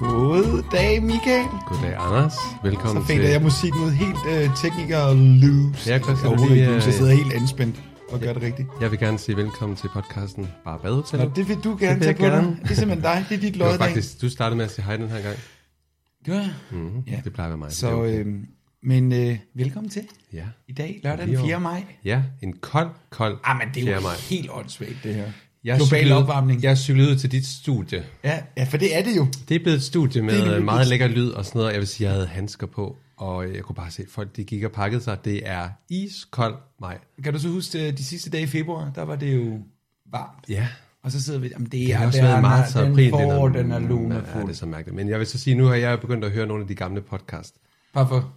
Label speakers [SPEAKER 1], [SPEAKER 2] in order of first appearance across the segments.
[SPEAKER 1] God dag, Michael.
[SPEAKER 2] Goddag, Anders. Velkommen
[SPEAKER 1] Så fader jeg musikken ud helt øh, tekniker og loose.
[SPEAKER 2] Ja, Christian,
[SPEAKER 1] jeg,
[SPEAKER 2] det
[SPEAKER 1] overhovedet ikke
[SPEAKER 2] er-
[SPEAKER 1] loose. jeg sidder helt anspændt og gør det rigtigt.
[SPEAKER 2] Jeg vil gerne sige velkommen til podcasten Bare Badehotel.
[SPEAKER 1] Nå, det vil du
[SPEAKER 2] vil
[SPEAKER 1] gerne tage
[SPEAKER 2] jeg
[SPEAKER 1] på gerne.
[SPEAKER 2] gerne.
[SPEAKER 1] dig. Det er simpelthen dig. Det er dit
[SPEAKER 2] det
[SPEAKER 1] lod i
[SPEAKER 2] var
[SPEAKER 1] dag.
[SPEAKER 2] faktisk, du startede med at sige hej den her gang.
[SPEAKER 1] Gør jeg?
[SPEAKER 2] Mm-hmm.
[SPEAKER 1] Ja.
[SPEAKER 2] Ja. Det plejer at være mig.
[SPEAKER 1] Så,
[SPEAKER 2] Det er okay.
[SPEAKER 1] øh, men øh, velkommen til
[SPEAKER 2] ja.
[SPEAKER 1] i dag, lørdag den
[SPEAKER 2] Jo.
[SPEAKER 1] 4. maj.
[SPEAKER 2] ja, en kold, kold
[SPEAKER 1] Ah, men det er
[SPEAKER 2] 4.
[SPEAKER 1] jo
[SPEAKER 2] maj.
[SPEAKER 1] helt åndssvagt, det her.
[SPEAKER 2] Jeg
[SPEAKER 1] global
[SPEAKER 2] cyklede-
[SPEAKER 1] opvarmning.
[SPEAKER 2] Jeg cyklede ud til dit studie.
[SPEAKER 1] Ja, ja, for det er det jo.
[SPEAKER 2] Det er blevet et studie med
[SPEAKER 1] Det er
[SPEAKER 2] det
[SPEAKER 1] det.
[SPEAKER 2] meget lækker lyd og sådan noget. Jeg vil sige, jeg havde handsker på, og øh, jeg kunne bare se, at folk de gik og pakkede sig. Det er iskold maj.
[SPEAKER 1] Kan du så huske øh, de sidste dage i februar, der var det jo varmt.
[SPEAKER 2] Ja,
[SPEAKER 1] Og så sidder vi, jamen det,
[SPEAKER 2] Det
[SPEAKER 1] er
[SPEAKER 2] har også
[SPEAKER 1] der,
[SPEAKER 2] været marts og april.
[SPEAKER 1] den får,
[SPEAKER 2] det er
[SPEAKER 1] den er
[SPEAKER 2] noget- Ja, det
[SPEAKER 1] lunefuld.
[SPEAKER 2] er så mærkeligt. Men jeg vil så sige, nu har jeg begyndt at høre nogle af de gamle podcast.
[SPEAKER 1] Bare for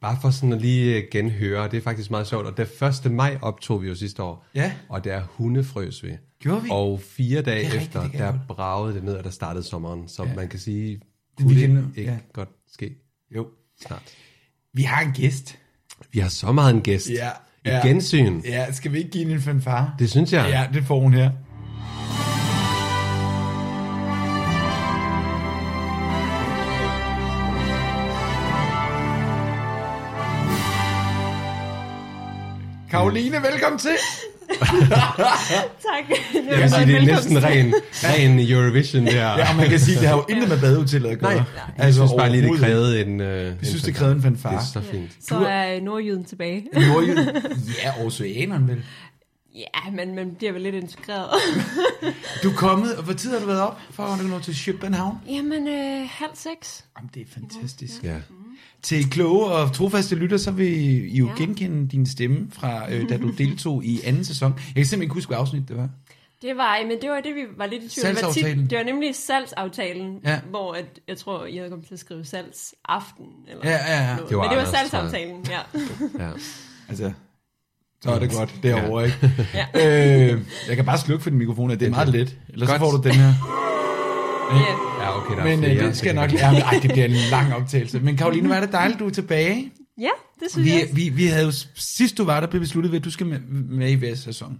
[SPEAKER 2] Bare for sådan at lige øh, genhøre, det er faktisk meget sjovt. Og det 1. maj optog vi jo sidste år.
[SPEAKER 1] Ja.
[SPEAKER 2] Og der hundefrøs vi.
[SPEAKER 1] Gjorde vi?
[SPEAKER 2] Og fire dage
[SPEAKER 1] Det
[SPEAKER 2] efter,
[SPEAKER 1] er rigtigt, det kan jeg
[SPEAKER 2] der
[SPEAKER 1] godt.
[SPEAKER 2] bragede det ned, og der startede sommeren. Så
[SPEAKER 1] Ja.
[SPEAKER 2] ja. man kan sige,
[SPEAKER 1] Det
[SPEAKER 2] kunne
[SPEAKER 1] weekend nu,
[SPEAKER 2] det ikke
[SPEAKER 1] ja.
[SPEAKER 2] ja. godt ske
[SPEAKER 1] Jo.
[SPEAKER 2] snart.
[SPEAKER 1] Vi har en gæst.
[SPEAKER 2] Vi har så meget en gæst.
[SPEAKER 1] Ja,
[SPEAKER 2] I
[SPEAKER 1] ja.
[SPEAKER 2] gensyn.
[SPEAKER 1] Ja, skal vi ikke give hende en fanfare?
[SPEAKER 2] Det synes jeg.
[SPEAKER 1] Ja, det får hun her. Karoline, velkommen til.
[SPEAKER 3] Tak. Det var
[SPEAKER 2] Jeg vil
[SPEAKER 3] så
[SPEAKER 2] sige,
[SPEAKER 3] en
[SPEAKER 2] det er
[SPEAKER 3] velkomst.
[SPEAKER 2] næsten ren, ren Eurovision der.
[SPEAKER 1] Ja, og man kan sige, det har jo intet med badehotellet at gøre.
[SPEAKER 2] Nej,
[SPEAKER 1] altså,
[SPEAKER 2] jeg synes bare lige, det
[SPEAKER 1] overhovedet.
[SPEAKER 2] krævede en... Øh,
[SPEAKER 1] Vi synes, det krævede en fanfare.
[SPEAKER 2] Det er så fint.
[SPEAKER 3] Så er nordjyden tilbage.
[SPEAKER 1] Nordjylland. Ja, oceaneren vel.
[SPEAKER 3] Ja, men man bliver vel lidt integreret.
[SPEAKER 1] Du er kommet, og hvor tid har du været op, for at du nå til København?
[SPEAKER 3] Jamen, øh, halv seks.
[SPEAKER 1] Jamen, det er fantastisk.
[SPEAKER 2] Ja.
[SPEAKER 1] Til kloge og trofaste lytter, så vil I jo ja.
[SPEAKER 3] Mm. Ja.
[SPEAKER 1] genkende din stemme fra, øh, da du deltog i anden sæson. Jeg kan simpelthen ikke huske, hvad afsnit det var.
[SPEAKER 3] Det var, men det var det, vi var lidt i tvivl. Det var,
[SPEAKER 1] Salgsaftalen.
[SPEAKER 3] det var nemlig salgsaftalen,
[SPEAKER 1] Ja.
[SPEAKER 3] ja. hvor at, jeg tror, I havde kommet til at skrive salgsaften. Eller
[SPEAKER 1] Ja, ja, ja.
[SPEAKER 3] noget.
[SPEAKER 2] Det var
[SPEAKER 3] men det var
[SPEAKER 2] Anders, tror jeg.
[SPEAKER 3] salgsaftalen, ja.
[SPEAKER 2] ja.
[SPEAKER 1] Altså, så er det godt derovre, ikke?
[SPEAKER 3] Ja.
[SPEAKER 1] øh, jeg kan bare slukke for din mikrofon, at det er meget let. Ellers så
[SPEAKER 2] Godt.
[SPEAKER 1] får du den her.
[SPEAKER 3] ja.
[SPEAKER 2] ja, okay, der er
[SPEAKER 1] Men øh,
[SPEAKER 2] flere,
[SPEAKER 1] den skal
[SPEAKER 2] det
[SPEAKER 1] nok...
[SPEAKER 2] kan-
[SPEAKER 1] Ja, men, ej, det bliver en lang optagelse. Men Karoline, var det dejligt, du er tilbage.
[SPEAKER 3] Ja, det synes
[SPEAKER 1] Vi,
[SPEAKER 3] jeg også.
[SPEAKER 1] vi, vi havde jo... Sidst du var der, blev besluttet ved, at du skal med, med i hver sæson.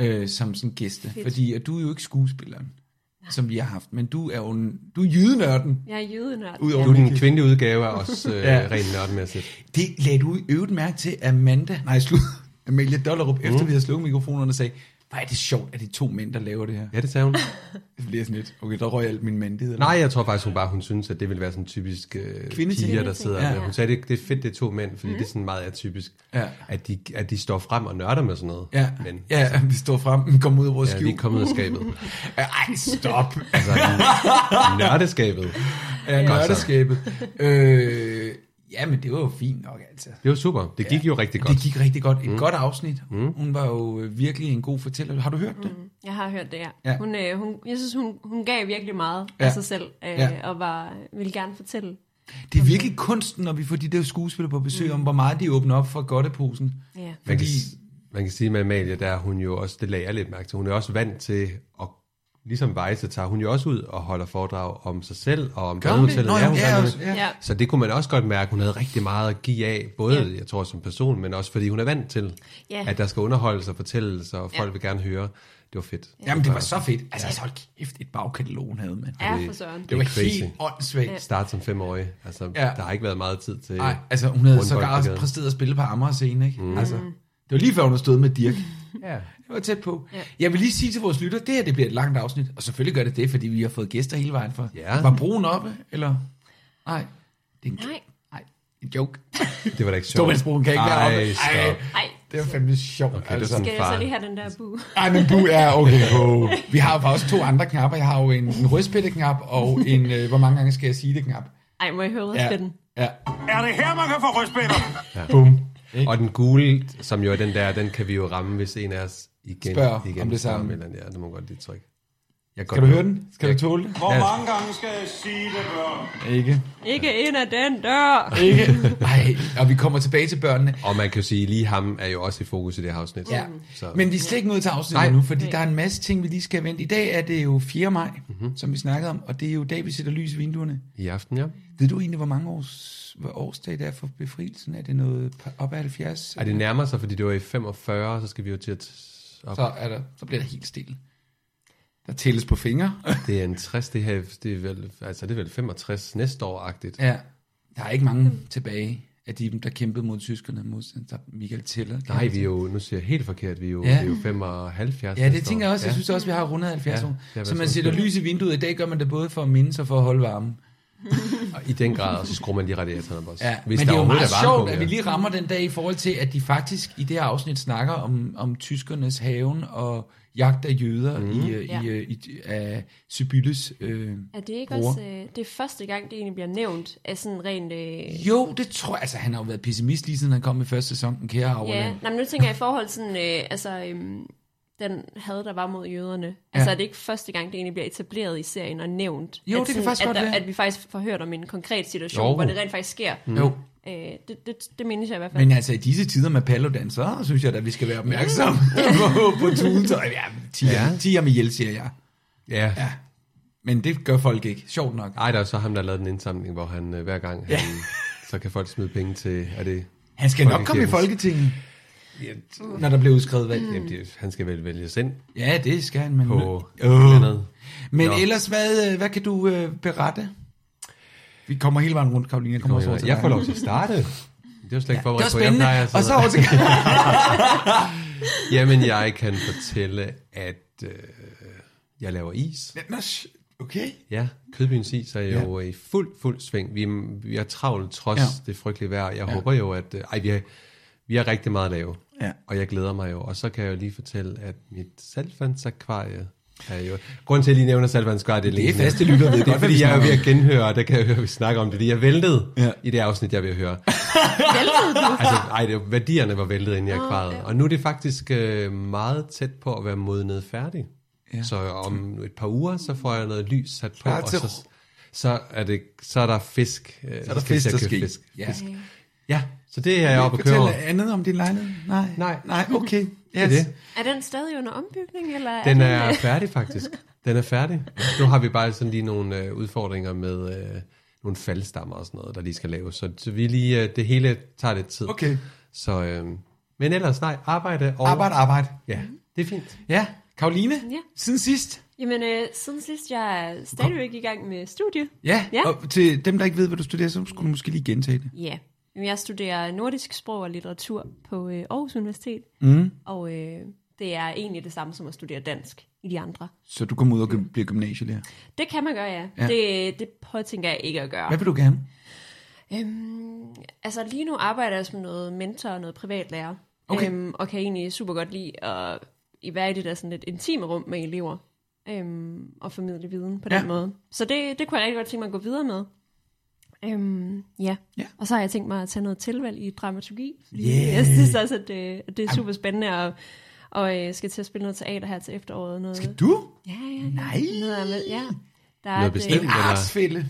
[SPEAKER 1] Øh, som sådan gæste. Fedt.
[SPEAKER 3] Fedt.
[SPEAKER 1] Fordi at du er jo ikke skuespilleren, som vi har haft. Men du er jo... en- Du er jydenørden.
[SPEAKER 3] Jeg er jydenørd.
[SPEAKER 1] Udover-
[SPEAKER 2] Du er den kvindelige udgave af os øh,
[SPEAKER 1] Ja.
[SPEAKER 2] ja. rent nørdmæssigt.
[SPEAKER 1] Det lagde du i øvrigt mærke til, Amanda, nej slut, Amalie Dollerup, mm. efter vi havde slukket mikrofonerne, sagde, Hvor er det sjovt, at det er to mænd, der laver det her.
[SPEAKER 2] Ja, det sagde hun.
[SPEAKER 1] Det bliver sådan lidt, okay, der røg alt min mandighed.
[SPEAKER 2] Nej, jeg tror faktisk, hun bare hun synes, at det ville være sådan en typisk øh,
[SPEAKER 1] Kvindeting.
[SPEAKER 2] piger, der sidder
[SPEAKER 1] Ja.
[SPEAKER 2] ja. med. Hun sagde, det, det er fedt, det er to mænd,
[SPEAKER 3] Mhm.
[SPEAKER 2] fordi mm. det er sådan meget atypisk,
[SPEAKER 1] Ja.
[SPEAKER 2] at, de, at de står frem og nørder med sådan noget.
[SPEAKER 1] Ja,
[SPEAKER 2] Men
[SPEAKER 1] men, ja, vi står frem, kommer ud af vores
[SPEAKER 2] ja,
[SPEAKER 1] skjul.
[SPEAKER 2] de er kommet ud af skabet.
[SPEAKER 1] Ej, stop.
[SPEAKER 2] Altså, nørdeskabet.
[SPEAKER 1] Ja,
[SPEAKER 2] Godt så.
[SPEAKER 1] nørdeskabet. øh, ja, men det var jo fint nok, altså.
[SPEAKER 2] Det var super. Det gik jo rigtig godt.
[SPEAKER 1] Det gik rigtig godt. Et mm. godt afsnit. Mm. Hun var jo øh, virkelig en god fortæller. Har du hørt det? Mm.
[SPEAKER 3] Jeg har hørt det, ja.
[SPEAKER 1] Ja.
[SPEAKER 3] ja. Hun, øh, hun, jeg synes, hun, hun gav virkelig meget ja.
[SPEAKER 1] Ja.
[SPEAKER 3] af sig selv, øh,
[SPEAKER 1] Ja.
[SPEAKER 3] ja. og var, ville gerne fortælle.
[SPEAKER 1] Det er virkelig kunsten, når vi får de der skuespillere på besøg, mm. om hvor meget de åbner op for godteposen.
[SPEAKER 3] Ja.
[SPEAKER 2] Man kan,
[SPEAKER 1] Fordi-
[SPEAKER 2] s- man kan sige med Amalie, der er hun jo også, det lagde jeg lidt mærke til, hun er også vant til at ligesom Vejse tager hun jo også ud og holder foredrag om sig selv og om
[SPEAKER 1] Gør hun det?
[SPEAKER 2] Badehotellet.
[SPEAKER 1] Nå,
[SPEAKER 2] Ja, hun
[SPEAKER 1] ja,
[SPEAKER 2] gør
[SPEAKER 1] ja,
[SPEAKER 2] det.
[SPEAKER 1] ja.
[SPEAKER 3] Ja.
[SPEAKER 2] Så det kunne man også godt mærke, hun havde rigtig meget at give af, både ja. jeg tror som person, men også fordi hun er vant til,
[SPEAKER 3] Ja.
[SPEAKER 2] at der skal underholdes og fortælles, og folk ja. vil gerne høre. Det var fedt.
[SPEAKER 1] Jamen, det var så fedt. Altså, ja. hold kæft, et bagkatalog hun havde, mand.
[SPEAKER 3] Ja, for søren.
[SPEAKER 1] Det var
[SPEAKER 2] Det er crazy.
[SPEAKER 1] helt åndssvagt.
[SPEAKER 2] Start som femårig. Altså,
[SPEAKER 1] Ja.
[SPEAKER 2] ja. der har ikke været meget tid til... Mm.
[SPEAKER 1] Nej, altså, hun havde
[SPEAKER 2] øh, Rundbold
[SPEAKER 1] sågar også
[SPEAKER 2] Brigade.
[SPEAKER 1] præsteret at spille på Amager scene, ikke? Mm. Altså, det var lige før, hun havde stået med Dirk.
[SPEAKER 2] Ja.
[SPEAKER 1] Det var tæt på. Ja. Jeg vil lige sige til vores lytter, det her det bliver et langt afsnit, og selvfølgelig gør det det, fordi vi har fået gæster hele vejen fra.
[SPEAKER 2] Ja.
[SPEAKER 1] Var broen oppe, eller? Nej. Det er en,
[SPEAKER 3] Nej.
[SPEAKER 1] Nej, en joke.
[SPEAKER 2] Det var da ikke sjovt.
[SPEAKER 1] Storbritannien kan ikke være oppe.
[SPEAKER 2] Ej, stop.
[SPEAKER 3] Ej,
[SPEAKER 1] det var fandme sjovt. Okay,
[SPEAKER 2] det er
[SPEAKER 1] altså.
[SPEAKER 2] sådan-
[SPEAKER 3] skal jeg så
[SPEAKER 2] Far.
[SPEAKER 3] lige have den der bu?
[SPEAKER 1] Ej, men du er okay. Oh. Vi har jo faktisk to andre knapper. Jeg har jo en, en rødspætteknap og en, øh, hvor mange gange skal jeg sige det knap?
[SPEAKER 3] Ej, må jeg høre
[SPEAKER 1] Ja.
[SPEAKER 3] rødspætten? Ja.
[SPEAKER 1] Ja.
[SPEAKER 4] Er det her, man kan få rødspætter?
[SPEAKER 1] Bum.
[SPEAKER 2] Og den gule, som jo er den der, den kan vi jo ramme, hvis en af os igen,
[SPEAKER 1] Spørger
[SPEAKER 2] igen
[SPEAKER 1] om det
[SPEAKER 2] spørger
[SPEAKER 1] samme.
[SPEAKER 2] et eller andet. Ja, det må godt lige trykke. Jeg
[SPEAKER 1] Kan du høre den? Skal du tåle det?
[SPEAKER 4] Hvor mange gange skal jeg sige det, børn?
[SPEAKER 1] Ikke.
[SPEAKER 3] Ikke ind ad den dør!
[SPEAKER 1] Ikke. Ej, og vi kommer tilbage til børnene.
[SPEAKER 2] Og man kan jo sige, lige ham er jo også i fokus i det her afsnit. Mm.
[SPEAKER 1] Ja,
[SPEAKER 2] Så, Men,
[SPEAKER 1] men vi er slet ikke nået til afsnittet nu, fordi der er en masse ting, vi lige skal vente. I dag er det jo 4. maj, mm-hmm. som vi snakkede om, og det er jo dag, vi sætter lys i vinduerne.
[SPEAKER 2] I aften, Mhm. ja.
[SPEAKER 1] Ved du egentlig, hvor mange års, hvor årsdag det er for befrielsen? Er det noget p- op ad 70?
[SPEAKER 2] Er det nærmer sig, fordi det var i 45, så skal vi jo til at... Op.
[SPEAKER 1] Så, er der, så bliver der helt stille. Der tælles på fingre.
[SPEAKER 2] Det er en 60, det her, det er vel, altså det er vel 65 næste år-agtigt.
[SPEAKER 1] ja. Der er ikke mange
[SPEAKER 3] Mm.
[SPEAKER 1] tilbage af de, der kæmpede mod tyskerne, mod der er Michael Teller.
[SPEAKER 2] Nej, vi er jo, nu siger jeg helt forkert, vi er jo,
[SPEAKER 1] Ja.
[SPEAKER 2] ja. vi er jo 75
[SPEAKER 1] Ja, det
[SPEAKER 2] næste
[SPEAKER 1] tænker
[SPEAKER 2] år.
[SPEAKER 1] jeg også. Jeg synes også, vi har rundet 70
[SPEAKER 2] altså. Ja,
[SPEAKER 1] år.
[SPEAKER 2] det har været
[SPEAKER 1] Så man
[SPEAKER 2] så
[SPEAKER 1] sætter lys i vinduet. I dag gør man det både for at minde sig og for at holde varmen.
[SPEAKER 2] Og I den grad, og så skruer man lige radiatorerne op også.
[SPEAKER 1] Ja, Hvis men det er jo
[SPEAKER 2] overhovedet
[SPEAKER 1] meget sjovt,
[SPEAKER 2] varmepumpe,
[SPEAKER 1] at vi lige rammer den dag i forhold til, at de faktisk i det her afsnit snakker om, om tyskernes haven og jagt af jøder mm. i, øh,
[SPEAKER 3] Ja.
[SPEAKER 1] i, øh, i, af Sibylles... Øh.
[SPEAKER 3] Er det ikke
[SPEAKER 1] Bror.
[SPEAKER 3] også øh, det er første gang, det egentlig bliver nævnt af sådan rent... Øh,
[SPEAKER 1] Jo, det tror jeg. Altså, han har jo været pessimist lige siden han kom i første sæson, den kære
[SPEAKER 3] ja,
[SPEAKER 1] Auerland.
[SPEAKER 3] Nej, men nu tænker jeg i forhold til sådan, øh, altså, øhm, den had, der var mod jøderne. Altså,
[SPEAKER 1] Ja.
[SPEAKER 3] er det ikke første gang, det egentlig bliver etableret i serien og nævnt?
[SPEAKER 1] Jo, det
[SPEAKER 3] at,
[SPEAKER 1] kan
[SPEAKER 3] sådan,
[SPEAKER 1] faktisk
[SPEAKER 3] at,
[SPEAKER 1] godt
[SPEAKER 3] der,
[SPEAKER 1] være.
[SPEAKER 3] at vi faktisk får hørt om en konkret situation,
[SPEAKER 2] Jo.
[SPEAKER 3] jo. hvor det rent faktisk sker. Mm.
[SPEAKER 1] Jo,
[SPEAKER 3] Øh, det, det, det mindes jeg i hvert fald.
[SPEAKER 1] men altså i disse tider med Paludan, så synes jeg, at vi skal være opmærksomme på, på tuden. Så, ja, tiger, ja.
[SPEAKER 2] Ja.
[SPEAKER 1] tiger med hjælp, siger jeg.
[SPEAKER 2] Ja. ja.
[SPEAKER 1] Men det gør folk ikke. Sjovt nok.
[SPEAKER 2] Ej, der er så ham, der har lavet en indsamling, hvor han øh, hver gang, han, så kan folk smide penge til, er det...
[SPEAKER 1] Han skal nok komme i Folketinget, når der bliver udskrevet valg.
[SPEAKER 2] Jamen, det, han skal vel vælges ind
[SPEAKER 1] Ja, det skal han, men...
[SPEAKER 2] på
[SPEAKER 1] Åh.
[SPEAKER 2] oh. andet.
[SPEAKER 1] Men
[SPEAKER 2] Nå.
[SPEAKER 1] ellers, hvad, øh, hvad kan du øh, berette? Vi kommer hele vejen rundt, Karoline. Jeg kommer også over til
[SPEAKER 2] Jeg
[SPEAKER 1] dig.
[SPEAKER 2] får lov til at starte. Det er jo slet ikke
[SPEAKER 1] Det var
[SPEAKER 2] forberedt på. Jeg
[SPEAKER 1] spændende.
[SPEAKER 2] plejer at
[SPEAKER 1] Og så
[SPEAKER 2] sidde-
[SPEAKER 1] over til
[SPEAKER 2] Jamen, jeg kan fortælle, at øh, jeg laver is.
[SPEAKER 1] Nå, sh- Okay.
[SPEAKER 2] Ja, Kødbyens Is er jo i fuld, fuld sving. Vi, vi er travlt trods
[SPEAKER 1] Ja.
[SPEAKER 2] ja. det frygtelige vejr. Jeg ja. håber jo, at... Øh, ej, vi har, vi har rigtig meget at lave.
[SPEAKER 1] Ja.
[SPEAKER 2] Og jeg glæder mig jo. Og så kan jeg jo lige fortælle, at mit saltvandsakvarie er jo... Grunden til, at jeg lige nævner saltvandsakvarie, det er
[SPEAKER 1] Det er
[SPEAKER 2] lige-
[SPEAKER 1] faste lytter ved
[SPEAKER 2] Det er
[SPEAKER 1] godt,
[SPEAKER 2] fordi, jeg er jo ved at genhøre, og der kan jeg høre, at vi snakker om det, fordi jeg væltede
[SPEAKER 1] Ja.
[SPEAKER 2] ja. i det afsnit, jeg er ved at høre. altså, ej, det var, værdierne var væltet ind i akvariet. Oh, ja. Og nu er det faktisk øh, meget tæt på at være modnet færdig.
[SPEAKER 1] Ja.
[SPEAKER 2] Ja. Så om et par uger, så får jeg noget lys sat på,
[SPEAKER 1] Klar
[SPEAKER 2] og
[SPEAKER 1] til-
[SPEAKER 2] så, så, er det, så er der fisk. øh, Så er
[SPEAKER 1] der fisk, der skal i.
[SPEAKER 2] fisk.
[SPEAKER 1] Ja.
[SPEAKER 2] Ja. fisk. ja, så det er jeg oppe at køre.
[SPEAKER 1] Fortæl
[SPEAKER 2] over.
[SPEAKER 1] andet om din lejlighed. Nej.
[SPEAKER 2] Nej.
[SPEAKER 1] Nej, okay. Yes.
[SPEAKER 2] er det.
[SPEAKER 3] Er den stadig under ombygning, eller
[SPEAKER 2] Den
[SPEAKER 3] er øh,
[SPEAKER 2] er færdig faktisk. Den er færdig. Nu har vi bare sådan lige nogle øh, udfordringer med øh, nogle faldstammer og sådan noget, der lige skal laves. Så, så vi lige, øh, det hele tager lidt tid.
[SPEAKER 1] Okay.
[SPEAKER 2] Så, øh, men ellers nej, arbejde og...
[SPEAKER 1] Arbejde, arbejde.
[SPEAKER 2] Ja, det er fint.
[SPEAKER 1] Ja. Karoline,
[SPEAKER 3] Ja.
[SPEAKER 1] siden sidst.
[SPEAKER 3] Jamen, øh, siden sidst, jeg er stadigvæk i gang med studie.
[SPEAKER 1] Ja.
[SPEAKER 3] Ja.
[SPEAKER 1] Og til dem, der ikke ved, hvad du studerer, så skulle du måske lige gentage det.
[SPEAKER 3] Ja. Jamen, Jeg studerer nordisk sprog og litteratur på øh, Aarhus Universitet.
[SPEAKER 1] Mm.
[SPEAKER 3] Og øh, Det er egentlig det samme som at studere dansk i de andre.
[SPEAKER 1] Så du kommer ud og gym- bliver gymnasielærer.
[SPEAKER 3] Det kan man gøre, ja.
[SPEAKER 1] Ja.
[SPEAKER 3] ja. Det, det påtænker jeg ikke at gøre.
[SPEAKER 1] Hvad vil du gerne?
[SPEAKER 3] Øhm, altså lige nu arbejder jeg som noget mentor og noget privatlærer.
[SPEAKER 1] Okay.
[SPEAKER 3] Øhm, og kan egentlig super godt lide at i- være i det der sådan lidt intime rum med elever. Øhm, og formidle viden på den
[SPEAKER 1] Ja.
[SPEAKER 3] måde. Så det, det kunne jeg rigtig godt tænke mig at gå videre med. Øhm, ja.
[SPEAKER 1] Ja.
[SPEAKER 3] Og så har jeg tænkt mig at tage noget tilvalg i dramaturgi. Fordi
[SPEAKER 1] Yeah.
[SPEAKER 3] Jeg synes også, at det, at det er super spændende. Og, og øh, skal til at spille noget teater her til efteråret. Noget,
[SPEAKER 1] Skal du?
[SPEAKER 3] Ja, ja.
[SPEAKER 1] Nej.
[SPEAKER 3] Noget, med- ja. Der er
[SPEAKER 2] Noget
[SPEAKER 3] et, øh,
[SPEAKER 2] bestemt, eller,
[SPEAKER 1] Artsfælde.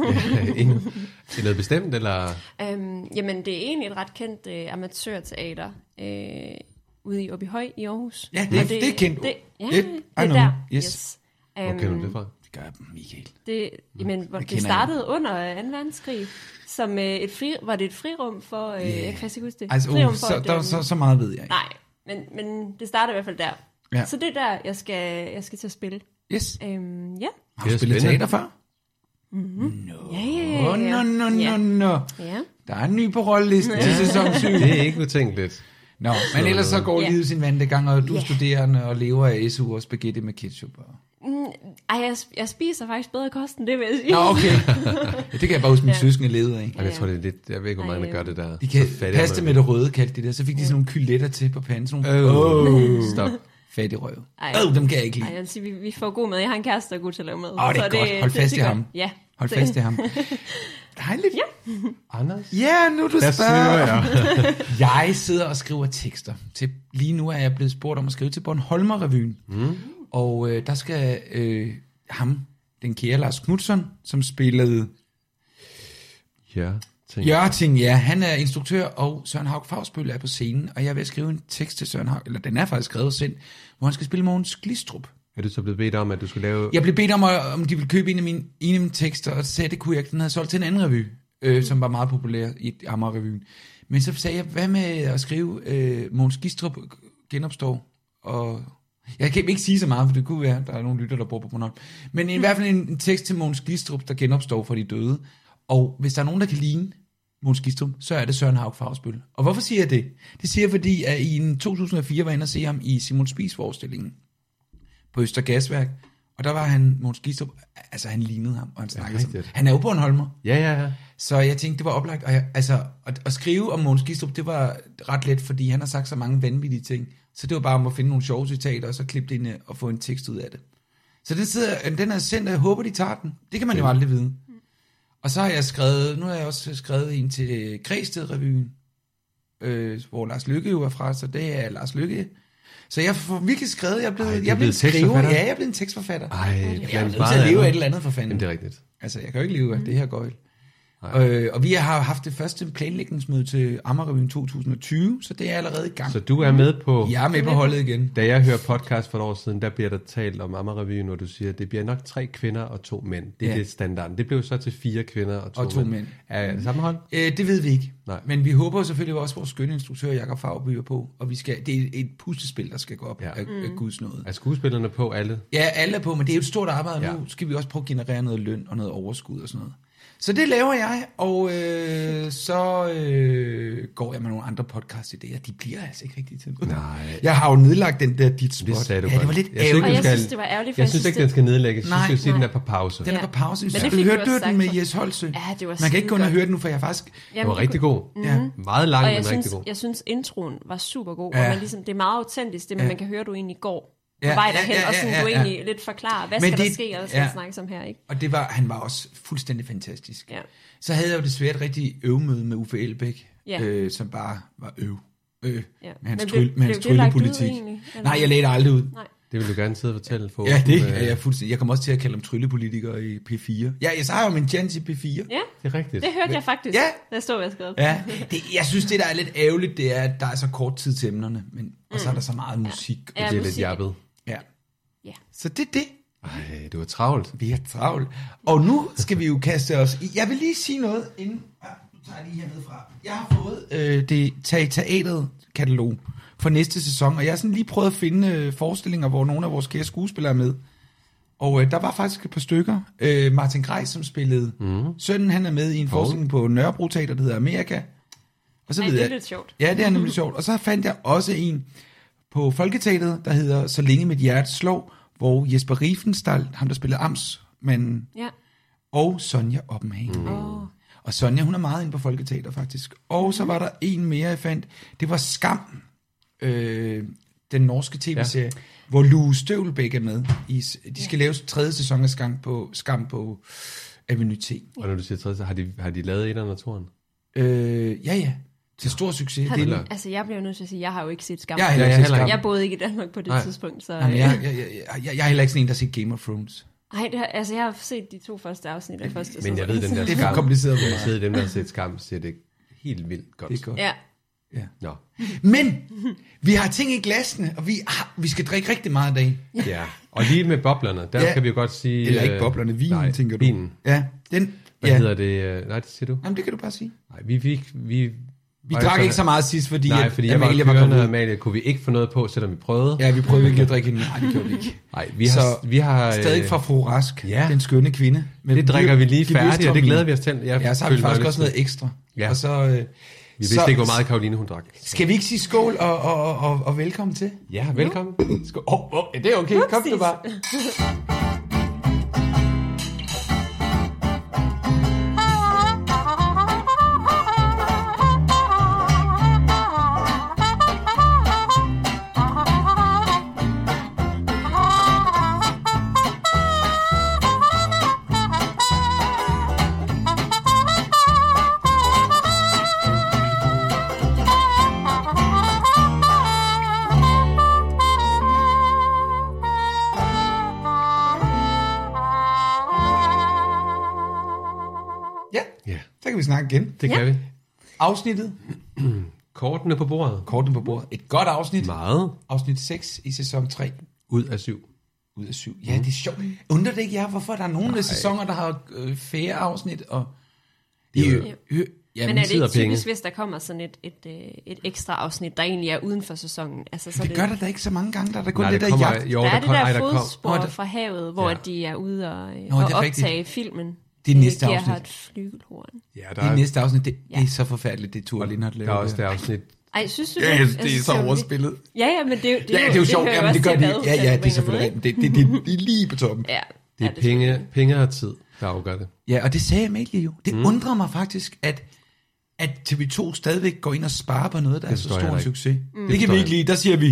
[SPEAKER 2] en, til noget bestemt, eller...
[SPEAKER 3] Øhm, jamen, det er egentlig et ret kendt øh, amatørteater øh, ude i Åbyhøj i Aarhus.
[SPEAKER 1] Ja, det er-
[SPEAKER 3] Og
[SPEAKER 1] det er kendt.
[SPEAKER 3] Det, ja,
[SPEAKER 1] Det-
[SPEAKER 3] det,
[SPEAKER 1] I
[SPEAKER 3] det
[SPEAKER 1] know.
[SPEAKER 3] er der.
[SPEAKER 1] Yes.
[SPEAKER 3] Øhm,
[SPEAKER 2] Hvor kender du det fra?
[SPEAKER 1] Det gør jeg, Michael.
[SPEAKER 3] Det, jamen, hvor, det
[SPEAKER 1] kender
[SPEAKER 3] startede under 2. verdenskrig, som øh, et fri, var det et frirum for, øh, jeg kan faktisk ikke huske det,
[SPEAKER 1] Altså,
[SPEAKER 3] frirum
[SPEAKER 1] uh, så,
[SPEAKER 3] et,
[SPEAKER 1] der,
[SPEAKER 3] øhm,
[SPEAKER 1] så, så meget ved jeg ikke.
[SPEAKER 3] nej, men, men det startede i hvert fald der.
[SPEAKER 1] Ja.
[SPEAKER 3] Så det er der, jeg skal, jeg skal til at spille.
[SPEAKER 1] Yes.
[SPEAKER 3] Øhm, ja. Mhm.
[SPEAKER 1] Har
[SPEAKER 2] Det
[SPEAKER 1] du
[SPEAKER 2] er
[SPEAKER 1] spillet
[SPEAKER 2] spændende.
[SPEAKER 1] teater før?
[SPEAKER 3] Ja, ja, ja,
[SPEAKER 1] Åh,
[SPEAKER 3] ja.
[SPEAKER 1] no, no,
[SPEAKER 3] ja.
[SPEAKER 1] no, no.
[SPEAKER 3] Ja.
[SPEAKER 1] Der er en ny på rollelisten til sæson 7.
[SPEAKER 2] Det er ikke utænkeligt.
[SPEAKER 1] Nå, men ellers så går
[SPEAKER 3] Ja.
[SPEAKER 1] livet sin vante gang, og du er
[SPEAKER 3] Ja.
[SPEAKER 1] studerende og lever af SU og spaghetti med ketchup. Og...
[SPEAKER 3] Mm, Ej, jeg, jeg spiser faktisk bedre kost end det, vil jeg sige.
[SPEAKER 1] Nå, okay. Ja, det kan jeg bare huske, min ja.
[SPEAKER 3] Ja.
[SPEAKER 1] søskende levede af.
[SPEAKER 2] Ej, jeg
[SPEAKER 3] Ja.
[SPEAKER 2] tror, det er lidt... Jeg ved ikke, hvor meget, der gør det der.
[SPEAKER 1] De kan
[SPEAKER 2] Så fattig er
[SPEAKER 1] paste
[SPEAKER 2] man.
[SPEAKER 1] med det røde, kaldte de det. Så fik de sådan nogle kyletter til på panden. Sådan nogle
[SPEAKER 2] Åh, stop.
[SPEAKER 1] fattig røv.
[SPEAKER 3] Ej.
[SPEAKER 1] Øh, dem kan jeg ikke
[SPEAKER 3] Ej, jeg
[SPEAKER 1] lide.
[SPEAKER 3] vil sige, vi, vi får god mad. Jeg har en kæreste, der er god til at lave mad.
[SPEAKER 1] Åh, det er godt. Hold fast i
[SPEAKER 3] er
[SPEAKER 1] ham.
[SPEAKER 3] godt. Ja.
[SPEAKER 1] Hold
[SPEAKER 3] det-
[SPEAKER 1] fast i ham. Dejligt. Ja,
[SPEAKER 2] Anders?
[SPEAKER 1] ja nu du
[SPEAKER 2] Der
[SPEAKER 1] spørger.
[SPEAKER 2] sidder jeg.
[SPEAKER 1] Jeg sidder og skriver tekster. Til, lige nu er jeg blevet spurgt om at skrive til Bornholmer-revyen. Mm. Og øh, der skal øh, ham, den kære Lars Knudsen, som spillede
[SPEAKER 2] Ja, tænk.
[SPEAKER 1] Jørting, ja, han er instruktør, og Søren Haug Fagsbøl er på scenen, og jeg er ved at skrive en tekst til Søren Haug, eller den er faktisk skrevet og sendt, hvor han skal spille Mogens Glistrup.
[SPEAKER 2] Er du så blevet bedt om, at du skulle lave...
[SPEAKER 1] Jeg blev bedt om, at- om de ville købe en af mine, en af mine tekster, og så sagde jeg, det kunne jeg ikke. Den havde solgt til en anden revy, øh, som var meget populær i Amager-revyen. Men så sagde jeg, hvad med at skrive øh, Måns Gistrup genopstår? Og jeg kan ikke sige så meget, for det kunne være, der er nogle lytter, der bor på Bornholm. Men i hvert fald en, en tekst til Måns Gistrup, der genopstår fra de døde. Og hvis der er nogen, der kan ligne Måns Gistrup, så er det Søren Haug Fagsbøl. Og hvorfor siger jeg det? Det siger jeg, fordi at i en 2004 var jeg inde og se ham i Simon Spies forestillingen på Østergasværk, og der var han, Måns Gistrup, altså han lignede ham, og han snakkede ja,
[SPEAKER 2] rigtigt.
[SPEAKER 1] Han er jo Bornholmer,
[SPEAKER 2] Ja, ja, ja.
[SPEAKER 1] så jeg tænkte, det var oplagt. Og jeg, altså, at, at skrive om Måns Gistrup, det var ret let, fordi han har sagt så mange vanvittige ting. Så det var bare om at finde nogle sjove citater, og så klippe det ind øh, og få en tekst ud af det. Så den, sidder, den er sendt, og jeg håber, de tager den. Det kan man jo aldrig vide. Og så har jeg skrevet, nu har jeg også skrevet en til Græsted-revyen, øh, hvor Lars Lykke jo er fra, så det er Lars Lykke. Så jeg får virkelig skrevet, jeg er blevet,
[SPEAKER 2] Ej, du er
[SPEAKER 1] jeg er blevet
[SPEAKER 2] blevet
[SPEAKER 1] en skriver.
[SPEAKER 2] tekstforfatter?
[SPEAKER 1] Ja, jeg er blevet en tekstforfatter.
[SPEAKER 2] Ej,
[SPEAKER 1] jeg er
[SPEAKER 2] blandt
[SPEAKER 1] nødt
[SPEAKER 2] meget
[SPEAKER 1] til at leve af et
[SPEAKER 2] andet.
[SPEAKER 1] eller andet for fanden.
[SPEAKER 2] Jamen, det er rigtigt.
[SPEAKER 1] Altså, jeg kan jo ikke leve af det her gøjl.
[SPEAKER 2] Nej.
[SPEAKER 1] Øh, og vi har haft det første planlægningsmøde til Amagerrevyen 2020, så det er allerede i gang.
[SPEAKER 2] Så
[SPEAKER 1] Så
[SPEAKER 2] du er med på...
[SPEAKER 1] jeg er med på holdet igen.
[SPEAKER 2] Da jeg hører podcast for et år siden, der bliver der talt om Amagerrevyen, hvor du siger, at det bliver nok tre kvinder og to mænd. Det er
[SPEAKER 1] Ja.
[SPEAKER 2] ja. det standarden. Det blev så til fire kvinder og to,
[SPEAKER 1] Og to mænd.
[SPEAKER 2] Er det samme hold?
[SPEAKER 1] Øh, det ved vi ikke.
[SPEAKER 2] Nej.
[SPEAKER 1] Men vi håber selvfølgelig også, at vores skønne instruktør Jakob Fagby er på, og vi skal, det er et puslespil, der skal gå op ja.
[SPEAKER 2] Ja.
[SPEAKER 1] af, af Guds nåde.
[SPEAKER 2] Er skuespillerne på alle?
[SPEAKER 1] Ja, alle er på, men det er jo et stort arbejde, og
[SPEAKER 2] Ja.
[SPEAKER 1] nu skal vi også prøve at generere noget løn og noget overskud og sådan noget. Så det laver jeg, og øh, så øh, går jeg med nogle andre podcast-idéer. De bliver altså ikke rigtig til noget.
[SPEAKER 2] Nej.
[SPEAKER 1] Jeg har jo nedlagt den der dit spot.
[SPEAKER 2] Det sagde du
[SPEAKER 1] ja, det var
[SPEAKER 2] godt.
[SPEAKER 1] lidt
[SPEAKER 2] Jeg synes,
[SPEAKER 1] ærgerligt.
[SPEAKER 3] Og
[SPEAKER 2] du
[SPEAKER 3] jeg
[SPEAKER 2] skal-
[SPEAKER 3] synes, det var ærgerligt, for
[SPEAKER 2] Jeg synes ikke, den skal nedlægges. Jeg
[SPEAKER 1] Nej.
[SPEAKER 2] synes, at den er på pause.
[SPEAKER 1] Den
[SPEAKER 2] Den
[SPEAKER 1] er på pause.
[SPEAKER 3] Men
[SPEAKER 1] Ja.
[SPEAKER 3] det
[SPEAKER 1] Skal du
[SPEAKER 3] fik du
[SPEAKER 1] høre
[SPEAKER 3] også
[SPEAKER 1] døden
[SPEAKER 3] sagt
[SPEAKER 1] med
[SPEAKER 3] for-
[SPEAKER 1] Jes Holsø?
[SPEAKER 3] Ja, det var
[SPEAKER 1] Man kan ikke
[SPEAKER 3] skide
[SPEAKER 1] gå ind og
[SPEAKER 3] godt.
[SPEAKER 1] høre den nu, for jeg er faktisk...
[SPEAKER 3] Jamen,
[SPEAKER 2] var
[SPEAKER 3] det
[SPEAKER 2] rigtig
[SPEAKER 3] kunne- Mhm.
[SPEAKER 2] god.
[SPEAKER 1] Ja.
[SPEAKER 2] Meget lang,
[SPEAKER 3] Og
[SPEAKER 2] men
[SPEAKER 3] jeg synes,
[SPEAKER 2] rigtig god.
[SPEAKER 3] jeg synes, introen var super god,
[SPEAKER 1] Ja.
[SPEAKER 3] og man, ligesom, det er meget autentisk, det med,
[SPEAKER 1] Ja.
[SPEAKER 3] man kan høre, du egentlig går
[SPEAKER 1] Ja,
[SPEAKER 3] på vej
[SPEAKER 1] ja,
[SPEAKER 3] derhen,
[SPEAKER 1] ja,
[SPEAKER 3] og sådan,
[SPEAKER 1] ja,
[SPEAKER 3] du
[SPEAKER 1] ja,
[SPEAKER 3] egentlig lidt forklarer, hvad
[SPEAKER 1] Men
[SPEAKER 3] skal
[SPEAKER 1] det-
[SPEAKER 3] der ske, og hvad skal
[SPEAKER 1] ja.
[SPEAKER 3] der snakkes om her, ikke?
[SPEAKER 1] Og det var, han var også fuldstændig fantastisk.
[SPEAKER 3] Ja.
[SPEAKER 1] Så havde jeg jo desværre et rigtig øvmøde med Uffe Elbæk,
[SPEAKER 3] Ja.
[SPEAKER 1] øh, som bare var øv. Øh,
[SPEAKER 3] Ja.
[SPEAKER 1] Med hans,
[SPEAKER 3] Men
[SPEAKER 1] tryl,
[SPEAKER 3] blev-
[SPEAKER 1] med hans
[SPEAKER 3] blev det lagt ud
[SPEAKER 1] tryllepolitik.
[SPEAKER 3] egentlig, eller?
[SPEAKER 1] Nej, jeg lagde det aldrig ud.
[SPEAKER 3] Nej.
[SPEAKER 2] Det vil du gerne sidde og fortælle for.
[SPEAKER 1] Ja, det
[SPEAKER 2] åben, øh,
[SPEAKER 1] er jeg fuldstændig. Jeg kommer også til at kalde dem tryllepolitikere i P4. Ja, jeg så har jo min chance i P4.
[SPEAKER 3] Ja,
[SPEAKER 2] Det er rigtigt.
[SPEAKER 3] det hørte jeg faktisk,
[SPEAKER 1] Ja.
[SPEAKER 3] da jeg stod ved at skrive.
[SPEAKER 1] Ja, det, jeg synes, det der er lidt ærgerligt, det er, at der er så kort tid til emnerne, men, og så er der så meget musik.
[SPEAKER 3] Mm. Ja.
[SPEAKER 2] Det er lidt
[SPEAKER 3] musik.
[SPEAKER 2] jappet.
[SPEAKER 1] Ja.
[SPEAKER 3] Ja.
[SPEAKER 1] Så det er det.
[SPEAKER 2] Ej, du er travlt.
[SPEAKER 1] Vi har travlt. Og nu skal vi jo kaste os i. Jeg vil lige sige noget inden... Ah, Nu tager jeg lige hernede fra. Jeg har fået øh, det Tag teateret katalog for næste sæson, og jeg har sådan lige prøvet at finde øh, forestillinger, hvor nogle af vores kære skuespillere er med. Og øh, der var faktisk et par stykker. Øh, Martin Greis, som spillede mm. sønnen, han er med i en forestilling på Nørrebro Teater, der hedder Amerika. Og så
[SPEAKER 3] Ej,
[SPEAKER 1] ved
[SPEAKER 3] det er
[SPEAKER 1] jeg-
[SPEAKER 3] lidt sjovt.
[SPEAKER 1] Ja, det er nemlig sjovt. Og så fandt jeg også en på Folketeatet, der hedder Så længe mit hjerte slår, hvor Jesper Riefenstahl, ham der spillede Amtsmanden,
[SPEAKER 3] Ja.
[SPEAKER 1] og Sonja Oppenhagen. Mm.
[SPEAKER 3] Åh, oh,
[SPEAKER 1] Og Sonja, hun er meget inde på Folketeater faktisk. Og så var der en mere, jeg fandt. Det var Skam, øh, den norske tv-serie, ja. hvor Lue Støvlbæk er med. I, s- de skal ja. lave tredje sæson af Skam på, Skam på Avenue T.
[SPEAKER 2] Og når du siger tredje, så har de, har de lavet et og toren?
[SPEAKER 1] Øh, ja, ja. Til stor succes. Det er,
[SPEAKER 2] da op.
[SPEAKER 3] altså jeg bliver nødt til at sige, jeg har jo ikke set skam.
[SPEAKER 1] jeg har heller ikke
[SPEAKER 2] Ja,
[SPEAKER 1] set
[SPEAKER 2] heller
[SPEAKER 1] Skam.
[SPEAKER 3] jeg boede ikke i Danmark på det
[SPEAKER 2] Nej.
[SPEAKER 3] tidspunkt, så... øh.
[SPEAKER 1] Jamen, jeg, jeg, jeg, jeg, jeg er heller ikke sådan en, der ser Game of Thrones.
[SPEAKER 3] Nej, det har, altså jeg har set de to første afsnit af første sæson.
[SPEAKER 2] Men jeg ved, den der
[SPEAKER 1] Det er for
[SPEAKER 2] skam,
[SPEAKER 1] kompliceret for
[SPEAKER 2] jeg
[SPEAKER 1] mig.
[SPEAKER 2] sidder dem, der har set skam, siger det helt vildt godt.
[SPEAKER 1] Det er godt.
[SPEAKER 3] Ja,
[SPEAKER 2] Nå,
[SPEAKER 1] Men vi har ting i glasene, og vi, har, vi skal drikke rigtig meget i dag.
[SPEAKER 2] ja. Og lige med boblerne, der
[SPEAKER 1] Ja.
[SPEAKER 2] ja. kan vi jo godt sige...
[SPEAKER 1] Eller ikke
[SPEAKER 2] øh,
[SPEAKER 1] boblerne, vinen,
[SPEAKER 2] nej,
[SPEAKER 1] tænker du.
[SPEAKER 2] Vinen.
[SPEAKER 1] Ja, den...
[SPEAKER 2] Hvad
[SPEAKER 1] ja.
[SPEAKER 2] hedder det? øh, Nej, det siger du.
[SPEAKER 1] Jamen, det kan du bare sige.
[SPEAKER 2] Nej, vi, vi, vi,
[SPEAKER 1] Vi drak ikke så meget sidst, fordi,
[SPEAKER 2] Nej,
[SPEAKER 1] at
[SPEAKER 2] fordi jeg
[SPEAKER 1] Amalie
[SPEAKER 2] var kørende, og
[SPEAKER 1] kommet ud.
[SPEAKER 2] Amalie kunne vi ikke få noget på, selvom vi prøvede.
[SPEAKER 1] Ja, vi prøvede ikke at drikke hende. Nej, det gjorde vi ikke.
[SPEAKER 2] Nej, vi har,
[SPEAKER 1] Så
[SPEAKER 2] vi har øh,
[SPEAKER 1] Stadig fra fru Rask, ja.
[SPEAKER 2] ja.
[SPEAKER 1] den skønne kvinde. Med
[SPEAKER 2] Det drikker vi lige færdigt, og det glæder vi os til.
[SPEAKER 1] Ja, så har vi
[SPEAKER 2] føler mig
[SPEAKER 1] faktisk
[SPEAKER 2] lidt
[SPEAKER 1] også
[SPEAKER 2] sådan-
[SPEAKER 1] noget ekstra.
[SPEAKER 2] Ja.
[SPEAKER 1] Og så, øh, vi
[SPEAKER 2] Vi vidste ikke, hvor meget Karoline hun drak.
[SPEAKER 1] Skal vi ikke sige skål og, og, og, og, og velkommen til?
[SPEAKER 2] Ja, velkommen. Skål. Åh, oh, det er okay. Kom du
[SPEAKER 3] Upsis.
[SPEAKER 2] bare.
[SPEAKER 1] Ja,
[SPEAKER 2] Ja,
[SPEAKER 1] så kan vi snakke igen.
[SPEAKER 2] det kan vi.
[SPEAKER 1] Afsnittet,
[SPEAKER 2] Kortene på bordet.
[SPEAKER 1] korten på bordet. Et godt afsnit.
[SPEAKER 2] Meget
[SPEAKER 1] Afsnit 6 i sæson 3
[SPEAKER 2] ud af syv.
[SPEAKER 1] ud af 7. Ja, det er sjovt. Undrer det ikke jer, hvorfor der er nogle af sæsoner, der har øh, færre afsnit, og... Det er jo... Øh, ja,
[SPEAKER 3] men er det ikke
[SPEAKER 2] sidder
[SPEAKER 3] typisk,
[SPEAKER 2] penge.
[SPEAKER 3] hvis der kommer sådan et, et, øh, et ekstra afsnit, der egentlig er uden for sæsonen? Altså, så er
[SPEAKER 1] det gør der da ikke så mange gange, der er der kun Nej, det,
[SPEAKER 2] det
[SPEAKER 1] der
[SPEAKER 2] kommer,
[SPEAKER 1] jagt.
[SPEAKER 2] jo,
[SPEAKER 3] der er det der,
[SPEAKER 2] ej,
[SPEAKER 3] der
[SPEAKER 2] kom-
[SPEAKER 3] fodspor
[SPEAKER 1] Nå, der-
[SPEAKER 3] fra havet, hvor
[SPEAKER 2] Ja.
[SPEAKER 3] ja. de er ude og, øh,
[SPEAKER 1] Nå,
[SPEAKER 3] og
[SPEAKER 1] det er rigtigt.
[SPEAKER 3] optage filmen.
[SPEAKER 1] Det er næste
[SPEAKER 3] Øh,
[SPEAKER 1] afsnit.
[SPEAKER 3] Gerhard Flygelhorn.
[SPEAKER 2] Ja, der
[SPEAKER 1] Det
[SPEAKER 2] er,
[SPEAKER 1] er næste afsnit, det, det
[SPEAKER 3] Ja.
[SPEAKER 1] er så forfærdeligt, det Ture Lindhardt laver.
[SPEAKER 2] der er også det afsnit.
[SPEAKER 3] Ej, synes du
[SPEAKER 1] Ja,
[SPEAKER 3] Jeg
[SPEAKER 1] det er
[SPEAKER 3] synes,
[SPEAKER 1] så
[SPEAKER 3] jo-
[SPEAKER 1] overspillet.
[SPEAKER 3] Ja, ja, men det, er jo- det,
[SPEAKER 1] Ja, det er jo sjovt,
[SPEAKER 3] hører
[SPEAKER 1] jamen
[SPEAKER 3] også
[SPEAKER 1] det gør
[SPEAKER 3] til
[SPEAKER 1] det.
[SPEAKER 3] badet,
[SPEAKER 1] Ja,
[SPEAKER 3] på
[SPEAKER 1] ja, det er
[SPEAKER 3] en
[SPEAKER 1] selvfølgelig
[SPEAKER 3] eller anden
[SPEAKER 1] rigtigt. Det, det, det, det er lige på toppen.
[SPEAKER 3] måde, ikke? Ja,
[SPEAKER 2] Det
[SPEAKER 3] ja,
[SPEAKER 2] er penge, penge og tid, der afgør det.
[SPEAKER 1] Ja, og det sagde Amalie jo. Det mm. undrer mig faktisk, at, at TV2 stadigvæk går ind og sparer på noget, der er så
[SPEAKER 2] forstår jeg
[SPEAKER 1] stor en
[SPEAKER 2] heller ikke.
[SPEAKER 1] succes. Mm. Det kan
[SPEAKER 2] forstår
[SPEAKER 1] vi
[SPEAKER 2] jeg
[SPEAKER 1] ikke lide, der siger vi.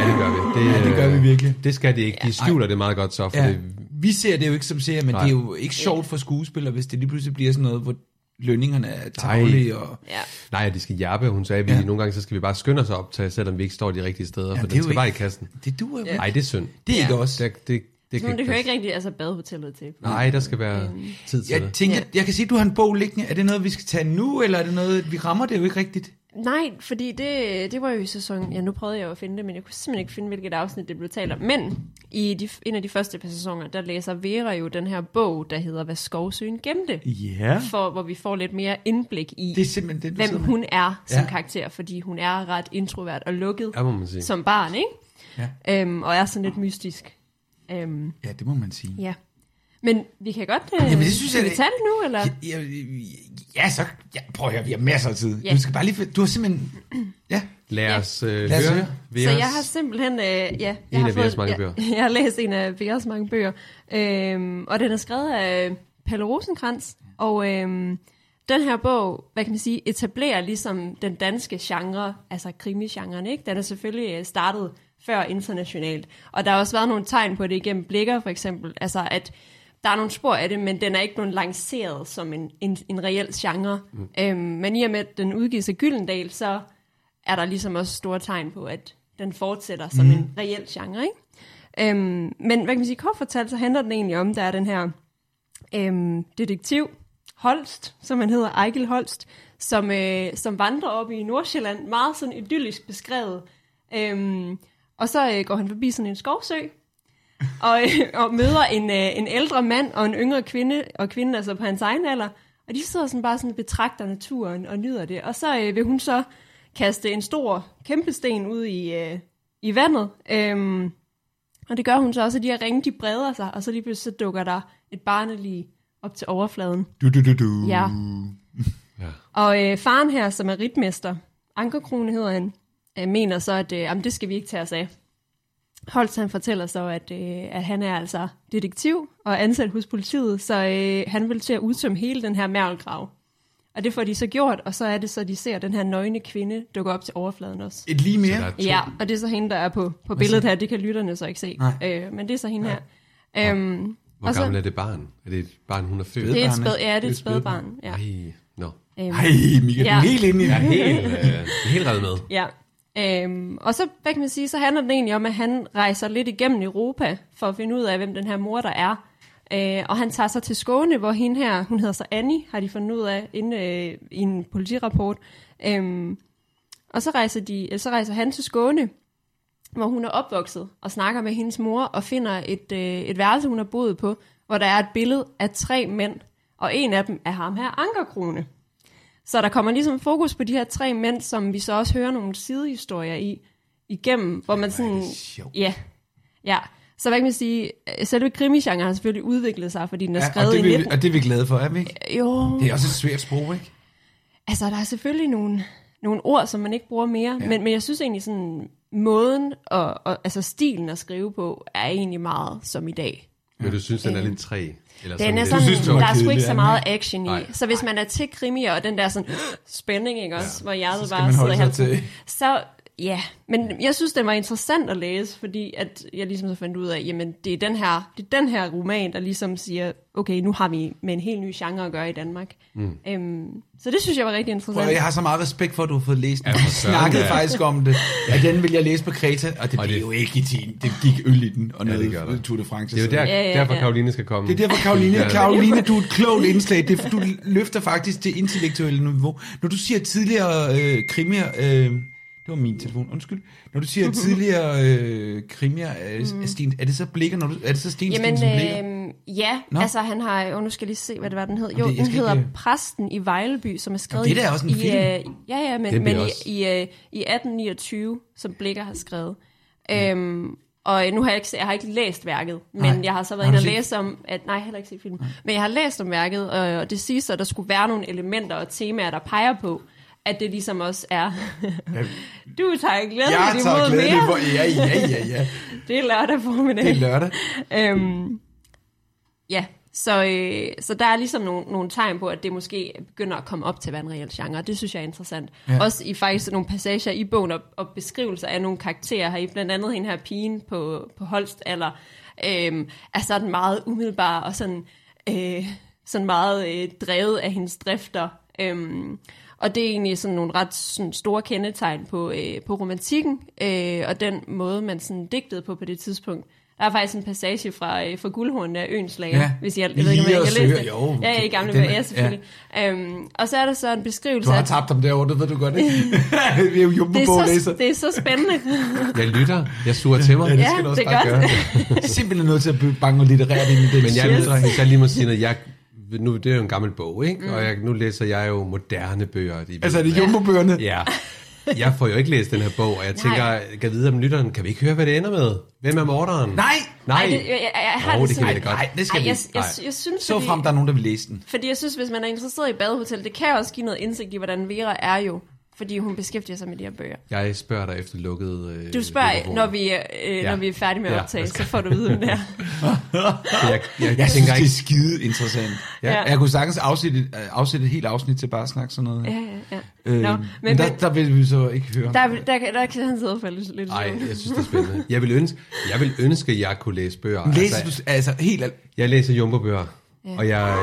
[SPEAKER 2] Ja, det gør vi. Det, ja,
[SPEAKER 1] det gør vi virkelig.
[SPEAKER 2] Det skal de ikke. De skjuler det meget godt så, for ja.
[SPEAKER 1] Ja.
[SPEAKER 2] det
[SPEAKER 1] Vi ser det jo ikke som serie, men Nej.
[SPEAKER 2] Nej.
[SPEAKER 1] det er jo ikke sjovt for skuespillere, hvis det lige pludselig bliver sådan noget, hvor lønningerne er tavlige. Og...
[SPEAKER 3] Ja.
[SPEAKER 2] Nej, de skal jappe. Hun sagde, at vi
[SPEAKER 1] Ja.
[SPEAKER 2] ja. nogle gange så skal vi bare skynde os at optage, selvom vi ikke står de rigtige steder, ja, for
[SPEAKER 1] det er
[SPEAKER 2] den
[SPEAKER 1] jo
[SPEAKER 2] skal bare i
[SPEAKER 1] ikke-
[SPEAKER 2] kassen.
[SPEAKER 1] Det duer jo ikke.
[SPEAKER 2] Nej, det er synd.
[SPEAKER 1] Det er
[SPEAKER 3] Ja.
[SPEAKER 1] ikke os.
[SPEAKER 2] Det, det, det,
[SPEAKER 3] Men
[SPEAKER 2] kan
[SPEAKER 3] det
[SPEAKER 2] ikke
[SPEAKER 3] hører ikke
[SPEAKER 2] passe.
[SPEAKER 3] rigtigt, altså badehotellet til.
[SPEAKER 2] Nej, der skal være
[SPEAKER 3] Mm.
[SPEAKER 2] tid til
[SPEAKER 1] Jeg
[SPEAKER 2] det.
[SPEAKER 1] tænker, jeg kan se, at du har en bog liggende. Er det noget, vi skal tage nu, eller er det noget, vi rammer det jo ikke rigtigt?
[SPEAKER 3] Nej, fordi det, det var jo i sæson... Ja, nu prøvede jeg jo at finde det, men jeg kunne simpelthen ikke finde, hvilket afsnit det blev talt om. Men i de, en af de første par sæsoner, der læser Vera jo den her bog, der hedder Hvad skovsøen gemte.
[SPEAKER 1] Ja.
[SPEAKER 3] For, hvor vi får lidt mere indblik i,
[SPEAKER 1] Det er simpelthen det, du
[SPEAKER 3] hvem
[SPEAKER 1] sidder med.
[SPEAKER 3] hun er som
[SPEAKER 1] Ja.
[SPEAKER 3] karakter, fordi hun er ret introvert og lukket
[SPEAKER 2] Ja, må man sige.
[SPEAKER 3] som barn, ikke? Ja. Øhm, og er sådan lidt mystisk. Øhm,
[SPEAKER 1] Ja, det må man sige.
[SPEAKER 3] ja. Men vi kan godt... Øh,
[SPEAKER 1] Jamen, det synes
[SPEAKER 3] skal
[SPEAKER 1] jeg,
[SPEAKER 3] vi
[SPEAKER 1] det-
[SPEAKER 3] tage det nu, eller?
[SPEAKER 1] Ja, ja så ja, prøv at høre, vi har masser af tid.
[SPEAKER 3] Ja.
[SPEAKER 1] Du skal bare lige, fi- du har simpelthen, ja,
[SPEAKER 2] Lad os, øh,
[SPEAKER 1] Lad os
[SPEAKER 2] høre.
[SPEAKER 1] høre.
[SPEAKER 3] Så
[SPEAKER 2] Veras.
[SPEAKER 3] jeg har simpelthen... Øh, ja, jeg
[SPEAKER 2] En
[SPEAKER 3] har
[SPEAKER 2] af Veras mange
[SPEAKER 3] ja,
[SPEAKER 2] bøger.
[SPEAKER 3] Jeg har læst en af Veras mange bøger. Øhm, og den er skrevet af Palle Rosenkrantz. Og øhm, den her bog, hvad kan man sige, etablerer ligesom den danske genre, altså krimigenren, ikke? Den er selvfølgelig øh, startet før internationalt. Og der har også været nogle tegn på det igennem blikker, for eksempel. Altså, at der er nogle spor af det, men den er ikke blevet lanceret som en, en, en reel genre. Mm. Øhm, men i og med, at den udgives af Gyldendal, så er der ligesom også store tegn på, at den fortsætter som mm. en reel genre, ikke? Øhm, men hvad kan man sige, kort fortalt, så handler den egentlig om, der er den her øhm, detektiv, Holst, som han hedder, Ejkel Holst, som, øh, som vandrer op i Nordsjælland, meget sådan idyllisk beskrevet. Øhm, og så øh, går han forbi sådan en skovsø, og, øh, og møder en, øh, en ældre mand og en yngre kvinde, og kvinden er så på hans egen alder, og de sidder sådan bare sådan og betragter naturen og nyder det. Og så øh, vil hun så kaste en stor kæmpesten ud i, øh, i vandet, øhm, og det gør hun så også, at de her ringe, de breder sig, og så lige pludselig så dukker der et barnelig op til overfladen.
[SPEAKER 1] du, du, du, du.
[SPEAKER 3] Ja.
[SPEAKER 2] Ja.
[SPEAKER 3] Og øh, faren her, som er ritmester, Ankerkrone hedder han, øh, mener så, at øh, jamen, det skal vi ikke tage os af. Holtz han fortæller så, at, øh, at han er altså detektiv og ansat hos politiet, så øh, han vil til at udtømme hele den her mærkelgrav. Og det får de så gjort, og så er det så, at de ser den her nøgne kvinde dukke op til overfladen også.
[SPEAKER 1] Et lige mere.
[SPEAKER 2] der er to.
[SPEAKER 3] Ja, og det er så hende, der er på, på billedet her. Det kan lytterne så ikke se.
[SPEAKER 1] Nej.
[SPEAKER 3] Øh, men det er så hende her. Øhm,
[SPEAKER 2] Hvor
[SPEAKER 3] og så,
[SPEAKER 2] gammel er det barn? Er det et barn, hun har født?
[SPEAKER 3] det er et
[SPEAKER 1] barn,
[SPEAKER 3] spæd,
[SPEAKER 1] ikke?
[SPEAKER 3] ja, det er et spædbarn. Ja.
[SPEAKER 2] Nej, no.
[SPEAKER 3] Øhm,
[SPEAKER 1] Ej, Michael, ja.
[SPEAKER 3] Ja.
[SPEAKER 1] helt inde i
[SPEAKER 2] Jeg er helt, øh, helt reddet med.
[SPEAKER 3] Ja. Øhm, og så, hvad kan man sige, så handler det egentlig om, at han rejser lidt igennem Europa for at finde ud af, hvem den her mor der er. Øh, og han tager sig til Skåne, hvor hende her, hun hedder så Annie, har de fundet ud af inde, øh, i en politirapport. Øhm, og så rejser, de, øh, så rejser han til Skåne, hvor hun er opvokset og snakker med hendes mor og finder et, øh, et værelse, hun har boet på, hvor der er et billede af tre mænd, og en af dem er ham her, Ankerkrone. Så der kommer ligesom fokus på de her tre mænd, som vi så også hører nogle sidehistorier i, igennem, hvor man sådan... Ja, ja. Så hvad kan man sige, øh, selve krimisgenren har selvfølgelig udviklet sig, fordi den er
[SPEAKER 1] Ja,
[SPEAKER 3] skrevet
[SPEAKER 1] og, det
[SPEAKER 3] i
[SPEAKER 1] vi,
[SPEAKER 3] 19...
[SPEAKER 1] og det er vi glade for, er vi ikke?
[SPEAKER 3] Jo,
[SPEAKER 1] Det er også et svært sprog, ikke?
[SPEAKER 3] altså der er selvfølgelig nogle, nogle ord, som man ikke bruger mere, ja. men, men jeg synes egentlig sådan, måden og, og altså stilen at skrive på, er egentlig meget som i dag. Øhm,
[SPEAKER 2] Men du synes, den er lidt træ? Eller
[SPEAKER 3] Den er
[SPEAKER 2] lidt-
[SPEAKER 3] sådan,
[SPEAKER 1] synes, den var
[SPEAKER 3] der er sgu
[SPEAKER 1] kedelig,
[SPEAKER 3] ikke
[SPEAKER 1] er
[SPEAKER 3] så
[SPEAKER 1] den
[SPEAKER 3] meget action i.
[SPEAKER 2] Nej.
[SPEAKER 3] så hvis man er til krimier, og den der sådan, spænding, ikke også, ja. hvor hjertet
[SPEAKER 1] man
[SPEAKER 3] bare sidder i
[SPEAKER 1] holde
[SPEAKER 3] halsen.
[SPEAKER 1] sig til-
[SPEAKER 3] Så ja, men jeg synes, den var interessant at læse, fordi at jeg ligesom så fandt ud af, jamen det er den her, det er den her roman, der ligesom siger, okay, nu har vi med en helt ny genre at gøre i Danmark. Mm. Øhm, så det synes jeg var rigtig interessant.
[SPEAKER 1] Og jeg har så meget respekt for, at du har fået læst den.
[SPEAKER 2] Ja, for
[SPEAKER 1] Jeg
[SPEAKER 2] søren,
[SPEAKER 1] snakkede
[SPEAKER 2] ja.
[SPEAKER 1] faktisk om det. Ja, den vil jeg læse på Kreta, og det
[SPEAKER 2] Og
[SPEAKER 1] blev
[SPEAKER 2] det-
[SPEAKER 1] jo ikke i tiden. Det gik øl i den, og noget
[SPEAKER 2] gør der.
[SPEAKER 1] Tour de France. altså.
[SPEAKER 2] Det er jo der,
[SPEAKER 3] Ja, ja,
[SPEAKER 2] derfor,
[SPEAKER 3] ja.
[SPEAKER 2] Karoline skal komme.
[SPEAKER 1] Det er derfor, Karoline,
[SPEAKER 2] Ja.
[SPEAKER 1] Karoline, du er et klogt indslag. Det, er- du løfter faktisk det intellektuelle niveau. Når du siger tidligere øh, krimier... Øh, det var min telefon, undskyld. Når du siger tidligere øh, krimier, øh, mm. Sten, er det så blikker, når du, er det så Sten
[SPEAKER 3] Jamen,
[SPEAKER 1] Sten, som blikker?
[SPEAKER 3] øh, ja,
[SPEAKER 1] Nå.
[SPEAKER 3] no. altså han har, og nu skal jeg lige se, hvad det var, den hed. Jo,
[SPEAKER 1] jeg
[SPEAKER 3] den
[SPEAKER 1] skal
[SPEAKER 3] hedder
[SPEAKER 1] ikke-
[SPEAKER 3] ikke... Præsten i Vejleby, som er skrevet
[SPEAKER 1] det er da også en
[SPEAKER 3] i,
[SPEAKER 1] film.
[SPEAKER 3] Øh, ja, ja, men,
[SPEAKER 2] Den
[SPEAKER 3] men
[SPEAKER 2] bliver
[SPEAKER 3] i,
[SPEAKER 2] også-
[SPEAKER 3] i, øh, i 1829, som Blikker har skrevet. Øhm, og øh, nu har jeg ikke, se- jeg har ikke læst værket, men
[SPEAKER 1] Nej.
[SPEAKER 3] nej. jeg har så været
[SPEAKER 1] Har
[SPEAKER 3] inde
[SPEAKER 1] du
[SPEAKER 3] og
[SPEAKER 1] set-
[SPEAKER 3] læse om, at, nej, jeg har heller ikke set filmen, men jeg har læst om værket, og, og det siger så, at der skulle være nogle elementer og temaer, der peger på, at det ligesom også er, du tager glædeligt
[SPEAKER 1] Jeg tager
[SPEAKER 3] imod
[SPEAKER 1] glædeligt
[SPEAKER 3] mere,
[SPEAKER 1] for... Ja, ja, ja, ja.
[SPEAKER 3] det er lørdag formiddag.
[SPEAKER 1] Det er lørdag.
[SPEAKER 3] Øhm, ja, så, øh, så der er ligesom nogle, nogle tegn på, at det måske begynder at komme op til at være en reel genre. Det synes jeg er interessant. Ja. Også i faktisk nogle passager i bogen og, og beskrivelser af nogle karakterer her i blandt andet hende her pigen på, på Holst, eller øhm, er sådan meget umiddelbar og sådan, øh, sådan meget øh, drevet af hendes drifter. Øhm, og det er egentlig sådan nogle ret sådan store kendetegn på, øh, på romantikken, øh, og den måde, man sådan digtede på på det tidspunkt. Der er faktisk en passage fra, øh, fra Guldhornene af Øens Lager,
[SPEAKER 1] Ja.
[SPEAKER 3] ja. hvis jeg, jeg
[SPEAKER 1] Lige
[SPEAKER 3] ved ikke, om jeg
[SPEAKER 1] at
[SPEAKER 3] jeg
[SPEAKER 1] søge,
[SPEAKER 3] læste
[SPEAKER 1] jo,
[SPEAKER 3] Ja, i gamle
[SPEAKER 1] den er-
[SPEAKER 3] bøger, ja, selvfølgelig. Ja. Øhm, og så er der så en beskrivelse
[SPEAKER 1] Du har
[SPEAKER 3] af-
[SPEAKER 1] tabt ham derovre, det ved du godt, ikke? Vi er jo
[SPEAKER 3] det
[SPEAKER 1] jumbo
[SPEAKER 3] er,
[SPEAKER 1] boglæser.
[SPEAKER 3] så, det er så spændende.
[SPEAKER 2] Jeg lytter, jeg suger til mig.
[SPEAKER 1] Ja, det
[SPEAKER 3] Ja,
[SPEAKER 1] skal du også
[SPEAKER 3] det er
[SPEAKER 1] bare
[SPEAKER 3] godt.
[SPEAKER 1] gøre. Jeg er simpelthen nødt til at bygge bange og litterære det med den
[SPEAKER 2] Men jeg,
[SPEAKER 1] yes.
[SPEAKER 2] hvis jeg lige må sige noget, jeg, nu, det er jo en gammel bog, ikke? Og jeg, nu læser jeg jo moderne bøger. I
[SPEAKER 1] Altså, er det jumbo-bøgerne?
[SPEAKER 2] Ja. Jeg får jo ikke læst den her bog, og jeg tænker, kan vide om lytteren, kan vi ikke høre, hvad det ender med? Hvem er morderen?
[SPEAKER 1] Nej!
[SPEAKER 2] Nej.
[SPEAKER 3] Ej, det, jeg, jeg, jeg har
[SPEAKER 2] Åh,
[SPEAKER 3] det,
[SPEAKER 2] det kan
[SPEAKER 3] sådan-
[SPEAKER 2] vi da godt.
[SPEAKER 1] Nej, det skal
[SPEAKER 3] Ej,
[SPEAKER 1] vi
[SPEAKER 3] jeg,
[SPEAKER 1] ikke.
[SPEAKER 3] jeg,
[SPEAKER 2] Nej.
[SPEAKER 3] jeg, jeg synes,
[SPEAKER 1] Så frem, der er nogen, der vil læse den.
[SPEAKER 3] Fordi jeg synes, hvis man er interesseret i badehotel, det kan også give noget indsigt i, hvordan Vera er jo. Fordi hun beskæftiger sig med de her bøger.
[SPEAKER 2] Jeg spørger dig efter lukket... Øh,
[SPEAKER 3] Du spørger,
[SPEAKER 2] mikrofon.
[SPEAKER 3] når vi, øh,
[SPEAKER 2] Ja.
[SPEAKER 3] når vi er færdige med
[SPEAKER 2] Ja,
[SPEAKER 3] at
[SPEAKER 2] jeg
[SPEAKER 3] optage,
[SPEAKER 2] skal-
[SPEAKER 3] så får du viden om det her.
[SPEAKER 2] Jeg, jeg, jeg,
[SPEAKER 1] Jeg synes,
[SPEAKER 2] tænker
[SPEAKER 1] det
[SPEAKER 2] ikke...
[SPEAKER 1] er skide interessant. Ja.
[SPEAKER 3] Ja.
[SPEAKER 1] Jeg kunne sagtens afsætte, et- øh, afsætte et helt afsnit til bare at snakke sådan noget.
[SPEAKER 3] Ja, ja, ja.
[SPEAKER 1] Øhm,
[SPEAKER 3] Nå,
[SPEAKER 1] men,
[SPEAKER 3] men,
[SPEAKER 1] der, der vil vi så ikke høre.
[SPEAKER 3] der, der, der, der kan han sidde og falde lidt
[SPEAKER 2] Nej,
[SPEAKER 3] i søvn.
[SPEAKER 2] jeg synes, det er spændende. Jeg vil ønske, jeg vil ønske at jeg kunne læse bøger.
[SPEAKER 1] Læser du
[SPEAKER 2] altså,
[SPEAKER 1] altså helt... al-
[SPEAKER 2] jeg læser jumbo-bøger,
[SPEAKER 3] Ja.
[SPEAKER 2] og jeg...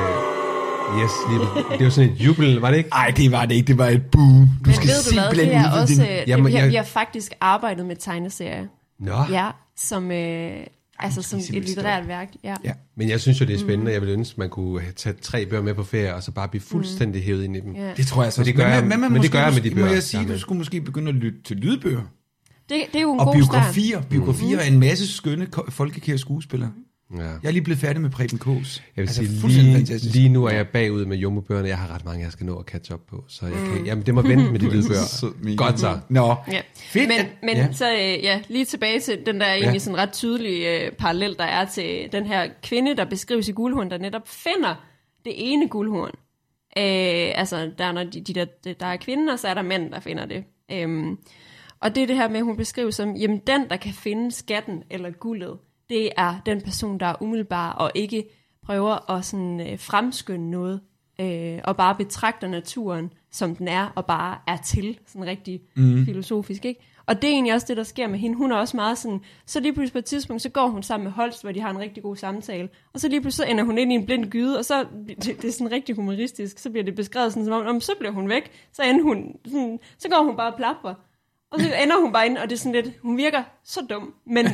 [SPEAKER 2] Yes, lige, det er jo sådan et jubel, var det ikke?
[SPEAKER 1] Ej, det var det ikke. Det var et boo. Du
[SPEAKER 3] Men
[SPEAKER 1] skal
[SPEAKER 3] ved du hvad,
[SPEAKER 1] simpelthen
[SPEAKER 3] det er
[SPEAKER 1] ud i
[SPEAKER 3] også...
[SPEAKER 1] din-
[SPEAKER 3] øh,
[SPEAKER 2] Jamen,
[SPEAKER 3] vi, har,
[SPEAKER 2] jeg-
[SPEAKER 3] vi har faktisk arbejdet med tegneserier.
[SPEAKER 2] Nå.
[SPEAKER 3] Ja, som, øh, altså, som
[SPEAKER 1] simpelthen
[SPEAKER 3] et litterært værk. Ja.
[SPEAKER 1] Ja.
[SPEAKER 2] Men jeg synes jo, det er spændende. Jeg ville ønske, man kunne tage tre bøger med på ferie, og så bare blive fuldstændig hævet ind i dem.
[SPEAKER 3] Ja.
[SPEAKER 1] Det tror jeg så.
[SPEAKER 2] Men det gør jeg-
[SPEAKER 1] man
[SPEAKER 2] men det
[SPEAKER 1] måske-
[SPEAKER 2] gør jeg med de
[SPEAKER 1] Må
[SPEAKER 2] bøger.
[SPEAKER 1] jeg sige,
[SPEAKER 2] Jamen.
[SPEAKER 1] du skulle måske begynde at lytte til lydbøger.
[SPEAKER 3] Det, det er jo en
[SPEAKER 1] Og
[SPEAKER 3] god start. Mhm.
[SPEAKER 1] biografier.
[SPEAKER 2] Mm.
[SPEAKER 1] Biografier er en masse skønne ko- folkekære skuespillere.
[SPEAKER 2] Mm. Ja.
[SPEAKER 1] Jeg er lige blevet færdig med Preben Kås.
[SPEAKER 2] Jeg vil altså, sige,
[SPEAKER 1] fuldstændig
[SPEAKER 2] lige,
[SPEAKER 1] fantastisk.
[SPEAKER 2] lige nu er jeg bagud med jumbobøgerne. Jeg har ret mange, jeg skal nå at catch up på. Så jeg kan, jamen, det må vente med de
[SPEAKER 1] sød,
[SPEAKER 2] lydbøger.
[SPEAKER 1] Mia.
[SPEAKER 2] Godt så.
[SPEAKER 1] Nå,
[SPEAKER 3] Ja.
[SPEAKER 1] fedt.
[SPEAKER 3] Men,
[SPEAKER 1] at-
[SPEAKER 3] men
[SPEAKER 1] ja.
[SPEAKER 3] ja. så øh, ja, lige tilbage til den der egentlig sådan ret tydelige øh, parallel, der er til den her kvinde, der beskrives i guldhorn, der netop finder det ene guldhorn. Øh, altså, der er, når de, de der, der er kvinden, og så er der mænd, der finder det. Øhm, Og det er det her med, at hun beskrives som, jamen den, der kan finde skatten eller guldet, det er den person, der er umiddelbar og ikke prøver at sådan, øh, fremskynde noget, øh, og bare betragter naturen, som den er, og bare er til, sådan rigtig mm. filosofisk, ikke? Og det er egentlig også det, der sker med hende. Hun er også meget sådan, så lige pludselig på et tidspunkt, så går hun sammen med Holst, hvor de har en rigtig god samtale, og så lige pludselig så ender hun ind i en blind gyde, og så, det, det er sådan rigtig humoristisk, så bliver det beskrevet sådan, som om, "Nå, men så bliver hun væk, så, ender hun, sådan, så går hun bare og plapper. Og så ender hun bare ind, og det er sådan lidt, hun virker så dum. Men,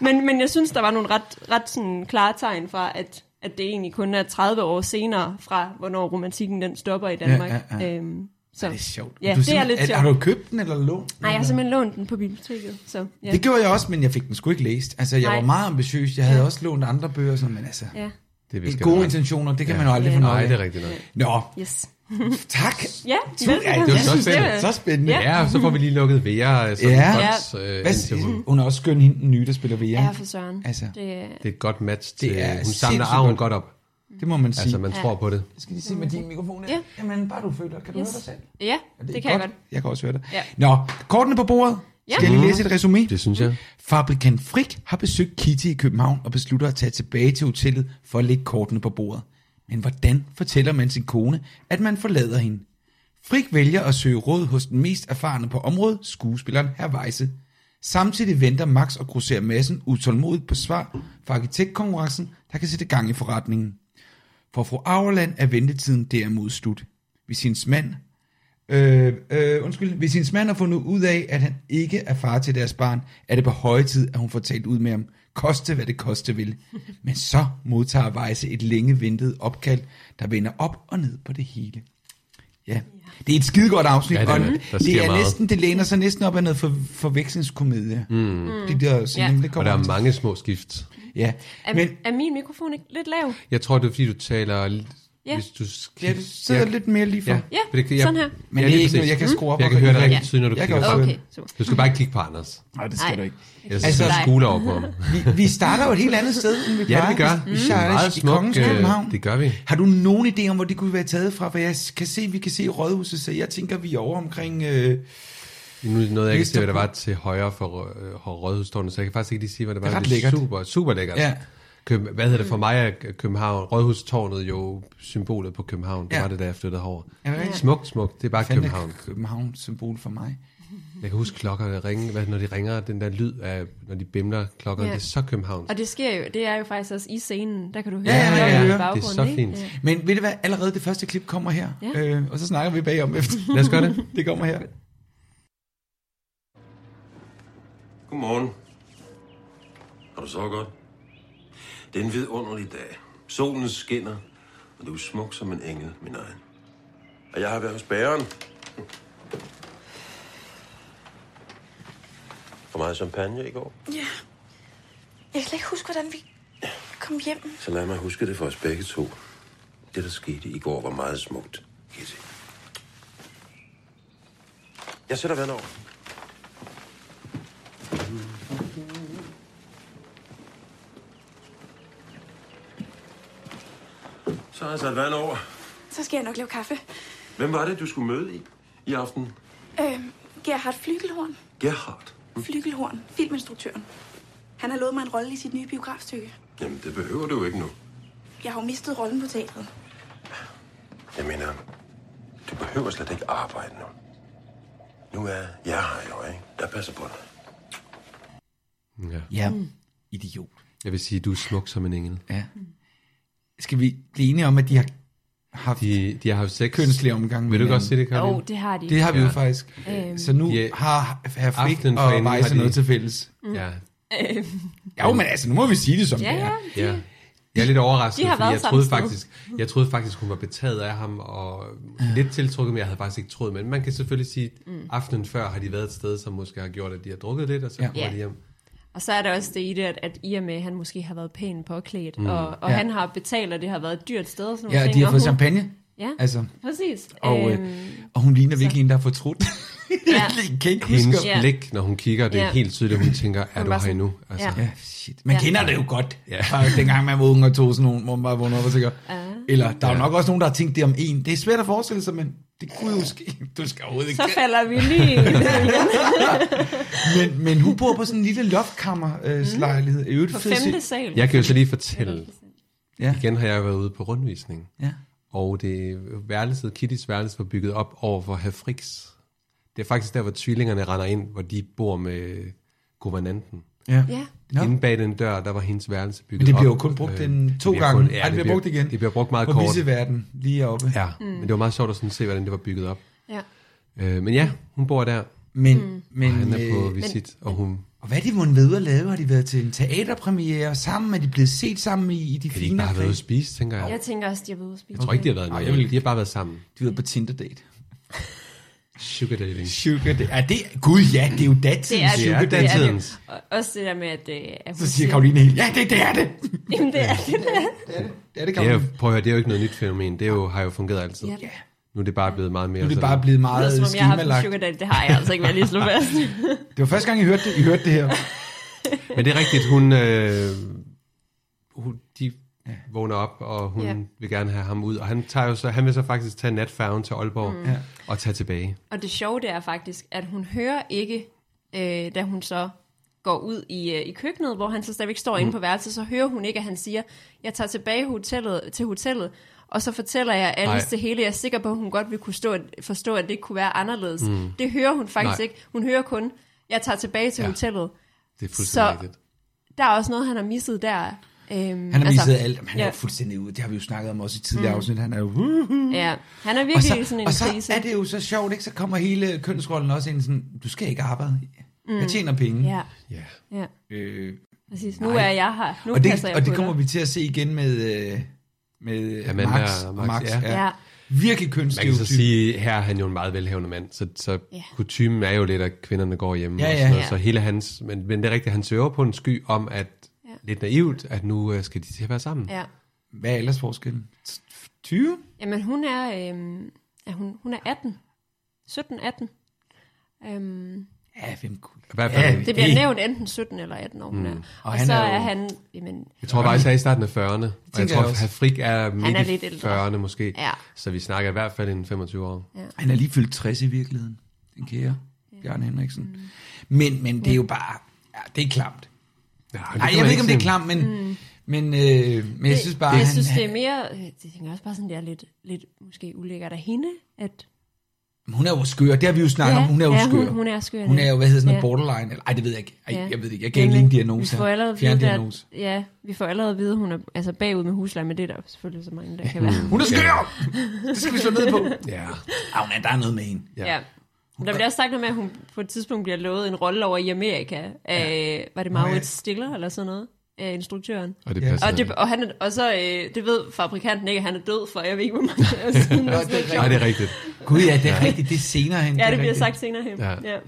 [SPEAKER 3] men, men jeg synes, der var nogle ret, ret sådan klare tegn fra, at, at det egentlig kun er 30 år senere fra, hvornår romantikken den stopper i Danmark.
[SPEAKER 1] Ja, ja,
[SPEAKER 3] Øhm, så.
[SPEAKER 1] Det er sjovt.
[SPEAKER 3] Ja,
[SPEAKER 1] du
[SPEAKER 3] det er
[SPEAKER 1] simpelthen-
[SPEAKER 3] lidt
[SPEAKER 1] Har
[SPEAKER 3] sjovt.
[SPEAKER 1] du købt den eller lånt den?
[SPEAKER 3] Nej, jeg har simpelthen lånt den på biblioteket. Så, ja.
[SPEAKER 1] Det gjorde jeg også, men jeg fik den sgu ikke læst. Altså, jeg
[SPEAKER 3] Nej.
[SPEAKER 1] var meget ambitiøs. Jeg havde
[SPEAKER 3] Ja.
[SPEAKER 1] også lånt andre bøger, og sådan, men altså...
[SPEAKER 3] ja.
[SPEAKER 2] Det er
[SPEAKER 1] Gode intentioner, det kan man jo aldrig
[SPEAKER 3] Ja.
[SPEAKER 1] få nok
[SPEAKER 2] Nej, det
[SPEAKER 1] af.
[SPEAKER 2] er rigtigt nok.
[SPEAKER 1] Nå,
[SPEAKER 3] Yes.
[SPEAKER 1] tak.
[SPEAKER 3] Ja,
[SPEAKER 1] Tu-
[SPEAKER 3] velkommen.
[SPEAKER 1] Ej, det var
[SPEAKER 3] Jeg
[SPEAKER 1] så
[SPEAKER 3] synes,
[SPEAKER 2] spændende.
[SPEAKER 3] var-
[SPEAKER 1] Så spændende.
[SPEAKER 3] Ja.
[SPEAKER 1] Ja.
[SPEAKER 2] Ja, så får vi lige lukket VR. Sådan
[SPEAKER 1] Ja.
[SPEAKER 2] ja. Folks, øh,
[SPEAKER 1] Hvad
[SPEAKER 2] interview.
[SPEAKER 1] siger Hun er også skøn, hende den nye, der spiller VR.
[SPEAKER 3] Ja, for søren.
[SPEAKER 1] Altså.
[SPEAKER 3] Det, er-
[SPEAKER 2] Det er et godt match. Til,
[SPEAKER 1] Det er
[SPEAKER 2] hun samler
[SPEAKER 1] sindssygt
[SPEAKER 2] arven
[SPEAKER 1] godt.
[SPEAKER 2] godt op.
[SPEAKER 1] Det må man sige.
[SPEAKER 2] Altså, man
[SPEAKER 3] Ja.
[SPEAKER 2] tror på det.
[SPEAKER 1] Skal de se med din mikrofon? her?
[SPEAKER 3] Ja.
[SPEAKER 1] Jamen, bare du føler. Kan du høre dig
[SPEAKER 3] yes.
[SPEAKER 1] selv?
[SPEAKER 3] Ja,
[SPEAKER 1] Ja,
[SPEAKER 3] det,
[SPEAKER 1] er
[SPEAKER 3] kan jeg godt.
[SPEAKER 1] Jeg kan også høre dig.
[SPEAKER 3] Ja.
[SPEAKER 1] Nå, kortene på bordet.
[SPEAKER 3] Ja.
[SPEAKER 1] Skal jeg lige læse et resumé?
[SPEAKER 2] Mhm. Det synes jeg.
[SPEAKER 1] Fabrikant Frik har besøgt Kitty i København og beslutter at tage tilbage til hotellet for at lægge kortene på bordet. Men hvordan fortæller man sin kone, at man forlader hende? Frik vælger at søge råd hos den mest erfarne på området, skuespilleren Herr Weisse. Samtidig venter Max og grosserer massen utålmodigt på svar fra arkitektkonkurrencen, der kan sætte gang i forretningen. For fru Auerland er ventetiden derimod slut. Hvis hendes mand Øh, øh, undskyld, hvis hendes mand har fundet ud af, at han ikke er far til deres barn, er det på høje tid, at hun får talt ud med ham. Koste, hvad det koste vil. Men så modtager Weisse et længe ventet opkald, der vender op og ned på det hele. Ja, det er et skidegodt afsnit.
[SPEAKER 2] Ja, det er
[SPEAKER 1] og
[SPEAKER 2] det. Der
[SPEAKER 1] det
[SPEAKER 2] sker
[SPEAKER 1] er
[SPEAKER 2] meget.
[SPEAKER 1] næsten, det læner sig næsten op af noget for, forvekslingskomedie. Mm. Det der, så,
[SPEAKER 3] Ja.
[SPEAKER 1] jamen, det
[SPEAKER 2] Og der
[SPEAKER 1] kommer
[SPEAKER 2] er
[SPEAKER 1] til.
[SPEAKER 2] mange små skift.
[SPEAKER 1] Ja,
[SPEAKER 3] Er,
[SPEAKER 1] men
[SPEAKER 3] Men, er min mikrofon ikke lidt lav?
[SPEAKER 2] Jeg tror, det er fordi, du taler... lidt-
[SPEAKER 3] Ja.
[SPEAKER 2] Hvis du
[SPEAKER 1] ja, du sidder lidt mere lige for.
[SPEAKER 2] Ja,
[SPEAKER 3] Ja,
[SPEAKER 2] for det- jeg-
[SPEAKER 3] sådan her.
[SPEAKER 1] Men
[SPEAKER 2] Ja,
[SPEAKER 1] det er
[SPEAKER 2] lige
[SPEAKER 1] ikke noget,
[SPEAKER 2] præcis. Mm.
[SPEAKER 1] jeg kan skrue op.
[SPEAKER 2] Jeg
[SPEAKER 1] og
[SPEAKER 2] kan høre dig
[SPEAKER 1] regulere.
[SPEAKER 2] rigtig tydeligt, når du
[SPEAKER 1] Jeg kan
[SPEAKER 2] kigger.
[SPEAKER 1] også høre
[SPEAKER 3] Okay,
[SPEAKER 1] det.
[SPEAKER 3] super.
[SPEAKER 2] Du skal bare ikke kigge på Anders.
[SPEAKER 1] Nej, det skal
[SPEAKER 3] Nej.
[SPEAKER 1] du ikke.
[SPEAKER 2] Jeg
[SPEAKER 1] Altså-
[SPEAKER 2] skal altså, skule over på ham.
[SPEAKER 1] Vi, vi starter jo et helt andet sted, end vi
[SPEAKER 2] Ja,
[SPEAKER 1] plejer.
[SPEAKER 2] det gør.
[SPEAKER 1] Vi, vi starter
[SPEAKER 2] Meget
[SPEAKER 1] i
[SPEAKER 2] smuk,
[SPEAKER 1] Kongens
[SPEAKER 2] øh,
[SPEAKER 1] København.
[SPEAKER 2] det gør vi.
[SPEAKER 1] Har du nogen idé om, hvor det kunne være taget fra? For jeg kan se, vi kan se rådhuset, så jeg tænker, vi er over omkring...
[SPEAKER 2] Nu
[SPEAKER 1] Øh,
[SPEAKER 2] er noget, jeg ikke kan se, hvad der
[SPEAKER 1] Vesterbro.
[SPEAKER 2] var til højre for, øh, for Rådhustårnet, så jeg kan faktisk ikke lige sige, hvad det var.
[SPEAKER 1] Det er ret
[SPEAKER 2] er
[SPEAKER 1] lækkert.
[SPEAKER 2] Super, super lækkert.
[SPEAKER 1] Ja.
[SPEAKER 2] Køb, hvad hedder det for mig, at København? Rådhustårnet jo symbolet på København. Det
[SPEAKER 1] Ja.
[SPEAKER 2] var det, da jeg flyttede herover.
[SPEAKER 1] Er det rigtigt?
[SPEAKER 2] Smukt, smukt. Det er bare
[SPEAKER 1] fanden er
[SPEAKER 2] København.
[SPEAKER 1] København symbol for mig.
[SPEAKER 2] Jeg kan huske klokker, der ringer, hvad, når de ringer, den der lyd af, når de bimler klokkerne,
[SPEAKER 3] Ja.
[SPEAKER 2] det er så København.
[SPEAKER 3] Og det sker jo, det er jo faktisk også i scenen, der kan du høre
[SPEAKER 1] Ja, ja,
[SPEAKER 3] klokken
[SPEAKER 1] ja, ja.
[SPEAKER 3] i baggrunden,
[SPEAKER 2] Det er så
[SPEAKER 3] ikke?
[SPEAKER 2] fint.
[SPEAKER 3] Ja.
[SPEAKER 1] Men ved du hvad, allerede det første klip kommer her,
[SPEAKER 3] Ja.
[SPEAKER 1] øh, og så snakker vi bagom efter.
[SPEAKER 2] Lad os gøre det.
[SPEAKER 1] det kommer her.
[SPEAKER 5] Godmorgen. Har du sovet godt? Det er en vidunderlig dag. Solen skinner, og du er smuk som en engel, min egen. Og jeg har været hos bæren. For meget champagne i går.
[SPEAKER 6] Jeg kan slet ikke huske, hvordan vi kom hjem.
[SPEAKER 5] Så lad mig huske det for os begge to. Det, der skete i går, var meget smukt, Kitty. Jeg sætter vand over. Så har jeg sat vand over.
[SPEAKER 6] Så skal jeg nok lave kaffe.
[SPEAKER 5] Hvem var det, du skulle møde i i aften?
[SPEAKER 6] Øhm, Gerhard Flygelhorn.
[SPEAKER 5] Gerhard.
[SPEAKER 6] Flygelhorn, filminstruktøren. Han har lovet mig en rolle i sit nye biografstykke.
[SPEAKER 5] Jamen, det behøver du jo ikke nu.
[SPEAKER 6] Jeg har jo mistet rollen på teatret.
[SPEAKER 5] Jeg mener, du behøver slet ikke arbejde nu. Nu er jeg her jo, ikke? Der passer på dig.
[SPEAKER 2] Ja.
[SPEAKER 1] Ja, idiot.
[SPEAKER 2] Jeg vil sige, du er smuk som en engel.
[SPEAKER 1] Ja. Skal vi blive enige om, at de har haft de
[SPEAKER 2] De, de har haft sex.
[SPEAKER 1] kønslig omgang? med
[SPEAKER 2] Vil du ikke
[SPEAKER 1] hinanden?
[SPEAKER 2] også sige det, Karoline?
[SPEAKER 3] Jo, det har de.
[SPEAKER 1] Det har vi jo
[SPEAKER 2] Ja.
[SPEAKER 1] faktisk.
[SPEAKER 3] Øhm.
[SPEAKER 1] Så nu
[SPEAKER 2] Ja.
[SPEAKER 1] har herr
[SPEAKER 2] Aftenen
[SPEAKER 1] Frik og
[SPEAKER 2] forinden har
[SPEAKER 1] Weisse
[SPEAKER 2] de-
[SPEAKER 1] noget til fælles.
[SPEAKER 2] Ja.
[SPEAKER 3] Øhm,
[SPEAKER 1] Jo, men altså, nu må vi sige det, som
[SPEAKER 3] ja,
[SPEAKER 1] det er.
[SPEAKER 3] ja.
[SPEAKER 2] Ja. Jeg er lidt overrasket,
[SPEAKER 3] De har
[SPEAKER 2] fordi
[SPEAKER 3] været
[SPEAKER 2] jeg
[SPEAKER 3] samme
[SPEAKER 2] troede,
[SPEAKER 3] sted.
[SPEAKER 2] faktisk, jeg troede faktisk, hun var betaget af ham, og lidt tiltrukket, men jeg havde faktisk ikke troet. Men man kan selvfølgelig sige,
[SPEAKER 3] Mm.
[SPEAKER 2] at aftenen før har de været et sted, som måske har gjort, at de har drukket lidt, og så
[SPEAKER 1] Ja.
[SPEAKER 2] kommer
[SPEAKER 3] Ja.
[SPEAKER 2] de hjem.
[SPEAKER 3] Og så er der også det i det, at, at i og med, at han måske har været pæn påklædt, mm. og, og
[SPEAKER 1] Ja.
[SPEAKER 3] ja. han har betalt, og det har været et dyrt sted og sådan
[SPEAKER 1] Ja,
[SPEAKER 3] nogle ting.
[SPEAKER 1] og de har
[SPEAKER 3] og
[SPEAKER 1] fået
[SPEAKER 3] hun-
[SPEAKER 1] champagne.
[SPEAKER 3] Ja,
[SPEAKER 1] Altså,
[SPEAKER 3] præcis.
[SPEAKER 1] og,
[SPEAKER 3] øhm,
[SPEAKER 1] øh, og hun ligner virkelig en, der har fortrudt.
[SPEAKER 3] ja.
[SPEAKER 1] Jeg kan ikke huske.
[SPEAKER 2] Hendes
[SPEAKER 1] om-
[SPEAKER 3] Ja.
[SPEAKER 2] blik, når hun kigger, det er
[SPEAKER 3] Ja.
[SPEAKER 2] helt tydeligt, at hun tænker, er
[SPEAKER 3] Hun
[SPEAKER 2] du
[SPEAKER 3] var
[SPEAKER 2] her
[SPEAKER 3] sådan-
[SPEAKER 2] endnu? Altså,
[SPEAKER 3] Ja.
[SPEAKER 1] Ja, shit. Man ja.
[SPEAKER 3] Ja.
[SPEAKER 1] kender det jo godt. Ja.
[SPEAKER 2] Ja.
[SPEAKER 1] Fra dengang man var ung og tog sådan nogle, hvor man bare vågnede op og tænker, Eller der er jo nok også nogen, der har tænkt det om en. Det er svært at forestille sig, men det kunne jo ske. Du skal overhovedet ikke.
[SPEAKER 3] Så falder vi lige.
[SPEAKER 1] Men, men hun bor på sådan en lille loftkammerslejlighed. Øh, mm.
[SPEAKER 3] På femte sal.
[SPEAKER 2] Jeg kan jo så lige fortælle,
[SPEAKER 1] Ja.
[SPEAKER 2] igen har jeg været ude på rundvisning,
[SPEAKER 1] ja.
[SPEAKER 2] og det værelset, Kittys værelse, var bygget op over for Hafriks. Det er faktisk der, hvor tvillingerne render ind, hvor de bor med guvernanten.
[SPEAKER 1] ja.
[SPEAKER 3] Ja.
[SPEAKER 1] Nå.
[SPEAKER 2] Ja. Inde bag den dør, der var hendes værelse bygget
[SPEAKER 1] Men det bliver jo
[SPEAKER 2] op.
[SPEAKER 1] kun brugt
[SPEAKER 2] Øh,
[SPEAKER 1] den
[SPEAKER 2] det
[SPEAKER 1] to
[SPEAKER 2] bliver
[SPEAKER 1] gange.
[SPEAKER 2] kun-
[SPEAKER 1] Kun, ja, det, bliver brugt igen.
[SPEAKER 2] Det bliver brugt meget
[SPEAKER 1] på
[SPEAKER 2] kort.
[SPEAKER 1] viseverden lige oppe. Ja.
[SPEAKER 2] Ja, mm. men det var meget sjovt at sådan se, hvordan det var bygget op.
[SPEAKER 3] ja.
[SPEAKER 2] Øh, men ja, hun bor der,
[SPEAKER 1] Men, mm. men
[SPEAKER 2] og han er på
[SPEAKER 1] øh,
[SPEAKER 2] visit, og hun...
[SPEAKER 1] og hvad er de vundet ved at lave? Har de været til en teaterpremiere og sammen? Er de blevet set sammen i, i
[SPEAKER 2] Kan
[SPEAKER 1] de
[SPEAKER 2] de
[SPEAKER 1] fine
[SPEAKER 2] ikke bare have været ude
[SPEAKER 1] kreds?
[SPEAKER 2] at spise, tænker jeg?
[SPEAKER 3] Jeg tænker også, de har været ude at spise.
[SPEAKER 2] Jeg tror ikke, de har været noget.
[SPEAKER 1] jeg vil-
[SPEAKER 2] De har bare været sammen.
[SPEAKER 1] De var på Tinder-date.
[SPEAKER 2] Sugar dating.
[SPEAKER 1] Sugar date. Er det, gud ja, det er jo
[SPEAKER 3] Det
[SPEAKER 1] datidens
[SPEAKER 3] er
[SPEAKER 1] sugar
[SPEAKER 3] det. det, er
[SPEAKER 1] date.
[SPEAKER 3] det. Og også det der med, at, øh, at hun
[SPEAKER 1] Så siger Karoline helt, ja, det, det er det.
[SPEAKER 3] Jamen, det er det.
[SPEAKER 1] Det er det,
[SPEAKER 2] Det er jo,
[SPEAKER 1] Karoline.
[SPEAKER 2] prøv at høre, det er jo ikke noget nyt fænomen. Det er jo, har jo fungeret altid.
[SPEAKER 3] Ja.
[SPEAKER 2] Nu er det bare blevet meget mere
[SPEAKER 1] Nu er det
[SPEAKER 2] sådan-
[SPEAKER 1] bare blevet
[SPEAKER 3] Det lyder,
[SPEAKER 1] meget
[SPEAKER 3] som om jeg har haft en
[SPEAKER 1] skemalagt.
[SPEAKER 3] sugar daddy. Det har jeg altså ikke, hvad jeg lige slå fast.
[SPEAKER 1] Det var første gang, I hørte det, I hørte det her.
[SPEAKER 2] Men det er rigtigt, hun... Øh, hun de vågner op, og hun
[SPEAKER 3] Ja.
[SPEAKER 2] vil gerne have ham ud. Og han, tager jo så, han vil så faktisk tage natfærgen til Aalborg mm. og tage tilbage.
[SPEAKER 3] Og det sjove, det er faktisk, at hun hører ikke, øh, da hun så går ud i, øh, i køkkenet, hvor han så stadigvæk står mm. inde på værelset, så hører hun ikke, at han siger, jeg tager tilbage hotellet, til hotellet, og så fortæller jeg Alice
[SPEAKER 2] Nej.
[SPEAKER 3] det hele. Jeg er sikker på, at hun godt vil kunne stå, forstå, at det ikke kunne være anderledes. Mm. Det hører hun faktisk
[SPEAKER 2] Nej.
[SPEAKER 3] Nej. ikke. Hun hører kun, jeg tager tilbage til
[SPEAKER 2] Ja.
[SPEAKER 3] ja. hotellet.
[SPEAKER 2] Det er fuldstændig
[SPEAKER 3] Så-
[SPEAKER 2] rigtigt.
[SPEAKER 3] Der er også noget, han har misset der. Øhm,
[SPEAKER 1] Han har misset alt, men han er
[SPEAKER 3] ja. Mm.
[SPEAKER 1] jo fuldstændig ude. Det har vi jo snakket om også i tidligere afsnit. Han er jo... "Woohoo."
[SPEAKER 3] Ja, han er
[SPEAKER 1] Og
[SPEAKER 3] virkelig
[SPEAKER 1] så,
[SPEAKER 3] sådan en
[SPEAKER 1] og så
[SPEAKER 3] krise.
[SPEAKER 1] er det jo så sjovt, ikke? Så kommer hele kønsrollen også ind sådan, du skal ikke arbejde. Jeg tjener penge.
[SPEAKER 3] Mm. Ja,
[SPEAKER 2] Ja.
[SPEAKER 3] ja,
[SPEAKER 1] Øh,
[SPEAKER 3] præcis. Nu Nej. er jeg her. Nu
[SPEAKER 1] og
[SPEAKER 3] passer
[SPEAKER 1] det,
[SPEAKER 3] jeg
[SPEAKER 1] og det
[SPEAKER 3] på
[SPEAKER 1] kommer
[SPEAKER 3] dig.
[SPEAKER 1] vi til at se igen med, øh, med ja,
[SPEAKER 2] Amanda
[SPEAKER 1] Max.
[SPEAKER 2] og
[SPEAKER 1] Og
[SPEAKER 2] Max,
[SPEAKER 1] Max,
[SPEAKER 2] ja.
[SPEAKER 1] ja.
[SPEAKER 3] Ja.
[SPEAKER 1] Virkelig
[SPEAKER 2] Man kan så
[SPEAKER 1] kønsstereotyp.
[SPEAKER 2] sige, her er han jo en meget velhavende mand, så, så
[SPEAKER 3] Ja.
[SPEAKER 2] kutumen er jo lidt, at kvinderne går hjemme.
[SPEAKER 1] Ja,
[SPEAKER 2] og
[SPEAKER 1] ja.
[SPEAKER 2] sådan noget,
[SPEAKER 3] Ja.
[SPEAKER 2] Så hele hans, men, men det er rigtigt, han søger på en sky om, at ja. lidt naivt, at nu øh, skal de til at være sammen.
[SPEAKER 3] Ja.
[SPEAKER 1] Hvad er aldersforskellen? 20?
[SPEAKER 3] Jamen, hun er, øhm, er hun, hun er 18. 17-18. Øhm,
[SPEAKER 1] Ja, hvem kunne...
[SPEAKER 2] I hvert fald,
[SPEAKER 3] det bliver nævnt enten 17 eller 18 år, hun er. Og, og
[SPEAKER 1] Mm. han
[SPEAKER 3] så
[SPEAKER 1] er
[SPEAKER 3] er,
[SPEAKER 1] jo-
[SPEAKER 3] han, jamen,
[SPEAKER 2] Mm. Jeg tror faktisk, at i starten af 40'erne. Og jeg
[SPEAKER 1] tænker
[SPEAKER 2] tror,
[SPEAKER 1] jeg
[SPEAKER 2] at
[SPEAKER 1] også.
[SPEAKER 2] Frik er midt
[SPEAKER 3] er
[SPEAKER 2] i
[SPEAKER 3] lidt ældre.
[SPEAKER 2] 40'erne måske.
[SPEAKER 3] Ja.
[SPEAKER 2] Så vi snakker i hvert fald en 25 år. Ja.
[SPEAKER 1] Han er lige fyldt 60 i virkeligheden, den kære Bjørn Henriksen. Mm. Men, men det er jo bare, ja, det er klamt. Nej, jeg ved ikke, om det er klamt, men, mm. men, øh, men jeg synes bare,
[SPEAKER 3] jeg
[SPEAKER 1] han,
[SPEAKER 3] synes, det
[SPEAKER 1] han,
[SPEAKER 3] er mere, øh, det tænker jeg også bare sådan, det er lidt, lidt måske ulækkert af hende, at
[SPEAKER 1] hun er jo skør. Det har vi jo snakket
[SPEAKER 3] Ja,
[SPEAKER 1] om, hun er jo
[SPEAKER 3] ja,
[SPEAKER 1] skør.
[SPEAKER 3] hun- hun er skør,
[SPEAKER 1] Hun
[SPEAKER 3] ja.
[SPEAKER 1] er jo, hvad hedder sådan noget,
[SPEAKER 3] Ja.
[SPEAKER 1] borderline. Eller, ej, det ved jeg ikke. Ej,
[SPEAKER 3] Ja.
[SPEAKER 1] jeg ved det ikke. Jeg gav lige en diagnose.
[SPEAKER 3] Vi får
[SPEAKER 1] her.
[SPEAKER 3] allerede at vide, at,
[SPEAKER 1] Fjerndiagnose.
[SPEAKER 3] ja, vi får allerede at vide, at hun er altså bagud med husleje, men det er der selvfølgelig så mange, der kan være.
[SPEAKER 1] Hun er skør! Det skal vi slå ned på.
[SPEAKER 2] Ja.
[SPEAKER 1] Ah, hun er, der er noget med hende.
[SPEAKER 3] Ja. ja. Der bliver også sagt noget med, at hun på et tidspunkt bliver lovet en rolle over i Amerika. Af, var det Maurits
[SPEAKER 1] ja.
[SPEAKER 3] Stiller eller sådan noget? Af instruktøren.
[SPEAKER 2] Og det
[SPEAKER 1] Ja.
[SPEAKER 2] passer.
[SPEAKER 3] Og, det, og, han, er- og så, øh, det ved fabrikanten ikke, at han er død for, jeg ved ikke, hvor mange år siden.
[SPEAKER 1] Nå, det er
[SPEAKER 2] Nej,
[SPEAKER 1] rigtigt.
[SPEAKER 2] det er rigtigt.
[SPEAKER 1] Gud, ja, det er rigtigt. Det er senere hen.
[SPEAKER 3] Ja,
[SPEAKER 1] er
[SPEAKER 3] det bliver
[SPEAKER 1] rigtigt.
[SPEAKER 3] sagt senere hen.
[SPEAKER 2] Ja.
[SPEAKER 3] Ja. Ja.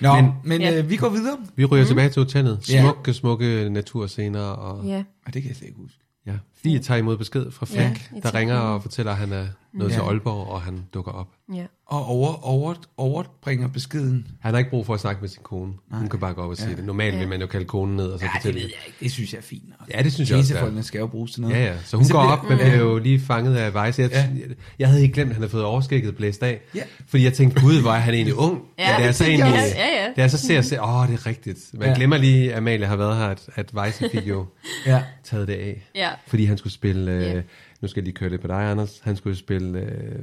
[SPEAKER 1] Nå, men,
[SPEAKER 2] Men-
[SPEAKER 1] men
[SPEAKER 3] Ja.
[SPEAKER 1] øh, vi går videre.
[SPEAKER 2] Vi ryger mm. tilbage til hotellet.
[SPEAKER 1] Ja.
[SPEAKER 2] Smukke, smukke naturscener. Og,
[SPEAKER 3] ja.
[SPEAKER 1] Ej, det kan jeg slet ikke huske.
[SPEAKER 2] ja. Fie tager imod besked fra Frik,
[SPEAKER 3] Ja,
[SPEAKER 2] ja,
[SPEAKER 3] i
[SPEAKER 2] der ringer
[SPEAKER 3] telefonen.
[SPEAKER 2] og fortæller, at han er nået
[SPEAKER 1] Ja.
[SPEAKER 2] til Aalborg, og han dukker op.
[SPEAKER 3] ja.
[SPEAKER 1] Og over, over, overbringer beskeden.
[SPEAKER 2] Han har ikke brug for at snakke med sin kone. Hun kan bare gå op og sige det. Normalt vil man jo kalde konen ned og så
[SPEAKER 1] Ja, det
[SPEAKER 2] fortælle
[SPEAKER 1] ved jeg ikke. Det synes jeg er fint. nok.
[SPEAKER 2] Ja, det synes jeg også, det er.
[SPEAKER 1] Tjenestefolkene skal jo bruges til noget.
[SPEAKER 2] Ja, ja. Så hun
[SPEAKER 1] Men
[SPEAKER 2] så går
[SPEAKER 1] bliver- Mm.
[SPEAKER 2] op, men bliver jo lige fanget af Weiss. Jeg,
[SPEAKER 1] Ja.
[SPEAKER 2] ja. jeg havde ikke glemt, at han havde fået overskægget blæst af.
[SPEAKER 1] Ja.
[SPEAKER 2] Fordi jeg tænkte, gud, hvor er han egentlig ung.
[SPEAKER 3] Ja,
[SPEAKER 2] da jeg
[SPEAKER 3] det
[SPEAKER 2] så
[SPEAKER 3] tænkte jeg
[SPEAKER 2] egentlig,
[SPEAKER 3] også. Ja, Mm. ja.
[SPEAKER 2] Da jeg så ser, ser åh, det er rigtigt. Man
[SPEAKER 1] Ja.
[SPEAKER 2] ja. glemmer lige, at Amalie har været her, at, at Weiss fik jo
[SPEAKER 1] Ja.
[SPEAKER 2] taget det af.
[SPEAKER 3] Ja.
[SPEAKER 2] Fordi han skulle spille, øh,
[SPEAKER 3] Ja.
[SPEAKER 2] nu skal jeg lige køre lidt på dig, Anders. Han skulle spille øh,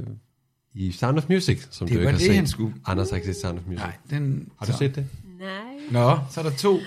[SPEAKER 2] i Sound of Music, som
[SPEAKER 1] Det
[SPEAKER 2] du
[SPEAKER 1] var
[SPEAKER 2] ikke har
[SPEAKER 1] det,
[SPEAKER 2] set.
[SPEAKER 1] han skulle.
[SPEAKER 2] Anders har ikke set Sound of Music.
[SPEAKER 1] Nej, den...
[SPEAKER 2] Har du
[SPEAKER 1] så-
[SPEAKER 2] set det?
[SPEAKER 3] Nej.
[SPEAKER 1] Nå, så er der to.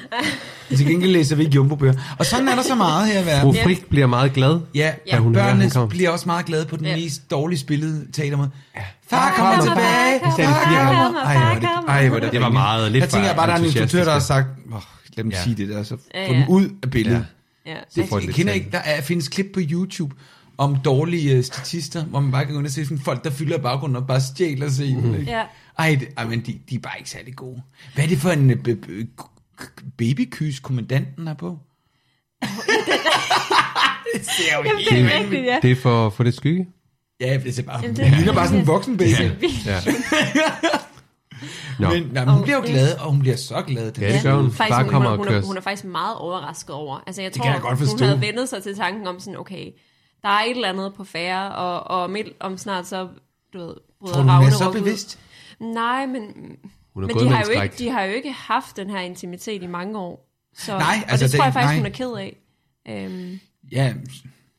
[SPEAKER 1] Men til gengæld læser vi ikke jumbo-bøger. Og sådan er der så meget her i
[SPEAKER 2] Fru
[SPEAKER 1] verden.
[SPEAKER 2] Frik bliver meget glad.
[SPEAKER 1] Ja,
[SPEAKER 2] da
[SPEAKER 1] ja
[SPEAKER 2] hun hører,
[SPEAKER 1] børnene
[SPEAKER 2] han kommer.
[SPEAKER 1] bliver også meget glade på den ja.
[SPEAKER 3] Ja.
[SPEAKER 1] mest dårligt spillede teatermåde. Ja. Far, kom tilbage!
[SPEAKER 3] far,
[SPEAKER 1] Far,
[SPEAKER 3] kom,
[SPEAKER 1] kom.
[SPEAKER 3] far, kom,
[SPEAKER 1] Ej, hvor er det-
[SPEAKER 3] far, kom.
[SPEAKER 1] Ej, hvor er det
[SPEAKER 2] Det var meget lidt
[SPEAKER 1] Jeg tænker jeg bare, der er en instruktør, der har sagt, oh, lad dem ja.
[SPEAKER 2] Ja.
[SPEAKER 1] sige det der, så få
[SPEAKER 3] Ja,
[SPEAKER 1] dem
[SPEAKER 3] ja.
[SPEAKER 1] ud af billedet.
[SPEAKER 3] Ja.
[SPEAKER 1] Det,
[SPEAKER 2] får de
[SPEAKER 1] jeg
[SPEAKER 2] lidt
[SPEAKER 1] kender
[SPEAKER 2] talt.
[SPEAKER 1] ikke, der er, findes klip på YouTube om dårlige øh, statister, hvor man bare kan gå ind og se sådan folk, der fylder i baggrunden og bare stjæler scenen.
[SPEAKER 2] Mhm.
[SPEAKER 1] Mm.
[SPEAKER 3] Ja.
[SPEAKER 1] Ej, det, ej, men de, de er bare ikke særlig gode. Hvad er det for en øh, b- b- k- k- babykys, kommandanten er på? det ser jo
[SPEAKER 3] Jamen, det
[SPEAKER 1] helt
[SPEAKER 3] er rigtigt, ja.
[SPEAKER 2] Det er for, for det skygge.
[SPEAKER 1] Ja, det ser bare...
[SPEAKER 3] Jamen, det er
[SPEAKER 1] det ligner bare sådan en
[SPEAKER 3] rigtigt.
[SPEAKER 1] voksen baby. Ja.
[SPEAKER 2] Ja. Nå.
[SPEAKER 1] Men, nej, men hun
[SPEAKER 3] Og
[SPEAKER 1] bliver jo
[SPEAKER 3] det-
[SPEAKER 1] glad, og hun bliver så glad. Den
[SPEAKER 2] Ja, det gør hun.
[SPEAKER 3] Faktisk,
[SPEAKER 2] Bare
[SPEAKER 3] hun,
[SPEAKER 2] kommer
[SPEAKER 3] hun,
[SPEAKER 2] og
[SPEAKER 3] hun,
[SPEAKER 2] kører.
[SPEAKER 3] er, hun er faktisk meget overrasket over. Altså, jeg tror,
[SPEAKER 1] kan jeg godt
[SPEAKER 3] hun
[SPEAKER 1] forstå.
[SPEAKER 3] havde vendet sig til tanken om sådan, okay, der er et eller andet på færre, og, og om, et, om snart så, du ved, bryder
[SPEAKER 1] Tror du, hun er så
[SPEAKER 3] Ragnarok ud.
[SPEAKER 1] bevidst?
[SPEAKER 3] Nej, men,
[SPEAKER 2] Hun er
[SPEAKER 3] men de,
[SPEAKER 2] gået med
[SPEAKER 3] har
[SPEAKER 2] en
[SPEAKER 3] jo ikke,
[SPEAKER 2] skræk.
[SPEAKER 3] de har jo ikke haft den her intimitet i mange år. Så,
[SPEAKER 1] Nej,
[SPEAKER 3] og
[SPEAKER 1] altså
[SPEAKER 3] det tror
[SPEAKER 1] det-
[SPEAKER 3] jeg faktisk,
[SPEAKER 1] nej.
[SPEAKER 3] hun er ked af. Øhm,
[SPEAKER 1] Ja,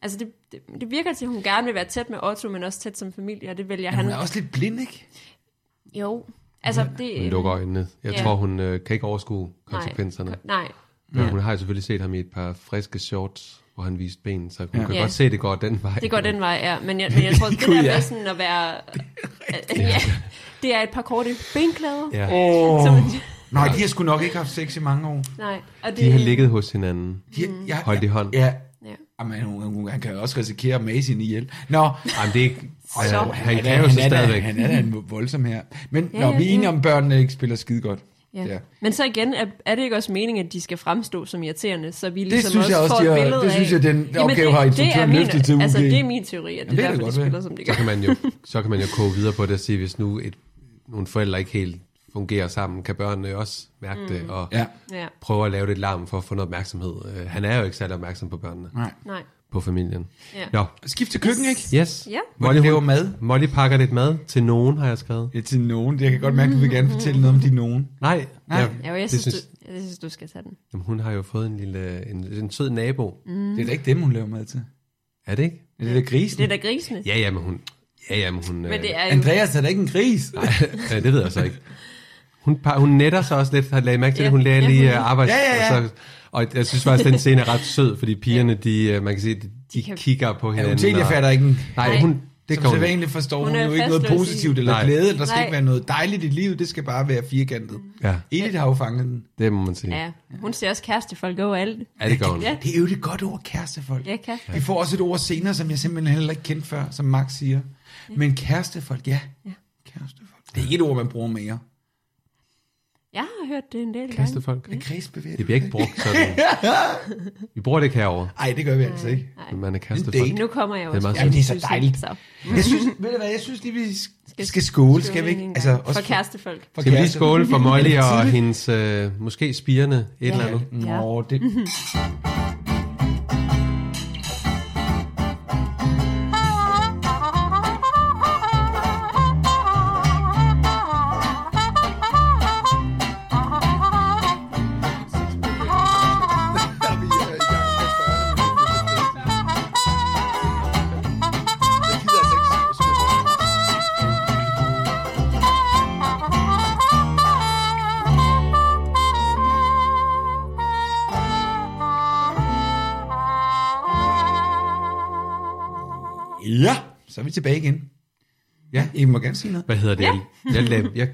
[SPEAKER 3] altså det, det, det virker til, at hun gerne vil være tæt med Otto, men også tæt som familie, og det vælger
[SPEAKER 1] men
[SPEAKER 3] han.
[SPEAKER 1] hun er også lidt blind, ikke?
[SPEAKER 3] Jo, altså det...
[SPEAKER 2] Hun lukker øjnene. Jeg
[SPEAKER 3] Ja.
[SPEAKER 2] tror, hun øh, kan ikke overskue
[SPEAKER 3] nej,
[SPEAKER 2] konsekvenserne.
[SPEAKER 3] ko- Nej,
[SPEAKER 2] Men hun har jo selvfølgelig set ham i et par friske shorts, hvor han viste ben, så hun kan
[SPEAKER 3] Ja.
[SPEAKER 2] godt se, at det går den vej.
[SPEAKER 3] det går den vej, ja. Men jeg, men jeg tror, det der med sådan at være... ja, det er et par korte benklæder.
[SPEAKER 2] Ja.
[SPEAKER 3] Oh. Som,
[SPEAKER 1] Nej, de har sgu nok ikke haft sex i mange år.
[SPEAKER 3] nej, og det,
[SPEAKER 2] De har ligget hos hinanden.
[SPEAKER 1] De, mm. jeg,
[SPEAKER 2] Holdt i hånd.
[SPEAKER 1] Ja,
[SPEAKER 3] Ja.
[SPEAKER 1] Jamen, Ah, hun, hun, han kan jo også risikere at mase hende ihjel. Nå,
[SPEAKER 2] Jamen, det er ikke...
[SPEAKER 3] Så.
[SPEAKER 2] Altså, han
[SPEAKER 1] er,
[SPEAKER 2] kan jo
[SPEAKER 1] han,
[SPEAKER 2] så
[SPEAKER 1] er, da-
[SPEAKER 2] stadigvæk.
[SPEAKER 1] han er da en voldsom her. Men ja,
[SPEAKER 3] Ja,
[SPEAKER 1] når
[SPEAKER 3] ja,
[SPEAKER 1] vi er enige
[SPEAKER 3] ja.
[SPEAKER 1] om, at børnene ikke spiller skide godt.
[SPEAKER 3] Ja.
[SPEAKER 1] Ja.
[SPEAKER 3] ja. Men så igen, er, er det ikke også meningen, at de skal fremstå som irriterende, så vi ligesom
[SPEAKER 1] synes jeg også,
[SPEAKER 3] får
[SPEAKER 1] de har-
[SPEAKER 3] et billede
[SPEAKER 1] det synes jeg,
[SPEAKER 3] af...
[SPEAKER 1] den opgave har instruktøren
[SPEAKER 3] min-
[SPEAKER 1] løftet til UG.
[SPEAKER 3] Altså, det er min teori, at det,
[SPEAKER 1] det
[SPEAKER 3] det
[SPEAKER 1] kan
[SPEAKER 3] er derfor, de
[SPEAKER 1] godt
[SPEAKER 3] spiller,
[SPEAKER 1] være.
[SPEAKER 3] som de
[SPEAKER 2] Så
[SPEAKER 3] gør.
[SPEAKER 2] kan man jo, så kan man jo koge videre på det og sige, hvis nu et, nogle forældre ikke helt fungerer sammen, kan børnene jo også mærke mm. det og
[SPEAKER 1] Ja,
[SPEAKER 3] Ja,
[SPEAKER 2] prøve at lave lidt larm for at få noget opmærksomhed. Øh, Han er jo ikke særlig opmærksom på børnene,
[SPEAKER 1] nej.
[SPEAKER 3] nej.
[SPEAKER 2] på familien.
[SPEAKER 3] Ja.
[SPEAKER 2] Nå,
[SPEAKER 1] Skift til køkken, ikke?
[SPEAKER 2] yes.
[SPEAKER 3] Ja.
[SPEAKER 1] Hvor de laver mad.
[SPEAKER 2] Molly pakker lidt mad til nogen, har jeg skrevet.
[SPEAKER 1] Ja, til nogen. Jeg kan godt mærke, at du vil gerne fortælle noget om de nogen.
[SPEAKER 2] Nej,
[SPEAKER 1] Nej.
[SPEAKER 3] Ja, og jeg
[SPEAKER 2] det
[SPEAKER 3] synes, Du, jeg synes, du skal tage den.
[SPEAKER 2] Jamen, hun har jo fået en lille, en, en sød nabo. Mm.
[SPEAKER 1] Det er da ikke dem, hun laver mad til.
[SPEAKER 2] Er det ikke?
[SPEAKER 1] Er det da grisen?
[SPEAKER 3] Det er da grisene.
[SPEAKER 2] Ja, ja, men hun... Ja, ja, men hun... øh,
[SPEAKER 3] Men det er jo...
[SPEAKER 1] Andreas Altså, er da ikke en gris. Nej,
[SPEAKER 2] ja, det ved jeg så ikke. Hun, par, hun netter sig også lidt, har jeg lagt mærke til
[SPEAKER 3] Ja.
[SPEAKER 2] det, hun lærer
[SPEAKER 3] Ja,
[SPEAKER 2] lige
[SPEAKER 3] hun-
[SPEAKER 2] uh, arbejds...
[SPEAKER 1] Ja, ja, ja.
[SPEAKER 2] Og, så, og jeg synes faktisk, den scene er ret sød, fordi pigerne, de, øh, man kan sige, de, de
[SPEAKER 3] kan-
[SPEAKER 2] kigger på
[SPEAKER 1] ja,
[SPEAKER 2] hinanden.
[SPEAKER 1] hun Telia
[SPEAKER 2] og-
[SPEAKER 1] fatter ikke en...
[SPEAKER 2] Nej, hun, det
[SPEAKER 1] Som
[SPEAKER 2] kan hun ikke.
[SPEAKER 1] sædvanligt forstår
[SPEAKER 3] Hun
[SPEAKER 1] hun,
[SPEAKER 3] er
[SPEAKER 1] jo ikke noget
[SPEAKER 3] fastlåst i-
[SPEAKER 1] positivt eller
[SPEAKER 2] Nej.
[SPEAKER 1] glæde. Der skal
[SPEAKER 3] Nej. Mm.
[SPEAKER 1] ikke være noget dejligt i livet. Det skal bare være firkantet.
[SPEAKER 2] Ja,
[SPEAKER 1] Edith har jo fanget den.
[SPEAKER 2] det må man sige. Ja,
[SPEAKER 3] Ja, hun ser også kærestefolk over alt.
[SPEAKER 2] det gør hun.
[SPEAKER 3] Ja.
[SPEAKER 1] Det er jo det godt ord, kærestefolk.
[SPEAKER 3] Ja, kæreste.
[SPEAKER 1] Vi får også et ord senere, som jeg simpelthen heller ikke kendte før, som Max siger. Men kærestefolk, ja. Kærestefolk. Det er ikke et ord, man bruger mere.
[SPEAKER 3] Jeg har hørt det en del gange.
[SPEAKER 2] Kærestefolk.
[SPEAKER 1] Er kredsbevæget?
[SPEAKER 2] Det bliver ikke brugt sådan. Vi bruger det ikke herovre,
[SPEAKER 1] Nej, det gør vi altså ikke.
[SPEAKER 2] men man er
[SPEAKER 1] Det er
[SPEAKER 2] kærestefolk.
[SPEAKER 1] ikke-
[SPEAKER 3] Nu kommer jeg
[SPEAKER 2] Det er
[SPEAKER 3] også.
[SPEAKER 2] meget
[SPEAKER 3] til
[SPEAKER 1] sødt. Jamen, det er så
[SPEAKER 3] Susie,
[SPEAKER 1] dejligt.
[SPEAKER 3] så.
[SPEAKER 1] Jeg synes, ved du hvad, jeg synes lige, vi skal, skal skåle, skal vi ikke?
[SPEAKER 3] en gang. for
[SPEAKER 1] Altså, for-
[SPEAKER 3] kærestefolk.
[SPEAKER 1] for
[SPEAKER 2] Skal vi lige
[SPEAKER 1] kærestefolk.
[SPEAKER 2] skåle for Molly
[SPEAKER 1] Er det
[SPEAKER 2] og
[SPEAKER 1] tidligt?
[SPEAKER 2] hendes øh, måske spirende et eller andet?
[SPEAKER 3] Ja. Mm.
[SPEAKER 1] Nå, det... Ja, så er vi tilbage igen. Ja, I må gerne sige noget.
[SPEAKER 2] Hvad hedder det? Ja. Jeg, jeg, lavede- jeg,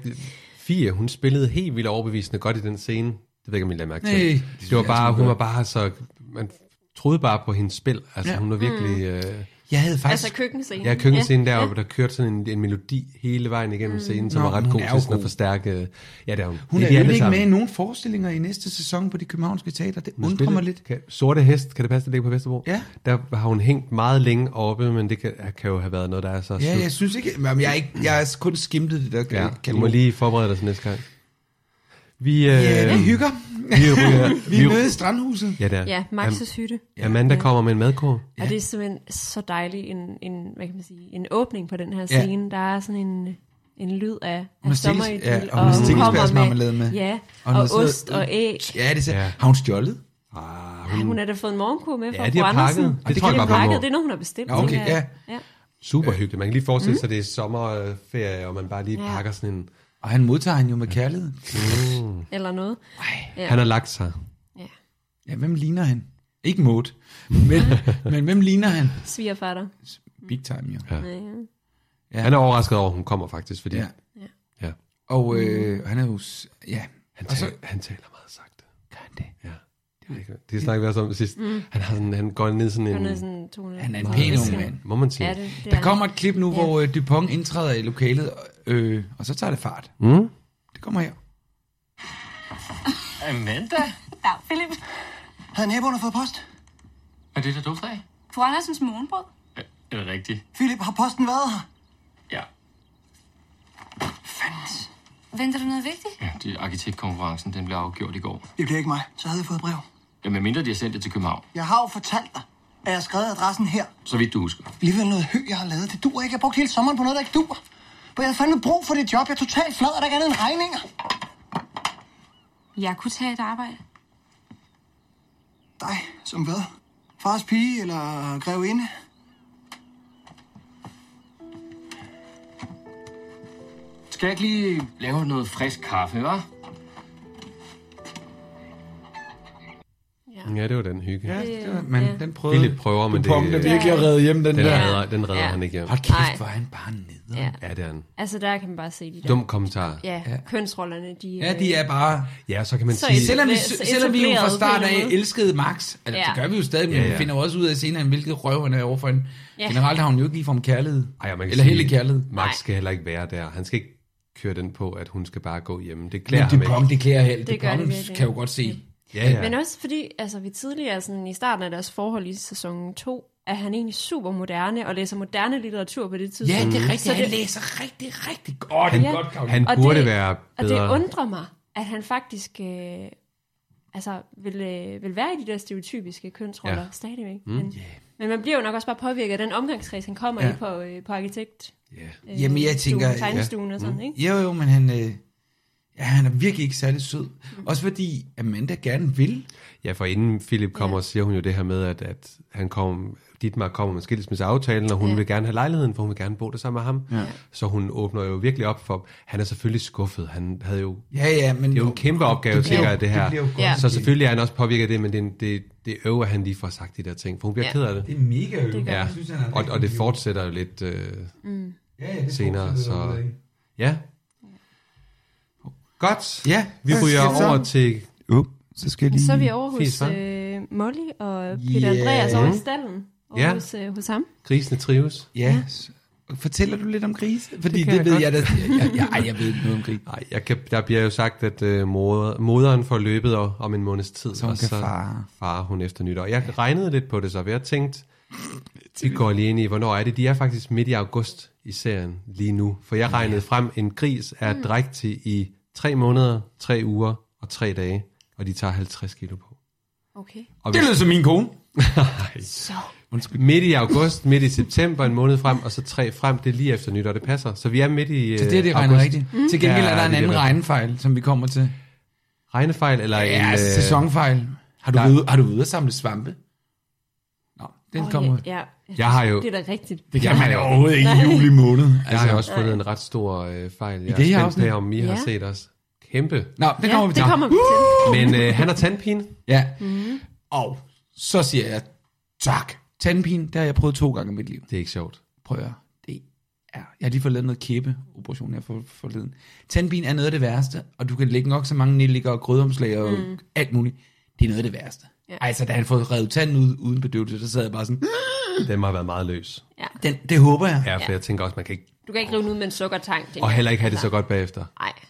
[SPEAKER 2] Fie, hun spillede helt vildt overbevisende godt i den scene. Det ved jeg ikke, om I lagde mærke til.
[SPEAKER 1] Nej, det
[SPEAKER 2] det,
[SPEAKER 1] synes
[SPEAKER 2] det var
[SPEAKER 1] jeg også,
[SPEAKER 2] bare,
[SPEAKER 1] hun
[SPEAKER 2] hun var
[SPEAKER 1] gjorde.
[SPEAKER 2] bare så... Man troede bare på hendes spil. Altså,
[SPEAKER 1] Ja.
[SPEAKER 2] ja. hun var virkelig... Øh,
[SPEAKER 1] Jeg havde faktisk...
[SPEAKER 3] Mm. Altså køkkenscenen.
[SPEAKER 2] ja, køkkenscenen ja. deroppe, der kørte sådan en, en melodi hele vejen igennem
[SPEAKER 3] Mm.
[SPEAKER 2] scenen, som
[SPEAKER 1] Nå,
[SPEAKER 2] var ret
[SPEAKER 1] hun
[SPEAKER 2] god
[SPEAKER 1] er
[SPEAKER 2] til
[SPEAKER 1] jo
[SPEAKER 2] sådan at
[SPEAKER 1] god.
[SPEAKER 2] forstærke... Ja, det er hun.
[SPEAKER 1] Hun
[SPEAKER 2] det
[SPEAKER 1] er
[SPEAKER 2] de
[SPEAKER 1] jo
[SPEAKER 2] alle
[SPEAKER 1] ikke
[SPEAKER 2] sammen.
[SPEAKER 1] med i nogen forestillinger i næste sæson på de københavnske teater. Det
[SPEAKER 2] Hun
[SPEAKER 1] undrer
[SPEAKER 2] spillede-
[SPEAKER 1] mig lidt.
[SPEAKER 2] Kan, Sorte Hest, kan det passe, det ligger på Vesterbro?
[SPEAKER 1] Ja.
[SPEAKER 2] Der har hun hængt meget længe oppe, men det kan, kan jo have været noget, der er så
[SPEAKER 1] Ja,
[SPEAKER 2] slut.
[SPEAKER 1] jeg synes ikke... Jamen, jeg, er ikke, jeg er kun skimtet det der.
[SPEAKER 2] Ja,
[SPEAKER 1] kan
[SPEAKER 2] du må lige forberede dig til næste gang. Vi, øh,
[SPEAKER 1] Ja, vi hygger.
[SPEAKER 2] Vi, ryger,
[SPEAKER 1] Vi er nede i Strandhuset.
[SPEAKER 2] Ja, det er.
[SPEAKER 3] Ja, Maxes hytte.
[SPEAKER 2] Am- Amanda
[SPEAKER 3] Ja.
[SPEAKER 2] kommer med en madkurv.
[SPEAKER 3] Og det er simpelthen så dejlig en, en, hvad kan man sige, en åbning på den her
[SPEAKER 1] Ja.
[SPEAKER 3] scene. Der er sådan en, en lyd af,
[SPEAKER 1] har
[SPEAKER 3] af sommer i
[SPEAKER 1] stikkels- ja, og hun har stikkelsbærsmarmelade med.
[SPEAKER 3] Ja,
[SPEAKER 1] Og
[SPEAKER 3] og,
[SPEAKER 1] noget sådan
[SPEAKER 3] ost
[SPEAKER 1] noget-
[SPEAKER 3] og æg.
[SPEAKER 1] Ja, det er
[SPEAKER 2] Ja. Ah,
[SPEAKER 1] ja. Har hun stjålet?
[SPEAKER 3] Ej, hun har da fået en morgenkur med fra
[SPEAKER 2] Ja, de
[SPEAKER 3] fru
[SPEAKER 2] har pakket.
[SPEAKER 3] Andersen.
[SPEAKER 2] Det
[SPEAKER 3] Det,
[SPEAKER 2] tror jeg
[SPEAKER 3] er
[SPEAKER 2] bare, man
[SPEAKER 3] pakket.
[SPEAKER 2] må.
[SPEAKER 3] Det er noget, hun har bestilt.
[SPEAKER 1] Nå, okay,
[SPEAKER 3] tænker jeg. ja.
[SPEAKER 2] Super hyggeligt. Man kan lige
[SPEAKER 3] Mm.
[SPEAKER 2] forestille sig, at det er sommerferie, og man bare lige ja. pakker sådan en... Mm.
[SPEAKER 1] Og han modtager hende jo med kærlighed.
[SPEAKER 3] Eller noget.
[SPEAKER 2] Ja.
[SPEAKER 3] Ja.
[SPEAKER 2] Han har lagt sig.
[SPEAKER 3] Ja.
[SPEAKER 1] Ja, hvem ligner han? Ikke Maud. Men, men hvem ligner han?
[SPEAKER 3] Svigerfatter.
[SPEAKER 1] Big time, jo.
[SPEAKER 2] Ja.
[SPEAKER 3] Ja, ja.
[SPEAKER 1] Ja.
[SPEAKER 2] Han er overrasket over, at hun kommer faktisk, fordi
[SPEAKER 1] Ja.
[SPEAKER 2] ja. Ja.
[SPEAKER 1] Og øh, han er jo... s- Ja.
[SPEAKER 2] Han,
[SPEAKER 1] Og så-
[SPEAKER 2] taler, han taler meget sagte.
[SPEAKER 1] Gør han det?
[SPEAKER 2] Ja. Det, er ikke- det snakker vi også om sidst. Mm. Han, har sådan, han går ned sådan en...
[SPEAKER 3] Han er sådan 200.
[SPEAKER 1] Han er en
[SPEAKER 3] Meget
[SPEAKER 1] pæn ung
[SPEAKER 3] vist, ja.
[SPEAKER 1] mand.
[SPEAKER 2] Må man sige.
[SPEAKER 3] Ja, det, det
[SPEAKER 1] Der
[SPEAKER 3] er
[SPEAKER 1] kommer et klip nu, hvor øh, Dupont indtræder i lokalet, øh, og så tager det fart.
[SPEAKER 2] Mm?
[SPEAKER 1] Det kommer her.
[SPEAKER 7] Amanda?
[SPEAKER 8] Dag, Philip.
[SPEAKER 7] Havde naboerne fået post? Er det der dufter
[SPEAKER 8] Fru Andersens morgenbrød.
[SPEAKER 7] Er det rigtigt? Philip, har posten været her? Ja. Fandens.
[SPEAKER 8] Venter du noget vigtigt?
[SPEAKER 7] Ja, det er arkitektkonferencen, den blev afgjort i går.
[SPEAKER 9] Det bliver ikke mig. Så havde jeg fået brev.
[SPEAKER 7] Ja, medmindre de har sendt det til København.
[SPEAKER 9] Jeg har jo fortalt dig,
[SPEAKER 7] er jeg skrevet adressen her.
[SPEAKER 9] Så vidt du husker.
[SPEAKER 7] Alligevel noget hø, jeg har lavet. Det duer ikke. Jeg brugte hele sommeren på noget, der ikke duer. For jeg havde fandme brug for det job. Jeg er totalt flad, og der er ikke andet end regninger.
[SPEAKER 8] Jeg kunne tage et arbejde.
[SPEAKER 7] Dig, som hvad? Fars pige eller grevinde?
[SPEAKER 9] Skal jeg ikke lige lave noget frisk kaffe, hva'?
[SPEAKER 2] Ja, det var den hygge.
[SPEAKER 1] Ja,
[SPEAKER 2] Ja.
[SPEAKER 1] det var, men
[SPEAKER 3] ja.
[SPEAKER 1] den
[SPEAKER 2] Det er
[SPEAKER 1] prøvede...
[SPEAKER 2] lidt prøver, men
[SPEAKER 1] du
[SPEAKER 2] det,
[SPEAKER 1] pompede
[SPEAKER 2] den,
[SPEAKER 1] virkelig at redde hjem, den der.
[SPEAKER 2] redder, den redder
[SPEAKER 3] Ja.
[SPEAKER 2] han ikke hjem.
[SPEAKER 1] Hold
[SPEAKER 3] Nej.
[SPEAKER 1] kæft, hvor er han bare nede.
[SPEAKER 3] Ja.
[SPEAKER 2] Ja, det er han.
[SPEAKER 3] Altså, der kan man bare se de der...
[SPEAKER 2] Dum kommentar.
[SPEAKER 3] Ja, kønsrollerne, de...
[SPEAKER 1] Ja, de er bare...
[SPEAKER 2] Ja, så kan man
[SPEAKER 3] Så
[SPEAKER 2] sige...
[SPEAKER 3] er det-
[SPEAKER 1] Selvom vi,
[SPEAKER 3] Så
[SPEAKER 1] selvom vi jo fra
[SPEAKER 3] etableret
[SPEAKER 1] start
[SPEAKER 3] på en eller
[SPEAKER 1] af
[SPEAKER 3] anden måde.
[SPEAKER 1] elskede Max, altså,
[SPEAKER 3] Ja.
[SPEAKER 1] det gør vi jo stadig, men
[SPEAKER 2] Ja,
[SPEAKER 1] ja,
[SPEAKER 2] ja.
[SPEAKER 1] ja. vi finder også ud af senere, hvilket røv han er overfor en.
[SPEAKER 3] Ja.
[SPEAKER 1] Ja. Generelt har hun jo ikke lige om kærlighed.
[SPEAKER 2] Ej, og man kan
[SPEAKER 1] Eller
[SPEAKER 2] sige,
[SPEAKER 1] heldig kærlighed.
[SPEAKER 2] Max
[SPEAKER 3] Nej.
[SPEAKER 2] skal heller ikke være der. Han skal ikke køre den på, at hun skal bare gå hjemme. Det klæder
[SPEAKER 1] Men
[SPEAKER 2] ham
[SPEAKER 1] Dupont,
[SPEAKER 2] ikke.
[SPEAKER 1] det klæder helt.
[SPEAKER 3] Det gør det
[SPEAKER 1] Dupont
[SPEAKER 3] virkelig.
[SPEAKER 1] kan jo godt se.
[SPEAKER 2] Ja, ja.
[SPEAKER 3] Men også fordi, altså vi tidligere sådan, i starten af deres forhold i sæson 2, er han egentlig super moderne og læser moderne litteratur på det
[SPEAKER 1] Ja,
[SPEAKER 3] tidspunkt.
[SPEAKER 1] det er
[SPEAKER 3] Så
[SPEAKER 1] rigtigt. Han
[SPEAKER 3] det-
[SPEAKER 1] læser rigtig, rigtig godt. Det
[SPEAKER 3] Ja.
[SPEAKER 1] er godt, Karoline.
[SPEAKER 2] Han
[SPEAKER 3] Og
[SPEAKER 2] burde
[SPEAKER 3] det-
[SPEAKER 2] være
[SPEAKER 3] Og det
[SPEAKER 2] bedre.
[SPEAKER 3] undrer mig, at han faktisk øh, altså, vil, øh, vil være i de der stereotypiske kønsroller
[SPEAKER 2] Ja.
[SPEAKER 3] ja. stadigvæk. Mm, men, yeah. men man bliver jo nok også bare påvirket af den omgangskreds, han kommer
[SPEAKER 1] Ja.
[SPEAKER 3] ja. i på, øh, på arkitekt.
[SPEAKER 2] Ja.
[SPEAKER 3] Øh,
[SPEAKER 1] Jamen, jeg
[SPEAKER 3] stuen,
[SPEAKER 1] tænker- Mm.
[SPEAKER 3] Tegnestuen og sådan, ikke?
[SPEAKER 1] Jo, jo, men han, øh, ja, han er virkelig ikke særlig sød.
[SPEAKER 3] Mm.
[SPEAKER 1] Også fordi Amanda gerne vil.
[SPEAKER 2] Ja, for inden Philip kommer, ja. siger hun jo det her med, at, at han kom, Dietmar kommer med skilsmisseaftalen, og hun ja.
[SPEAKER 3] Ja.
[SPEAKER 2] vil gerne have lejligheden, for hun vil gerne bo der sammen med ham. Ja. Så hun åbner jo virkelig op for, han er selvfølgelig skuffet. Han havde jo,
[SPEAKER 1] Ja, ja, men...
[SPEAKER 2] det er jo en kæmpe opgave,
[SPEAKER 1] det bliver jo-
[SPEAKER 2] sikkert, det her.
[SPEAKER 1] Det bliver jo godt.
[SPEAKER 3] Ja.
[SPEAKER 2] Så selvfølgelig er han også påvirket af det, men det, er en- det, det øver han lige for at sagt de der ting, for hun bliver ja.
[SPEAKER 3] Ja.
[SPEAKER 2] ked af det.
[SPEAKER 1] Det er mega øvrigt.
[SPEAKER 3] gør
[SPEAKER 2] Ja,
[SPEAKER 1] Jeg synes, han er
[SPEAKER 2] og,
[SPEAKER 1] rigtig
[SPEAKER 2] og det
[SPEAKER 1] idiot.
[SPEAKER 2] fortsætter jo lidt øh,
[SPEAKER 1] ja, ja, det
[SPEAKER 2] senere. Så,
[SPEAKER 1] fortsætter derudad.
[SPEAKER 2] ja. Godt.
[SPEAKER 1] Ja,
[SPEAKER 2] Vi ryger over til...
[SPEAKER 1] Uh, så skal jeg
[SPEAKER 3] Men
[SPEAKER 1] lige...
[SPEAKER 3] Så er vi over
[SPEAKER 2] Fisk,
[SPEAKER 3] hos
[SPEAKER 2] hva'?
[SPEAKER 3] øh, Molly og Peter
[SPEAKER 1] Ja.
[SPEAKER 3] yeah. Andreas over i stallen. Over
[SPEAKER 2] Ja.
[SPEAKER 3] yeah. hos, øh, hos ham.
[SPEAKER 2] Grisene trives.
[SPEAKER 1] Ja. s- Fortæller du lidt om grise? Fordi
[SPEAKER 2] Det
[SPEAKER 1] det,
[SPEAKER 2] kan
[SPEAKER 1] det
[SPEAKER 2] jeg
[SPEAKER 1] ved
[SPEAKER 2] godt.
[SPEAKER 1] jeg da... Jeg, jeg, jeg, ej, jeg ved ikke noget om grise.
[SPEAKER 2] Nej, jeg kan, der bliver jo sagt, at øh, moder, moderen får løbet om, om en måneds tid,
[SPEAKER 1] Så hun
[SPEAKER 2] og
[SPEAKER 1] kan
[SPEAKER 2] så
[SPEAKER 1] fare.
[SPEAKER 2] farer hun efter nytår. Jeg regnede lidt på det så, for jeg tænkte, vi går lige ind i, hvornår er det? De er faktisk midt i august i serien lige nu, for jeg regnede frem, en gris er drægtig i tre måneder, tre uger og tre dage, og de tager 50 kilo på.
[SPEAKER 3] Okay.
[SPEAKER 2] Og
[SPEAKER 1] Det
[SPEAKER 2] hvis,
[SPEAKER 1] lyder som min kone.
[SPEAKER 3] Så.
[SPEAKER 2] midt i august, midt i september, en måned frem, og så tre frem, det er lige efter nytår, det passer. Så vi er midt i
[SPEAKER 1] Så det er
[SPEAKER 2] øh,
[SPEAKER 1] det regner
[SPEAKER 2] august.
[SPEAKER 1] rigtigt. Til gengæld
[SPEAKER 2] Ja,
[SPEAKER 1] er der en
[SPEAKER 2] det er
[SPEAKER 1] anden
[SPEAKER 2] det.
[SPEAKER 1] regnefejl, som vi kommer til.
[SPEAKER 2] Regnefejl, eller
[SPEAKER 1] Ja,
[SPEAKER 2] en... øh,
[SPEAKER 1] sæsonfejl. Har du,
[SPEAKER 2] der-
[SPEAKER 1] været ude- har du været ude at samle svampe? Nå, den
[SPEAKER 3] Åh,
[SPEAKER 1] kommer...
[SPEAKER 3] ja, ja.
[SPEAKER 2] Jeg har jo
[SPEAKER 3] Det er da rigtigt.
[SPEAKER 1] Det kan man overhovedet ikke i juli måned. Altså.
[SPEAKER 2] Jeg har også fundet en ret stor øh, fejl. Jeg
[SPEAKER 1] det her
[SPEAKER 2] er spændt
[SPEAKER 1] afsnit?
[SPEAKER 2] på, om I har
[SPEAKER 3] Ja.
[SPEAKER 2] set os. Kæmpe.
[SPEAKER 1] Nå, det
[SPEAKER 3] Ja,
[SPEAKER 1] kommer vi til.
[SPEAKER 3] det kommer vi til.
[SPEAKER 2] Men
[SPEAKER 1] ờ,
[SPEAKER 2] øh, han har tandpine.
[SPEAKER 1] Ja.
[SPEAKER 10] Ừ.
[SPEAKER 1] Og så siger jeg, tak. Tandpine, det har jeg prøvet to gange i mit liv.
[SPEAKER 2] Det er ikke sjovt.
[SPEAKER 1] Prøv at høre. Det er, jeg har lige fået lavet noget kæbeoperation her for, forleden. Tandpine er noget af det værste, og du kan lægge nok så mange nillikker og krydderomslag og mm. alt muligt. Det er noget af det værste. Ja.
[SPEAKER 3] Ja.
[SPEAKER 1] Altså, da han fået revet tanden ud uden bedøvelse, så sad jeg bare sådan,
[SPEAKER 2] Den har været meget løs.
[SPEAKER 1] den, det håber jeg.
[SPEAKER 2] Ja, for jeg tænker også, man kan ikke...
[SPEAKER 3] Du kan ikke rive den ud med en sukkertang. tænker
[SPEAKER 2] Og
[SPEAKER 3] jeg.
[SPEAKER 2] heller ikke have det så godt bagefter.
[SPEAKER 3] Nej.
[SPEAKER 1] Mm.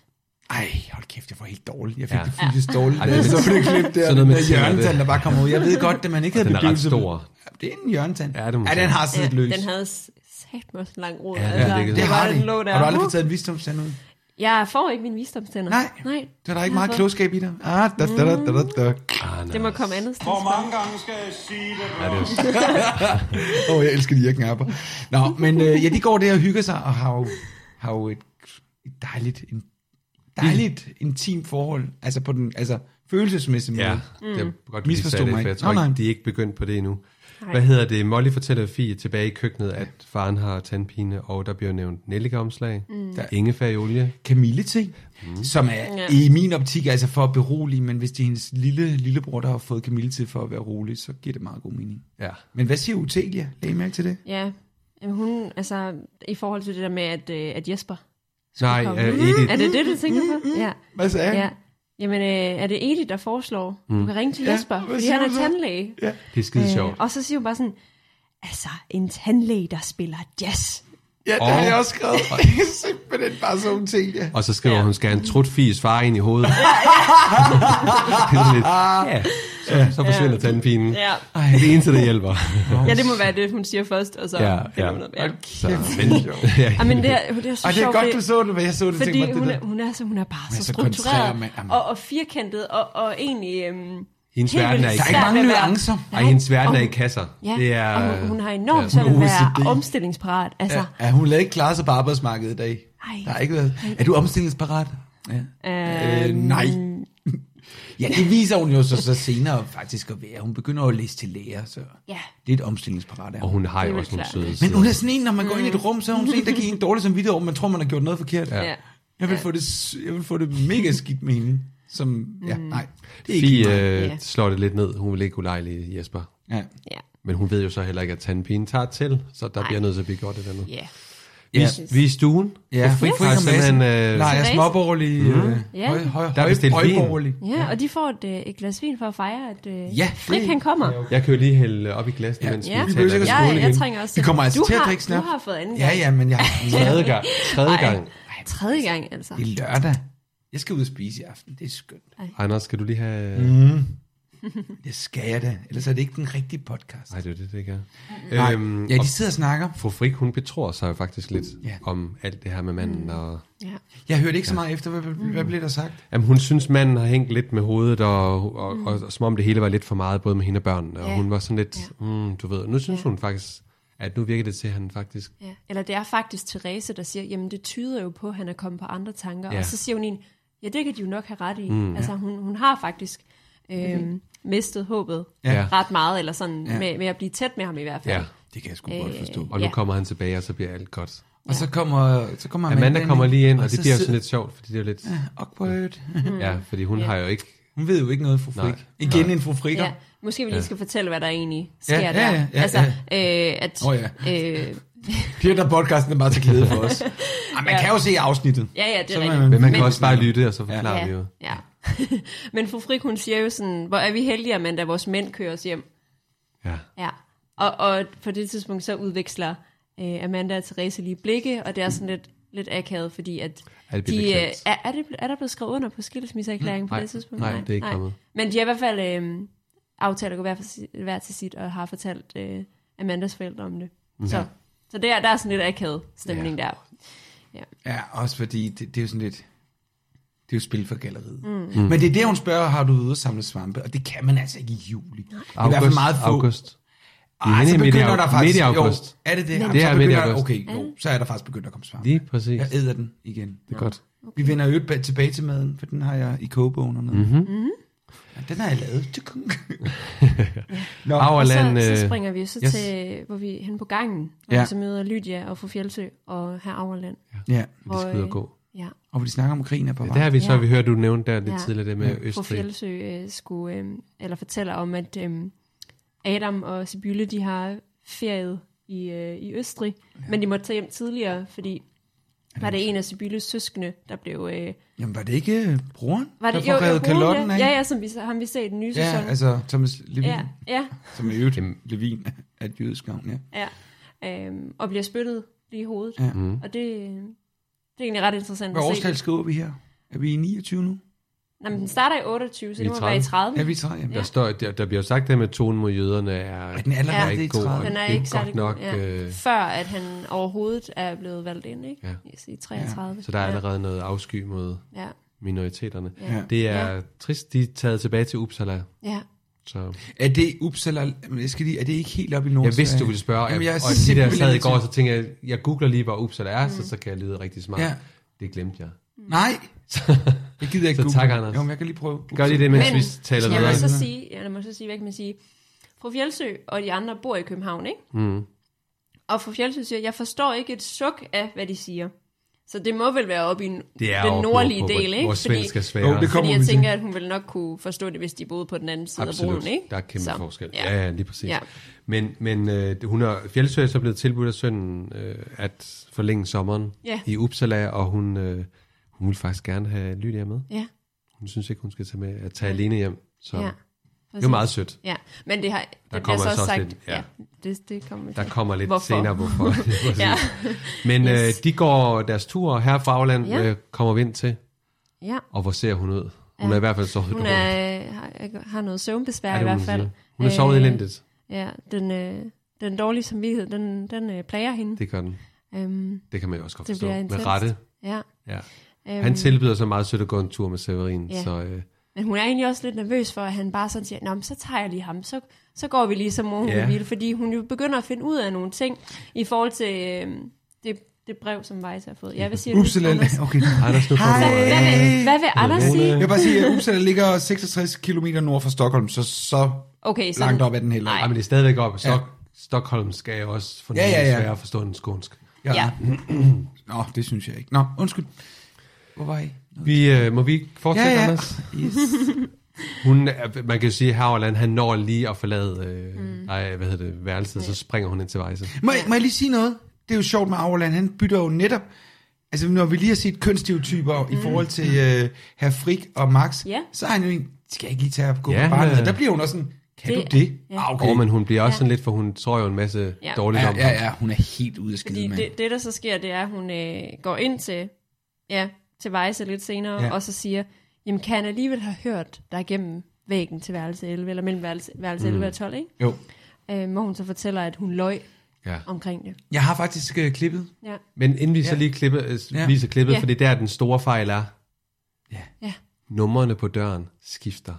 [SPEAKER 1] Ej, hold kæft, jeg får helt dårligt. Jeg fik
[SPEAKER 2] Ja.
[SPEAKER 1] ja. det fuldstændig dårligt.
[SPEAKER 2] Ej,
[SPEAKER 1] Ja.
[SPEAKER 2] det er
[SPEAKER 1] Jeg så på det klip
[SPEAKER 2] sådan
[SPEAKER 1] der,
[SPEAKER 2] noget
[SPEAKER 1] sådan
[SPEAKER 2] med
[SPEAKER 1] noget med
[SPEAKER 2] tænder, det-
[SPEAKER 1] hjørnetand, der bare kommer ud. Jeg ved godt, at man ikke havde
[SPEAKER 2] Den er ret
[SPEAKER 1] bedøvelse.
[SPEAKER 2] stor.
[SPEAKER 1] Ja, Det er en hjørnetand.
[SPEAKER 2] Ja, det må man
[SPEAKER 1] ja den
[SPEAKER 2] sige.
[SPEAKER 1] har siddet løs.
[SPEAKER 3] Den havde sat mig lang rod.
[SPEAKER 2] Ja, den
[SPEAKER 3] altså.
[SPEAKER 2] ligger-
[SPEAKER 1] Det
[SPEAKER 3] var,
[SPEAKER 1] har
[SPEAKER 3] den
[SPEAKER 1] de.
[SPEAKER 3] lå der.
[SPEAKER 1] Har du aldrig fået taget en visdomstand ud?
[SPEAKER 3] Jeg får ikke min visdomstænder.
[SPEAKER 1] Nej.
[SPEAKER 3] Nej.
[SPEAKER 1] Det er der
[SPEAKER 3] Jeg
[SPEAKER 1] ikke meget
[SPEAKER 3] har
[SPEAKER 1] klogskab i dig. Ah, da, da, da, da, da, da.
[SPEAKER 2] Ah, nej.
[SPEAKER 3] Det må komme andet sted.
[SPEAKER 4] Hvor mange gange skal jeg sige det,
[SPEAKER 2] Ja,
[SPEAKER 4] bror?
[SPEAKER 2] det er jo
[SPEAKER 1] Åh, oh, jeg elsker de her knapper. Nå, men øh, ja, de går der og hygger sig og har jo, har jo et, et dejligt, en, dejligt intimt forhold. Altså på den, altså følelsesmæssige måde.
[SPEAKER 2] Ja,
[SPEAKER 1] Ja.
[SPEAKER 3] Mm.
[SPEAKER 2] det er godt, du lige
[SPEAKER 1] Misforstå
[SPEAKER 2] sagde det,
[SPEAKER 1] mig
[SPEAKER 2] for jeg
[SPEAKER 1] ikke.
[SPEAKER 2] tror
[SPEAKER 1] Nå,
[SPEAKER 2] ikke,
[SPEAKER 1] nej.
[SPEAKER 2] de er ikke begyndt på det endnu. Hvad hedder det? Molly fortæller Fie tilbage i køkkenet, at faren har tandpine, og der bliver nævnt nellikeomslag,
[SPEAKER 1] Der-
[SPEAKER 2] ingefær i olie.
[SPEAKER 1] Camille ting, mm. som er ja. i min optik altså for at berolige, men hvis det er hendes lille, lillebror, der har fået Camille til for at være rolig, så giver det meget god mening.
[SPEAKER 2] Ja.
[SPEAKER 1] Men hvad siger Utelia? Læg mærke til det.
[SPEAKER 3] Ja. Jamen, hun, altså, i forhold til det der med, at, øh, at Jesper...
[SPEAKER 2] Nej,
[SPEAKER 3] komme.
[SPEAKER 2] øh, Edith.
[SPEAKER 3] Er det det, du tænker på? Ja.
[SPEAKER 1] Mm, Hvad sagde
[SPEAKER 3] ja. Jamen, øh, er det Edith, der foreslår, du kan ringe til Jesper,
[SPEAKER 1] hvad
[SPEAKER 3] fordi
[SPEAKER 1] siger
[SPEAKER 3] han
[SPEAKER 1] du
[SPEAKER 3] er
[SPEAKER 1] så?
[SPEAKER 3] tandlæge. Ja.
[SPEAKER 2] Mm. Det er skide sjovt.
[SPEAKER 3] Og så siger hun bare sådan, altså, en tandlæge, der spiller jazz.
[SPEAKER 1] Ja, det
[SPEAKER 2] Og-
[SPEAKER 1] har jeg også skrevet. Simpelthen bare sådan nogle ting, ja.
[SPEAKER 2] Og så skriver ja. hun, skal en trutfis far ind i hovedet? Det er sådan lidt, ja. Så, så forsvinder ja. tandpinen. Ja.
[SPEAKER 3] Ja.
[SPEAKER 2] Ej, det er det eneste, der hjælper.
[SPEAKER 3] ja, det må være det, hun siger først, og så...
[SPEAKER 2] Ja, ja.
[SPEAKER 3] finder hun ud af- ja.
[SPEAKER 2] Så, men, ja,
[SPEAKER 3] Ej, men det er, det er så
[SPEAKER 1] Og det er
[SPEAKER 3] sjovt,
[SPEAKER 1] godt, du så det, men jeg så det,
[SPEAKER 3] Fordi
[SPEAKER 1] tænkte, mig,
[SPEAKER 3] hun,
[SPEAKER 1] det
[SPEAKER 3] er, hun, er, så, hun er bare
[SPEAKER 1] er
[SPEAKER 3] så
[SPEAKER 1] så koncentreret,
[SPEAKER 3] struktureret
[SPEAKER 1] men- jamen.
[SPEAKER 3] og, og firkantet og, og egentlig øhm,
[SPEAKER 2] Hendes
[SPEAKER 3] Helt
[SPEAKER 2] verden er
[SPEAKER 3] vildt
[SPEAKER 2] ikke...
[SPEAKER 3] svært Der er ikke mange ved verden. nuancer.
[SPEAKER 2] Ej, hendes
[SPEAKER 3] Nej.
[SPEAKER 2] verden er
[SPEAKER 3] Og-
[SPEAKER 2] i kasser.
[SPEAKER 3] Ja,
[SPEAKER 2] Det
[SPEAKER 3] er,
[SPEAKER 2] er,
[SPEAKER 3] og hun, hun har enormt
[SPEAKER 2] ja.
[SPEAKER 3] ja, svært ved at
[SPEAKER 1] OCD.
[SPEAKER 3] være omstillingsparat. Altså,
[SPEAKER 1] Ja, ja, hun havde ikke klaret sig på arbejdsmarkedet i dag.
[SPEAKER 3] Ej.
[SPEAKER 1] Der er ikke været. Er du omstillingsparat? Ja.
[SPEAKER 3] Øhm.
[SPEAKER 1] Øh, nej. Ja, det viser hun jo så, så senere faktisk at være. Hun begynder at læse til lærer, så
[SPEAKER 3] Ja.
[SPEAKER 1] det er et omstillingsparat. er
[SPEAKER 2] Og hun har
[SPEAKER 3] Det er
[SPEAKER 2] jo
[SPEAKER 3] vel
[SPEAKER 2] også nogle
[SPEAKER 3] klart. Mm.
[SPEAKER 2] søde
[SPEAKER 1] Men
[SPEAKER 2] sider.
[SPEAKER 1] hun er sådan en, når man går ind i et rum, så er hun sådan en, der giver en dårlig samvittighed over, man tror, man har gjort noget forkert.
[SPEAKER 3] Ja. Ja.
[SPEAKER 1] Jeg vil, få det, s- jeg vil få det mega skidt med hende. Som, ja, nej, det er ikke lige
[SPEAKER 2] Fie
[SPEAKER 1] mig.
[SPEAKER 2] øh,
[SPEAKER 3] Mm. Ja.
[SPEAKER 2] slår det lidt ned. Hun vil ikke ulejlige Jesper.
[SPEAKER 1] Ja.
[SPEAKER 3] ja,
[SPEAKER 2] Men hun ved jo så heller ikke, at tandpigen tager til, så der
[SPEAKER 3] Nej.
[SPEAKER 2] bliver nødt til at blive gjort et eller andet.
[SPEAKER 3] ja.
[SPEAKER 2] Vi,
[SPEAKER 3] Præcis.
[SPEAKER 2] vi er i stuen.
[SPEAKER 1] Ja, fri
[SPEAKER 2] Har simpelthen, øh,
[SPEAKER 1] Nej, jeg er
[SPEAKER 3] Therese.
[SPEAKER 1] småborgerlig. Mm. Øh,
[SPEAKER 3] Ja.
[SPEAKER 1] høj, høj,
[SPEAKER 2] Mm-hmm. Der er
[SPEAKER 1] høj,
[SPEAKER 2] bestilt vin.
[SPEAKER 1] højborgerlig.
[SPEAKER 3] Ja, og de får et, øh, et glas vin for at fejre, at øh,
[SPEAKER 1] Ja,
[SPEAKER 3] ja,
[SPEAKER 1] det-
[SPEAKER 3] Frik han kommer.
[SPEAKER 2] Jeg kan jo lige hælde op i glasene, ja. mens
[SPEAKER 3] Ja,
[SPEAKER 2] vi
[SPEAKER 1] behøver
[SPEAKER 2] taler.
[SPEAKER 1] sikkert
[SPEAKER 2] Ja.
[SPEAKER 1] skåle
[SPEAKER 3] jeg, jeg
[SPEAKER 1] igen.
[SPEAKER 3] trænger også
[SPEAKER 1] Vi kommer altså
[SPEAKER 3] Du
[SPEAKER 1] til at
[SPEAKER 3] har-
[SPEAKER 1] drikke snap.
[SPEAKER 3] Du har fået anden
[SPEAKER 1] Ja,
[SPEAKER 3] gang.
[SPEAKER 1] ja, men jeg,
[SPEAKER 2] Tredje gang. Tredje
[SPEAKER 3] Ej.
[SPEAKER 2] gang.
[SPEAKER 3] Tredje gang, altså.
[SPEAKER 1] det er lørdag. Jeg skal ud og spise i aften. Det er skønt.
[SPEAKER 2] Anders, skal du lige have...
[SPEAKER 1] Mm. Det skal jeg da. Ellers er det ikke den rigtige podcast.
[SPEAKER 2] Nej, det er det, det ikke er.
[SPEAKER 1] Nej.
[SPEAKER 2] Øhm,
[SPEAKER 1] Ja,
[SPEAKER 2] og
[SPEAKER 1] de sidder og snakker.
[SPEAKER 2] fru Frik, hun betror sig jo faktisk lidt
[SPEAKER 1] Ja.
[SPEAKER 2] om alt det her med
[SPEAKER 3] Mm.
[SPEAKER 2] manden. Og,
[SPEAKER 3] Ja. Mm.
[SPEAKER 1] Jeg hørte ikke så meget efter, hvad, hvad, hvad blev der sagt.
[SPEAKER 2] jamen, hun synes, manden har hængt lidt med hovedet, og, og, og, og som om det hele var lidt for meget, både med hende og børnene. Og
[SPEAKER 3] Mm. Ja.
[SPEAKER 2] hun var sådan lidt, mm, du ved, nu synes hun faktisk, at nu virker det til, at han faktisk...
[SPEAKER 3] Ja. Eller det er faktisk Therese, der siger, jamen det tyder jo på, at han er kommet på andre tanker.
[SPEAKER 2] Ja.
[SPEAKER 3] Ja. Og så siger hun en, ja det kan de jo nok have ret i. Mm. Altså hun, hun har faktisk øh, mistet håbet
[SPEAKER 2] Ja.
[SPEAKER 3] ja. ret meget, eller sådan ja. med, med at blive tæt med ham i hvert fald. Øh,
[SPEAKER 2] Ja,
[SPEAKER 1] Det kan jeg sgu godt forstå.
[SPEAKER 2] og nu
[SPEAKER 3] Ja.
[SPEAKER 2] kommer han tilbage, og så bliver alt godt.
[SPEAKER 1] Og så kommer, så kommer Amanda,
[SPEAKER 2] Amanda kommer lige ind, og det
[SPEAKER 1] så
[SPEAKER 2] bliver jo sådan
[SPEAKER 1] sidder-
[SPEAKER 2] lidt sjovt, fordi det er jo lidt...
[SPEAKER 1] Awkward.
[SPEAKER 2] Ja, fordi hun har jo ikke...
[SPEAKER 1] Hun ved jo ikke noget, fru Frik.
[SPEAKER 2] Nej.
[SPEAKER 1] Igen en fru Frikker.
[SPEAKER 3] Ja, måske vi lige skal fortælle, hvad der egentlig
[SPEAKER 1] Ja,
[SPEAKER 3] sker
[SPEAKER 1] ja,
[SPEAKER 3] der.
[SPEAKER 1] ja, ja,
[SPEAKER 3] altså, Øh, at,
[SPEAKER 1] Åh, ja.
[SPEAKER 3] Øh,
[SPEAKER 1] Det er der podcasten er bare til glæde for os. Ej, man kan jo se afsnittet.
[SPEAKER 3] ja, ja, det
[SPEAKER 1] Så
[SPEAKER 3] er
[SPEAKER 1] må
[SPEAKER 3] rigtigt.
[SPEAKER 1] man-
[SPEAKER 2] Men man kan
[SPEAKER 3] Men-
[SPEAKER 2] også bare lytte, og så forklarer vi jo.
[SPEAKER 3] Ja, ja. Men fru Frik, hun siger jo sådan, hvor er vi heldige, Amanda, at vores mænd kører os hjem.
[SPEAKER 2] Ja.
[SPEAKER 3] Ja, og, og på det tidspunkt så udveksler øh, Amanda og Therese lige blikke, og det er sådan lidt, lidt akavet, fordi at
[SPEAKER 2] Er det blevet
[SPEAKER 3] de, øh,
[SPEAKER 2] erklæret?
[SPEAKER 3] er, er, det, ble- er der blevet skrevet under på skilsmisseerklæringen på
[SPEAKER 2] Nej,
[SPEAKER 3] det tidspunkt?
[SPEAKER 2] nej, det er ikke kommet.
[SPEAKER 3] Men de er i hvert fald øh, aftalt at gå hver, for, si- hver til sit, og har fortalt øh, Amandas forældre om det. Så, så det er, der er sådan lidt akavet stemning ja. der.
[SPEAKER 1] Ja, også fordi det, det er jo sådan lidt... Det er jo spil for galleriet. Mm. Men det er der, hun spørger, har du været ude og samle svampe? Og det kan man altså ikke i juli. Det er i hvert fald meget få.
[SPEAKER 2] August. Vi er
[SPEAKER 1] Ej,
[SPEAKER 2] henne
[SPEAKER 1] så
[SPEAKER 2] i midt i
[SPEAKER 1] begynder
[SPEAKER 2] au-
[SPEAKER 1] der faktisk...
[SPEAKER 2] midt i august.
[SPEAKER 1] Jo, er det det? Jamen,
[SPEAKER 2] Det
[SPEAKER 1] så
[SPEAKER 2] er midt i
[SPEAKER 1] begynder,
[SPEAKER 2] august.
[SPEAKER 1] Okay, jo, så er der faktisk begyndt at komme svampe.
[SPEAKER 2] Lige præcis.
[SPEAKER 1] Jeg æder den igen.
[SPEAKER 2] Det er godt.
[SPEAKER 1] Vi vender jo ba- tilbage til maden, for den har jeg i kogebogen og noget.
[SPEAKER 2] Mhm.
[SPEAKER 1] Mm-hmm.
[SPEAKER 3] Mhm.
[SPEAKER 1] Ja, den har jeg lavet. Tjukung. Nå,
[SPEAKER 3] Og
[SPEAKER 2] Auerland,
[SPEAKER 3] så, så
[SPEAKER 2] øh,
[SPEAKER 3] springer vi jo så
[SPEAKER 1] yes.
[SPEAKER 3] yes. til, hvor vi er henne på gangen, hvor
[SPEAKER 1] Ja.
[SPEAKER 3] ja. vi så møder Lydia og fru Fjeldsø og herr Auerland. øh,
[SPEAKER 1] ja.
[SPEAKER 2] vi skal ud og gå.
[SPEAKER 3] Ja.
[SPEAKER 1] Og hvor de snakker om krigen er på vej.
[SPEAKER 2] Det har vi så,
[SPEAKER 3] Ja.
[SPEAKER 2] vi hørte, du nævnte der lidt
[SPEAKER 3] Ja.
[SPEAKER 2] tidligere, det med
[SPEAKER 3] Fru
[SPEAKER 2] Østrig.
[SPEAKER 3] Fjeldsø øh, skulle, øh, eller fortæller om, at øh, Adam og Sibylle, de har feriet i, øh, i Østrig, ja. men de måtte tage hjem tidligere, fordi var det en af Sibylles søskende, der blev... Øh,
[SPEAKER 1] Jamen, var det ikke øh, broren,
[SPEAKER 3] var det,
[SPEAKER 1] der får revet
[SPEAKER 3] broren,
[SPEAKER 1] kalotten
[SPEAKER 3] ja,
[SPEAKER 1] af?
[SPEAKER 3] ja, ja, som vi, så- ham vi ser i den nye
[SPEAKER 1] ja
[SPEAKER 3] sæson.
[SPEAKER 1] altså Thomas Levin,
[SPEAKER 3] ja,
[SPEAKER 1] ja.
[SPEAKER 3] ja,
[SPEAKER 1] som er i øvrigt Levin af et jødisk navn, ja.
[SPEAKER 3] ja. Øhm, og bliver spyttet lige i hovedet.
[SPEAKER 1] Ja.
[SPEAKER 3] Ja.
[SPEAKER 2] Mm.
[SPEAKER 3] Og det, øh, det er egentlig ret interessant
[SPEAKER 1] Hvad
[SPEAKER 3] at se.
[SPEAKER 1] årstal skriver vi her? Er vi i 29 nu?
[SPEAKER 3] Nej, men den starter i 28, så
[SPEAKER 2] Vi
[SPEAKER 3] det
[SPEAKER 2] er
[SPEAKER 3] må være i 30.
[SPEAKER 1] Er vi i 30? Jamen,
[SPEAKER 2] Der,
[SPEAKER 1] ja.
[SPEAKER 2] står, der, der bliver jo sagt det med, at tonen mod jøderne er,
[SPEAKER 1] Er den allerede
[SPEAKER 2] er
[SPEAKER 1] i
[SPEAKER 2] ikke god.
[SPEAKER 1] 30?
[SPEAKER 2] og
[SPEAKER 3] Den er
[SPEAKER 2] det
[SPEAKER 3] ikke
[SPEAKER 2] er
[SPEAKER 3] særlig
[SPEAKER 2] godt nok,
[SPEAKER 3] ja.
[SPEAKER 2] øh,
[SPEAKER 3] Før at han overhovedet er blevet valgt ind, ikke?
[SPEAKER 2] Ja.
[SPEAKER 3] Yes, I 33. Ja.
[SPEAKER 2] så der er allerede noget afsky mod
[SPEAKER 3] Ja, ja.
[SPEAKER 2] minoriteterne.
[SPEAKER 1] Ja.
[SPEAKER 2] Det er trist, de er taget tilbage til Uppsala.
[SPEAKER 3] ja.
[SPEAKER 2] Så
[SPEAKER 1] Er det Uppsala? men Jeg skal lige, er det ikke helt op i Nordsjælland?
[SPEAKER 2] jeg vidste, du ville spørge,
[SPEAKER 1] Jamen, jeg er
[SPEAKER 2] og lige der jeg sad i
[SPEAKER 1] simpelthen
[SPEAKER 2] går, så tænkte jeg, jeg googler lige, hvor Uppsala er,
[SPEAKER 3] Mm.
[SPEAKER 2] så, så kan jeg lyde rigtig smart.
[SPEAKER 1] Ja.
[SPEAKER 2] Det glemte jeg.
[SPEAKER 1] Nej, det gider jeg ikke
[SPEAKER 2] Så
[SPEAKER 1] google.
[SPEAKER 2] tak, Anders.
[SPEAKER 1] Jo, men jeg kan lige prøve.
[SPEAKER 2] Gør lige det, mens vi taler
[SPEAKER 3] jeg må
[SPEAKER 2] videre.
[SPEAKER 3] så sige, ja, jeg må så sige, hvad kan man sige? Fru Fjeldsø og de andre bor i København, ikke? Mm. Og fru Fjeldsø siger, jeg forstår ikke et suk af, hvad de siger. Så det må vel være oppe i den
[SPEAKER 2] Det er jo på-
[SPEAKER 3] nordlige
[SPEAKER 2] på-
[SPEAKER 3] del, ikke?
[SPEAKER 2] Hvor, hvor svensk er
[SPEAKER 1] Jo,
[SPEAKER 2] sværere.
[SPEAKER 1] det kommer
[SPEAKER 3] fordi
[SPEAKER 1] vi
[SPEAKER 3] jeg
[SPEAKER 1] til.
[SPEAKER 3] tænker, at hun ville nok kunne forstå det, hvis de boede på den anden side af broen, ikke?
[SPEAKER 2] Der er kæmpe
[SPEAKER 3] Så,
[SPEAKER 2] så, forskel. Ja.
[SPEAKER 3] Ja.
[SPEAKER 2] ja, ja, lige præcis. Ja.
[SPEAKER 3] Ja.
[SPEAKER 2] Men, men øh, hun er, Fjeldsø er så blevet tilbudt af sønnen øh, at forlænge sommeren
[SPEAKER 3] Ja.
[SPEAKER 2] i Uppsala, og hun, øh, hun vil faktisk gerne have Lydia med.
[SPEAKER 3] ja.
[SPEAKER 2] Hun synes ikke, hun skal tage, med, at tage alene hjem. Så
[SPEAKER 3] Ja,
[SPEAKER 2] ja. det er meget sødt.
[SPEAKER 3] Ja, men det har det bliver
[SPEAKER 2] kommer
[SPEAKER 3] så
[SPEAKER 2] altså
[SPEAKER 3] også
[SPEAKER 2] også
[SPEAKER 3] sagt.
[SPEAKER 2] lidt- ja.
[SPEAKER 3] ja. det, det kommer
[SPEAKER 2] Der
[SPEAKER 3] til.
[SPEAKER 2] kommer lidt hvorfor?
[SPEAKER 3] Hvorfor?
[SPEAKER 2] senere, hvorfor. Præcis.
[SPEAKER 3] Ja.
[SPEAKER 2] Men
[SPEAKER 3] Yes.
[SPEAKER 2] øh, de går deres tur, og her fra Auland
[SPEAKER 3] Ja.
[SPEAKER 2] øh, kommer vi ind til,
[SPEAKER 3] Ja.
[SPEAKER 2] og hvor ser hun ud? Hun er i hvert fald så
[SPEAKER 3] Hun er, har, har noget søvnbesvær i
[SPEAKER 2] hun,
[SPEAKER 3] hvert fald.
[SPEAKER 2] siger? hun er sovet
[SPEAKER 3] Øh,
[SPEAKER 2] elendigt.
[SPEAKER 3] Ja, den, øh, den dårlige samvittighed, den, den øh, plager hende.
[SPEAKER 2] Det gør den.
[SPEAKER 3] Øhm,
[SPEAKER 2] Det kan man jo også godt
[SPEAKER 3] Det
[SPEAKER 2] forstå.
[SPEAKER 3] bliver
[SPEAKER 2] Med
[SPEAKER 3] intenst.
[SPEAKER 2] rette.
[SPEAKER 3] ja.
[SPEAKER 2] Ja.
[SPEAKER 3] Øhm,
[SPEAKER 2] Han tilbyder så meget sødt at gå en tur med Severin,
[SPEAKER 3] Ja.
[SPEAKER 2] så øh,
[SPEAKER 3] men Men hun er egentlig også lidt nervøs for, at han bare sådan siger, Nå, men så tager jeg lige ham, så, så går vi lige, så må hun
[SPEAKER 2] Ja.
[SPEAKER 3] yeah. hvile. Fordi hun jo begynder at finde ud af nogle ting i forhold til øh, det, det brev, som Vejs har fået. Ja, hvad siger du,
[SPEAKER 1] Upsala,
[SPEAKER 3] Anders?
[SPEAKER 1] okay.
[SPEAKER 2] Anders, nu får
[SPEAKER 3] Hvad,
[SPEAKER 2] du
[SPEAKER 3] hvad, vil, hvad vil Anders sige?
[SPEAKER 1] Jeg vil bare sige, at Uppsala ligger 66 km nord for Stockholm, så så
[SPEAKER 3] Okay, så-
[SPEAKER 1] langt op er den heller.
[SPEAKER 2] Ej, men det er stadigvæk op. Stok, Stockholm skal jeg også for
[SPEAKER 1] Ja, ja, ja.
[SPEAKER 2] svære at forstå en skånsk.
[SPEAKER 1] Ja.
[SPEAKER 3] Ja.
[SPEAKER 1] Nå, det synes jeg ikke. Nå, undskyld. Hvor var I?
[SPEAKER 2] Vi, øh, må vi fortsætte,
[SPEAKER 1] Ja, ja.
[SPEAKER 2] Anders? Yes. Hun, er- man kan jo sige, at Havland, han når lige at forlade øh, mm. nej, hvad hedder det, værelset, så springer hun ind til Vejse.
[SPEAKER 1] Må, jeg- må jeg lige sige noget? Det er jo sjovt med Auerland, han bytter jo netop, altså når vi lige har set kønsstereotyper mm. i forhold til øh, herr Frik og Max,
[SPEAKER 3] Ja.
[SPEAKER 1] så er han jo en, skal jeg ikke lige tage og gå
[SPEAKER 2] Ja,
[SPEAKER 1] ja, på barnet?
[SPEAKER 2] øh.
[SPEAKER 1] Og der bliver hun også sådan, kan
[SPEAKER 3] Det-
[SPEAKER 1] det, du det?
[SPEAKER 3] ja.
[SPEAKER 1] Ah, okay.
[SPEAKER 2] Okay. Og, men hun bliver også sådan lidt, for hun tror jo en masse
[SPEAKER 3] Ja.
[SPEAKER 2] ja. dårligt
[SPEAKER 1] ja,
[SPEAKER 2] om ham.
[SPEAKER 1] ja, ja, hun er helt ude af
[SPEAKER 3] Fordi
[SPEAKER 1] skide, mand.
[SPEAKER 3] det, det, der så sker, det er, at hun øh, går ind til, ja, til Vejse lidt senere, ja.
[SPEAKER 1] Ja.
[SPEAKER 3] og så siger, jamen kan han alligevel have hørt dig igennem væggen til værelse 11, eller mellem værelse, værelse 11 og 12, ikke?
[SPEAKER 1] Jo.
[SPEAKER 3] Øh, hvor hun så fortæller, at hun løj
[SPEAKER 2] Ja.
[SPEAKER 3] omkring det.
[SPEAKER 1] Jeg har faktisk øh, klippet.
[SPEAKER 3] Ja.
[SPEAKER 2] Men inden vi så lige klippe, øh,
[SPEAKER 1] Ja.
[SPEAKER 2] viser klippet,
[SPEAKER 3] Ja.
[SPEAKER 2] ja. for det er der, den store fejl er.
[SPEAKER 3] Ja.
[SPEAKER 2] Numrene på døren skifter.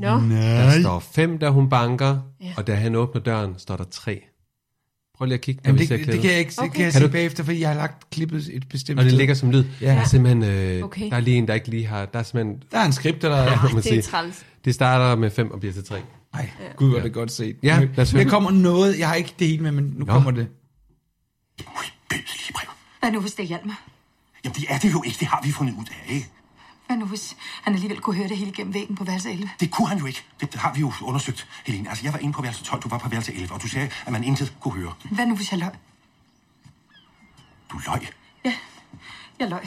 [SPEAKER 3] Nå,
[SPEAKER 2] Der står fem, da hun banker,
[SPEAKER 3] Ja.
[SPEAKER 2] ja. og da han åbner døren, står der tre. Prøv lige at kigge, når
[SPEAKER 1] Jamen,
[SPEAKER 2] vi
[SPEAKER 1] det,
[SPEAKER 2] ser
[SPEAKER 1] det,
[SPEAKER 2] klippet.
[SPEAKER 1] det, kan jeg ikke det
[SPEAKER 3] Okay.
[SPEAKER 1] kan jeg
[SPEAKER 2] Kan
[SPEAKER 1] se
[SPEAKER 2] du-
[SPEAKER 1] bagefter, fordi jeg har lagt klippet et bestemt
[SPEAKER 2] Når det
[SPEAKER 1] sted.
[SPEAKER 2] ligger som lyd. Ja. Der er simpelthen, øh,
[SPEAKER 3] Okay.
[SPEAKER 2] okay. der er lige en, der ikke lige har... Der er simpelthen...
[SPEAKER 1] Der er en skript, eller...
[SPEAKER 2] Ja, må man
[SPEAKER 3] det er
[SPEAKER 2] sige.
[SPEAKER 3] træls.
[SPEAKER 2] Det starter med 5 og bliver til 3.
[SPEAKER 1] Nej, gud, hvor er det godt set.
[SPEAKER 2] Ja,
[SPEAKER 1] Men-
[SPEAKER 2] lad os høre
[SPEAKER 1] Der
[SPEAKER 2] det.
[SPEAKER 1] kommer noget, jeg har ikke det hele med, men nu
[SPEAKER 2] Nå.
[SPEAKER 1] kommer det.
[SPEAKER 7] Bødelige brev.
[SPEAKER 8] Hvad nu, hvis det hjalp mig?
[SPEAKER 7] Jamen, det er det jo ikke. Det har vi fundet ud af, ikke?
[SPEAKER 8] Hvad nu, hvis han alligevel kunne høre det hele gennem væggen på værelse 11?
[SPEAKER 7] Det kunne han jo ikke. Det har vi jo undersøgt, Helene. Altså, jeg var inde på værelse 12, du var på værelse 11, og du sagde, at man intet kunne høre.
[SPEAKER 8] Hvad nu, hvis jeg løg?
[SPEAKER 7] Du løj.
[SPEAKER 8] Jeg løg.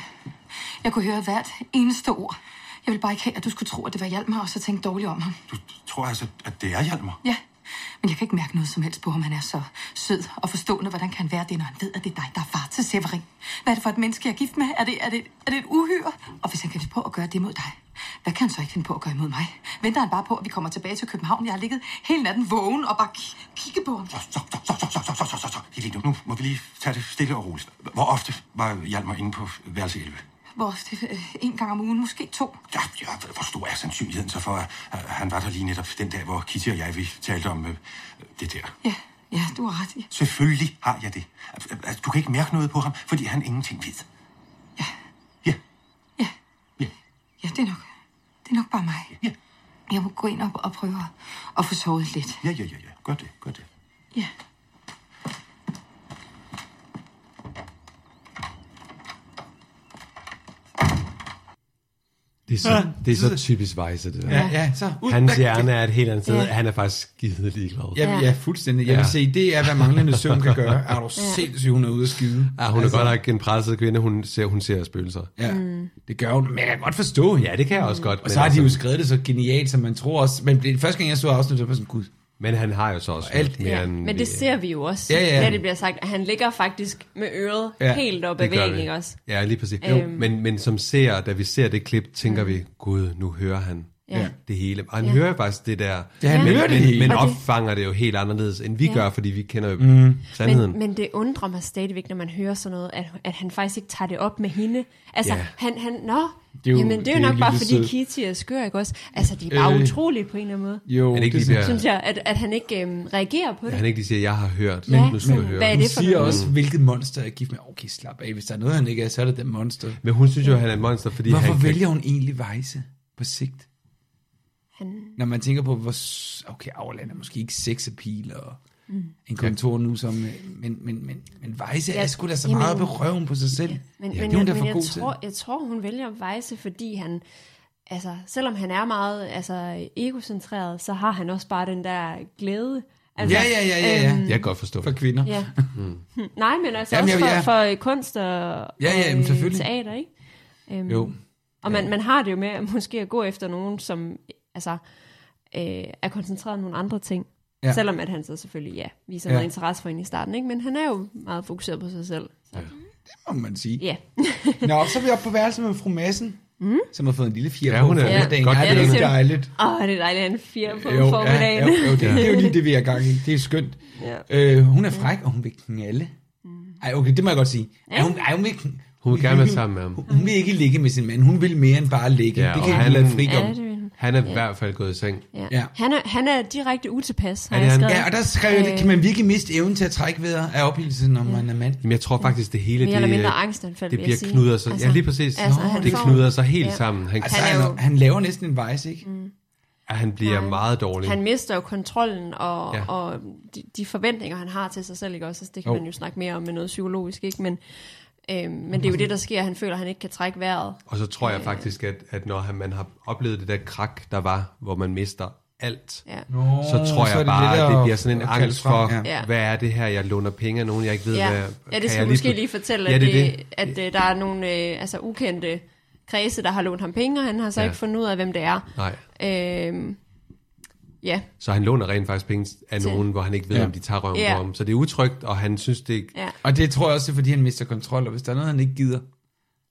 [SPEAKER 8] Jeg kunne høre hvert eneste ord. Jeg ville bare ikke have, at du skulle tro, at det var Hjalmar, og så tænke dårligt om ham.
[SPEAKER 7] Du tror altså, at det er Hjalmar.
[SPEAKER 8] Ja, men jeg kan ikke mærke noget som helst på ham. Han er så sød og forstående. Hvordan kan han være det, når han ved, at det er dig, der er far til Severin? Hvad er det for et menneske, jeg er gift med? Er det, er det, er det et uhyre? Og hvis han kan finde på at gøre det mod dig, hvad kan han så ikke finde på at gøre imod mig? Venter han bare på, at vi kommer tilbage til København? Jeg har ligget hele natten vågen og bare ki- kigget på ham.
[SPEAKER 7] Så, så, så, så, så, så, så, så, så, så, så. Helene, nu må vi lige tage det stille og roligt. Hvor ofte var Hjalmar inde på værelse 11?
[SPEAKER 8] Hvor ofte? Øh, En gang om ugen, måske to.
[SPEAKER 7] Ja, ja, hvor stor er sandsynligheden så for, at at han var der lige netop den dag, hvor Kitty og jeg, vi talte om øh, det der?
[SPEAKER 8] Ja, ja, du har ret i.
[SPEAKER 7] Selvfølgelig har jeg det. Altså, altså, Du kan ikke mærke noget på ham, fordi han ingenting ved. Ja.
[SPEAKER 8] Ja.
[SPEAKER 7] Ja.
[SPEAKER 8] Ja, det er nok. Det er nok bare mig.
[SPEAKER 7] Ja.
[SPEAKER 8] Jeg må gå ind og, og prøve at, at få sovet lidt.
[SPEAKER 7] Ja, ja, ja, ja. Gør det, gør det.
[SPEAKER 8] Ja.
[SPEAKER 2] Det er så, det er så typisk Vejse, det der.
[SPEAKER 1] Ja, ja, så ud.
[SPEAKER 2] Hans
[SPEAKER 1] Hvad-
[SPEAKER 2] hjerne er et helt andet sted.
[SPEAKER 3] Ja.
[SPEAKER 2] Han er faktisk skide ligeglad.
[SPEAKER 1] Ja, ja. ja fuldstændig. Jeg vil
[SPEAKER 2] Ja.
[SPEAKER 1] sige, det er, hvad manglende søvn kan gøre. Er du sindssygt, hun er ude at skyde.
[SPEAKER 2] Ja, hun er godt nok en presset kvinde. Hun ser, hun ser spøgelser.
[SPEAKER 1] Altså- Ja,
[SPEAKER 3] Mm.
[SPEAKER 1] det gør hun. Men jeg kan godt forstå hende.
[SPEAKER 2] Ja, det kan jeg også godt. altså-
[SPEAKER 1] Og så har de jo skrevet det så genialt, som man tror også. Men det, første gang, jeg så afsnittet, så var jeg sådan, gud.
[SPEAKER 2] Men han har jo så også
[SPEAKER 1] alt-
[SPEAKER 2] hørt mere
[SPEAKER 3] Ja,
[SPEAKER 2] end
[SPEAKER 3] men
[SPEAKER 2] vi-
[SPEAKER 3] det ser vi jo også,
[SPEAKER 1] Ja, ja.
[SPEAKER 3] da det bliver sagt, at han ligger faktisk med øret
[SPEAKER 1] Ja,
[SPEAKER 3] helt op ad
[SPEAKER 2] det gør
[SPEAKER 3] væggen,
[SPEAKER 2] vi.
[SPEAKER 3] ikke også?
[SPEAKER 2] Ja, lige præcis.
[SPEAKER 3] Øhm. Mm.
[SPEAKER 2] Øhm. Men, men som ser, da vi ser det klip, tænker vi, gud, nu hører han
[SPEAKER 3] Ja.
[SPEAKER 2] ja. det hele. Og han
[SPEAKER 3] Ja.
[SPEAKER 2] ja. hører faktisk det der.
[SPEAKER 1] Ja, han
[SPEAKER 2] men,
[SPEAKER 1] hører det
[SPEAKER 2] men,
[SPEAKER 1] hele.
[SPEAKER 2] Men
[SPEAKER 3] Og det-
[SPEAKER 2] opfanger det jo helt anderledes, end vi
[SPEAKER 3] Ja.
[SPEAKER 2] ja. gør, fordi vi kender jo mm. sandheden.
[SPEAKER 3] Men, men det undrer mig stadigvæk, når man hører sådan noget, at, at han faktisk ikke tager det op med hende. Altså,
[SPEAKER 2] Ja.
[SPEAKER 3] han, han, nå, det
[SPEAKER 1] er
[SPEAKER 3] er jo,
[SPEAKER 1] jo-
[SPEAKER 3] jamen det er jo
[SPEAKER 1] det er
[SPEAKER 3] nok
[SPEAKER 1] jo
[SPEAKER 3] bare
[SPEAKER 1] lige
[SPEAKER 3] fordi
[SPEAKER 1] sød.
[SPEAKER 3] Kitty er skør, ikke også? Altså, de er bare øh,
[SPEAKER 1] Øh.
[SPEAKER 3] utrolige på en eller anden måde.
[SPEAKER 1] Jo,
[SPEAKER 2] er det ikke lige
[SPEAKER 1] det sådan-
[SPEAKER 2] bliver,
[SPEAKER 3] Synes jeg, at, at han ikke øhm, reagerer på det.
[SPEAKER 2] at han ikke lige siger, jeg har hørt,
[SPEAKER 3] Ja,
[SPEAKER 2] men, nu skal
[SPEAKER 3] men
[SPEAKER 2] du høre. Mm.
[SPEAKER 3] hvad er
[SPEAKER 1] hun
[SPEAKER 3] det for
[SPEAKER 1] siger
[SPEAKER 3] noget?
[SPEAKER 1] også, hvilket monster jeg er gift med. Okay, slap af. Hvis der er noget, han ikke er, så er det den monster.
[SPEAKER 2] Men hun synes jo, at han er et monster, fordi
[SPEAKER 1] Hvorfor
[SPEAKER 2] han
[SPEAKER 1] vælger hun egentlig Vejse på sigt?
[SPEAKER 3] Han-
[SPEAKER 1] Når man tænker på, hvor... s- Okay, Auerland er måske ikke sex appeal og
[SPEAKER 3] Mm.
[SPEAKER 1] en kontor nu, som, øh, men, men, men, men Vejse
[SPEAKER 3] Ja,
[SPEAKER 1] er sgu da så
[SPEAKER 3] jamen-
[SPEAKER 1] meget på røven på sig selv.
[SPEAKER 3] Men,
[SPEAKER 1] Ja,
[SPEAKER 3] men,
[SPEAKER 1] det er
[SPEAKER 3] jeg,
[SPEAKER 1] hun da
[SPEAKER 3] men
[SPEAKER 1] for
[SPEAKER 3] jeg,
[SPEAKER 1] god til.
[SPEAKER 3] tror, jeg tror, hun vælger Vejse, fordi han, altså, selvom han er meget altså, egocentreret, så har han også bare den der glæde. Altså,
[SPEAKER 1] Ja, ja, ja, ja, ja.
[SPEAKER 2] Jeg kan godt forstå
[SPEAKER 1] For
[SPEAKER 2] det.
[SPEAKER 1] kvinder.
[SPEAKER 3] ja. Mm. Nej, men altså
[SPEAKER 1] Jamen,
[SPEAKER 3] også for,
[SPEAKER 1] ja,
[SPEAKER 3] for øh, kunst og, ja,
[SPEAKER 1] ja, men selvfølgelig.
[SPEAKER 3] teater, ikke? Øhm,
[SPEAKER 1] Jo.
[SPEAKER 3] Og man, man har det jo med at måske at gå efter nogen, som altså, øh, er koncentreret om nogle andre ting. Ja.
[SPEAKER 1] Ja.
[SPEAKER 3] Selvom at han så selvfølgelig ja, viser ja.
[SPEAKER 1] Ja.
[SPEAKER 3] noget interesse for hende i starten, ikke? men han er jo meget fokuseret på sig selv. Så,
[SPEAKER 1] må man sige.
[SPEAKER 3] ja.
[SPEAKER 1] Nå, så er vi oppe på værelset med fru Madsen, mm. som har fået en lille fire
[SPEAKER 2] Ja,
[SPEAKER 1] på
[SPEAKER 2] hun er-
[SPEAKER 1] formiddagen.
[SPEAKER 3] ja,
[SPEAKER 2] godt
[SPEAKER 1] Ej,
[SPEAKER 3] klædt.
[SPEAKER 1] det er jo dejligt.
[SPEAKER 3] Åh, oh, det er dejligt, at han fire på
[SPEAKER 1] Jo, ja,
[SPEAKER 3] formiddagen.
[SPEAKER 1] jo, jo, det, det er jo lige det, vi er i gang i. Det er skønt.
[SPEAKER 3] Ja. Mm.
[SPEAKER 1] Øh, hun er fræk, og hun vil knalde. Ej, okay, det må jeg godt sige. Ej, hun, ej, hun, vil, kn-
[SPEAKER 2] Hun vil gerne være sammen med ham.
[SPEAKER 1] Hun, hun vil ikke ligge med sin mand. Hun vil mere end bare ligge.
[SPEAKER 2] Ja,
[SPEAKER 1] det
[SPEAKER 2] og
[SPEAKER 1] kan
[SPEAKER 2] han-
[SPEAKER 1] han lade fri om.
[SPEAKER 3] det vil han.
[SPEAKER 2] Han er i hvert fald gået i seng.
[SPEAKER 3] Ja.
[SPEAKER 1] Ja.
[SPEAKER 3] ja. Han, er, han er direkte utilpas, har
[SPEAKER 2] Er det
[SPEAKER 3] jeg
[SPEAKER 2] han?
[SPEAKER 3] skrevet.
[SPEAKER 1] Ja, og der skrev jeg,
[SPEAKER 3] Øh.
[SPEAKER 1] lidt, kan man virkelig miste evnen til at trække vejret af ophildelsen, når man er mand?
[SPEAKER 2] Jamen, jeg tror faktisk, det hele
[SPEAKER 3] Mere eller
[SPEAKER 2] det,
[SPEAKER 3] mindre
[SPEAKER 2] øh,
[SPEAKER 3] angstanfald,
[SPEAKER 2] det
[SPEAKER 3] vil jeg
[SPEAKER 2] bliver
[SPEAKER 3] sige.
[SPEAKER 2] knudret sig. Altså,
[SPEAKER 3] Altså,
[SPEAKER 2] ja, lige præcis.
[SPEAKER 3] altså,
[SPEAKER 2] Altså,
[SPEAKER 3] han
[SPEAKER 2] det
[SPEAKER 3] får-
[SPEAKER 2] knuder sig helt
[SPEAKER 3] ja.
[SPEAKER 2] sammen. Han,
[SPEAKER 1] Altså,
[SPEAKER 2] altså,
[SPEAKER 3] Han er
[SPEAKER 1] han,
[SPEAKER 3] jo-
[SPEAKER 1] han laver næsten en vejs, ikke?
[SPEAKER 2] han bliver
[SPEAKER 3] Nej.
[SPEAKER 2] meget dårlig.
[SPEAKER 3] mm. Han mister jo kontrollen og,
[SPEAKER 2] Ja.
[SPEAKER 3] ja. og de, de forventninger, han har til sig selv, ikke også? Altså, det kan
[SPEAKER 1] Jo.
[SPEAKER 3] man jo snakke mere om med noget psykologisk, ikke? Men, øhm, men det er jo det, der sker. Han føler, at han ikke kan trække vejret.
[SPEAKER 2] Og så tror jeg faktisk, at, at når han- man har oplevet det der krak, der var, hvor man mister alt,
[SPEAKER 3] Ja.
[SPEAKER 2] så tror
[SPEAKER 1] så er
[SPEAKER 2] jeg
[SPEAKER 1] det
[SPEAKER 2] bare,
[SPEAKER 1] lettere
[SPEAKER 2] at det
[SPEAKER 1] at-
[SPEAKER 2] bliver sådan en
[SPEAKER 1] at kalde
[SPEAKER 2] angst
[SPEAKER 1] frem,
[SPEAKER 2] for,
[SPEAKER 1] ja.
[SPEAKER 3] Ja.
[SPEAKER 2] hvad er det her, jeg låner penge af nogen, jeg ikke ved,
[SPEAKER 3] Ja,
[SPEAKER 2] hvad...
[SPEAKER 3] ja
[SPEAKER 2] kan
[SPEAKER 3] det skal
[SPEAKER 2] jeg
[SPEAKER 3] vi måske lige fortælle,
[SPEAKER 2] Ja,
[SPEAKER 3] at,
[SPEAKER 2] det er
[SPEAKER 3] det, at øh, der er nogle øh, altså, ukendte kredse, der har lånt ham penge, og han har så
[SPEAKER 2] Ja.
[SPEAKER 3] ja. ikke fundet ud af, hvem det er.
[SPEAKER 2] Nej,
[SPEAKER 3] Øhm, ja,
[SPEAKER 2] så han låner rent faktisk penge af
[SPEAKER 3] Til-
[SPEAKER 2] nogen, hvor han ikke ved,
[SPEAKER 1] Ja.
[SPEAKER 2] om de tager røven
[SPEAKER 3] Ja.
[SPEAKER 2] på ham. Så det er utrygt, og han synes, det, ikke-
[SPEAKER 3] ja,
[SPEAKER 1] Og det tror jeg også, det er, fordi han mister kontrol, og hvis der er noget, han ikke gider,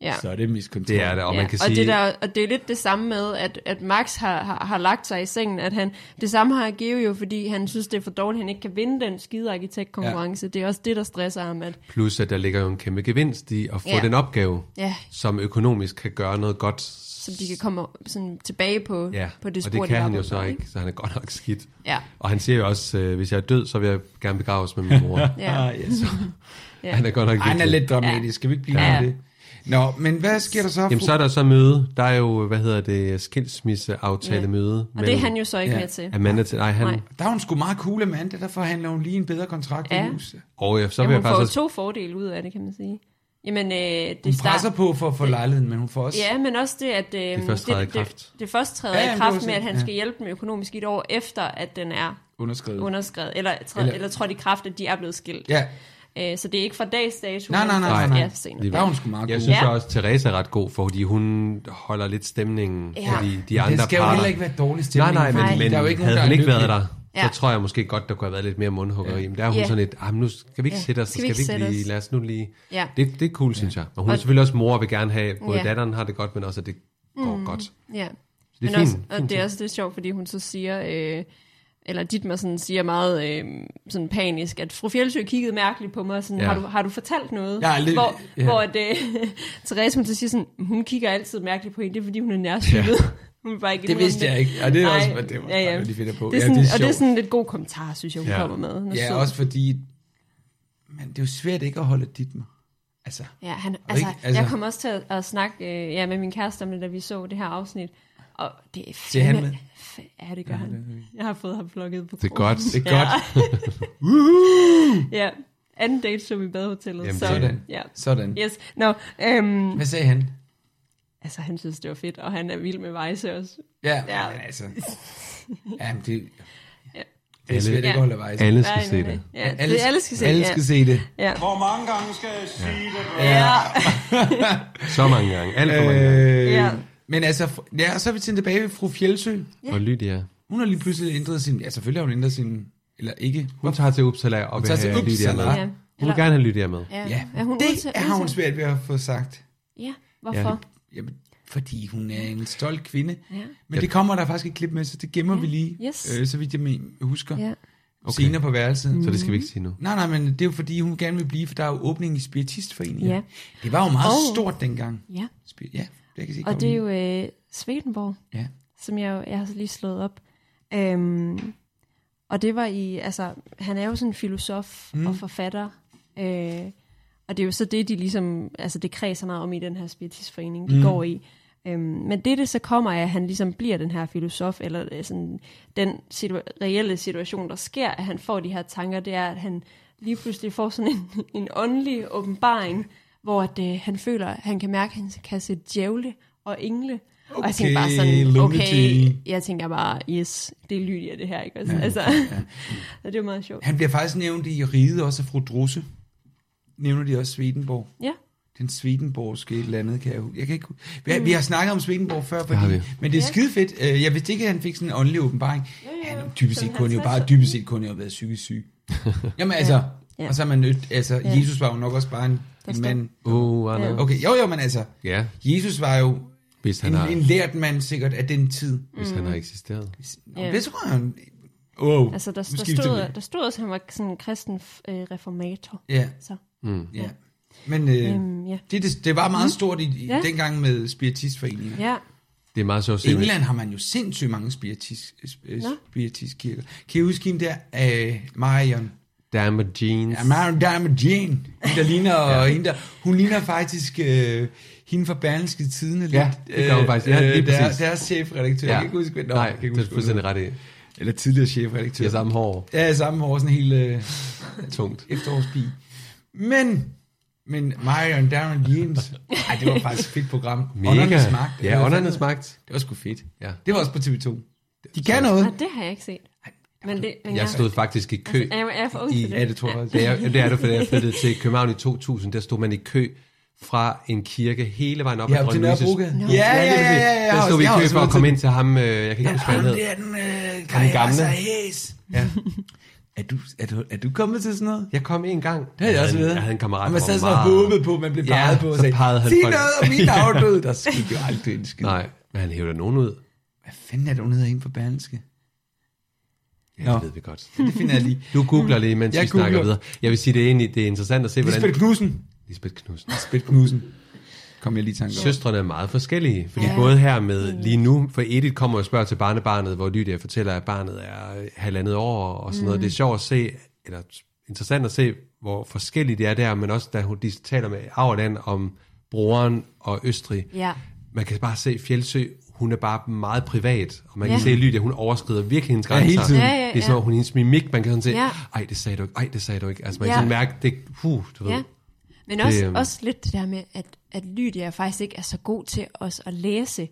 [SPEAKER 3] ja.
[SPEAKER 1] så er det miskontrol.
[SPEAKER 2] det er det. Og man kan
[SPEAKER 3] og,
[SPEAKER 2] sige,
[SPEAKER 3] det der, og det er lidt det samme med, at, at Max har, har, har lagt sig i sengen, at han, det samme har Geo jo, fordi han synes, det er for dårligt, han ikke kan vinde den skide arkitektkonkurrence. Ja. Det er også det, der stresser ham, at
[SPEAKER 2] plus at der ligger jo en kæmpe gevinst i at få
[SPEAKER 3] Ja.
[SPEAKER 2] den opgave,
[SPEAKER 3] ja,
[SPEAKER 2] som økonomisk kan gøre noget godt.
[SPEAKER 3] som de kan komme sådan, tilbage på,
[SPEAKER 2] Ja,
[SPEAKER 3] på det
[SPEAKER 2] og
[SPEAKER 3] spor,
[SPEAKER 2] det kan
[SPEAKER 3] de var
[SPEAKER 2] han
[SPEAKER 3] på
[SPEAKER 2] jo så
[SPEAKER 3] før,
[SPEAKER 2] ikke, så han er godt nok skidt.
[SPEAKER 3] Ja,
[SPEAKER 2] Og han siger jo også, øh, hvis jeg er død, så vil jeg gerne begraves med min mor.
[SPEAKER 3] ja.
[SPEAKER 1] Ah, yes.
[SPEAKER 3] ja.
[SPEAKER 2] Han er godt nok
[SPEAKER 1] Ej, han er
[SPEAKER 2] virkelig-
[SPEAKER 1] lidt dramatisk, skal vi ikke blive
[SPEAKER 3] Ja.
[SPEAKER 1] ja. med det? Nå, men hvad sker der så?
[SPEAKER 2] Jamen,
[SPEAKER 1] fru-
[SPEAKER 2] så er der så møde. Der er jo, hvad hedder det, skilsmisseaftalemøde.
[SPEAKER 3] Og det er han jo så ikke
[SPEAKER 1] Ja.
[SPEAKER 3] ja. med til.
[SPEAKER 2] Amanda til, nej, han,
[SPEAKER 3] Nej.
[SPEAKER 1] Der er hun sgu meget cool, Amanda, der forhandler hun lige en bedre kontrakt ja.
[SPEAKER 3] Ja.
[SPEAKER 1] i huset.
[SPEAKER 2] og ja, så
[SPEAKER 3] Ja,
[SPEAKER 2] vil jeg
[SPEAKER 3] hun får
[SPEAKER 2] faktisk
[SPEAKER 3] jo to
[SPEAKER 2] også,
[SPEAKER 3] fordele ud af det, kan man sige. Jamen, øh,
[SPEAKER 1] Hun
[SPEAKER 3] det starter
[SPEAKER 1] presser på for at få lejligheden, men hun får også...
[SPEAKER 3] Ja, men også det, at øh,
[SPEAKER 2] Det først træder i kraft.
[SPEAKER 3] det, det først træder
[SPEAKER 1] Ja,
[SPEAKER 3] ja, i
[SPEAKER 1] jamen, det var
[SPEAKER 3] kraft med,
[SPEAKER 1] sådan,
[SPEAKER 3] at han
[SPEAKER 1] ja.
[SPEAKER 3] ja. skal hjælpe dem økonomisk i et år, efter at den er
[SPEAKER 1] Underskrevet.
[SPEAKER 3] underskrevet, eller, træ,
[SPEAKER 1] Eller-
[SPEAKER 3] eller, eller trådt i kraft, at de er blevet skilt.
[SPEAKER 1] Ja,
[SPEAKER 3] Øh, så det er ikke fra dags dato.
[SPEAKER 1] Nej,
[SPEAKER 3] men
[SPEAKER 1] nej, nej,
[SPEAKER 3] først-
[SPEAKER 1] nej, nej.
[SPEAKER 3] Ja, senere.
[SPEAKER 2] Det-
[SPEAKER 1] der er hun sgu meget cool.
[SPEAKER 2] jeg synes
[SPEAKER 3] Ja.
[SPEAKER 2] ja. også, at Therese er ret god, fordi hun holder lidt stemningen
[SPEAKER 3] Ja.
[SPEAKER 2] ja. i de
[SPEAKER 1] Men
[SPEAKER 2] andre
[SPEAKER 1] det skal jo
[SPEAKER 2] parter.
[SPEAKER 1] heller ikke være dårlig
[SPEAKER 2] nej,
[SPEAKER 1] stemning.
[SPEAKER 2] nej, men,
[SPEAKER 3] Nej.
[SPEAKER 2] men
[SPEAKER 1] der er jo ikke nogen,
[SPEAKER 2] havde
[SPEAKER 1] der
[SPEAKER 2] hun
[SPEAKER 1] er
[SPEAKER 2] ikke været
[SPEAKER 1] lykkelig.
[SPEAKER 2] der,
[SPEAKER 3] Ja.
[SPEAKER 2] så tror jeg måske godt, der kunne have været lidt mere mundhuggeri. Ja. Men der er hun
[SPEAKER 3] Ja.
[SPEAKER 2] sådan lidt, ah, men nu skal vi ikke
[SPEAKER 3] Ja.
[SPEAKER 2] sætte os,
[SPEAKER 3] Skal
[SPEAKER 2] skal,
[SPEAKER 3] vi
[SPEAKER 2] skal vi
[SPEAKER 3] ikke
[SPEAKER 2] ikke
[SPEAKER 3] sætte
[SPEAKER 2] lige,
[SPEAKER 3] os?
[SPEAKER 2] lad os nu lige.
[SPEAKER 3] Ja.
[SPEAKER 2] Det, det er cool, ja. synes jeg. Og hun er
[SPEAKER 3] Og-
[SPEAKER 2] selvfølgelig også mor og vil gerne have, både
[SPEAKER 3] Ja.
[SPEAKER 2] ja. datteren har det godt, men også, at det går mm. godt.
[SPEAKER 3] Ja.
[SPEAKER 2] Det er
[SPEAKER 3] Men
[SPEAKER 2] fint.
[SPEAKER 3] også, og
[SPEAKER 2] fint.
[SPEAKER 3] det er også lidt sjovt, fordi hun så siger, øh, eller Ditmar sådan siger meget øh, sådan panisk, at fru Fjeldsø kiggede mærkeligt på mig, sådan,
[SPEAKER 2] Ja.
[SPEAKER 3] ja. har, du, har du fortalt noget?
[SPEAKER 1] Jeg har aldrig-
[SPEAKER 3] hvor,
[SPEAKER 1] ja.
[SPEAKER 3] hvor at, øh, Therese, hun så siger sådan, hun kigger altid mærkeligt på hende, det er fordi hun er nærsynet. Ja. hun vil bare ikke
[SPEAKER 1] Det
[SPEAKER 3] indrømme
[SPEAKER 1] vidste jeg ikke, og det er
[SPEAKER 3] Nej.
[SPEAKER 1] også, det var, ja, ja. de finder på.
[SPEAKER 3] Det er sådan,
[SPEAKER 1] ja,
[SPEAKER 3] og det er sådan en lidt god kommentar, synes jeg, hun
[SPEAKER 2] Ja.
[SPEAKER 3] ja. kommer med. Hun er
[SPEAKER 1] sjovt. Ja,
[SPEAKER 3] sød.
[SPEAKER 1] også fordi, men det er jo svært ikke at holde dit med. Altså,
[SPEAKER 3] Ja, han, altså,
[SPEAKER 1] ikke? Altså-
[SPEAKER 3] altså, jeg kom også til at, at snakke øh, ja, med min kæreste om det, da vi så det her afsnit. Og det er
[SPEAKER 1] Det er han med.
[SPEAKER 3] F- ja, det gør ja, han. Jeg har fået ham plukket på
[SPEAKER 2] det er godt.
[SPEAKER 1] det er godt.
[SPEAKER 3] Ja. ja. Anden date så vi i badehotellet.
[SPEAKER 2] Jamen,
[SPEAKER 3] så,
[SPEAKER 1] sådan.
[SPEAKER 3] Ja.
[SPEAKER 1] Sådan.
[SPEAKER 3] Yes. Nå, øhm,
[SPEAKER 1] Hvad sagde han?
[SPEAKER 3] altså han synes, det var fedt, og han er vild med Vejse også.
[SPEAKER 1] Ja, ja.
[SPEAKER 3] Ja.
[SPEAKER 1] Men altså. Ja, men det,
[SPEAKER 3] Ja.
[SPEAKER 1] det er svært ikke at holde vejs.
[SPEAKER 2] Alle skal
[SPEAKER 3] Nej,
[SPEAKER 2] se
[SPEAKER 3] nej,
[SPEAKER 2] det.
[SPEAKER 3] nej. Ja, alle, alle skal se
[SPEAKER 1] alle
[SPEAKER 3] det.
[SPEAKER 1] skal se det.
[SPEAKER 3] Ja.
[SPEAKER 4] Hvor mange gange skal jeg sige det?
[SPEAKER 3] Ja. ja.
[SPEAKER 2] Så mange gange. Alt for mange gange.
[SPEAKER 1] Øh,
[SPEAKER 3] Ja.
[SPEAKER 1] Men altså, ja, og så er vi tilbage ved fru Fjeldsø.
[SPEAKER 2] Og Lydia.
[SPEAKER 1] Hun har lige pludselig ændret sin... Ja, selvfølgelig har hun ændret sin... Eller ikke.
[SPEAKER 2] Hun tager til Uppsala og vil
[SPEAKER 1] tager til
[SPEAKER 2] have Lydia
[SPEAKER 1] Uppsala.
[SPEAKER 2] med.
[SPEAKER 1] Ja.
[SPEAKER 3] ja.
[SPEAKER 2] Hun vil gerne have Lydia med.
[SPEAKER 3] ja.
[SPEAKER 1] Ja,
[SPEAKER 3] Er hun
[SPEAKER 1] det
[SPEAKER 3] ude til-
[SPEAKER 1] er
[SPEAKER 3] ude
[SPEAKER 1] hun
[SPEAKER 3] til-
[SPEAKER 1] svært ved at få sagt.
[SPEAKER 3] Ja, hvorfor?
[SPEAKER 1] Jamen, fordi hun er en stolt kvinde.
[SPEAKER 3] Ja.
[SPEAKER 1] Men det kommer der faktisk et klip med, så det gemmer ja. vi lige,
[SPEAKER 3] Yes.
[SPEAKER 1] øh, så vidt jeg men- husker,
[SPEAKER 3] Ja.
[SPEAKER 1] ja. okay. senere på værelset.
[SPEAKER 2] Så
[SPEAKER 1] Mm.
[SPEAKER 2] det skal vi ikke sige nu.
[SPEAKER 1] Nej, nej, men det er jo fordi, hun gerne vil blive, for der er jo åbning i Spiritistforeningen.
[SPEAKER 3] Ja.
[SPEAKER 1] Det var jo meget
[SPEAKER 3] Og-
[SPEAKER 1] stort dengang.
[SPEAKER 3] ja.
[SPEAKER 1] Spir- ja, det kan jeg se.
[SPEAKER 3] Og
[SPEAKER 1] kom
[SPEAKER 3] det er
[SPEAKER 1] ind.
[SPEAKER 3] jo øh, Svedenborg.
[SPEAKER 1] Ja.
[SPEAKER 3] som jeg, jo- jeg har lige slået op. Øhm, og det var i, altså, han er jo sådan en filosof mm. og forfatter, øh, og det er jo så det, de ligesom, altså det kredser meget om i den her spiritisforening, de mm. går i. Øhm, men det, det så kommer af, at han ligesom bliver den her filosof, eller øh, sådan, den situa- reelle situation, der sker, at han får de her tanker, det er, at han lige pludselig får sådan en, en åndelig åbenbaring, hvor at, øh, han føler, at han kan mærke, at han kan se djævle og engle. Okay, og jeg tænker bare sådan,
[SPEAKER 1] Lunatic.
[SPEAKER 3] okay, jeg tænker bare, yes, det er Lydia det her, ikke? Altså, ja, altså, ja. det er jo meget sjovt.
[SPEAKER 1] Han bliver faktisk nævnt i riget også af fru Drusse. Nævner de også Swedenborg.
[SPEAKER 3] Ja,
[SPEAKER 1] Den svedenborgske et eller andet, kan jeg, hu- jeg kan ikke hu- vi, har, vi har snakket om Svedenborg før, fordi,
[SPEAKER 2] har
[SPEAKER 1] ja,
[SPEAKER 2] vi.
[SPEAKER 1] men det er
[SPEAKER 3] Mm. Ja.
[SPEAKER 1] skide fedt. Øh, Jeg vidste ikke, at han fik sådan en åndelig åbenbaring. Ja, ja, han er jo dybest set
[SPEAKER 3] Sådan
[SPEAKER 1] kun jo bare
[SPEAKER 3] 50'er.
[SPEAKER 1] dybest set kun jo været psykisk syg. Jamen altså, ja.
[SPEAKER 3] Ja.
[SPEAKER 1] og så er man nødt, altså, Jesus var jo nok også bare en, en
[SPEAKER 3] står-
[SPEAKER 1] mand.
[SPEAKER 2] Åh, Anna.
[SPEAKER 3] Ja.
[SPEAKER 1] Okay, jo jo, men altså,
[SPEAKER 2] Ja,
[SPEAKER 1] Jesus var jo
[SPEAKER 2] hvis han
[SPEAKER 1] en,
[SPEAKER 2] har,
[SPEAKER 1] en lært mand sikkert af den tid.
[SPEAKER 2] hvis han har eksisteret.
[SPEAKER 1] Nå,
[SPEAKER 3] Mm. Ja.
[SPEAKER 1] Det tror jeg, han... Oh,
[SPEAKER 3] altså der,
[SPEAKER 1] nu
[SPEAKER 3] der,
[SPEAKER 1] skifter
[SPEAKER 3] stod,
[SPEAKER 1] vi.
[SPEAKER 3] der stod også, at han var sådan en kristen øh, reformator.
[SPEAKER 1] Ja,
[SPEAKER 3] Så,
[SPEAKER 2] Mm.
[SPEAKER 1] ja. Men øh,
[SPEAKER 3] øhm, ja. Mm.
[SPEAKER 1] det, det, det var meget stort i, i
[SPEAKER 3] Ja.
[SPEAKER 1] dengang med Spiritistforeningen.
[SPEAKER 3] ja,
[SPEAKER 2] Det er meget sjovt at
[SPEAKER 1] I
[SPEAKER 2] se.
[SPEAKER 1] England har man jo sindssygt mange spiritistkirker. Kan I huske hende der? Øh, Marion.
[SPEAKER 2] Dammer jeans.
[SPEAKER 1] Ja, Marion Diamond Jane. Hende, der ligner, ja. hende der, hun ligner faktisk øh, hende fra Berlingske Tidene
[SPEAKER 2] Ja,
[SPEAKER 1] lidt.
[SPEAKER 2] det gør hun faktisk. Ja, lige
[SPEAKER 1] øh, der,
[SPEAKER 2] præcis.
[SPEAKER 1] deres chefredaktør. Ja. Jeg kan ikke huske, hvem der var.
[SPEAKER 2] Nej,
[SPEAKER 1] Jeg kan ikke
[SPEAKER 2] det er
[SPEAKER 1] huske, hvem der
[SPEAKER 2] fuldstændig ret i.
[SPEAKER 1] var. Eller tidligere
[SPEAKER 2] De
[SPEAKER 1] chefredaktør.
[SPEAKER 2] har samme hår.
[SPEAKER 1] Ja, samme år, sådan helt øh,
[SPEAKER 2] Tungt.
[SPEAKER 1] efterårspige. Men, men Marion Darren James, ej, det var faktisk et fedt program.
[SPEAKER 2] Mega.
[SPEAKER 1] Åndernes magt.
[SPEAKER 2] Ja, åndernes magt.
[SPEAKER 1] Det var sgu fedt.
[SPEAKER 2] Ja.
[SPEAKER 1] Det var også på TV2. De kan noget.
[SPEAKER 3] Og det har jeg ikke set. Men det, men Altså,
[SPEAKER 2] Jeg stod faktisk i kø.
[SPEAKER 3] Jeg, jeg er for ung
[SPEAKER 2] i,
[SPEAKER 3] til det.
[SPEAKER 1] tror jeg
[SPEAKER 2] Det er, det er det, fordi jeg flyttede til København i 2000. Der stod man i kø fra en kirke hele vejen op
[SPEAKER 1] Ja,
[SPEAKER 2] ad
[SPEAKER 1] til
[SPEAKER 2] Dronning Louises-
[SPEAKER 1] Nørrebrogade. Nå. Ja, ja, ja, ja, ja, jeg har
[SPEAKER 2] Der stod vi
[SPEAKER 1] også- jeg
[SPEAKER 2] i
[SPEAKER 1] har
[SPEAKER 2] kø
[SPEAKER 1] også
[SPEAKER 2] for at
[SPEAKER 1] været
[SPEAKER 2] komme
[SPEAKER 1] til-
[SPEAKER 2] ind til ham. øh, Jeg kan ikke huske, hvad han hed.
[SPEAKER 1] er den, øh,
[SPEAKER 2] Den gamle.
[SPEAKER 1] Ja. Er du, er, du, er du kommet til sådan noget?
[SPEAKER 2] Jeg kom en gang. Det
[SPEAKER 1] havde jeg også
[SPEAKER 2] havde.
[SPEAKER 1] været.
[SPEAKER 2] Jeg havde en kammerat,
[SPEAKER 1] Og man
[SPEAKER 2] der
[SPEAKER 1] sad
[SPEAKER 2] var
[SPEAKER 1] sådan og
[SPEAKER 2] meget-
[SPEAKER 1] håbede på, at man blev peget
[SPEAKER 2] ja,
[SPEAKER 1] på og
[SPEAKER 2] så
[SPEAKER 1] sagde,
[SPEAKER 2] pegede han
[SPEAKER 1] sig
[SPEAKER 2] folk.
[SPEAKER 1] noget om min afdød. Der skete jo aldrig en skid.
[SPEAKER 2] Nej, men han hævde nogen ud.
[SPEAKER 1] Hvad fanden er det, hun hedder hende på Berlingske?
[SPEAKER 2] Ja,
[SPEAKER 1] Nå.
[SPEAKER 2] det ved vi godt.
[SPEAKER 1] Det finder jeg lige.
[SPEAKER 2] Du googler lige, mens
[SPEAKER 1] Jeg
[SPEAKER 2] vi snakker
[SPEAKER 1] googler.
[SPEAKER 2] videre. Jeg vil sige, det er egentlig det er interessant at se, hvordan...
[SPEAKER 1] Lisbeth Knudsen.
[SPEAKER 2] Lisbeth Knudsen.
[SPEAKER 1] Lisbeth Knudsen. Kom jeg lige i tanke om.
[SPEAKER 2] Søstrene er meget forskellige, fordi ja. både her med lige nu, for Edith kommer og spørger til barnebarnet, hvor Lydia fortæller, at barnet er øh, halvandet år og sådan mm. noget. Det er sjovt at se, eller interessant at se, hvor forskelligt det er der, men også da hun, de taler med Auerland om broren og Østrig.
[SPEAKER 3] Ja.
[SPEAKER 2] Man kan bare se Fjeldsø, hun er bare meget privat, og man ja. kan
[SPEAKER 3] Ja.
[SPEAKER 2] se Lydia, hun overskrider virkelig hendes
[SPEAKER 1] Ja, hele
[SPEAKER 2] grænser.
[SPEAKER 1] tiden.
[SPEAKER 3] Ja, ja,
[SPEAKER 2] Det er som
[SPEAKER 3] ja.
[SPEAKER 2] om hun hendes mimik, man kan sådan se, ja.
[SPEAKER 3] Ja.
[SPEAKER 2] ej, det sagde du ikke, ej, det sagde du ikke. Altså man ja.
[SPEAKER 3] Ja.
[SPEAKER 2] kan sådan mærke, det, huh, du ved.
[SPEAKER 3] Ja. Men
[SPEAKER 2] Det,
[SPEAKER 3] også,
[SPEAKER 2] øhm,
[SPEAKER 3] også lidt det der med, at, at Lydia faktisk ikke er så god til os at læse,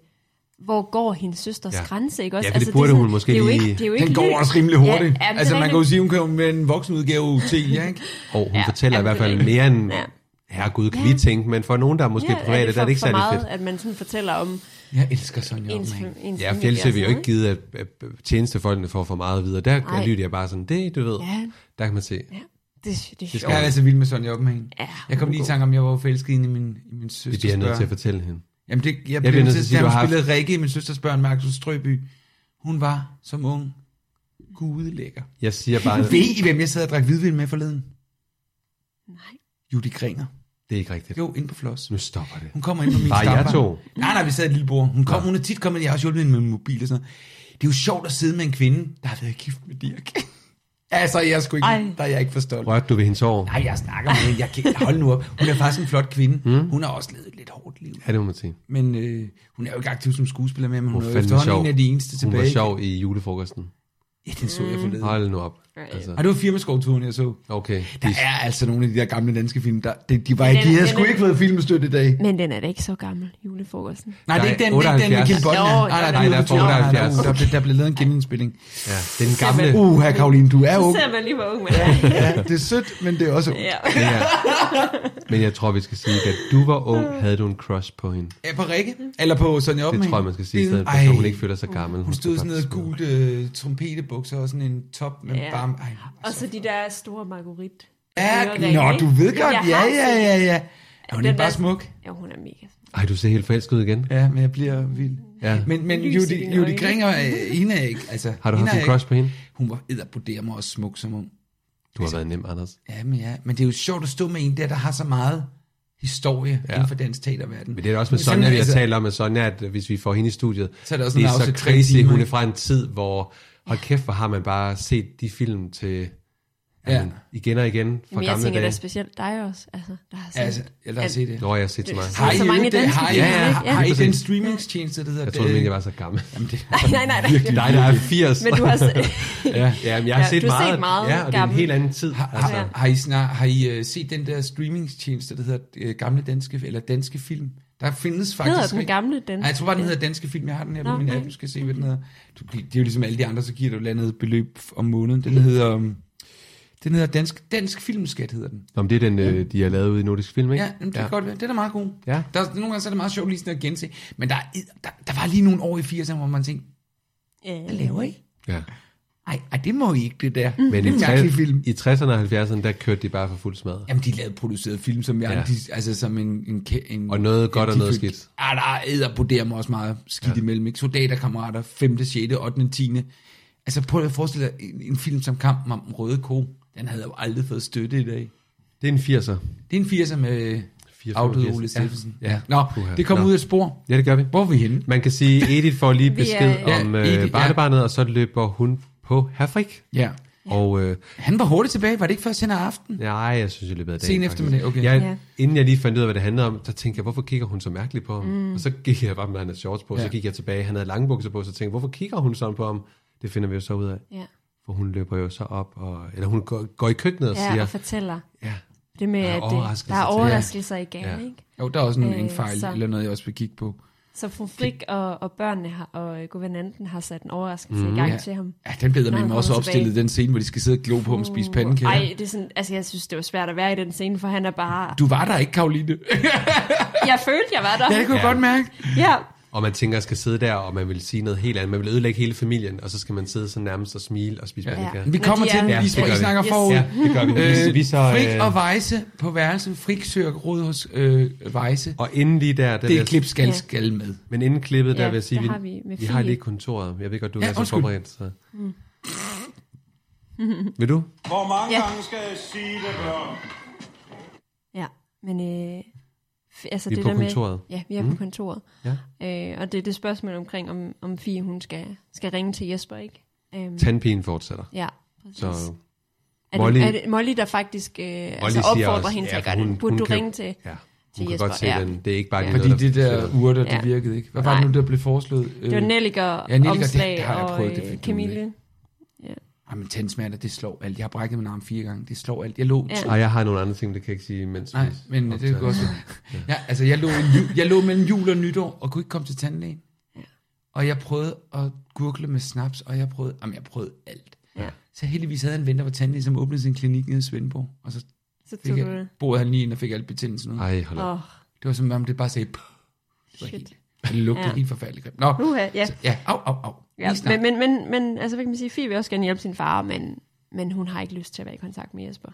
[SPEAKER 3] hvor går hendes søsters
[SPEAKER 2] Ja.
[SPEAKER 3] ja. grænse, ikke også?
[SPEAKER 2] Ja, for det burde
[SPEAKER 3] er
[SPEAKER 2] hun måske
[SPEAKER 3] det er jo
[SPEAKER 2] lige-
[SPEAKER 3] Ikke, det er jo ikke
[SPEAKER 1] Den går
[SPEAKER 3] Ly-
[SPEAKER 1] også rimelig hurtigt.
[SPEAKER 3] Ja,
[SPEAKER 1] Ja,
[SPEAKER 3] ja, men
[SPEAKER 1] altså,
[SPEAKER 3] det er
[SPEAKER 1] man kan jo
[SPEAKER 3] rigtigt.
[SPEAKER 1] sige, hun kører med en voksenudgave til, ja, ikke?
[SPEAKER 2] Og hun ja,
[SPEAKER 3] Ja,
[SPEAKER 2] fortæller i
[SPEAKER 3] jamen,
[SPEAKER 2] hvert
[SPEAKER 3] det er
[SPEAKER 2] fald
[SPEAKER 3] rigtigt.
[SPEAKER 2] mere end,
[SPEAKER 3] Ja.
[SPEAKER 2] herre gud, kan
[SPEAKER 3] Ja.
[SPEAKER 2] vi tænke, men for nogen, der er måske
[SPEAKER 3] ja,
[SPEAKER 2] private,
[SPEAKER 3] er det
[SPEAKER 2] der er det ikke
[SPEAKER 3] for
[SPEAKER 2] særlig
[SPEAKER 3] meget,
[SPEAKER 2] fedt.
[SPEAKER 3] at man sådan fortæller om
[SPEAKER 1] Jeg elsker Sonja
[SPEAKER 3] ens,
[SPEAKER 1] Oman.
[SPEAKER 3] ens
[SPEAKER 2] Ja,
[SPEAKER 3] familie
[SPEAKER 2] Fjeldsø
[SPEAKER 3] og
[SPEAKER 2] vil jo
[SPEAKER 3] sådan
[SPEAKER 2] ikke give, at at tjenestefolkene får for meget videre. Der Ej.
[SPEAKER 3] Nej.
[SPEAKER 2] lyder jeg bare sådan, det du ved,
[SPEAKER 3] Ja.
[SPEAKER 2] der kan man se.
[SPEAKER 3] noget, ikke? Ja, det, det er
[SPEAKER 1] Jeg er
[SPEAKER 3] sjovt.
[SPEAKER 1] altså vild med Sonja Oppenhagen.
[SPEAKER 3] Ja,
[SPEAKER 1] Jeg kom
[SPEAKER 3] hun
[SPEAKER 1] lige i
[SPEAKER 3] er
[SPEAKER 1] tanke om, jeg var jo forelsket inde i min, i min
[SPEAKER 2] Det bliver
[SPEAKER 1] søsters
[SPEAKER 2] jeg nødt
[SPEAKER 1] børn.
[SPEAKER 2] til at fortælle hende.
[SPEAKER 1] Jamen det, jeg, jeg bliver nødt til at sige,
[SPEAKER 2] du
[SPEAKER 1] hun
[SPEAKER 2] har haft-
[SPEAKER 1] spillede Rikke i min søsters børn, Markus Strøby. Hun var som ung gudelækker.
[SPEAKER 2] Jeg siger bare,
[SPEAKER 1] Ved I, hvem jeg sad og drak hvidvin med forleden?
[SPEAKER 3] Nej.
[SPEAKER 1] Judy Grener.
[SPEAKER 2] det er ikke rigtigt.
[SPEAKER 1] Jo, ind på Floss.
[SPEAKER 2] Nu stopper det.
[SPEAKER 1] Hun kommer ind på min
[SPEAKER 2] Bare jer
[SPEAKER 1] stambar.
[SPEAKER 2] to?
[SPEAKER 1] Nej, nej, vi sad i et lille bord. Hun, kom, hun er tit kommet, jeg har også hjulpet hende med min mobil og sådan noget. Det er jo sjovt at sidde med en kvinde, der har været gift med Dirk. altså, jeg er sgu ikke,
[SPEAKER 3] Ej.
[SPEAKER 1] der er jeg ikke forstået.
[SPEAKER 2] Rørte du ved hendes år?
[SPEAKER 1] Nej, jeg snakker med hende. Jeg kan, hold nu op. Hun er faktisk en flot kvinde. Mm. Hun har også levet et lidt hårdt liv.
[SPEAKER 2] Hmm? Ja, det må man sige.
[SPEAKER 1] Men øh, hun er jo ikke aktiv som skuespiller mere, men hun,
[SPEAKER 2] Hun
[SPEAKER 1] hun
[SPEAKER 2] var
[SPEAKER 1] er jo
[SPEAKER 2] fandme
[SPEAKER 1] efterhånden
[SPEAKER 2] sjov.
[SPEAKER 1] en af de eneste
[SPEAKER 2] Hun
[SPEAKER 1] tilbage.
[SPEAKER 2] var sjov i julefrokosten.
[SPEAKER 1] Ja, den så jeg forleden.
[SPEAKER 2] Hold nu op.
[SPEAKER 3] Mm. Ja, ja.
[SPEAKER 2] Altså,
[SPEAKER 1] Og det var firmaskovturen, jeg så.
[SPEAKER 2] okay.
[SPEAKER 1] Der
[SPEAKER 2] De-
[SPEAKER 1] er altså nogle af de der gamle danske film, der, de, de, var, de
[SPEAKER 3] Den er-
[SPEAKER 1] havde
[SPEAKER 3] den
[SPEAKER 1] sgu
[SPEAKER 3] er-
[SPEAKER 1] ikke fået filmstøtte i dag.
[SPEAKER 3] Men den er da ikke så gammel, julefrokosten.
[SPEAKER 1] Nej, det er ikke den, det er ikke den med
[SPEAKER 2] 78.
[SPEAKER 1] Kim Bodnar.
[SPEAKER 3] Jo,
[SPEAKER 1] Nej, nej,
[SPEAKER 3] jo,
[SPEAKER 1] nej,
[SPEAKER 2] jo.
[SPEAKER 1] der er
[SPEAKER 2] Nej, der er
[SPEAKER 1] 78.
[SPEAKER 2] 78.
[SPEAKER 1] Der, blev, der blev lavet en genindspilling.
[SPEAKER 2] Ja, den gamle.
[SPEAKER 3] Simpelthen.
[SPEAKER 1] Uh, her Karoline, du er
[SPEAKER 3] Så
[SPEAKER 1] jo...
[SPEAKER 3] ser man lige, hvor ung man er.
[SPEAKER 1] Ja, det er sødt, men det er også...
[SPEAKER 3] Ja.
[SPEAKER 2] Ja. Men jeg tror, vi skal sige, at du var ung,
[SPEAKER 3] Mm.
[SPEAKER 2] havde du en crush på hende.
[SPEAKER 1] Ja, på Rikke. Eller på Sonja Oppenhagen.
[SPEAKER 2] Det tror jeg, man skal sige i stedet for,
[SPEAKER 1] Ej,
[SPEAKER 2] så hun ikke føler sig gammel.
[SPEAKER 1] Hun stod i
[SPEAKER 2] skal
[SPEAKER 1] sådan noget
[SPEAKER 2] faktisk-
[SPEAKER 1] gult øh, trompetebukser og sådan en top med
[SPEAKER 3] Ja.
[SPEAKER 1] bare... Ej, altså,
[SPEAKER 3] Og så de der store marguerite.
[SPEAKER 1] ja,
[SPEAKER 3] øreringe,
[SPEAKER 1] nå,
[SPEAKER 3] ikke?
[SPEAKER 1] du ved godt.
[SPEAKER 3] jeg
[SPEAKER 1] Ja,
[SPEAKER 3] har
[SPEAKER 1] ja,
[SPEAKER 3] set-
[SPEAKER 1] ja, ja. Er hun
[SPEAKER 3] Den
[SPEAKER 1] ikke bare
[SPEAKER 3] der-
[SPEAKER 1] smuk?
[SPEAKER 3] Jo, hun er mega smuk.
[SPEAKER 2] Ej, du ser helt forelsket ud igen.
[SPEAKER 1] Ja, men jeg bliver vild.
[SPEAKER 2] Ja.
[SPEAKER 1] Men, men
[SPEAKER 3] Lys i
[SPEAKER 1] Judy,
[SPEAKER 3] dine
[SPEAKER 1] Judy
[SPEAKER 3] øjne.
[SPEAKER 1] Gringer, øh, hende er ikke... Altså,
[SPEAKER 2] Har du
[SPEAKER 1] hende
[SPEAKER 2] haft en
[SPEAKER 1] er ikke-
[SPEAKER 2] crush på hende?
[SPEAKER 1] Hun var edderbudermer og smuk som ung.
[SPEAKER 2] Du har været nem, Anders.
[SPEAKER 1] Ja, men ja. Men det er jo sjovt at stå med en der, der har så meget historie ja. inden for dansk teaterverden.
[SPEAKER 2] Men det er også med
[SPEAKER 1] Sådan,
[SPEAKER 2] Sonja, vi har
[SPEAKER 1] altså-
[SPEAKER 2] talt om med Sonja, at hvis vi får hende i studiet,
[SPEAKER 1] Så er det også
[SPEAKER 2] det
[SPEAKER 1] en
[SPEAKER 2] er så
[SPEAKER 1] afsnit tre
[SPEAKER 2] crazy,
[SPEAKER 1] timer,
[SPEAKER 2] hun er
[SPEAKER 1] ikke?
[SPEAKER 2] fra en tid, hvor, hold kæft, hvor har man bare set de film til
[SPEAKER 1] Ja.
[SPEAKER 2] ja. igen og igen fra
[SPEAKER 3] Men jeg
[SPEAKER 2] gamle
[SPEAKER 3] tænker
[SPEAKER 2] dage.
[SPEAKER 3] da specielt dig også, altså, der har
[SPEAKER 1] Ja, altså,
[SPEAKER 3] set.
[SPEAKER 1] ja, lad os se det.
[SPEAKER 2] Nå, jeg har set så meget.
[SPEAKER 3] Hej.
[SPEAKER 1] I
[SPEAKER 3] Så mange
[SPEAKER 1] øvrigt det-
[SPEAKER 3] danske
[SPEAKER 1] har I,
[SPEAKER 3] film,
[SPEAKER 1] ja,
[SPEAKER 3] ikke?
[SPEAKER 1] ja,
[SPEAKER 3] Ja.
[SPEAKER 1] har I den streamingstjeneste, der hedder...
[SPEAKER 2] Jeg troede, at jeg var så gammel.
[SPEAKER 1] Jamen, det,
[SPEAKER 3] Nej, nej, nej.
[SPEAKER 2] Dig, der er 80.
[SPEAKER 3] Men du har... s-
[SPEAKER 2] ja, ja, men jeg har
[SPEAKER 3] Ja,
[SPEAKER 2] set,
[SPEAKER 3] du har
[SPEAKER 2] meget,
[SPEAKER 3] set meget
[SPEAKER 2] Ja, og det er en
[SPEAKER 3] gammel.
[SPEAKER 2] helt anden tid. Altså,
[SPEAKER 1] har, har, I snak, har I øh, set den der streamingstjeneste, der hedder øh, Gamle Danske, eller Danske Film? Der findes faktisk...
[SPEAKER 3] Hedder den gamle den?
[SPEAKER 1] Nej, jeg tror bare, den hedder Danske Film. Jeg har den her på
[SPEAKER 3] Nå,
[SPEAKER 1] min app,
[SPEAKER 3] okay.
[SPEAKER 1] du skal se, hvad den hedder. Du, det er jo ligesom alle de andre, så giver du et eller andet beløb om måneden. Den hedder... øhm, Den hedder Dansk, Dansk Filmskat, hedder den.
[SPEAKER 2] Nå, men det er den, øh, de har lavet ude i Nordisk Film, ikke?
[SPEAKER 1] Ja, jamen, det kan ja. godt være. Den er meget god.
[SPEAKER 2] Ja.
[SPEAKER 1] Der, er- nogle gange så er det meget sjovt lige sådan at gense. Men der, er ed- der, der var lige nogle år i 80'erne, hvor man tænkte,
[SPEAKER 3] Ja.
[SPEAKER 1] hvad laver I?
[SPEAKER 2] Ja.
[SPEAKER 1] Ej, ej, det må I ikke, det der.
[SPEAKER 2] Men
[SPEAKER 1] det er en
[SPEAKER 2] i,
[SPEAKER 1] mærkelig film.
[SPEAKER 2] i 60'erne og 70'erne, der kørte de bare for fuld smadret.
[SPEAKER 1] Jamen, de lavede produceret film, som jeg,
[SPEAKER 2] Ja.
[SPEAKER 1] ja. de, altså som en... en, ke- en
[SPEAKER 2] Og noget godt
[SPEAKER 1] en-
[SPEAKER 2] og
[SPEAKER 1] de
[SPEAKER 2] noget
[SPEAKER 1] fik-
[SPEAKER 2] skidt.
[SPEAKER 1] Ja, der æderbuderer mig også meget skidt ja. imellem, ikke? Soldaterkammerater, 5., 6., 8., 10. Altså, prøv at forestille dig en, en film som Kampen om den røde ko. Den havde jo aldrig fået støtte i dag.
[SPEAKER 2] Det er en 80'er.
[SPEAKER 1] Det er en 80'er med... Afdøde
[SPEAKER 2] 84.
[SPEAKER 1] Ole Steffensen.
[SPEAKER 2] Ja. ja.
[SPEAKER 1] Nå, det kom ud af et spor.
[SPEAKER 2] Ja, det gør vi.
[SPEAKER 1] Hvor er vi henne?
[SPEAKER 2] Man kan sige, Edith får lige
[SPEAKER 1] Vi er-
[SPEAKER 2] besked
[SPEAKER 1] Ja,
[SPEAKER 2] om øh,
[SPEAKER 1] Edith, ja.
[SPEAKER 2] barnebarnet, og så løber hun på Hafrik.
[SPEAKER 1] Ja.
[SPEAKER 2] Og øh,
[SPEAKER 1] Han var hurtigt tilbage. Var det ikke først hen ad aften?
[SPEAKER 2] Nej, jeg synes, jeg løbet af dagen.
[SPEAKER 1] Sen
[SPEAKER 2] faktisk.
[SPEAKER 1] eftermiddag, okay.
[SPEAKER 2] Jeg,
[SPEAKER 1] Ja.
[SPEAKER 2] Inden jeg lige fandt ud af, hvad det handlede om, så tænkte jeg, hvorfor kigger hun så mærkeligt på ham?
[SPEAKER 1] Mm.
[SPEAKER 2] Mm. Og så gik jeg bare med, at han havde shorts på, ja.
[SPEAKER 1] Ja.
[SPEAKER 2] så gik jeg tilbage, han havde lange bukser på, så tænkte jeg, hvorfor kigger hun sådan på ham? Det finder vi jo så ud af.
[SPEAKER 3] Ja.
[SPEAKER 2] For hun løber jo så op, og, eller hun går, går i køkkenet og
[SPEAKER 3] Ja,
[SPEAKER 2] siger,
[SPEAKER 3] og fortæller.
[SPEAKER 2] Ja.
[SPEAKER 3] Det med,
[SPEAKER 2] Der er
[SPEAKER 3] at det, der
[SPEAKER 2] overraskelser
[SPEAKER 3] er
[SPEAKER 2] til.
[SPEAKER 3] overraskelser i gaden, ikke?
[SPEAKER 1] Jo, der er også en,
[SPEAKER 3] Øh,
[SPEAKER 1] en fejl,
[SPEAKER 3] så-
[SPEAKER 1] eller noget, jeg også vil kigge på.
[SPEAKER 3] Så fru Frik og, og børnene har, og øh, guvernanten har sat en overraskelse
[SPEAKER 2] Mm.
[SPEAKER 1] Mhm.
[SPEAKER 3] i gang
[SPEAKER 1] Ja.
[SPEAKER 3] til ham.
[SPEAKER 1] Ja, den beder
[SPEAKER 3] når han
[SPEAKER 1] man også
[SPEAKER 3] kommer
[SPEAKER 1] opstillet,
[SPEAKER 3] tilbage. Uh,
[SPEAKER 1] den scene, hvor de skal sidde og glo på, om spise pandekager.
[SPEAKER 3] Ej, det er sådan, altså jeg synes, det var svært at være i den scene, for han er bare...
[SPEAKER 1] Du var der ikke, Karoline.
[SPEAKER 3] Jeg følte, jeg var der.
[SPEAKER 1] Ja, det kunne jeg Ja. godt mærke.
[SPEAKER 3] Ja,
[SPEAKER 2] og man tænker, at skal sidde der, og man vil sige noget helt andet. Man vil ødelægge hele familien, og så skal man sidde så nærmest og smile og spise
[SPEAKER 1] Ja.
[SPEAKER 2] pandekager.
[SPEAKER 1] Vi kommer til den,
[SPEAKER 2] Ja,
[SPEAKER 1] vi,
[SPEAKER 2] det gør
[SPEAKER 1] I
[SPEAKER 2] vi.
[SPEAKER 1] snakker forud.
[SPEAKER 2] Ja, det gør vi. vi, vi så,
[SPEAKER 1] Frik
[SPEAKER 2] øh,
[SPEAKER 1] og Vejse på værelset. Frik søger råd hos øh, Vejse.
[SPEAKER 2] Og inden lige der... der
[SPEAKER 1] Det
[SPEAKER 2] vil
[SPEAKER 1] er
[SPEAKER 2] jeg-
[SPEAKER 1] klip skal, skal med.
[SPEAKER 2] Men inden klippet, der
[SPEAKER 3] Ja,
[SPEAKER 2] vil jeg sige,
[SPEAKER 3] der har
[SPEAKER 2] vi,
[SPEAKER 3] vi med
[SPEAKER 2] vi har
[SPEAKER 3] Fie.
[SPEAKER 2] lige kontoret. Jeg ved godt, du
[SPEAKER 4] Ja,
[SPEAKER 2] er så
[SPEAKER 4] undskyld.
[SPEAKER 2] forberedt. Så.
[SPEAKER 3] Mm.
[SPEAKER 2] Vil du?
[SPEAKER 4] Hvor mange
[SPEAKER 3] Ja.
[SPEAKER 4] ja. gange skal jeg sige det, børn?
[SPEAKER 3] ja men... Øh, f- altså
[SPEAKER 2] Vi er
[SPEAKER 3] det
[SPEAKER 2] på
[SPEAKER 3] der med,
[SPEAKER 2] kontoret.
[SPEAKER 3] Ja, vi er mm.
[SPEAKER 2] Mhm.
[SPEAKER 3] på kontoret.
[SPEAKER 2] Ja.
[SPEAKER 3] Øh, og det er det spørgsmål omkring, om, om Fie hun skal, skal ringe til Jesper, ikke? Øhm,
[SPEAKER 2] Tandpigen fortsætter.
[SPEAKER 3] Ja, præcis.
[SPEAKER 2] Så
[SPEAKER 3] Er
[SPEAKER 2] Molly,
[SPEAKER 3] Molly, det, er det Molly, der faktisk øh, altså
[SPEAKER 2] siger
[SPEAKER 3] opfordrer
[SPEAKER 2] også,
[SPEAKER 3] hende til
[SPEAKER 2] ja,
[SPEAKER 3] at
[SPEAKER 2] for
[SPEAKER 3] gøre
[SPEAKER 2] hun-
[SPEAKER 3] det? Burde
[SPEAKER 2] hun
[SPEAKER 3] du
[SPEAKER 2] kan-
[SPEAKER 3] ringe til,
[SPEAKER 2] ja, hun
[SPEAKER 3] til
[SPEAKER 2] kan
[SPEAKER 3] Jesper?
[SPEAKER 2] godt se den. Det er ikke bare lige
[SPEAKER 1] Fordi
[SPEAKER 2] noget, der
[SPEAKER 1] det der
[SPEAKER 2] forsvinder.
[SPEAKER 1] urter, det
[SPEAKER 3] Ja.
[SPEAKER 1] virkede ikke. Hvad var det
[SPEAKER 3] Nej.
[SPEAKER 1] nu, der blev foreslået?
[SPEAKER 3] Det var Nelliker, ja,
[SPEAKER 1] Nelliker,
[SPEAKER 3] Omslag
[SPEAKER 1] det, det har jeg prøvet, det
[SPEAKER 3] og øh,
[SPEAKER 1] fik
[SPEAKER 3] Camille. Ja.
[SPEAKER 1] Jamen, tandsmerter, det slår alt. Jeg har brækket min arm fire gange. Det slår alt. Jeg lå
[SPEAKER 3] Ja.
[SPEAKER 1] to
[SPEAKER 2] Ej, jeg har nogle andre ting, det kan jeg ikke sige, mens
[SPEAKER 1] Nej,
[SPEAKER 2] vi
[SPEAKER 1] men det
[SPEAKER 2] optager.
[SPEAKER 1] er godt. Ja, altså, jeg lå, en ju- jeg lå mellem jul og nytår, og kunne ikke komme til tandlægen. Og jeg prøvede at gurgle med snaps, og jeg prøvede, jamen, jeg prøvede alt.
[SPEAKER 3] Ja.
[SPEAKER 1] Så heldigvis havde jeg en ven, der var tandlæge, som åbnede sin klinik nede i Svendborg. Og så,
[SPEAKER 3] Så
[SPEAKER 1] fik
[SPEAKER 3] tog
[SPEAKER 1] jeg,
[SPEAKER 3] du det.
[SPEAKER 1] boede han lige ind og fik alt betændelsen ud.
[SPEAKER 2] Ej, hold op.
[SPEAKER 3] Åh.
[SPEAKER 1] Det var som om det bare sagde... "Puh." Det var
[SPEAKER 3] Shit.
[SPEAKER 1] helt, det lugtede
[SPEAKER 3] Ja.
[SPEAKER 1] helt forfærdeligt grimt. Nå,
[SPEAKER 3] Uha, ja.
[SPEAKER 1] så- ja, au, au, au.
[SPEAKER 3] Ja,
[SPEAKER 1] Lige snart.
[SPEAKER 3] men, men, men, men altså, hvad kan man sige, Fie vil også gerne hjælpe sin far, men, men hun har ikke lyst til at være i kontakt med Jesper.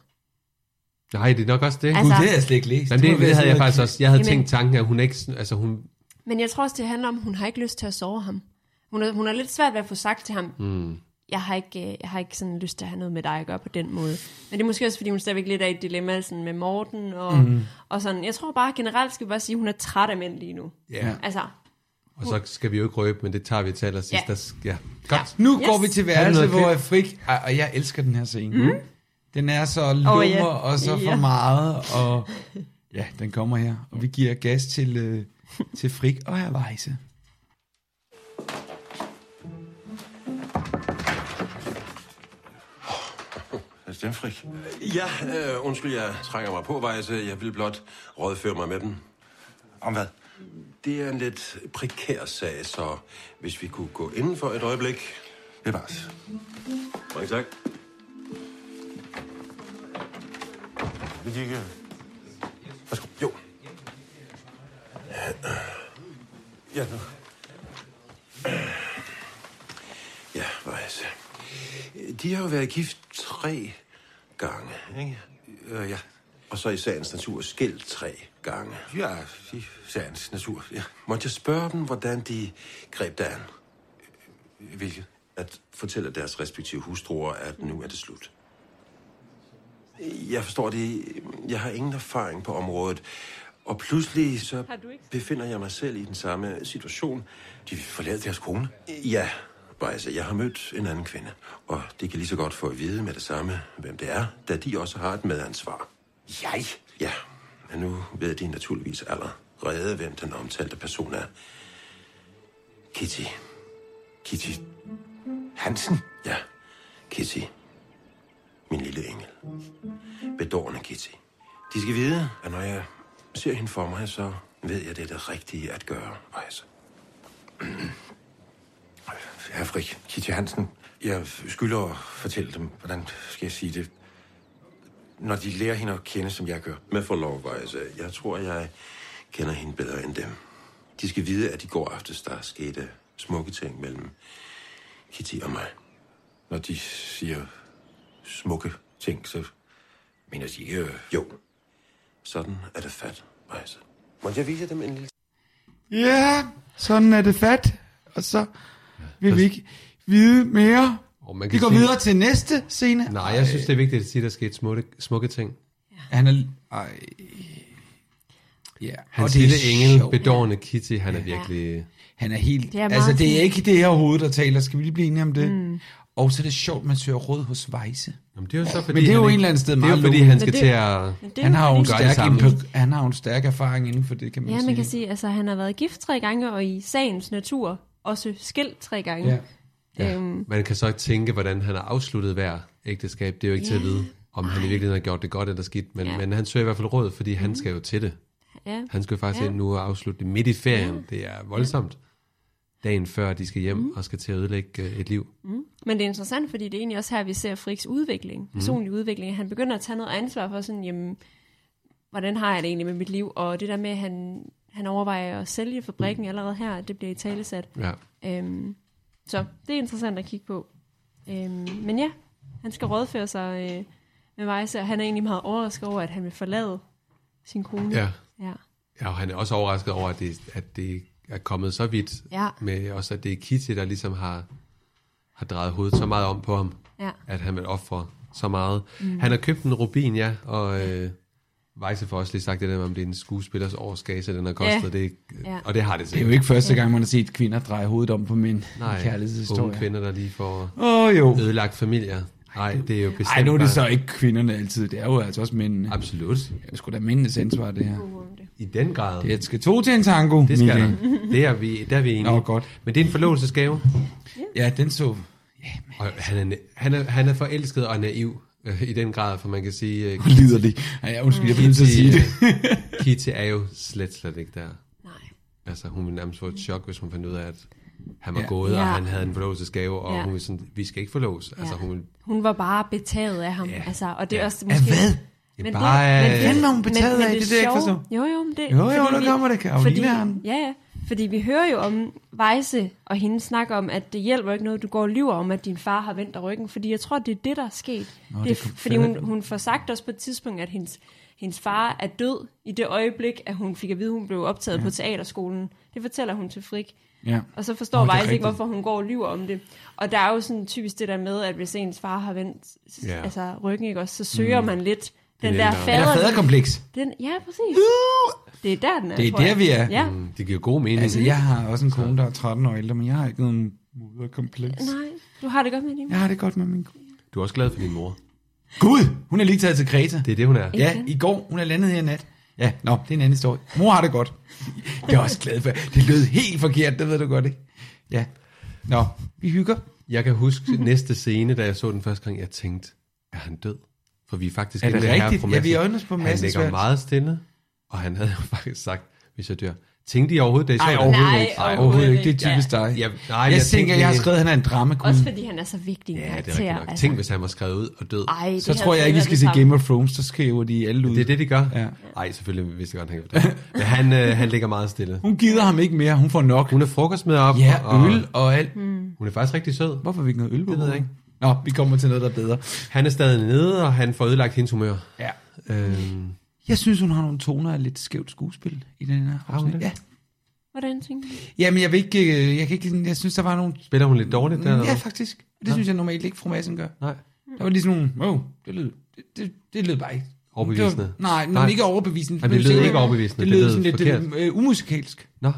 [SPEAKER 2] Nej, det er nok også det.
[SPEAKER 3] Altså- Gud, det har jeg
[SPEAKER 1] slet ikke læst.
[SPEAKER 2] Jamen,
[SPEAKER 1] Det
[SPEAKER 2] det,
[SPEAKER 1] må
[SPEAKER 2] det,
[SPEAKER 1] være
[SPEAKER 2] havde
[SPEAKER 1] sådan
[SPEAKER 2] jeg
[SPEAKER 1] noget
[SPEAKER 2] faktisk
[SPEAKER 1] kli-
[SPEAKER 2] også. Jeg havde
[SPEAKER 3] Jamen-
[SPEAKER 2] tænkt tanken, at hun ikke... sådan- Altså, hun,
[SPEAKER 3] Men jeg tror også, det handler om, at hun har ikke lyst til at sove ham. Hun har, hun har lidt svært ved at få sagt til ham,
[SPEAKER 2] mm,
[SPEAKER 3] jeg har ikke, øh, jeg har ikke sådan lyst til at have noget med dig at gøre på den måde. Men det er måske også, fordi hun stadigvæk lidt er i et dilemma sådan med Morten. Og,
[SPEAKER 2] Mhm.
[SPEAKER 3] mm. og sådan. Jeg tror bare generelt, skal vi bare sige, at hun er træt af mænd lige nu.
[SPEAKER 2] Ja.
[SPEAKER 3] Altså,
[SPEAKER 2] og så skal vi jo ikke røbe, men det tager vi til allersidst.
[SPEAKER 3] Ja.
[SPEAKER 2] Ja. Der, ja. Godt.
[SPEAKER 1] Nu
[SPEAKER 3] Yes.
[SPEAKER 1] yes. går vi til
[SPEAKER 2] Har du
[SPEAKER 1] værelse,
[SPEAKER 2] noget
[SPEAKER 1] hvor
[SPEAKER 2] klip?
[SPEAKER 1] jeg frik... Ej, og jeg elsker den her scene.
[SPEAKER 2] Mhm.
[SPEAKER 1] Den er så lummer oh,
[SPEAKER 3] Mm. ja.
[SPEAKER 1] og så for
[SPEAKER 3] Ja.
[SPEAKER 1] meget, og ja, den kommer her. Og vi giver gas til, øh, til frik og herr Weisse.
[SPEAKER 5] Christian Frick. Ja, øh, undskyld, jeg trænger mig på, Vejse. Jeg vil blot rådføre mig med dem. Om hvad? Det er en lidt prekær sag, så hvis vi kunne gå inden for et øjeblik. Det var Mange tak. Vil de ikke... Værsgo. Jo. Ja, nu. Ja, Vejse. De har jo været gift tre gange, ikke? Øh, ja. Og så i sagens natur skilt tre gange. Ja, i sagens natur, ja. Måtte jeg spørge dem, hvordan de greb det an? Hvilket? At fortælle deres respektive hustruer, at nu er det slut. Jeg forstår det. Jeg har ingen erfaring på området. Og pludselig så befinder jeg mig selv i den samme situation. De forlader deres kone. Ja, Bajse, jeg har mødt en anden kvinde. Og de kan lige så godt få at vide med det samme, hvem det er, da de også har et medansvar. Jeg? Ja, men nu ved de naturligvis allerede, hvem den omtalte person er. Kitty. Kitty. Hansen? Ja, Kitty. Min lille engel. Bedårende Kitty. De skal vide, at når jeg ser hende for mig, så ved jeg, det er det rigtige at gøre, Vejse. Herre Frik, Kitty Hansen. Jeg skylder at fortælle dem, hvordan skal jeg sige det, når de lærer hende at kende, som jeg gør. Med forlov, Vejse. Jeg tror, jeg kender hende bedre end dem. De skal vide, at i går aftes, der skete smukke ting mellem Kitty og mig. Når de siger smukke ting, så mener de ikke... Jo. Sådan er det fat, Vejse. Må jeg vise dem en lille...
[SPEAKER 1] Ja, sådan er det fat. Og så vil vi ikke vide mere.
[SPEAKER 2] Og man
[SPEAKER 1] Vi
[SPEAKER 2] kan
[SPEAKER 1] går
[SPEAKER 2] sige-
[SPEAKER 1] videre til næste scene.
[SPEAKER 2] Nej, jeg synes, det er vigtigt at sige, at der skete smukke, smukke ting.
[SPEAKER 1] Han er... Ej. Ja,
[SPEAKER 2] Hans
[SPEAKER 1] og det er
[SPEAKER 2] lille engel,
[SPEAKER 1] sjovt.
[SPEAKER 2] bedårende Kitty, han er virkelig...
[SPEAKER 1] Han er helt...
[SPEAKER 3] Det er meget
[SPEAKER 1] altså, det er
[SPEAKER 3] fint.
[SPEAKER 1] ikke det her hoved, der taler. Skal vi lige blive enige om det?
[SPEAKER 3] Mm.
[SPEAKER 1] Mm. Og så er det sjovt, man søger råd hos Vejse.
[SPEAKER 2] Jamen, det er jo så, fordi
[SPEAKER 1] Men det er
[SPEAKER 2] han ikke-
[SPEAKER 1] jo en eller anden sted
[SPEAKER 2] det er
[SPEAKER 1] meget
[SPEAKER 2] jo, fordi
[SPEAKER 1] logisk.
[SPEAKER 2] han skal Men det- til at- men det er
[SPEAKER 1] Han
[SPEAKER 2] jo
[SPEAKER 1] har jo en
[SPEAKER 2] fordi- gøre det
[SPEAKER 1] stærk,
[SPEAKER 2] samme.
[SPEAKER 1] impro- han har jo en stærk erfaring inden for det, kan man
[SPEAKER 3] Ja,
[SPEAKER 1] sige.
[SPEAKER 3] man kan sige, altså han har været gift tre gange, og i sagens natur også skilt tre gange.
[SPEAKER 2] Ja.
[SPEAKER 3] Ja. Øhm,
[SPEAKER 2] Man kan så tænke, hvordan han har afsluttet hver ægteskab. Det er jo ikke til at
[SPEAKER 3] Ja.
[SPEAKER 2] vide, om han i virkeligheden har gjort det godt eller skidt. Men,
[SPEAKER 3] Ja. Mhm.
[SPEAKER 2] men han søger i hvert fald råd, fordi han skal jo til det.
[SPEAKER 3] ja.
[SPEAKER 2] Han skal jo faktisk
[SPEAKER 3] ja.
[SPEAKER 2] ind nu og afslutte det midt i ferien. Det er voldsomt. Dagen før de skal hjem
[SPEAKER 3] Mhm.
[SPEAKER 2] og skal til at ødelægge øh, et liv.
[SPEAKER 3] Mm. Men det er interessant, fordi det er egentlig også her, vi ser Friks
[SPEAKER 2] Mhm.
[SPEAKER 3] udvikling, personlig udvikling. Han begynder at tage noget ansvar for sådan, jamen, hvordan har jeg det egentlig med mit liv? Og det der med, at han, han overvejer at sælge fabrikken allerede her, det bliver i talesat.
[SPEAKER 2] Mhm. Ja.
[SPEAKER 3] Øhm, så det er interessant at kigge på. Øhm, men ja, han skal rådføre sig øh, med Weisse, og han er egentlig meget overrasket over, at han vil forlade sin kone.
[SPEAKER 2] Ja.
[SPEAKER 3] ja.
[SPEAKER 2] ja, og han er også overrasket over, at det, at det er kommet så vidt.
[SPEAKER 3] Ja.
[SPEAKER 2] Med også, at det er Kitty, der ligesom har, har drejet hovedet så meget om på ham,
[SPEAKER 3] Ja.
[SPEAKER 2] at han vil ofre så meget.
[SPEAKER 3] Mm.
[SPEAKER 2] Mm. Han har købt en rubin, ja, og øh, Weisse får også lige sagt det der med, om det er en skuespillers årsgage, den har kostet.
[SPEAKER 3] Ja.
[SPEAKER 2] Det,
[SPEAKER 3] Ja.
[SPEAKER 2] Og det har det
[SPEAKER 1] Det er jo ikke første gang, man har set kvinder dreje hovedet om på min
[SPEAKER 2] Nej, unge
[SPEAKER 1] kærlighedshistorie.
[SPEAKER 2] kvinder, der lige får
[SPEAKER 1] Åh, jo.
[SPEAKER 2] ødelagt familier. Nej, det er jo bestemt
[SPEAKER 1] Ej, nu er det
[SPEAKER 2] bare-
[SPEAKER 1] så ikke kvinderne altid. Det er jo altså også mændene.
[SPEAKER 2] Absolut.
[SPEAKER 1] Det er sgu da mændenes ansvar, det her.
[SPEAKER 2] I den grad.
[SPEAKER 1] Det skal to til en tango,
[SPEAKER 2] Det skal der.
[SPEAKER 1] Mille.
[SPEAKER 2] Det er vi, der er vi enige.
[SPEAKER 1] Nå, godt.
[SPEAKER 2] Men det er en forlovelsesgave.
[SPEAKER 1] Ja, den så...
[SPEAKER 2] Og han er, han, er, han er forelsket og naiv øh, i den grad, for man kan sige... Øh,
[SPEAKER 1] Liderlig. Ej, ja, undskyld, jeg bliver nødt til at sige det.
[SPEAKER 2] øh, Kitty er jo slet, slet ikke der.
[SPEAKER 3] Nej.
[SPEAKER 2] Altså, hun ville nærmest få et chok, hvis hun fandt ud af, at han var
[SPEAKER 1] Ja.
[SPEAKER 2] gået,
[SPEAKER 3] Ja.
[SPEAKER 2] og han havde en forlovelsesgave, og
[SPEAKER 3] Ja.
[SPEAKER 2] hun ville sådan, vi skal ikke forloves. Altså,
[SPEAKER 3] Ja.
[SPEAKER 2] hun ville
[SPEAKER 3] Hun var bare betaget af ham. Ja. Altså, og det er også måske...
[SPEAKER 1] hvad?
[SPEAKER 3] Men
[SPEAKER 2] Bare af-
[SPEAKER 1] Fanden var hun betaget af, det er det, jeg ikke
[SPEAKER 3] sjove-
[SPEAKER 1] forstår.
[SPEAKER 3] Jo, jo, men det,
[SPEAKER 1] Jo, jo,
[SPEAKER 3] fordi
[SPEAKER 1] nu
[SPEAKER 3] vi-
[SPEAKER 1] kommer det, Caroline
[SPEAKER 3] fordi-
[SPEAKER 1] ham.
[SPEAKER 3] Ja, ja. Fordi vi hører jo om Vejse og hende snakker om, at det hjælper ikke noget, du går og lyver om, at din far har vendt dig ryggen. Fordi jeg tror, det er det, der er sket.
[SPEAKER 1] Nå,
[SPEAKER 3] det er,
[SPEAKER 1] det
[SPEAKER 3] f-
[SPEAKER 1] kunne
[SPEAKER 3] fordi
[SPEAKER 1] fandme-
[SPEAKER 3] hun, hun får sagt også på et tidspunkt, at hendes, hendes far er død i det øjeblik, at hun fik at vide, at hun blev optaget ja. på teaterskolen. Det fortæller hun til Frik.
[SPEAKER 1] Ja.
[SPEAKER 3] Og så
[SPEAKER 1] Nå,
[SPEAKER 3] forstår
[SPEAKER 1] det er
[SPEAKER 3] Vejse ikke,
[SPEAKER 1] rigtigt.
[SPEAKER 3] hvorfor hun går og lyver om det. Og der er jo sådan typisk det der med, at hvis ens far har vendt
[SPEAKER 2] Ja.
[SPEAKER 3] yeah. altså, ryggen, ikke også, så søger mm. man lidt den
[SPEAKER 2] Det
[SPEAKER 3] der
[SPEAKER 2] er der.
[SPEAKER 3] fader...
[SPEAKER 1] Der er faderkompleks.
[SPEAKER 3] Den, ja, præcis. Det er der, den er,
[SPEAKER 1] Det er
[SPEAKER 3] tror
[SPEAKER 1] der,
[SPEAKER 3] jeg.
[SPEAKER 1] vi er.
[SPEAKER 3] Ja.
[SPEAKER 2] Mm, det giver god mening.
[SPEAKER 1] Altså, jeg har også en kone, der er 13 år ældre, men jeg har ikke nogen moderkompleks.
[SPEAKER 3] Nej, du har det godt med din
[SPEAKER 1] Jeg har det godt med min kone.
[SPEAKER 2] Du er også glad for din mor.
[SPEAKER 1] Gud, hun er lige taget til Kreta.
[SPEAKER 2] Det er det, hun er.
[SPEAKER 1] Ja, i går. Hun er landet her i nat. Ja, nå, det er en anden historie. Mor har det godt. Jeg er også glad for. Det lød helt forkert, det ved du godt, ikke? Ja. Nå, vi hygger.
[SPEAKER 2] Jeg kan huske næste scene, da jeg så den første gang, jeg tænkte, er han død? For vi er faktisk
[SPEAKER 1] Er det
[SPEAKER 2] inde ved herre
[SPEAKER 1] rigtigt?
[SPEAKER 2] fru
[SPEAKER 1] Ja, vi
[SPEAKER 2] Madsen.
[SPEAKER 1] er inde hos fru
[SPEAKER 2] Han
[SPEAKER 1] Madsen
[SPEAKER 2] ligger
[SPEAKER 1] Sværd.
[SPEAKER 2] meget stille, og han havde jo faktisk sagt, hvis jeg dør. Tænkte I overhovedet det?
[SPEAKER 1] Ej, overhovedet Nej, ikke.
[SPEAKER 3] Nej, overhovedet ikke.
[SPEAKER 1] Det er typisk dig.
[SPEAKER 2] Jeg, nej,
[SPEAKER 1] Ej, jeg, jeg tænker, jeg har skrevet, at han er en dramakud.
[SPEAKER 3] Også fordi han er så vigtig en
[SPEAKER 2] Ja, det er
[SPEAKER 3] karakter. altså.
[SPEAKER 2] rigtigt nok. Tænk, hvis han var skrevet ud og død.
[SPEAKER 3] Ej, det
[SPEAKER 1] Så
[SPEAKER 3] havde
[SPEAKER 1] tror jeg ikke, vi
[SPEAKER 3] sikkert
[SPEAKER 1] skal se
[SPEAKER 3] været det
[SPEAKER 1] Game of Thrones, så skriver de alle ud.
[SPEAKER 2] Det er det, de gør.
[SPEAKER 1] Ja.
[SPEAKER 2] Nej, selvfølgelig vidste jeg godt, han var død. Men han, øh, han ligger meget stille.
[SPEAKER 1] Hun gider ham ikke mere, hun får nok.
[SPEAKER 2] Hun er frokost med op.
[SPEAKER 1] Ja,
[SPEAKER 2] og
[SPEAKER 1] øl og alt.
[SPEAKER 2] Hun er faktisk rigtig sød.
[SPEAKER 1] Hvorfor har vi ikke noget øl på?
[SPEAKER 2] Det ved jeg
[SPEAKER 1] bordet? Nå, vi kommer til noget, der er bedre.
[SPEAKER 2] Han er stadig nede, og han får ødelagt hendes humør.
[SPEAKER 1] Ja.
[SPEAKER 2] Øhm,
[SPEAKER 1] Jeg synes, hun har nogle toner af lidt skævt skuespil i den her
[SPEAKER 2] hun
[SPEAKER 1] afsnit.
[SPEAKER 2] det?
[SPEAKER 1] Ja.
[SPEAKER 3] samme. Hvordan tænker du?
[SPEAKER 1] ja, men jeg vil ikke, øh, jeg kan ikke, lide- jeg synes, der var nogle... Mm,
[SPEAKER 2] spiller hun lidt dårligt der? eller
[SPEAKER 1] Ja,
[SPEAKER 2] hvad?
[SPEAKER 1] faktisk. Det synes jeg normalt ikke, fru Madsen gør.
[SPEAKER 2] Nej.
[SPEAKER 1] Der var lige sådan nogle, wow, det lød, det, det, det lød bare ikke.
[SPEAKER 2] Overbevisende.
[SPEAKER 1] Det var- Nej, nej,
[SPEAKER 2] Nej.
[SPEAKER 1] ikke overbevisende.
[SPEAKER 2] Jamen, det lød ikke overbevisende.
[SPEAKER 1] Det
[SPEAKER 2] Det
[SPEAKER 1] lød
[SPEAKER 2] lød
[SPEAKER 1] sådan lidt det, øh, umusikalsk.
[SPEAKER 2] Nå,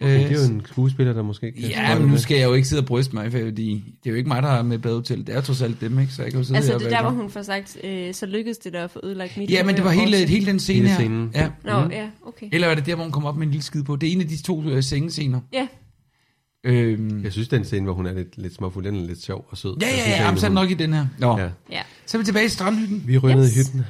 [SPEAKER 3] Ja.
[SPEAKER 2] okay, det er jo en skuespiller, der måske kan
[SPEAKER 1] Øh, Ja, men nu skal jeg jo ikke sidde og bryste mig, fordi det er jo ikke mig, der er med badehotel. Det er trods alt dem, ikke? Så jeg kan jo sidde
[SPEAKER 3] Altså,
[SPEAKER 1] her og
[SPEAKER 3] det er
[SPEAKER 1] være
[SPEAKER 3] der, hvor
[SPEAKER 1] glad.
[SPEAKER 3] hun får sagt, øh, så lykkedes det der at få ødelagt mit
[SPEAKER 1] Ja, men det var
[SPEAKER 3] humør
[SPEAKER 1] hele,
[SPEAKER 3] også.
[SPEAKER 1] hele den scene
[SPEAKER 2] Hele
[SPEAKER 1] her.
[SPEAKER 2] scenen.
[SPEAKER 1] Ja. Mhm. Mm.
[SPEAKER 3] Nå, ja, okay.
[SPEAKER 1] Eller var det der, hvor hun kom op med en lille skid på? Det er en af de to øh, sengescener.
[SPEAKER 3] Ja,
[SPEAKER 1] Øhm.
[SPEAKER 2] Jeg synes, den scene, hvor hun er lidt, lidt småfuld, den er lidt sjov og sød.
[SPEAKER 1] Ja,
[SPEAKER 2] Jeg
[SPEAKER 1] ja,
[SPEAKER 2] synes,
[SPEAKER 1] ja, jamen, så er det nok i den her. Nå.
[SPEAKER 2] Ja.
[SPEAKER 3] ja.
[SPEAKER 1] Så er vi tilbage i strandhytten.
[SPEAKER 2] Vi rynnede yes. i
[SPEAKER 3] Yes.
[SPEAKER 2] hytten.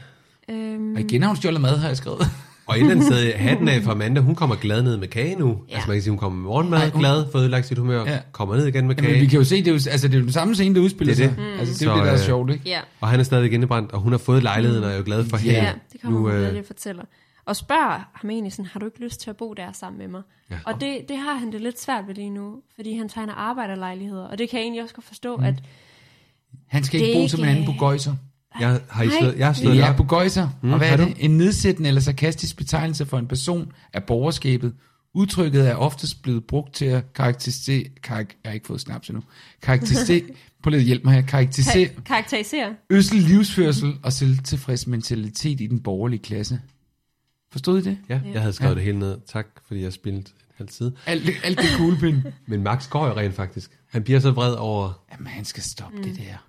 [SPEAKER 3] Øhm,
[SPEAKER 1] Og igen har hun stjålet mad, har jeg skrevet.
[SPEAKER 2] Og et eller andet sted, hatten af fra Amanda, hun kommer glad ned med kage nu. Ja. Altså man kan sige, hun kommer med morgenmad,
[SPEAKER 1] Ej, hun-
[SPEAKER 2] glad, får ødelagt sit humør,
[SPEAKER 1] Ja.
[SPEAKER 2] ja. kommer ned igen med kage.
[SPEAKER 1] Jamen, vi kan jo se, det er jo, altså, det er jo den samme scene, der udspiller
[SPEAKER 2] Det er
[SPEAKER 1] sig.
[SPEAKER 2] det.
[SPEAKER 1] Altså, det er jo
[SPEAKER 2] Så,
[SPEAKER 1] det, der er
[SPEAKER 2] øh,
[SPEAKER 1] sjovt, ikke?
[SPEAKER 3] ja.
[SPEAKER 2] Og han er stadig indebrændt, og hun har fået lejligheden, og er jo glad for hende.
[SPEAKER 3] Ja, det kommer nu, hun
[SPEAKER 2] øh,
[SPEAKER 3] øh... lidt fortæller. Og spørger ham egentlig sådan, har du ikke lyst til at bo der sammen med mig? Ja. Og det, det har han det lidt svært ved lige nu, fordi han tegner arbejderlejligheder. Og det kan jeg egentlig også godt forstå, mm. at...
[SPEAKER 1] Han skal
[SPEAKER 3] Det er
[SPEAKER 1] ikke bo som en
[SPEAKER 3] ikke-
[SPEAKER 1] anden bugøjser.
[SPEAKER 2] Jeg har, I
[SPEAKER 3] Nej.
[SPEAKER 2] slået, jeg har slået
[SPEAKER 1] Ja,
[SPEAKER 2] det op.
[SPEAKER 1] bugøjser. Mm,
[SPEAKER 2] Mm,
[SPEAKER 1] og hvad er
[SPEAKER 2] har
[SPEAKER 1] det? En nedsættende eller sarkastisk betegnelse for en person af borgerskabet. Udtrykket er oftest blevet brugt til at karakterisere... Karak- jeg har ikke fået snaps endnu. Karakterisere... Prøv lige at hjælpe mig her. Karakterisere
[SPEAKER 3] Ka- karakteriserer.
[SPEAKER 1] ødsel livsførsel og selvtilfreds mentalitet i den borgerlige klasse. Forstod I det?
[SPEAKER 2] Ja, jeg havde skrevet ja. det hele ned. Tak, fordi jeg spildte en halv side.
[SPEAKER 1] Alt, det- alt det kuglepind.
[SPEAKER 2] Men Max går jo rent faktisk. Han bliver så vred over...
[SPEAKER 1] Jamen, han skal stoppe mm. det der.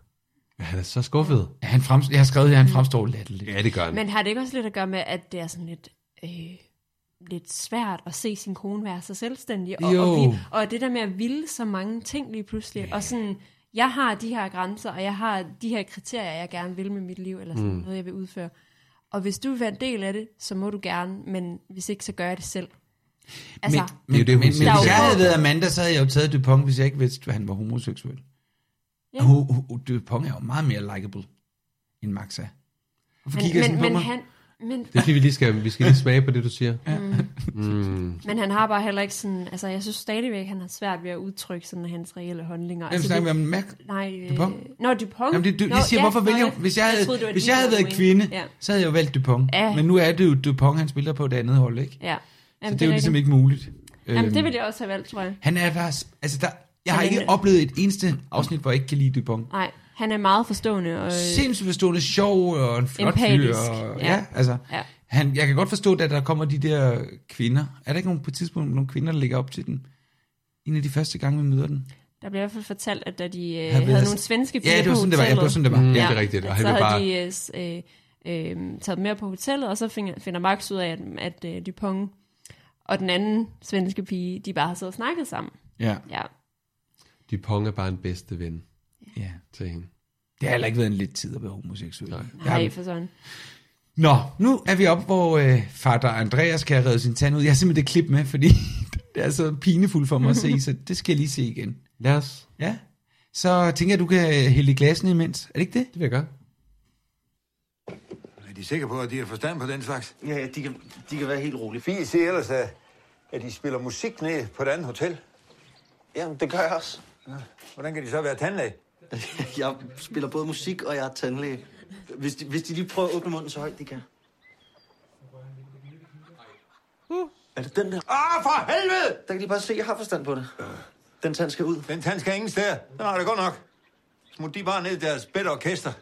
[SPEAKER 2] Men han er så skuffet.
[SPEAKER 1] Ja, han frems- jeg har skrevet, at han fremstår latterligt.
[SPEAKER 2] Ja, det gør han.
[SPEAKER 3] Men har det ikke også lidt at gøre med, at det er sådan lidt, øh, lidt svært at se sin kone være så selvstændig? Og,
[SPEAKER 1] Jo.
[SPEAKER 3] og, blive, og det der med at ville så mange ting lige pludselig, yeah. og sådan, jeg har de her grænser, og jeg har de her kriterier, jeg gerne vil med mit liv, eller sådan
[SPEAKER 2] Mm.
[SPEAKER 3] mm. noget, jeg vil udføre. Og hvis du vil være en del af det, så må du gerne, men hvis ikke, så gør jeg det selv. Altså, men,
[SPEAKER 1] men,
[SPEAKER 2] det, hun
[SPEAKER 1] men,
[SPEAKER 2] siger.
[SPEAKER 1] men hvis
[SPEAKER 3] Der er
[SPEAKER 1] jeg
[SPEAKER 3] jo-
[SPEAKER 1] havde været Amanda, så havde jeg jo taget Dupont, hvis jeg ikke vidste, at han var homoseksuel.
[SPEAKER 3] Ja.
[SPEAKER 1] Ja. Og, og, og Dupont er jo meget mere likable, end Max er. Hvorfor
[SPEAKER 3] men,
[SPEAKER 1] kigger jeg
[SPEAKER 3] men,
[SPEAKER 1] sådan på
[SPEAKER 3] men,
[SPEAKER 1] mig?
[SPEAKER 3] han, men,
[SPEAKER 2] Det er fordi, vi lige skal, vi skal lige smage på det, du siger.
[SPEAKER 3] mm,
[SPEAKER 2] Mm.
[SPEAKER 3] men han har bare heller ikke sådan, altså jeg synes stadigvæk, han har svært ved at udtrykke sådan hans reelle handlinger.
[SPEAKER 1] Hvem
[SPEAKER 3] altså,
[SPEAKER 1] snakker
[SPEAKER 3] det-
[SPEAKER 1] vi om? Max?
[SPEAKER 3] Nej, øh,
[SPEAKER 1] Dupont?
[SPEAKER 3] Nå, Dupont.
[SPEAKER 1] Jamen, det, du,
[SPEAKER 3] Nå,
[SPEAKER 1] jeg siger,
[SPEAKER 3] ja,
[SPEAKER 1] hvorfor
[SPEAKER 3] nå,
[SPEAKER 1] vælger
[SPEAKER 3] ja.
[SPEAKER 1] jeg, hvis jeg havde,
[SPEAKER 3] troede, det var
[SPEAKER 1] hvis
[SPEAKER 3] din
[SPEAKER 1] jeg havde været
[SPEAKER 3] hovedpointe.
[SPEAKER 1] kvinde,
[SPEAKER 3] Ja.
[SPEAKER 1] så havde jeg jo valgt Dupont.
[SPEAKER 3] Ja.
[SPEAKER 1] Men nu er det jo Dupont, han spiller på et andet hold, ikke?
[SPEAKER 3] ja.
[SPEAKER 1] Så
[SPEAKER 3] Jamen,
[SPEAKER 1] det er
[SPEAKER 3] rigtigt.
[SPEAKER 1] jo ligesom ikke muligt.
[SPEAKER 3] Jamen,
[SPEAKER 1] Øhm,
[SPEAKER 3] det ville jeg også have valgt, tror jeg.
[SPEAKER 1] Han er faktisk... Altså, der, jeg har
[SPEAKER 3] Han er-
[SPEAKER 1] ikke oplevet et eneste afsnit, hvor jeg ikke kan lide Dupont.
[SPEAKER 3] Nej, han er meget forstående. Og, øh,
[SPEAKER 1] Sindssygt forstående, sjov og en flot fyr.
[SPEAKER 3] Empatisk,
[SPEAKER 1] Og,
[SPEAKER 3] ja.
[SPEAKER 1] ja. ja, altså...
[SPEAKER 3] ja.
[SPEAKER 1] Han, jeg kan godt forstå, at der kommer de der kvinder. Er der ikke nogen, på et tidspunkt nogle kvinder, der ligger op til den? En af de første gange, vi møder den.
[SPEAKER 3] Der blev i hvert fald fortalt, at da de øh,
[SPEAKER 1] Han
[SPEAKER 3] havde
[SPEAKER 1] blev-
[SPEAKER 3] nogle svenske
[SPEAKER 1] Ja, det var sådan, det var. Ja, det var sådan, det var.
[SPEAKER 2] Mm,
[SPEAKER 1] Mm.
[SPEAKER 2] ja,
[SPEAKER 3] Ja.
[SPEAKER 2] det er rigtigt. Og
[SPEAKER 3] så
[SPEAKER 2] han
[SPEAKER 3] havde
[SPEAKER 2] vil bare...
[SPEAKER 3] de øh, s- øh, øh, taget dem med på hotellet, og så finder, finder Max ud af, at, at øh, Dupont og den anden svenske pige, de bare har siddet og snakket sammen.
[SPEAKER 1] Ja.
[SPEAKER 3] Ja.
[SPEAKER 2] Dupont er bare en bedste ven
[SPEAKER 1] ja.
[SPEAKER 2] til hende.
[SPEAKER 1] Det har heller ikke været en lidt tid at være homoseksuel.
[SPEAKER 2] Nej.
[SPEAKER 1] Det har
[SPEAKER 3] Nej,
[SPEAKER 1] vi.
[SPEAKER 3] for sådan.
[SPEAKER 1] Nå, nu er vi op, hvor øh, fader Andreas kan have reddet sin tand ud. Jeg har simpelthen det klip med, fordi det er så pinefuldt for mig at se, så det skal jeg lige se igen.
[SPEAKER 2] Lad os.
[SPEAKER 1] Ja. Så tænker jeg, du kan hælde i glasene imens. Er det ikke det?
[SPEAKER 2] Det vil jeg gøre.
[SPEAKER 4] Er de sikre på, at de har forstand på den slags?
[SPEAKER 11] Ja, ja, de kan, de kan være helt rolige.
[SPEAKER 4] Vi siger ellers, at, at de spiller musik ned på et andet hotel.
[SPEAKER 11] Jamen, det gør jeg også.
[SPEAKER 4] Hvordan kan de så være tandlæge?
[SPEAKER 11] Jeg spiller både musik, og jeg er tandlæge. Hvis de, hvis de lige prøver at åbne munden så højt, de kan. Er det den der?
[SPEAKER 4] Ah, for helvede!
[SPEAKER 11] Der kan de bare se, at jeg har forstand på det. Den tand skal ud.
[SPEAKER 4] Den tand skal ingen steder. Den har det godt nok. Smut de bare ned i deres bedte orkester.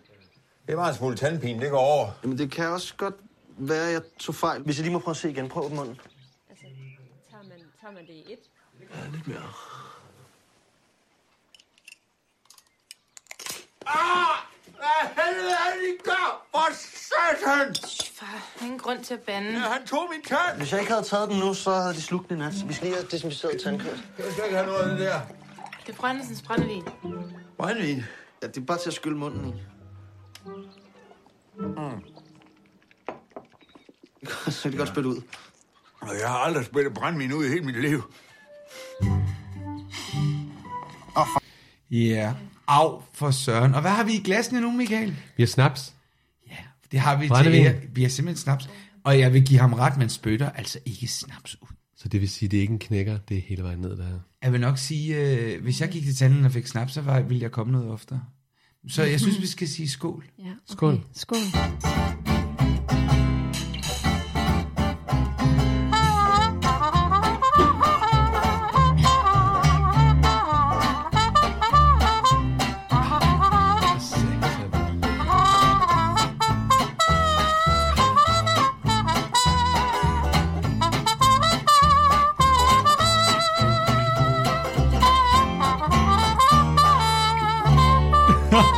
[SPEAKER 4] Det er bare en smule tandpine, det går over.
[SPEAKER 11] Jamen, det kan også godt være, at jeg tog fejl. Hvis jeg lige må prøve at se igen, prøv at åbne munden.
[SPEAKER 3] Altså, tager man, tager man det i et?
[SPEAKER 11] Lidt mere.
[SPEAKER 4] Ah! Hvad helvede er det, de gør? For satan!
[SPEAKER 12] Far, ingen grund til at bande.
[SPEAKER 4] Ja, han tog min tand!
[SPEAKER 11] Hvis jeg ikke havde taget den nu, så havde de slugt den i nat. Så vi skal lige have desinficeret tandkød.
[SPEAKER 4] Jeg skal ikke have noget af det der.
[SPEAKER 12] Det er Brøndesens brændevin.
[SPEAKER 11] Brændvin? Ja, det er bare til at skylle munden i. Mm.
[SPEAKER 4] Mm.
[SPEAKER 11] Så kan det godt spille ud.
[SPEAKER 4] Og Jeg har aldrig spillet brændvin ud i hele mit liv.
[SPEAKER 1] Ja. Yeah. Au for søren. Og hvad har vi i glasene nu, Michael?
[SPEAKER 2] Vi har snaps.
[SPEAKER 1] Det har vi til
[SPEAKER 2] Brændevin.
[SPEAKER 1] ære. Vi har simpelthen snaps. Og jeg vil give ham ret, man spytter altså ikke snaps ud.
[SPEAKER 2] Så det vil sige, det er ikke en knækker. Det er hele vejen ned, der her.
[SPEAKER 1] Jeg vil nok sige, øh, hvis jeg gik til tanden og fik snaps, så var, ville jeg komme noget oftere. Så jeg synes, vi skal sige skål.
[SPEAKER 3] Ja, okay.
[SPEAKER 2] Skål.
[SPEAKER 3] Skål.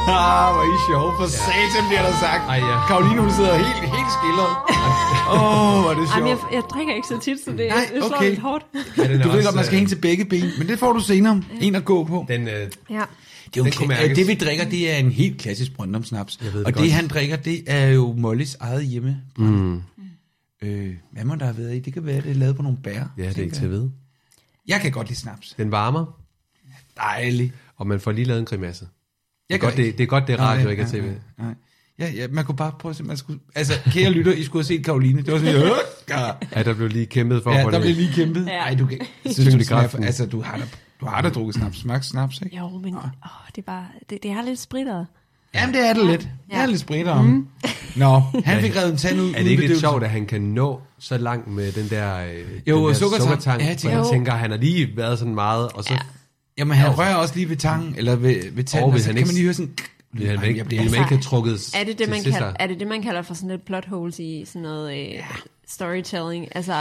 [SPEAKER 1] Ah, hvor er I sjove. For ja. satan bliver der sagt.
[SPEAKER 2] Ej, ja.
[SPEAKER 1] Karoline, hun sidder helt, helt skildret. Åh, oh, hvor er det
[SPEAKER 3] Jamen,
[SPEAKER 1] sjovt.
[SPEAKER 3] jeg, jeg drikker ikke så tit, så det,
[SPEAKER 1] Nej,
[SPEAKER 3] det slår
[SPEAKER 1] okay.
[SPEAKER 3] lidt hårdt.
[SPEAKER 2] Ja, den er
[SPEAKER 1] Du ved
[SPEAKER 2] også,
[SPEAKER 1] godt, man skal
[SPEAKER 2] øh,
[SPEAKER 1] hænge til begge ben, men det får du senere. En at gå på.
[SPEAKER 2] Den, øh,
[SPEAKER 3] Ja.
[SPEAKER 1] Det, er jo
[SPEAKER 2] Den
[SPEAKER 1] en
[SPEAKER 2] kunne
[SPEAKER 1] kla-
[SPEAKER 2] mærkes.
[SPEAKER 1] det vi drikker, det er en helt klassisk Brøndumsnaps.
[SPEAKER 2] Jeg ved det
[SPEAKER 1] Og det,
[SPEAKER 2] godt.
[SPEAKER 1] han drikker, det er jo Mollys eget hjemme.
[SPEAKER 2] mm,
[SPEAKER 1] Øh, hvad må der have været i? Det kan være, det er lavet på nogle bær.
[SPEAKER 2] ja, det er
[SPEAKER 1] tænker
[SPEAKER 2] ikke til at vide.
[SPEAKER 1] jeg. Jeg kan godt lide snaps.
[SPEAKER 2] Den varmer,
[SPEAKER 1] Dejligt.
[SPEAKER 2] og man får lige lavet en grimasse. Det
[SPEAKER 1] Jeg
[SPEAKER 2] er, godt,
[SPEAKER 1] gør ikke.
[SPEAKER 2] det, det er godt, det er radio,
[SPEAKER 1] Nej,
[SPEAKER 2] ikke er
[SPEAKER 1] nej,
[SPEAKER 2] tv.
[SPEAKER 1] nej, nej. Ja, ja, man kunne bare prøve at se, man skulle... Altså, kære lytter, I skulle have set Karoline. Det var sådan, øh, ja,
[SPEAKER 2] Ja, der blev lige kæmpet for.
[SPEAKER 1] ja,
[SPEAKER 2] hvor
[SPEAKER 1] der
[SPEAKER 2] det-
[SPEAKER 1] blev lige kæmpet.
[SPEAKER 3] Ja.
[SPEAKER 1] Nej, du kan
[SPEAKER 2] Tyngde
[SPEAKER 1] synes, du smager,
[SPEAKER 2] kraften.
[SPEAKER 1] Altså, du har da, du har da
[SPEAKER 2] Mm.
[SPEAKER 1] drukket snaps. Smag snaps, ikke? Ah,
[SPEAKER 3] Jo, men åh, det, er bare, det, det er lidt spritteret.
[SPEAKER 1] Jamen, det er det lidt. Det er lidt spredt om.
[SPEAKER 3] Mm.
[SPEAKER 1] Nå, han fik revet en tand ud.
[SPEAKER 2] Er det
[SPEAKER 1] uden
[SPEAKER 2] ikke lidt
[SPEAKER 1] bedøvelse.
[SPEAKER 2] sjovt, at han kan nå så langt med den der, øh,
[SPEAKER 1] Jo,
[SPEAKER 2] den der
[SPEAKER 1] og sukkertang.
[SPEAKER 2] sukkertang?
[SPEAKER 1] Ja,
[SPEAKER 2] Ja,
[SPEAKER 1] jeg
[SPEAKER 2] jeg
[SPEAKER 1] tænker-
[SPEAKER 2] tænker, tænker, han har lige været sådan meget, og så ja.
[SPEAKER 1] Jamen, han rører også lige ved tangen, eller ved, ved tanden,
[SPEAKER 2] Og
[SPEAKER 1] og,
[SPEAKER 2] vil
[SPEAKER 1] så
[SPEAKER 2] han
[SPEAKER 1] kan
[SPEAKER 2] ikke-
[SPEAKER 1] man lige høre sådan...
[SPEAKER 2] vil han
[SPEAKER 1] Ej,
[SPEAKER 2] ikke,
[SPEAKER 1] jeg
[SPEAKER 2] vil
[SPEAKER 1] bliver-
[SPEAKER 2] man ikke have trukket
[SPEAKER 3] Er det det,
[SPEAKER 2] til
[SPEAKER 3] man
[SPEAKER 2] sidst
[SPEAKER 3] kalder,
[SPEAKER 2] her.
[SPEAKER 3] er det det, man kalder for sådan lidt plot holes i sådan noget øh, ja. storytelling. Altså,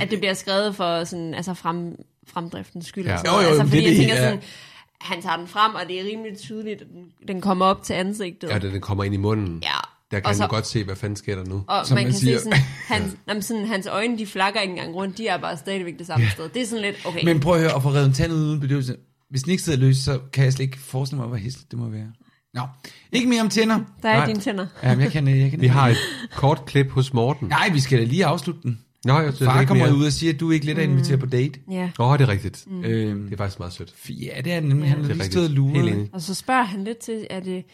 [SPEAKER 3] at det bliver skrevet for sådan, altså frem, fremdriftens skyld.
[SPEAKER 1] Ja.
[SPEAKER 3] Ja.
[SPEAKER 1] Jo, jo,
[SPEAKER 3] altså,
[SPEAKER 1] men
[SPEAKER 3] fordi
[SPEAKER 1] det er
[SPEAKER 3] jeg
[SPEAKER 1] det,
[SPEAKER 3] tænker
[SPEAKER 1] ja.
[SPEAKER 3] sådan, han tager den frem, og det er rimelig tydeligt, at den, den kommer op til ansigtet.
[SPEAKER 2] Ja, da den kommer ind i munden,
[SPEAKER 3] Ja.
[SPEAKER 2] der
[SPEAKER 3] Og
[SPEAKER 2] kan
[SPEAKER 3] så-
[SPEAKER 2] man godt se, hvad fanden sker der nu.
[SPEAKER 3] Og man, man kan siger. se sådan, hans, ja. sådan, hans øjne, de flakker ikke engang rundt, de er bare stadigvæk det samme
[SPEAKER 1] Ja.
[SPEAKER 3] ja. sted. Det er sådan lidt, okay.
[SPEAKER 1] Men prøv at høre, at få reddet en tand ud uden bedøvelse. Hvis den ikke sidder løs, så kan jeg slet ikke forestille mig, hvor hæsligt det må være. Nå, ikke mere om tænder.
[SPEAKER 3] Der er dine tænder.
[SPEAKER 1] Jamen, jeg kan, jeg kan
[SPEAKER 2] Vi har et kort klip hos Morten.
[SPEAKER 1] Nej, vi skal da lige afslutte den.
[SPEAKER 2] Nå, jeg synes, det er
[SPEAKER 1] Far
[SPEAKER 2] ikke
[SPEAKER 1] kommer
[SPEAKER 2] mere.
[SPEAKER 1] ud og siger, at du er ikke lidt at invitere på date.
[SPEAKER 3] Mm. Ja.
[SPEAKER 2] Åh, oh, det er rigtigt.
[SPEAKER 3] Mm.
[SPEAKER 1] Øhm,
[SPEAKER 2] det er faktisk meget sødt.
[SPEAKER 1] Ja, det er den nemlig. Han
[SPEAKER 2] Det
[SPEAKER 1] har
[SPEAKER 2] er
[SPEAKER 1] lige
[SPEAKER 2] rigtigt.
[SPEAKER 1] stået og luret.
[SPEAKER 2] Helt enig.
[SPEAKER 3] Og så spørger han lidt til, er det,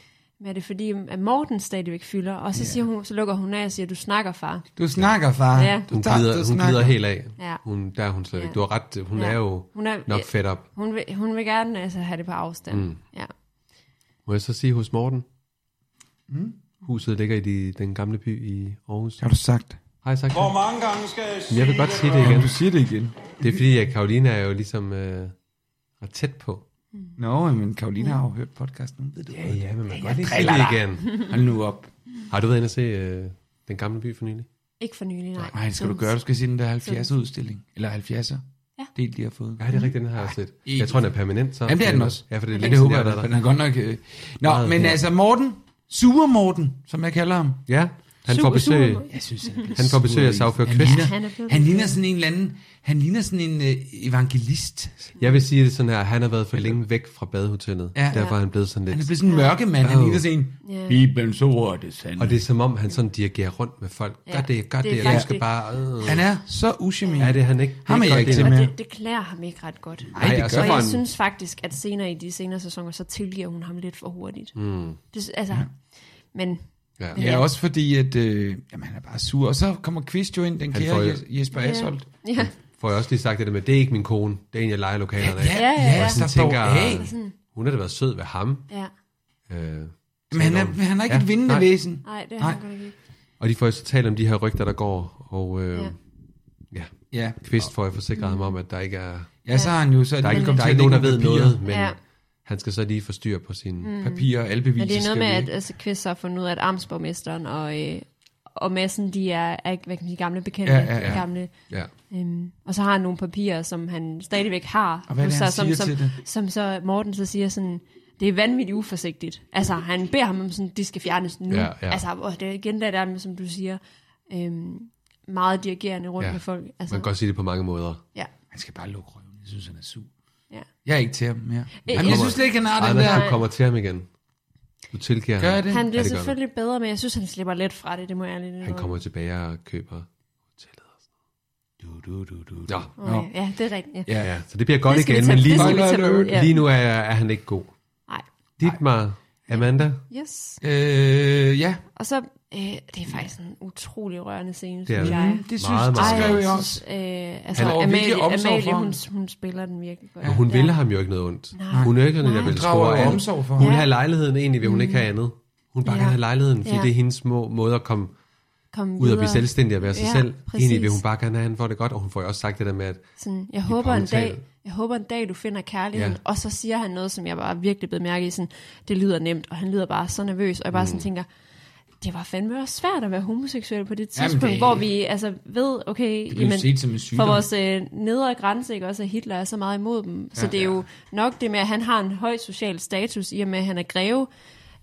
[SPEAKER 3] men er det fordi, at Morten stadigvæk fylder? Og så, siger hun, så lukker hun af og siger, du snakker, far.
[SPEAKER 1] Du snakker, far.
[SPEAKER 3] Ja.
[SPEAKER 1] Du
[SPEAKER 2] Ah, Hun
[SPEAKER 1] tager-
[SPEAKER 2] glider,
[SPEAKER 1] du
[SPEAKER 2] hun
[SPEAKER 1] snakker.
[SPEAKER 2] glider helt af.
[SPEAKER 3] Ja.
[SPEAKER 2] Hun, der er hun slet
[SPEAKER 3] Ja.
[SPEAKER 2] ikke. Du har ret. Hun
[SPEAKER 3] Ja.
[SPEAKER 2] er jo
[SPEAKER 3] Hun er-
[SPEAKER 2] nok
[SPEAKER 3] ja.
[SPEAKER 2] fedt op.
[SPEAKER 3] Hun vil, hun vil gerne altså, have det på afstand.
[SPEAKER 2] Mm.
[SPEAKER 3] Mm. Ja.
[SPEAKER 2] Må jeg så sige hos Morten?
[SPEAKER 1] Mm.
[SPEAKER 2] Huset ligger i de, den gamle by i Aarhus.
[SPEAKER 1] Har du sagt?
[SPEAKER 2] Har jeg sagt
[SPEAKER 13] Hvor
[SPEAKER 2] det?
[SPEAKER 13] mange gange skal jeg
[SPEAKER 2] Men Jeg vil
[SPEAKER 13] sige
[SPEAKER 2] godt
[SPEAKER 13] det,
[SPEAKER 2] sige det
[SPEAKER 13] når-
[SPEAKER 2] igen.
[SPEAKER 13] Du
[SPEAKER 1] siger det igen.
[SPEAKER 2] Det er fordi, at Karolina er jo ligesom øh, er tæt på.
[SPEAKER 1] Nå, men Karoline har jo hørt podcasten. Hun ved det.
[SPEAKER 2] Ja, ja, men man kan godt
[SPEAKER 1] jeg
[SPEAKER 2] lige sige
[SPEAKER 1] driller
[SPEAKER 2] det
[SPEAKER 1] dig.
[SPEAKER 2] igen.
[SPEAKER 1] Hold nu op.
[SPEAKER 2] Har du været inde og se øh, den gamle by for nylig?
[SPEAKER 3] Ikke for nylig, nej.
[SPEAKER 1] Nej, det skal du gøre. Du skal se den der
[SPEAKER 3] Sådan.
[SPEAKER 1] 70'er udstilling. Eller 70'er. Ja. Det de har fået.
[SPEAKER 2] Ja, det er rigtigt, den har jeg også set. Jeg tror, den er permanent. Så.
[SPEAKER 1] Jamen, det er den også.
[SPEAKER 2] Ja, for det er
[SPEAKER 1] Men
[SPEAKER 2] længe
[SPEAKER 1] det
[SPEAKER 2] siden,
[SPEAKER 1] håber
[SPEAKER 2] jeg
[SPEAKER 1] jeg,
[SPEAKER 2] har
[SPEAKER 1] da,
[SPEAKER 2] været
[SPEAKER 1] for
[SPEAKER 2] der.
[SPEAKER 1] den er godt nok... Øh... Nå,
[SPEAKER 2] Meget
[SPEAKER 1] men
[SPEAKER 2] pæn.
[SPEAKER 1] altså Morten, Sure Morten, som jeg kalder ham.
[SPEAKER 2] Ja, han
[SPEAKER 1] Sur-
[SPEAKER 2] får besøg.
[SPEAKER 1] sur- Jeg synes, han, er blevet
[SPEAKER 2] Han får besøg
[SPEAKER 1] sur
[SPEAKER 2] af
[SPEAKER 1] i-
[SPEAKER 2] sagfører
[SPEAKER 1] han
[SPEAKER 2] Kvist.
[SPEAKER 1] ligner-
[SPEAKER 2] Han er blevet-
[SPEAKER 1] Han ligner sådan en eller anden... Han ligner sådan en øh, evangelist.
[SPEAKER 2] Jeg vil sige det sådan her, han har været for længe væk fra badehotellet.
[SPEAKER 1] Ja.
[SPEAKER 2] Ja. Derfor er han blevet sådan lidt...
[SPEAKER 1] Han er blevet sådan en mørke mand. Han ligner sådan en, Ja. Bibelens ord er det sande.
[SPEAKER 2] Og det er som om, han sådan dirigerer rundt med folk.
[SPEAKER 3] Ja.
[SPEAKER 2] Gør det, gør
[SPEAKER 3] Det er
[SPEAKER 2] det, det. du
[SPEAKER 3] faktisk
[SPEAKER 2] skal
[SPEAKER 3] det.
[SPEAKER 2] bare... Øh.
[SPEAKER 1] Han er så uschammerende.
[SPEAKER 2] Ja, det er han ikke. Det
[SPEAKER 1] Ham er jeg
[SPEAKER 2] godt,
[SPEAKER 1] ikke
[SPEAKER 2] det
[SPEAKER 1] til
[SPEAKER 2] er-
[SPEAKER 1] mere.
[SPEAKER 3] Det, det klæder ham ikke ret godt.
[SPEAKER 2] Nej, det
[SPEAKER 3] og
[SPEAKER 2] gør
[SPEAKER 3] jeg
[SPEAKER 2] han.
[SPEAKER 3] synes faktisk, at senere i de senere sæsoner, så tilgiver hun ham lidt for hurtigt.
[SPEAKER 1] Mm.
[SPEAKER 3] Det, altså, men...
[SPEAKER 1] Ja.
[SPEAKER 3] men
[SPEAKER 1] ja, også fordi, at øh, jamen, han er bare sur. Og så kommer Kvist jo ind, den
[SPEAKER 2] Han
[SPEAKER 1] kære
[SPEAKER 2] får jo-
[SPEAKER 1] Jes- Jesper
[SPEAKER 3] Ja.
[SPEAKER 1] Asholdt.
[SPEAKER 3] Ja.
[SPEAKER 2] Får jeg også lige sagt det der med, det er ikke min kone, det er en, jeg leger lokalerne af.
[SPEAKER 1] Ja, ja, ja,
[SPEAKER 2] Og
[SPEAKER 1] ja.
[SPEAKER 2] jeg
[SPEAKER 1] Der
[SPEAKER 2] sådan
[SPEAKER 1] står
[SPEAKER 2] tænker,
[SPEAKER 1] af.
[SPEAKER 3] Sådan.
[SPEAKER 2] hun har da været sød ved ham.
[SPEAKER 3] Ja.
[SPEAKER 2] Øh,
[SPEAKER 1] Men han
[SPEAKER 2] taler
[SPEAKER 1] er,
[SPEAKER 2] om-
[SPEAKER 1] han er ikke
[SPEAKER 2] Ja,
[SPEAKER 1] et vindende
[SPEAKER 2] nej.
[SPEAKER 1] væsen.
[SPEAKER 3] Nej, det er han godt nok ikke.
[SPEAKER 2] Og de får jo så talt om de her rygter, der går, og øh, ja. ja.
[SPEAKER 1] Ja.
[SPEAKER 2] Kvist får jeg forsikret ham om, at der ikke er...
[SPEAKER 1] Ja, så har han jo så
[SPEAKER 2] Der er ikke,
[SPEAKER 1] alligevel
[SPEAKER 2] der er ikke
[SPEAKER 1] kommet til at
[SPEAKER 2] nogen, der
[SPEAKER 1] lægge
[SPEAKER 2] ved
[SPEAKER 1] nogle
[SPEAKER 2] noget,
[SPEAKER 1] papirer.
[SPEAKER 2] men
[SPEAKER 3] Ja.
[SPEAKER 2] han skal så lige få styr på sine
[SPEAKER 3] Mm.
[SPEAKER 1] papirer og alle
[SPEAKER 3] Men det er noget med, at
[SPEAKER 2] beviser.
[SPEAKER 3] altså, Kvist så har fundet ud af, at Amtsborgmesteren og, øh, og Madsen, de er, er ikke, hvad kan man sige, gamle bekendte.
[SPEAKER 2] Ja, ja, ja.
[SPEAKER 3] Gamle,
[SPEAKER 2] Ja.
[SPEAKER 3] Øhm, og så har han nogle papirer, som han stadigvæk har.
[SPEAKER 1] Og hvad er det,
[SPEAKER 3] hos
[SPEAKER 1] han
[SPEAKER 3] sig, som,
[SPEAKER 1] siger
[SPEAKER 3] som,
[SPEAKER 1] til det?
[SPEAKER 3] Som så Morten så siger sådan, det er vanvittigt uforsigtigt. Altså, han beder ham om sådan, de skal fjernes nu.
[SPEAKER 2] Ja, ja.
[SPEAKER 3] Altså, og det er igen det der med, som du siger, øhm, meget dirigerende rundt
[SPEAKER 2] Ja.
[SPEAKER 3] med folk.
[SPEAKER 2] Man
[SPEAKER 3] Altså,
[SPEAKER 2] kan godt sige det på mange måder.
[SPEAKER 3] Ja.
[SPEAKER 1] Han skal bare lukke røven. Jeg synes, han er sur.
[SPEAKER 3] Ja.
[SPEAKER 1] Jeg er ikke til ham mere.
[SPEAKER 3] Øh,
[SPEAKER 1] Jamen, jeg synes slet ikke, han har den
[SPEAKER 2] Anders,
[SPEAKER 1] der...
[SPEAKER 2] du kommer til ham igen. Du tilgiver
[SPEAKER 1] Gør
[SPEAKER 2] ham.
[SPEAKER 1] jeg det?
[SPEAKER 3] Han bliver
[SPEAKER 2] Ja, det gør
[SPEAKER 3] selvfølgelig bedre, men jeg synes, han slipper lidt fra det, det må jeg ærligt
[SPEAKER 2] du. Han
[SPEAKER 3] indrømme.
[SPEAKER 2] kommer tilbage og køber hotellet og
[SPEAKER 3] Åh,
[SPEAKER 2] sådan noget. Du, du, du, du.
[SPEAKER 3] ja, det er rigtigt. Ja.
[SPEAKER 2] Ja. Ja, ja, så det bliver godt
[SPEAKER 3] Det skal vi
[SPEAKER 2] igen,
[SPEAKER 3] tage-
[SPEAKER 2] men lige
[SPEAKER 3] det
[SPEAKER 2] nu,
[SPEAKER 3] skal vi tage med, ja.
[SPEAKER 2] lige nu er, er han ikke god.
[SPEAKER 3] Nej.
[SPEAKER 2] Dietmar, Amanda,
[SPEAKER 3] Yes.
[SPEAKER 1] Øh, ja.
[SPEAKER 3] Og så, øh, det er faktisk en utrolig rørende scene,
[SPEAKER 2] Det er
[SPEAKER 3] synes
[SPEAKER 2] det.
[SPEAKER 3] jeg.
[SPEAKER 2] Mm, det synes- Meget, det
[SPEAKER 3] Ej,
[SPEAKER 2] skrev
[SPEAKER 1] jeg
[SPEAKER 3] synes,
[SPEAKER 1] også.
[SPEAKER 3] Øh, altså,
[SPEAKER 1] Han var
[SPEAKER 3] Amalie,
[SPEAKER 1] virkelig omsorg
[SPEAKER 3] Amalie
[SPEAKER 1] for ham.
[SPEAKER 3] hun, hun spiller den virkelig godt.
[SPEAKER 2] og hun ville ham jo ikke noget ondt.
[SPEAKER 3] Nej.
[SPEAKER 2] Hun er jo ikke sådan,
[SPEAKER 3] Nej.
[SPEAKER 2] der vil
[SPEAKER 1] Hun drager
[SPEAKER 2] score
[SPEAKER 1] jo
[SPEAKER 2] alt.
[SPEAKER 1] omsorg for
[SPEAKER 2] Hun
[SPEAKER 1] ham.
[SPEAKER 2] vil have lejligheden egentlig, vil hun
[SPEAKER 3] Mm.
[SPEAKER 2] ikke have andet. Hun vil bare
[SPEAKER 3] Ja.
[SPEAKER 2] gerne have lejligheden, fordi
[SPEAKER 3] Ja.
[SPEAKER 2] det er hendes må, måde at komme
[SPEAKER 3] Kom
[SPEAKER 2] ud og blive
[SPEAKER 3] videre.
[SPEAKER 2] selvstændig og være sig
[SPEAKER 3] Ja,
[SPEAKER 2] selv.
[SPEAKER 3] præcis.
[SPEAKER 2] Egentlig vil hun bare gerne have, at han får det godt, og hun får jo også sagt det der med, at
[SPEAKER 3] Sådan,
[SPEAKER 2] I
[SPEAKER 3] jeg håber en
[SPEAKER 2] bagtale.
[SPEAKER 3] dag, jeg håber en dag, du finder kærligheden.
[SPEAKER 2] Ja.
[SPEAKER 3] Ja. Og så siger han noget, som jeg bare virkelig blev mærke i. Sådan, det lyder nemt, og han lyder bare så nervøs. Og jeg bare sådan
[SPEAKER 2] Mm.
[SPEAKER 3] tænker, det var fandme også svært at være homoseksuel på det
[SPEAKER 1] Jamen,
[SPEAKER 3] tidspunkt, Jamen,
[SPEAKER 1] det-
[SPEAKER 3] det... hvor vi altså ved, okay,
[SPEAKER 1] Det blev set som en sygdom.
[SPEAKER 3] for vores øh, nedre grænse, ikke også, at Hitler er så meget imod dem. Så
[SPEAKER 1] Ja,
[SPEAKER 3] ja, det er
[SPEAKER 1] ja.
[SPEAKER 3] ja. jo nok det med, at han har en høj social status, i og med, at han er greve,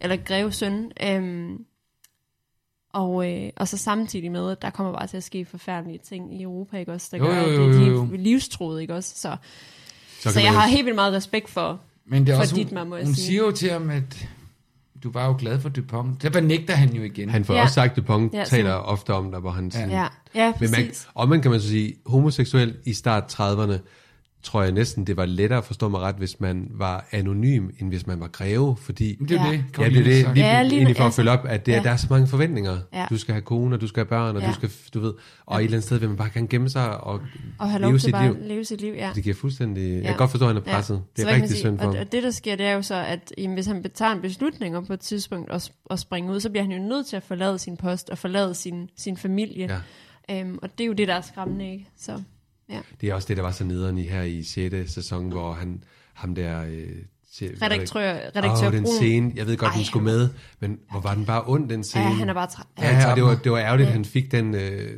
[SPEAKER 3] eller grevesøn. Øhm, og, øh, og så samtidig med, at der kommer bare til at ske forfærdelige ting i Europa, ikke også? Der
[SPEAKER 1] Jo,
[SPEAKER 3] gør,
[SPEAKER 1] jo,
[SPEAKER 3] at
[SPEAKER 1] jo,
[SPEAKER 3] det- de
[SPEAKER 1] jo,
[SPEAKER 3] er
[SPEAKER 1] jo.
[SPEAKER 3] livstruet, ikke også? Så,
[SPEAKER 1] kan
[SPEAKER 3] så, så jeg
[SPEAKER 1] man jo-
[SPEAKER 3] har helt vildt meget respekt for,
[SPEAKER 1] Men det er
[SPEAKER 3] for
[SPEAKER 1] også,
[SPEAKER 3] dit,
[SPEAKER 1] hun,
[SPEAKER 3] må jeg
[SPEAKER 1] hun
[SPEAKER 3] sige.
[SPEAKER 1] siger jo til ham, at du var jo glad for Dupont. Der benægter han jo igen.
[SPEAKER 2] han får
[SPEAKER 3] Ja.
[SPEAKER 2] også sagt, at Dupont
[SPEAKER 3] Ja,
[SPEAKER 2] taler
[SPEAKER 3] sådan.
[SPEAKER 2] ofte om dig, hvor han sådan,
[SPEAKER 3] Ja. Ja,
[SPEAKER 2] Men man,
[SPEAKER 3] præcis.
[SPEAKER 2] og man kan man så sige, homoseksuel i start 30'erne, tror jeg næsten, det var lettere at forstå mig ret, hvis man var anonym, end hvis man var greve, fordi...
[SPEAKER 1] Det er jo Ja. det,
[SPEAKER 2] Ja,
[SPEAKER 1] Karoline
[SPEAKER 2] det er
[SPEAKER 1] har
[SPEAKER 2] det.
[SPEAKER 1] sagt.
[SPEAKER 2] Lige,
[SPEAKER 1] Ja,
[SPEAKER 2] ja,
[SPEAKER 1] lige-
[SPEAKER 2] lige, egentlig for at
[SPEAKER 1] altså,
[SPEAKER 2] følge op, at det,
[SPEAKER 1] ja.
[SPEAKER 2] ja. der er så mange forventninger.
[SPEAKER 3] Ja.
[SPEAKER 2] Ja. Du skal have kone, og du skal have børn, og ja.
[SPEAKER 3] Ja.
[SPEAKER 2] du skal, du ved, og et eller andet sted vil man bare gerne gemme sig og,
[SPEAKER 3] Og have lov til bare at leve sit liv, ja.
[SPEAKER 2] Det giver fuldstændig... Ja. Jeg kan godt forstå, at han er presset. Ja.
[SPEAKER 3] Så hvad
[SPEAKER 2] Det er
[SPEAKER 3] kan man
[SPEAKER 2] rigtig
[SPEAKER 3] sige?
[SPEAKER 2] synd for
[SPEAKER 3] og,
[SPEAKER 2] ham.
[SPEAKER 3] og det, der sker, det er jo så, at jamen, hvis han tager en beslutning om på et tidspunkt at, at springe ud, så bliver han jo nødt til at forlade sin post og forlade sin, sin familie. Ja. Øhm, og det er jo det, der er skræmmende, ikke? Så, ja.
[SPEAKER 2] Det er også det, der var så nederen i her i 6. sæson, hvor han, ham der øh, siger-
[SPEAKER 3] Redaktør- redaktør
[SPEAKER 2] Åh, den
[SPEAKER 3] Brun.
[SPEAKER 2] scene, jeg ved godt,
[SPEAKER 3] Ej,
[SPEAKER 2] den skulle med, men hvor var den bare ond, den scene.
[SPEAKER 3] Ja, han er bare træ-
[SPEAKER 2] Ja,
[SPEAKER 3] han er
[SPEAKER 2] ja, og det var,
[SPEAKER 3] tabt.
[SPEAKER 2] det var ærgerligt,
[SPEAKER 3] Ja.
[SPEAKER 2] at han fik den... Øh,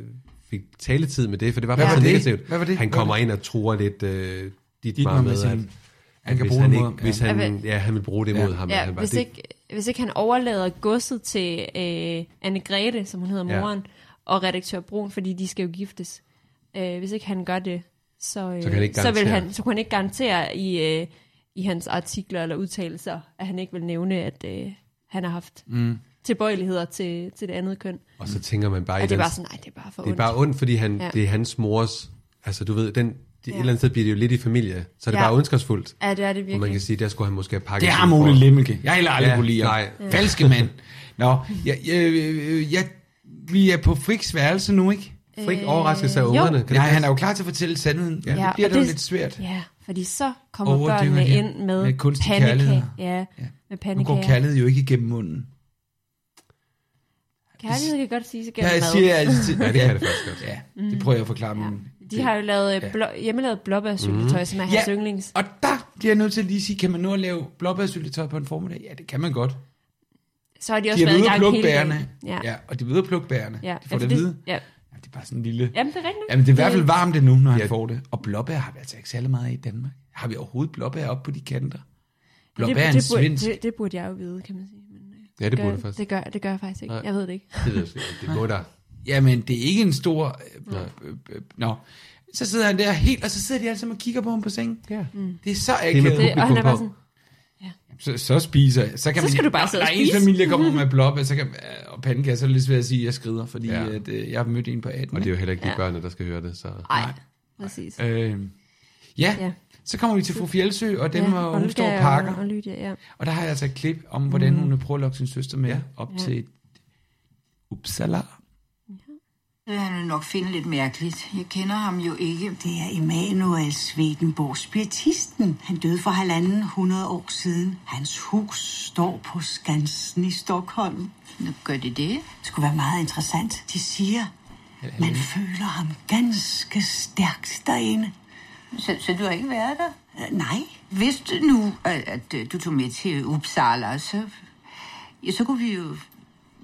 [SPEAKER 2] fik taletid med det, for det var
[SPEAKER 1] Hvad
[SPEAKER 2] bare
[SPEAKER 1] var
[SPEAKER 2] så
[SPEAKER 1] det?
[SPEAKER 2] negativt.
[SPEAKER 1] Hvad var det?
[SPEAKER 2] Han
[SPEAKER 1] Hvad
[SPEAKER 2] kommer
[SPEAKER 1] var
[SPEAKER 2] ind og truer lidt øh, dit
[SPEAKER 1] Dietmar
[SPEAKER 2] med,
[SPEAKER 1] med
[SPEAKER 2] med
[SPEAKER 1] sin-
[SPEAKER 2] at,
[SPEAKER 1] han
[SPEAKER 2] at
[SPEAKER 1] kan
[SPEAKER 2] hvis
[SPEAKER 1] bruge
[SPEAKER 2] han
[SPEAKER 1] det
[SPEAKER 2] ikke,
[SPEAKER 1] mod ham.
[SPEAKER 2] hvis
[SPEAKER 1] Ja.
[SPEAKER 2] han, ja, han vil bruge det
[SPEAKER 1] Ja.
[SPEAKER 2] mod ham.
[SPEAKER 3] Ja,
[SPEAKER 2] han var,
[SPEAKER 3] hvis,
[SPEAKER 2] det,
[SPEAKER 3] ikke, hvis ikke han overlader godset til øh, Anne Grete, som hun hedder
[SPEAKER 2] Ja.
[SPEAKER 3] moren, og redaktør Brun, fordi de skal jo giftes. Øh, hvis ikke han gør det, så, øh,
[SPEAKER 2] Så kan han ikke
[SPEAKER 3] så, vil
[SPEAKER 2] garantere.
[SPEAKER 3] han, så kunne han ikke garantere i, øh, i hans artikler eller udtalelser, at han ikke vil nævne, at øh, han har haft
[SPEAKER 2] Mm.
[SPEAKER 3] tilbøjeligheder til, til det andet køn.
[SPEAKER 2] Og så tænker man bare... i
[SPEAKER 3] Og det er
[SPEAKER 2] den-
[SPEAKER 3] bare sådan, nej, det er bare for
[SPEAKER 2] Det er
[SPEAKER 3] ondt.
[SPEAKER 2] bare ondt, fordi han,
[SPEAKER 3] Ja.
[SPEAKER 2] ja. det er hans mors... Altså, du ved, den, det, ja.
[SPEAKER 3] Ja.
[SPEAKER 2] et eller andet sted bliver det jo lidt i familie, så det er
[SPEAKER 3] Ja.
[SPEAKER 2] bare ondskabsfuldt.
[SPEAKER 3] Ja, det er det
[SPEAKER 2] Og man kan
[SPEAKER 3] virkelig.
[SPEAKER 2] sige, der skulle han måske have pakket
[SPEAKER 1] Det har
[SPEAKER 2] sin
[SPEAKER 1] Ole
[SPEAKER 2] for.
[SPEAKER 1] Lemmelke. Jeg har heller aldrig
[SPEAKER 2] Ja,
[SPEAKER 1] kunne lide ham.
[SPEAKER 2] Nej.
[SPEAKER 1] Ja. Falske mand. Nå, jeg, jeg, jeg, jeg, vi er på Friks værelse nu, ikke?
[SPEAKER 3] Frik Øh, overraskes af jo. ungerne, kan det
[SPEAKER 1] Nej, han
[SPEAKER 3] passe?
[SPEAKER 1] er jo klar til at fortælle sandheden. Ja. Det bliver
[SPEAKER 3] og
[SPEAKER 1] det, jo lidt svært.
[SPEAKER 3] Ja, fordi så kommer
[SPEAKER 1] Overdøver
[SPEAKER 3] børnene
[SPEAKER 1] det
[SPEAKER 3] ind med,
[SPEAKER 1] med kunstig kærlighed.
[SPEAKER 3] pandekager. Ja, ja, med
[SPEAKER 1] Nu
[SPEAKER 3] pandekager.
[SPEAKER 1] går kærlighed jo ikke igennem munden.
[SPEAKER 3] Kærlighed kan godt sige sig gennem
[SPEAKER 1] Ja, jeg
[SPEAKER 3] mad.
[SPEAKER 1] siger jeg altid.
[SPEAKER 2] Ja, det kan det faktisk godt.
[SPEAKER 1] Ja,
[SPEAKER 3] Mm.
[SPEAKER 1] det prøver jeg at forklare ja. min
[SPEAKER 3] De har jo lavet øh, blå, hjemmelavet blåbærsyltetøj,
[SPEAKER 1] Mhm.
[SPEAKER 3] mm. som er
[SPEAKER 1] Ja,
[SPEAKER 3] hans ja. yndlings.
[SPEAKER 1] Og der bliver jeg nødt til at lige sige, kan man nå at lave blåbærsyltetøj på en formiddag? Ja, det kan man godt.
[SPEAKER 3] Så har de
[SPEAKER 1] De
[SPEAKER 3] også
[SPEAKER 1] er
[SPEAKER 3] været
[SPEAKER 1] ude
[SPEAKER 3] i
[SPEAKER 1] at
[SPEAKER 3] gang
[SPEAKER 1] plukke
[SPEAKER 3] hele dagen.
[SPEAKER 1] bærene.
[SPEAKER 3] Ja.
[SPEAKER 1] ja. og de er ude at plukke bærene.
[SPEAKER 3] Ja,
[SPEAKER 1] De får
[SPEAKER 3] ja,
[SPEAKER 1] det at
[SPEAKER 3] for det-
[SPEAKER 1] vide.
[SPEAKER 3] ja.
[SPEAKER 1] ja. Det er bare sådan en lille...
[SPEAKER 3] Jamen, det er rigtigt.
[SPEAKER 1] Jamen, det er i hvert fald
[SPEAKER 3] Det-
[SPEAKER 1] varmt endnu, når han får det. Og blåbær har vi altså ikke særlig meget af i Danmark. Har vi overhovedet blåbær op på de kanter?
[SPEAKER 3] Men
[SPEAKER 1] Blåbær er en
[SPEAKER 3] det, burde,
[SPEAKER 1] svensk.
[SPEAKER 3] det, det burde jeg jo vide, kan man sige. Men, øh,
[SPEAKER 1] Ja, det burde
[SPEAKER 3] gør,
[SPEAKER 1] du faktisk.
[SPEAKER 3] Det gør, det gør jeg faktisk ikke.
[SPEAKER 1] Nej.
[SPEAKER 3] Jeg ved det ikke.
[SPEAKER 2] Det ved jeg slet ikke. Det må der.
[SPEAKER 1] Jamen, det er ikke en stor... Øh, øh, øh, nå. Så sidder han der helt, og så sidder de alle sammen og kigger på ham på sengen.
[SPEAKER 2] Ja.
[SPEAKER 3] Mm.
[SPEAKER 1] Det er så
[SPEAKER 3] Det-
[SPEAKER 1] akavet.
[SPEAKER 3] og han er bare sådan,
[SPEAKER 1] Så, så spiser jeg. Så, kan
[SPEAKER 3] Så skal
[SPEAKER 1] man,
[SPEAKER 3] du bare sidde og
[SPEAKER 1] Når ens
[SPEAKER 3] spise.
[SPEAKER 1] familie kommer med blåbær så kan, og pandekager, så er det lidt svært at sige, at jeg skrider, fordi ja. at, øh, jeg har mødt en på 18.
[SPEAKER 2] Og det er jo
[SPEAKER 1] ikke?
[SPEAKER 2] heller ikke de
[SPEAKER 1] Ja.
[SPEAKER 2] børnene, der skal høre det, så...
[SPEAKER 3] nej, præcis.
[SPEAKER 1] Øh, ja. ja, så kommer vi til fru Fjeldsø, og dem, ja, og hun
[SPEAKER 3] Olga
[SPEAKER 1] står og pakker.
[SPEAKER 3] Og, og Lydia, ja.
[SPEAKER 1] Og der har jeg altså et klip om, hvordan
[SPEAKER 3] Mm.
[SPEAKER 1] hun prøver at lokke sin søster med ja. op
[SPEAKER 8] Ja.
[SPEAKER 1] ja. til Uppsala.
[SPEAKER 13] Han er nok finde lidt mærkeligt. Jeg kender ham jo ikke. Det er Emanuel Swedenborg, spiritisten. Han døde for halvanden hundrede år siden. Hans hus står på Skansen i Stockholm. Nu gør de det? Det skulle være meget interessant. De siger, man føler ham ganske stærkt derinde.
[SPEAKER 8] Så, så du har ikke været der?
[SPEAKER 13] Øh, Nej. Hvis du nu, at, at øh, du tog med til Uppsala, så, ja, så kunne vi jo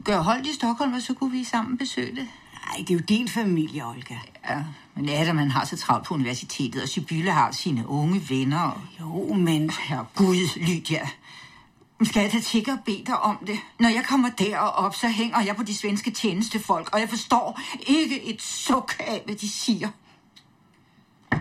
[SPEAKER 13] gøre holdt i Stockholm, og så kunne vi sammen besøge det. Nej, det er jo din familie, Olga. Ja, men Adam han har så travlt på universitetet, og Sibylle har sine unge venner. Og... Jo, men... Herregud, Lydia. Skal jeg da tigge og bede dig om det? Når jeg kommer derop, så hænger jeg på de svenske tjenestefolk, og jeg forstår ikke et suk af, hvad de siger.
[SPEAKER 2] Så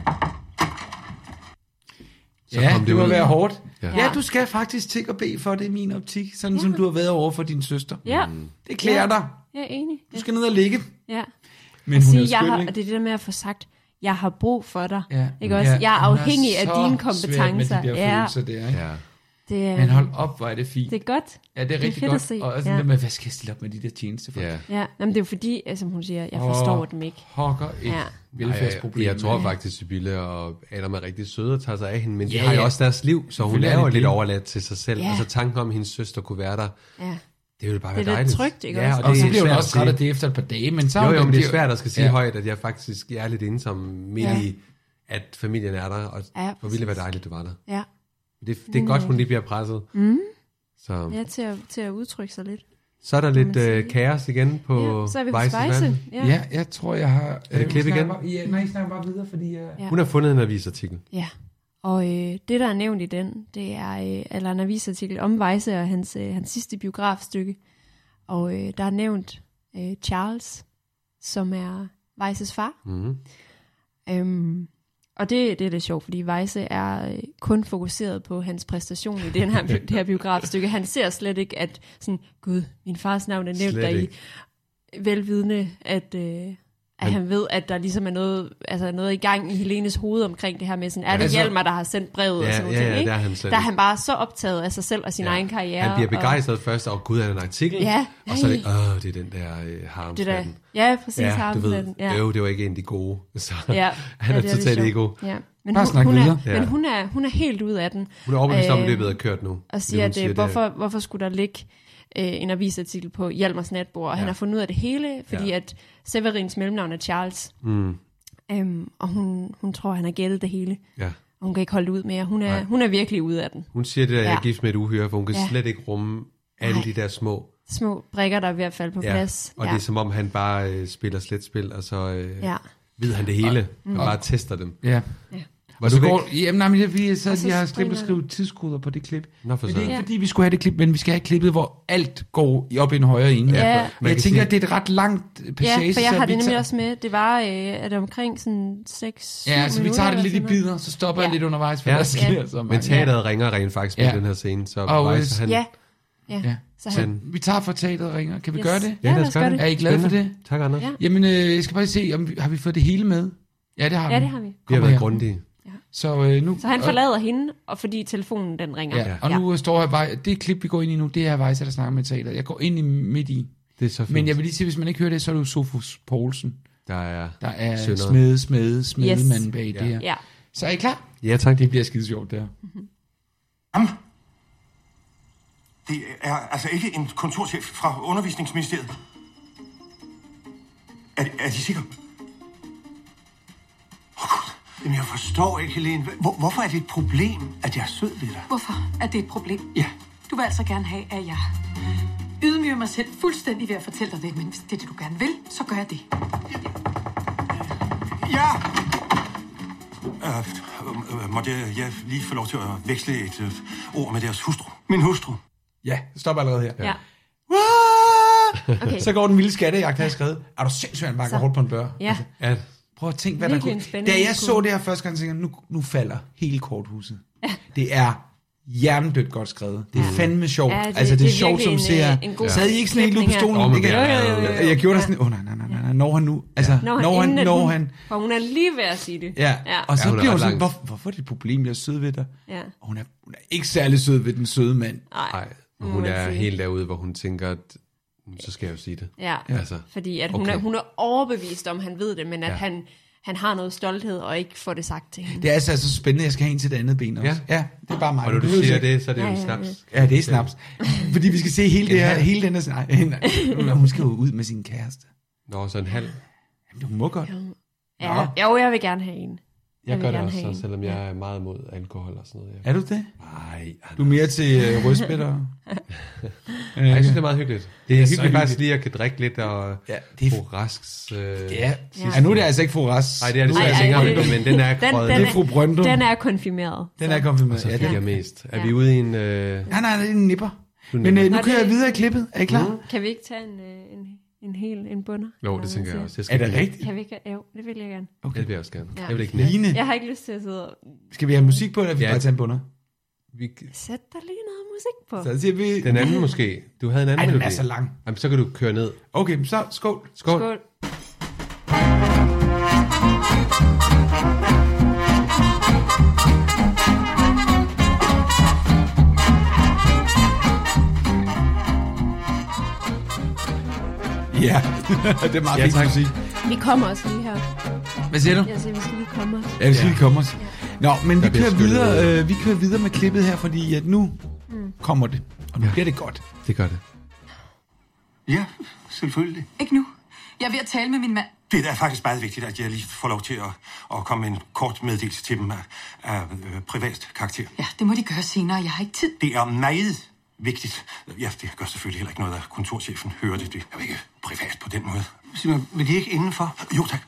[SPEAKER 1] ja,
[SPEAKER 2] kom det
[SPEAKER 1] det, må
[SPEAKER 2] ud.
[SPEAKER 1] være hårdt.
[SPEAKER 2] Ja.
[SPEAKER 1] Ja. ja, du skal faktisk tigge og bede for det i min optik, sådan ja. som du har været over for din søster.
[SPEAKER 3] Ja.
[SPEAKER 1] Det klæder
[SPEAKER 3] ja.
[SPEAKER 1] dig.
[SPEAKER 3] Jeg er enig.
[SPEAKER 1] Du skal ned og ligge.
[SPEAKER 3] Ja.
[SPEAKER 1] Mm. Men
[SPEAKER 3] Og
[SPEAKER 1] hun er jo
[SPEAKER 3] jeg
[SPEAKER 1] skøn,
[SPEAKER 3] har,
[SPEAKER 1] ikke?
[SPEAKER 3] og det er det der med at få sagt, jeg har brug for dig.
[SPEAKER 1] Ja.
[SPEAKER 3] Ikke også?
[SPEAKER 1] Ja,
[SPEAKER 3] Jeg er
[SPEAKER 1] hun er
[SPEAKER 3] afhængig af
[SPEAKER 1] så
[SPEAKER 3] dine
[SPEAKER 1] svær med de
[SPEAKER 3] kompetencer.
[SPEAKER 1] der
[SPEAKER 3] ja.
[SPEAKER 1] følelser der, ikke? Ja.
[SPEAKER 3] Det er,
[SPEAKER 1] Men hold op, hvor er det fint.
[SPEAKER 3] Det er godt.
[SPEAKER 1] Ja, det er rigtig
[SPEAKER 3] fedt
[SPEAKER 1] godt.
[SPEAKER 3] At se.
[SPEAKER 1] Og også
[SPEAKER 3] ja.
[SPEAKER 1] ja. det med, hvad skal jeg stille op med de der tjenester for?
[SPEAKER 2] Ja.
[SPEAKER 3] Ja, Jamen, det er jo fordi, øh, som hun siger, jeg forstår
[SPEAKER 1] Åh,
[SPEAKER 3] dem ikke.
[SPEAKER 1] Pokker et
[SPEAKER 3] Ja.
[SPEAKER 1] ja. velfærdsproblem.
[SPEAKER 2] Jeg, jeg tror
[SPEAKER 1] Ja.
[SPEAKER 2] faktisk, Sibylle og Adam er rigtig søde og tager sig af hende, men de
[SPEAKER 1] Ja,
[SPEAKER 2] har jo
[SPEAKER 1] ja.
[SPEAKER 2] også deres liv, så hun
[SPEAKER 1] Selvfølgelig
[SPEAKER 2] er
[SPEAKER 1] er
[SPEAKER 2] jo
[SPEAKER 1] det
[SPEAKER 2] lidt
[SPEAKER 1] det.
[SPEAKER 2] overladt til sig selv.
[SPEAKER 3] Ja.
[SPEAKER 2] Og så tanken om, at hendes søster kunne være der,
[SPEAKER 3] Ja.
[SPEAKER 2] det ville bare
[SPEAKER 3] Det
[SPEAKER 2] være
[SPEAKER 3] er lidt
[SPEAKER 2] dejligt.
[SPEAKER 3] trygt, ikke
[SPEAKER 2] ja,
[SPEAKER 3] også?
[SPEAKER 2] og,
[SPEAKER 1] Og
[SPEAKER 2] det
[SPEAKER 1] så
[SPEAKER 2] er
[SPEAKER 1] bliver hun
[SPEAKER 2] svært
[SPEAKER 1] også
[SPEAKER 2] at sige.
[SPEAKER 1] træt af det efter et par dage, men så er
[SPEAKER 2] jo,
[SPEAKER 1] hun
[SPEAKER 2] jo, men
[SPEAKER 1] den-
[SPEAKER 2] det er svært at skal sige
[SPEAKER 1] Ja.
[SPEAKER 2] ja. højt, at jeg faktisk jeg er lidt ensom midt
[SPEAKER 3] Ja.
[SPEAKER 2] ja. i, at familien er der, og
[SPEAKER 3] Ja,
[SPEAKER 2] ja, hvor ville det være
[SPEAKER 3] præcis.
[SPEAKER 2] dejligt, det var der.
[SPEAKER 3] Ja.
[SPEAKER 2] Det, det er
[SPEAKER 3] Nemlig
[SPEAKER 2] godt, hun
[SPEAKER 3] rigtigt.
[SPEAKER 2] lige bliver presset.
[SPEAKER 3] Mm.
[SPEAKER 2] Så,
[SPEAKER 3] Ja, til at, til at udtrykke sig lidt.
[SPEAKER 2] så er der lidt øh, kaos igen på
[SPEAKER 3] Ja, så er vi hos
[SPEAKER 2] Weisses
[SPEAKER 3] Weisse,
[SPEAKER 2] Vand.
[SPEAKER 3] ja. Ja,
[SPEAKER 1] jeg tror, jeg har...
[SPEAKER 2] Er det klip
[SPEAKER 1] Vi snakker
[SPEAKER 2] igen?
[SPEAKER 1] Bare, ja, nej, I snakker bare videre, fordi... Uh...
[SPEAKER 3] Ja.
[SPEAKER 2] Hun har fundet en avisartikel.
[SPEAKER 3] Ja, og øh, det, der er nævnt i den, det er øh, eller en avisartikel om Weisse og hans, øh, hans sidste biografstykke. Og øh, der er nævnt øh, Charles, som er Weisses far.
[SPEAKER 2] Mhm.
[SPEAKER 3] Øhm, og det, det er lidt sjovt, fordi Weisse er øh, kun fokuseret på hans præstation i den her, det her biografstykke. Han ser slet ikke, at sådan, gud, min fars navn er nævnt
[SPEAKER 2] Slet
[SPEAKER 3] deri.
[SPEAKER 2] ikke.
[SPEAKER 3] Velvidende, at, øh, at
[SPEAKER 2] Men-
[SPEAKER 3] han ved, at der ligesom er noget, altså noget i gang i Helenes hoved omkring det her med sådan, er det
[SPEAKER 2] Altså-
[SPEAKER 3] altså, Hjalmar, der har sendt brevet
[SPEAKER 2] Ja,
[SPEAKER 3] og sådan
[SPEAKER 2] ja,
[SPEAKER 3] noget.
[SPEAKER 2] ja,
[SPEAKER 3] ikke?
[SPEAKER 2] der er han slet
[SPEAKER 3] der er
[SPEAKER 2] ikke.
[SPEAKER 3] han bare så optaget af sig selv og sin ja. egen karriere.
[SPEAKER 2] Han bliver
[SPEAKER 3] og-
[SPEAKER 2] begejstret og... først, og gud, er der en artikel?
[SPEAKER 3] Ja.
[SPEAKER 2] Og så er det,
[SPEAKER 3] Ej.
[SPEAKER 2] åh, det er den der øh, harmskatten.
[SPEAKER 3] Det der- ja, præcis,
[SPEAKER 2] ja, du ved,
[SPEAKER 3] harmskatten, ja.
[SPEAKER 2] Jo, det var ikke en af de gode. Så
[SPEAKER 3] Ja,
[SPEAKER 2] han
[SPEAKER 3] ja,
[SPEAKER 2] er
[SPEAKER 3] det lidt
[SPEAKER 2] totalt
[SPEAKER 3] sjovt.
[SPEAKER 2] ego.
[SPEAKER 3] Ja.
[SPEAKER 2] Bare snak
[SPEAKER 3] hun
[SPEAKER 2] videre.
[SPEAKER 3] Er,
[SPEAKER 2] Ja.
[SPEAKER 3] Men hun er, hun er helt ud af den.
[SPEAKER 2] Hun er overbevist om, at
[SPEAKER 3] Øhm,
[SPEAKER 2] løbet er kørt nu,
[SPEAKER 3] Og
[SPEAKER 2] vil
[SPEAKER 3] siger,
[SPEAKER 2] hun
[SPEAKER 3] at
[SPEAKER 2] sige,
[SPEAKER 3] øh,
[SPEAKER 2] det-
[SPEAKER 3] hvorfor, hvorfor skulle der ligge øh, en avisartikel på Hjalmars natbord? Og ja. han
[SPEAKER 2] Ja.
[SPEAKER 3] har fundet ud af det hele, fordi
[SPEAKER 2] Ja.
[SPEAKER 3] ja. at Severins mellemnavn er Charles.
[SPEAKER 2] Mm.
[SPEAKER 3] Øhm, og hun, hun tror, han har gættet det hele.
[SPEAKER 2] Ja.
[SPEAKER 3] Og Hun kan ikke holde det ud mere. Hun er, hun er virkelig ude af den.
[SPEAKER 2] Hun siger det der, jeg
[SPEAKER 3] Ja.
[SPEAKER 2] er gift med et uhyre, for hun kan
[SPEAKER 3] Ja.
[SPEAKER 2] ja. slet ikke rumme alle de der små.
[SPEAKER 3] Små brikker, der er ved at falde på plads.
[SPEAKER 2] Og det er som om, han bare øh, spiller slet spil, og så øh,
[SPEAKER 3] Ja.
[SPEAKER 2] ja. ved han det hele.
[SPEAKER 3] Og-
[SPEAKER 2] Han
[SPEAKER 3] Mm.
[SPEAKER 2] bare tester dem.
[SPEAKER 1] Ja.
[SPEAKER 3] Ja.
[SPEAKER 2] Var du væk?
[SPEAKER 1] Går, jamen, nej, men jeg, vi, så,
[SPEAKER 3] Og så
[SPEAKER 1] jeg har glemt at
[SPEAKER 3] strømmer
[SPEAKER 1] skrive tidskoder på det klip.
[SPEAKER 2] Nå, for
[SPEAKER 1] men
[SPEAKER 2] søren.
[SPEAKER 1] det er ikke
[SPEAKER 2] Ja.
[SPEAKER 1] fordi, vi skulle have det klip, men vi skal have klippet, hvor alt går i- op i en højere enhed.
[SPEAKER 3] Ja.
[SPEAKER 1] Ja.
[SPEAKER 3] Man
[SPEAKER 1] Jeg
[SPEAKER 3] kan
[SPEAKER 1] tænker,
[SPEAKER 3] sige-
[SPEAKER 1] at det er et ret langt øh, passage.
[SPEAKER 3] ja, for jeg
[SPEAKER 1] så
[SPEAKER 3] har
[SPEAKER 1] vi
[SPEAKER 3] det nemlig
[SPEAKER 1] tager-
[SPEAKER 3] også med. Det var øh, at omkring sådan 6
[SPEAKER 1] Ja, så vi tager det lidt i bidder, så stopper jeg lidt undervejs, for ja. der sker så
[SPEAKER 2] Men
[SPEAKER 1] mange.
[SPEAKER 2] teateret ringer rent faktisk med
[SPEAKER 1] Ja.
[SPEAKER 2] den her scene, så
[SPEAKER 1] Og, øh,
[SPEAKER 2] Weiss, han,
[SPEAKER 3] Ja. Ja.
[SPEAKER 1] Ja.
[SPEAKER 3] Så
[SPEAKER 1] Så
[SPEAKER 3] han,
[SPEAKER 1] vi tager for teateret og ringer. Kan vi
[SPEAKER 3] Yes.
[SPEAKER 1] gøre det?
[SPEAKER 3] Ja, lad os gøre det.
[SPEAKER 1] Er I glade for
[SPEAKER 3] Spændende.
[SPEAKER 1] det?
[SPEAKER 2] Tak, Anders.
[SPEAKER 3] Ja.
[SPEAKER 1] Jamen, øh, jeg skal bare se, om vi, har vi fået det hele med? Ja, det har
[SPEAKER 3] Ja,
[SPEAKER 1] vi.
[SPEAKER 3] det har vi. Vi har
[SPEAKER 1] Kommer
[SPEAKER 2] været
[SPEAKER 1] her.
[SPEAKER 2] grundige.
[SPEAKER 1] Så, øh, nu,
[SPEAKER 3] så han forlader hende, og fordi telefonen den ringer.
[SPEAKER 1] Ja, og nu øh, står jeg bare, det klip, vi går ind i nu, det er Vejsa, der snakker med teateret. Jeg går ind i midt i.
[SPEAKER 2] Det er så fint.
[SPEAKER 1] Men jeg vil lige sige, hvis man ikke hører det, så er det jo Sofus Poulsen.
[SPEAKER 2] Der er,
[SPEAKER 1] der er
[SPEAKER 2] syndere.
[SPEAKER 1] smede, smede, smedemanden yes. bag det her.
[SPEAKER 3] Ja.
[SPEAKER 1] Så er I klar?
[SPEAKER 2] Ja, tak.
[SPEAKER 1] Det bliver skide sjovt, det her.
[SPEAKER 14] Det er altså ikke en kontorchef fra undervisningsministeriet. Er, er de sikre?
[SPEAKER 7] Jamen, jeg forstår ikke, Helene. Hvor, hvorfor er det et problem, at jeg er sød ved dig?
[SPEAKER 8] Hvorfor er det et problem?
[SPEAKER 7] Ja.
[SPEAKER 8] Du vil altså gerne have, at jeg ydmyger mig selv fuldstændig ved at fortælle dig det, men hvis det er det, du gerne vil, så gør jeg det.
[SPEAKER 14] Ja! Øh, øh, måtte jeg, jeg lige få lov til at veksle et øh, ord med deres hustru? Min hustru.
[SPEAKER 1] Ja, stop allerede her.
[SPEAKER 3] Ja.
[SPEAKER 1] Okay. Så går den vilde skattejagt, har jeg skrevet. Er du sindssygt, han bakker
[SPEAKER 3] Så-
[SPEAKER 1] hårdt på en bør?
[SPEAKER 3] Ja.
[SPEAKER 2] At,
[SPEAKER 1] prøv at tænke, hvad
[SPEAKER 3] Virkelig en
[SPEAKER 1] der kunne...
[SPEAKER 3] spændende
[SPEAKER 1] Da jeg
[SPEAKER 3] historie.
[SPEAKER 1] så det her første gang, tænkte jeg, nu, nu falder hele korthuset. Det er hjernedødt godt skrevet. Det er fandme sjovt.
[SPEAKER 15] Ja, det-
[SPEAKER 1] altså, det,
[SPEAKER 15] det
[SPEAKER 1] er
[SPEAKER 15] er
[SPEAKER 1] sjovt, som
[SPEAKER 15] virkelig en,
[SPEAKER 1] ser.
[SPEAKER 15] øh, en god
[SPEAKER 1] Sad I ikke sådan helt ude
[SPEAKER 15] klipning
[SPEAKER 1] på
[SPEAKER 15] her.
[SPEAKER 1] stolen?
[SPEAKER 15] Åh, men
[SPEAKER 1] Ikke?
[SPEAKER 15] det er- jo, jo, jo.
[SPEAKER 1] Jeg gjorde da
[SPEAKER 15] Ja.
[SPEAKER 1] sådan, åh oh, nej, nej, nej, nej, nej, når han nu? Altså,
[SPEAKER 3] Når han,
[SPEAKER 1] når han,
[SPEAKER 3] inden,
[SPEAKER 1] når
[SPEAKER 3] hun,
[SPEAKER 1] han...
[SPEAKER 3] For hun er lige ved at sige det.
[SPEAKER 1] Ja.
[SPEAKER 3] ja.
[SPEAKER 1] og så
[SPEAKER 3] ja,
[SPEAKER 1] ja,
[SPEAKER 3] hun er
[SPEAKER 1] bliver hun
[SPEAKER 3] ret
[SPEAKER 1] sådan,
[SPEAKER 3] langt.
[SPEAKER 1] hvor, hvorfor er det et problem, jeg er sød ved dig?
[SPEAKER 3] Ja.
[SPEAKER 1] Og hun er, hun er ikke særlig sød ved den søde mand.
[SPEAKER 2] Nej,
[SPEAKER 3] må
[SPEAKER 2] hun
[SPEAKER 3] man
[SPEAKER 2] er
[SPEAKER 3] sige.
[SPEAKER 2] helt derude, hvor hun tænker, at "Mm, så skal jeg jo sige det.
[SPEAKER 3] Ja, altså, fordi at hun, okay. er, hun er overbevist om, han ved det, men at ja.
[SPEAKER 1] Ja.
[SPEAKER 3] han, han har noget stolthed og ikke får det sagt til hende.
[SPEAKER 1] Det er altså så spændende, jeg skal have en til det andet ben også. Ja, ja det er bare mig.
[SPEAKER 2] Og når du
[SPEAKER 1] Det er jo
[SPEAKER 2] siger
[SPEAKER 1] sikkert-
[SPEAKER 2] det, så er det jo Ja, ja, snaps.
[SPEAKER 1] Ja, det er snaps. Fordi vi skal se hele, det
[SPEAKER 2] En
[SPEAKER 1] her,
[SPEAKER 2] halv.
[SPEAKER 1] hele den her... Nej, nej, hun skal jo ud med sin kæreste.
[SPEAKER 2] Nå, så en halv.
[SPEAKER 1] Jamen, hun må godt.
[SPEAKER 3] Ja. Jo, jeg vil gerne have en.
[SPEAKER 2] Jeg
[SPEAKER 3] vil
[SPEAKER 2] gør det
[SPEAKER 3] gerne
[SPEAKER 2] også, altså.
[SPEAKER 3] have
[SPEAKER 2] så,
[SPEAKER 3] en.
[SPEAKER 2] selvom jeg er meget mod alkohol og sådan noget.
[SPEAKER 1] Er du det?
[SPEAKER 2] Nej.
[SPEAKER 1] Du er mere til øh, rødspætter. Øh,
[SPEAKER 2] Ja, jeg synes, det er meget hyggeligt. Det er,
[SPEAKER 1] så
[SPEAKER 2] hyggeligt faktisk lige at kan drikke lidt og ja, det er... Rasks... Øh,
[SPEAKER 1] Ja. ja, nu er det altså ikke fru Ras.
[SPEAKER 2] Nej, det er det
[SPEAKER 1] Nu
[SPEAKER 2] så ikke
[SPEAKER 1] det- altså
[SPEAKER 2] engang, men den er krøjet.
[SPEAKER 1] Det er fru Brøndum.
[SPEAKER 3] Den er konfirmeret.
[SPEAKER 1] Den
[SPEAKER 3] så.
[SPEAKER 1] er konfirmeret.
[SPEAKER 2] Og så
[SPEAKER 1] Ja,
[SPEAKER 2] fik
[SPEAKER 1] det-
[SPEAKER 2] jeg mest. Er
[SPEAKER 3] Ja.
[SPEAKER 2] vi ude i en... Øh...
[SPEAKER 1] Nej, nej, det er en nipper.
[SPEAKER 2] Du er en
[SPEAKER 1] Men øh,
[SPEAKER 2] nipper.
[SPEAKER 1] nu
[SPEAKER 3] Nå,
[SPEAKER 1] kører jeg
[SPEAKER 3] det-
[SPEAKER 1] videre i klippet. Er I klar?
[SPEAKER 3] Kan vi ikke tage en, øh, en, en hel en bunder?
[SPEAKER 2] Mm. Jo, det tænker jeg også. Jeg
[SPEAKER 1] Er det rigtigt?
[SPEAKER 3] Kan vi ikke? Jo, det vil jeg gerne.
[SPEAKER 2] Okay. Det vil jeg også gerne.
[SPEAKER 3] Ja.
[SPEAKER 2] Jeg vil ikke
[SPEAKER 1] Line.
[SPEAKER 3] Jeg har ikke lyst til at sidde og...
[SPEAKER 1] Skal vi have musik på, eller vi
[SPEAKER 2] Ja.
[SPEAKER 1] ja. bare tage en bunder?
[SPEAKER 2] Vi...
[SPEAKER 3] Sæt der lige noget musik på.
[SPEAKER 1] Så siger vi...
[SPEAKER 2] Den anden måske. Du havde en anden
[SPEAKER 1] Ej, den er
[SPEAKER 2] melodi.
[SPEAKER 1] så lang.
[SPEAKER 2] Jamen, så kan du køre ned.
[SPEAKER 1] Okay, men så skål.
[SPEAKER 2] Skål.
[SPEAKER 3] Skål.
[SPEAKER 1] Ja, det er meget
[SPEAKER 2] Ja,
[SPEAKER 1] fint
[SPEAKER 2] tak.
[SPEAKER 1] musik.
[SPEAKER 3] Vi kommer også lige her.
[SPEAKER 1] Hvad siger du?
[SPEAKER 3] Jeg siger, vi skal lige komme os.
[SPEAKER 1] Ja, vi skal lige komme os. Nå, men vi
[SPEAKER 2] bliver
[SPEAKER 1] kører,
[SPEAKER 2] skyllet
[SPEAKER 1] videre, øh, vi kører videre med klippet her, fordi at nu
[SPEAKER 3] Mm.
[SPEAKER 1] kommer det. Og nu bliver det godt.
[SPEAKER 2] Det gør det.
[SPEAKER 14] Ja, selvfølgelig.
[SPEAKER 8] Ikke nu. Jeg er ved at tale med min mand.
[SPEAKER 14] Det er faktisk meget vigtigt, at jeg lige får lov til at, at komme med en kort meddelelse til dem af, af øh, privat karakter.
[SPEAKER 8] Ja, det må de gøre senere. Jeg har ikke tid.
[SPEAKER 14] Det er meget vigtigt. Ja, det gør selvfølgelig heller ikke noget, at kontorchefen hører det. Det er jo ikke privat på den måde. Sig mig, vil de ikke indenfor? Jo, tak.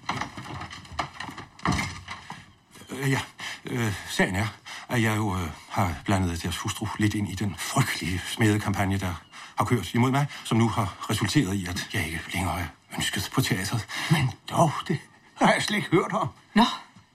[SPEAKER 14] Øh, Ja, øh, sagen er, at jeg jo øh, har blandet deres hustru lidt ind i den frygtelige smedekampagne, der har kørt imod mig, som nu har resulteret i, at jeg ikke længere er ønsket på teatret. Men dog, det har jeg slet ikke hørt om.
[SPEAKER 8] Nå,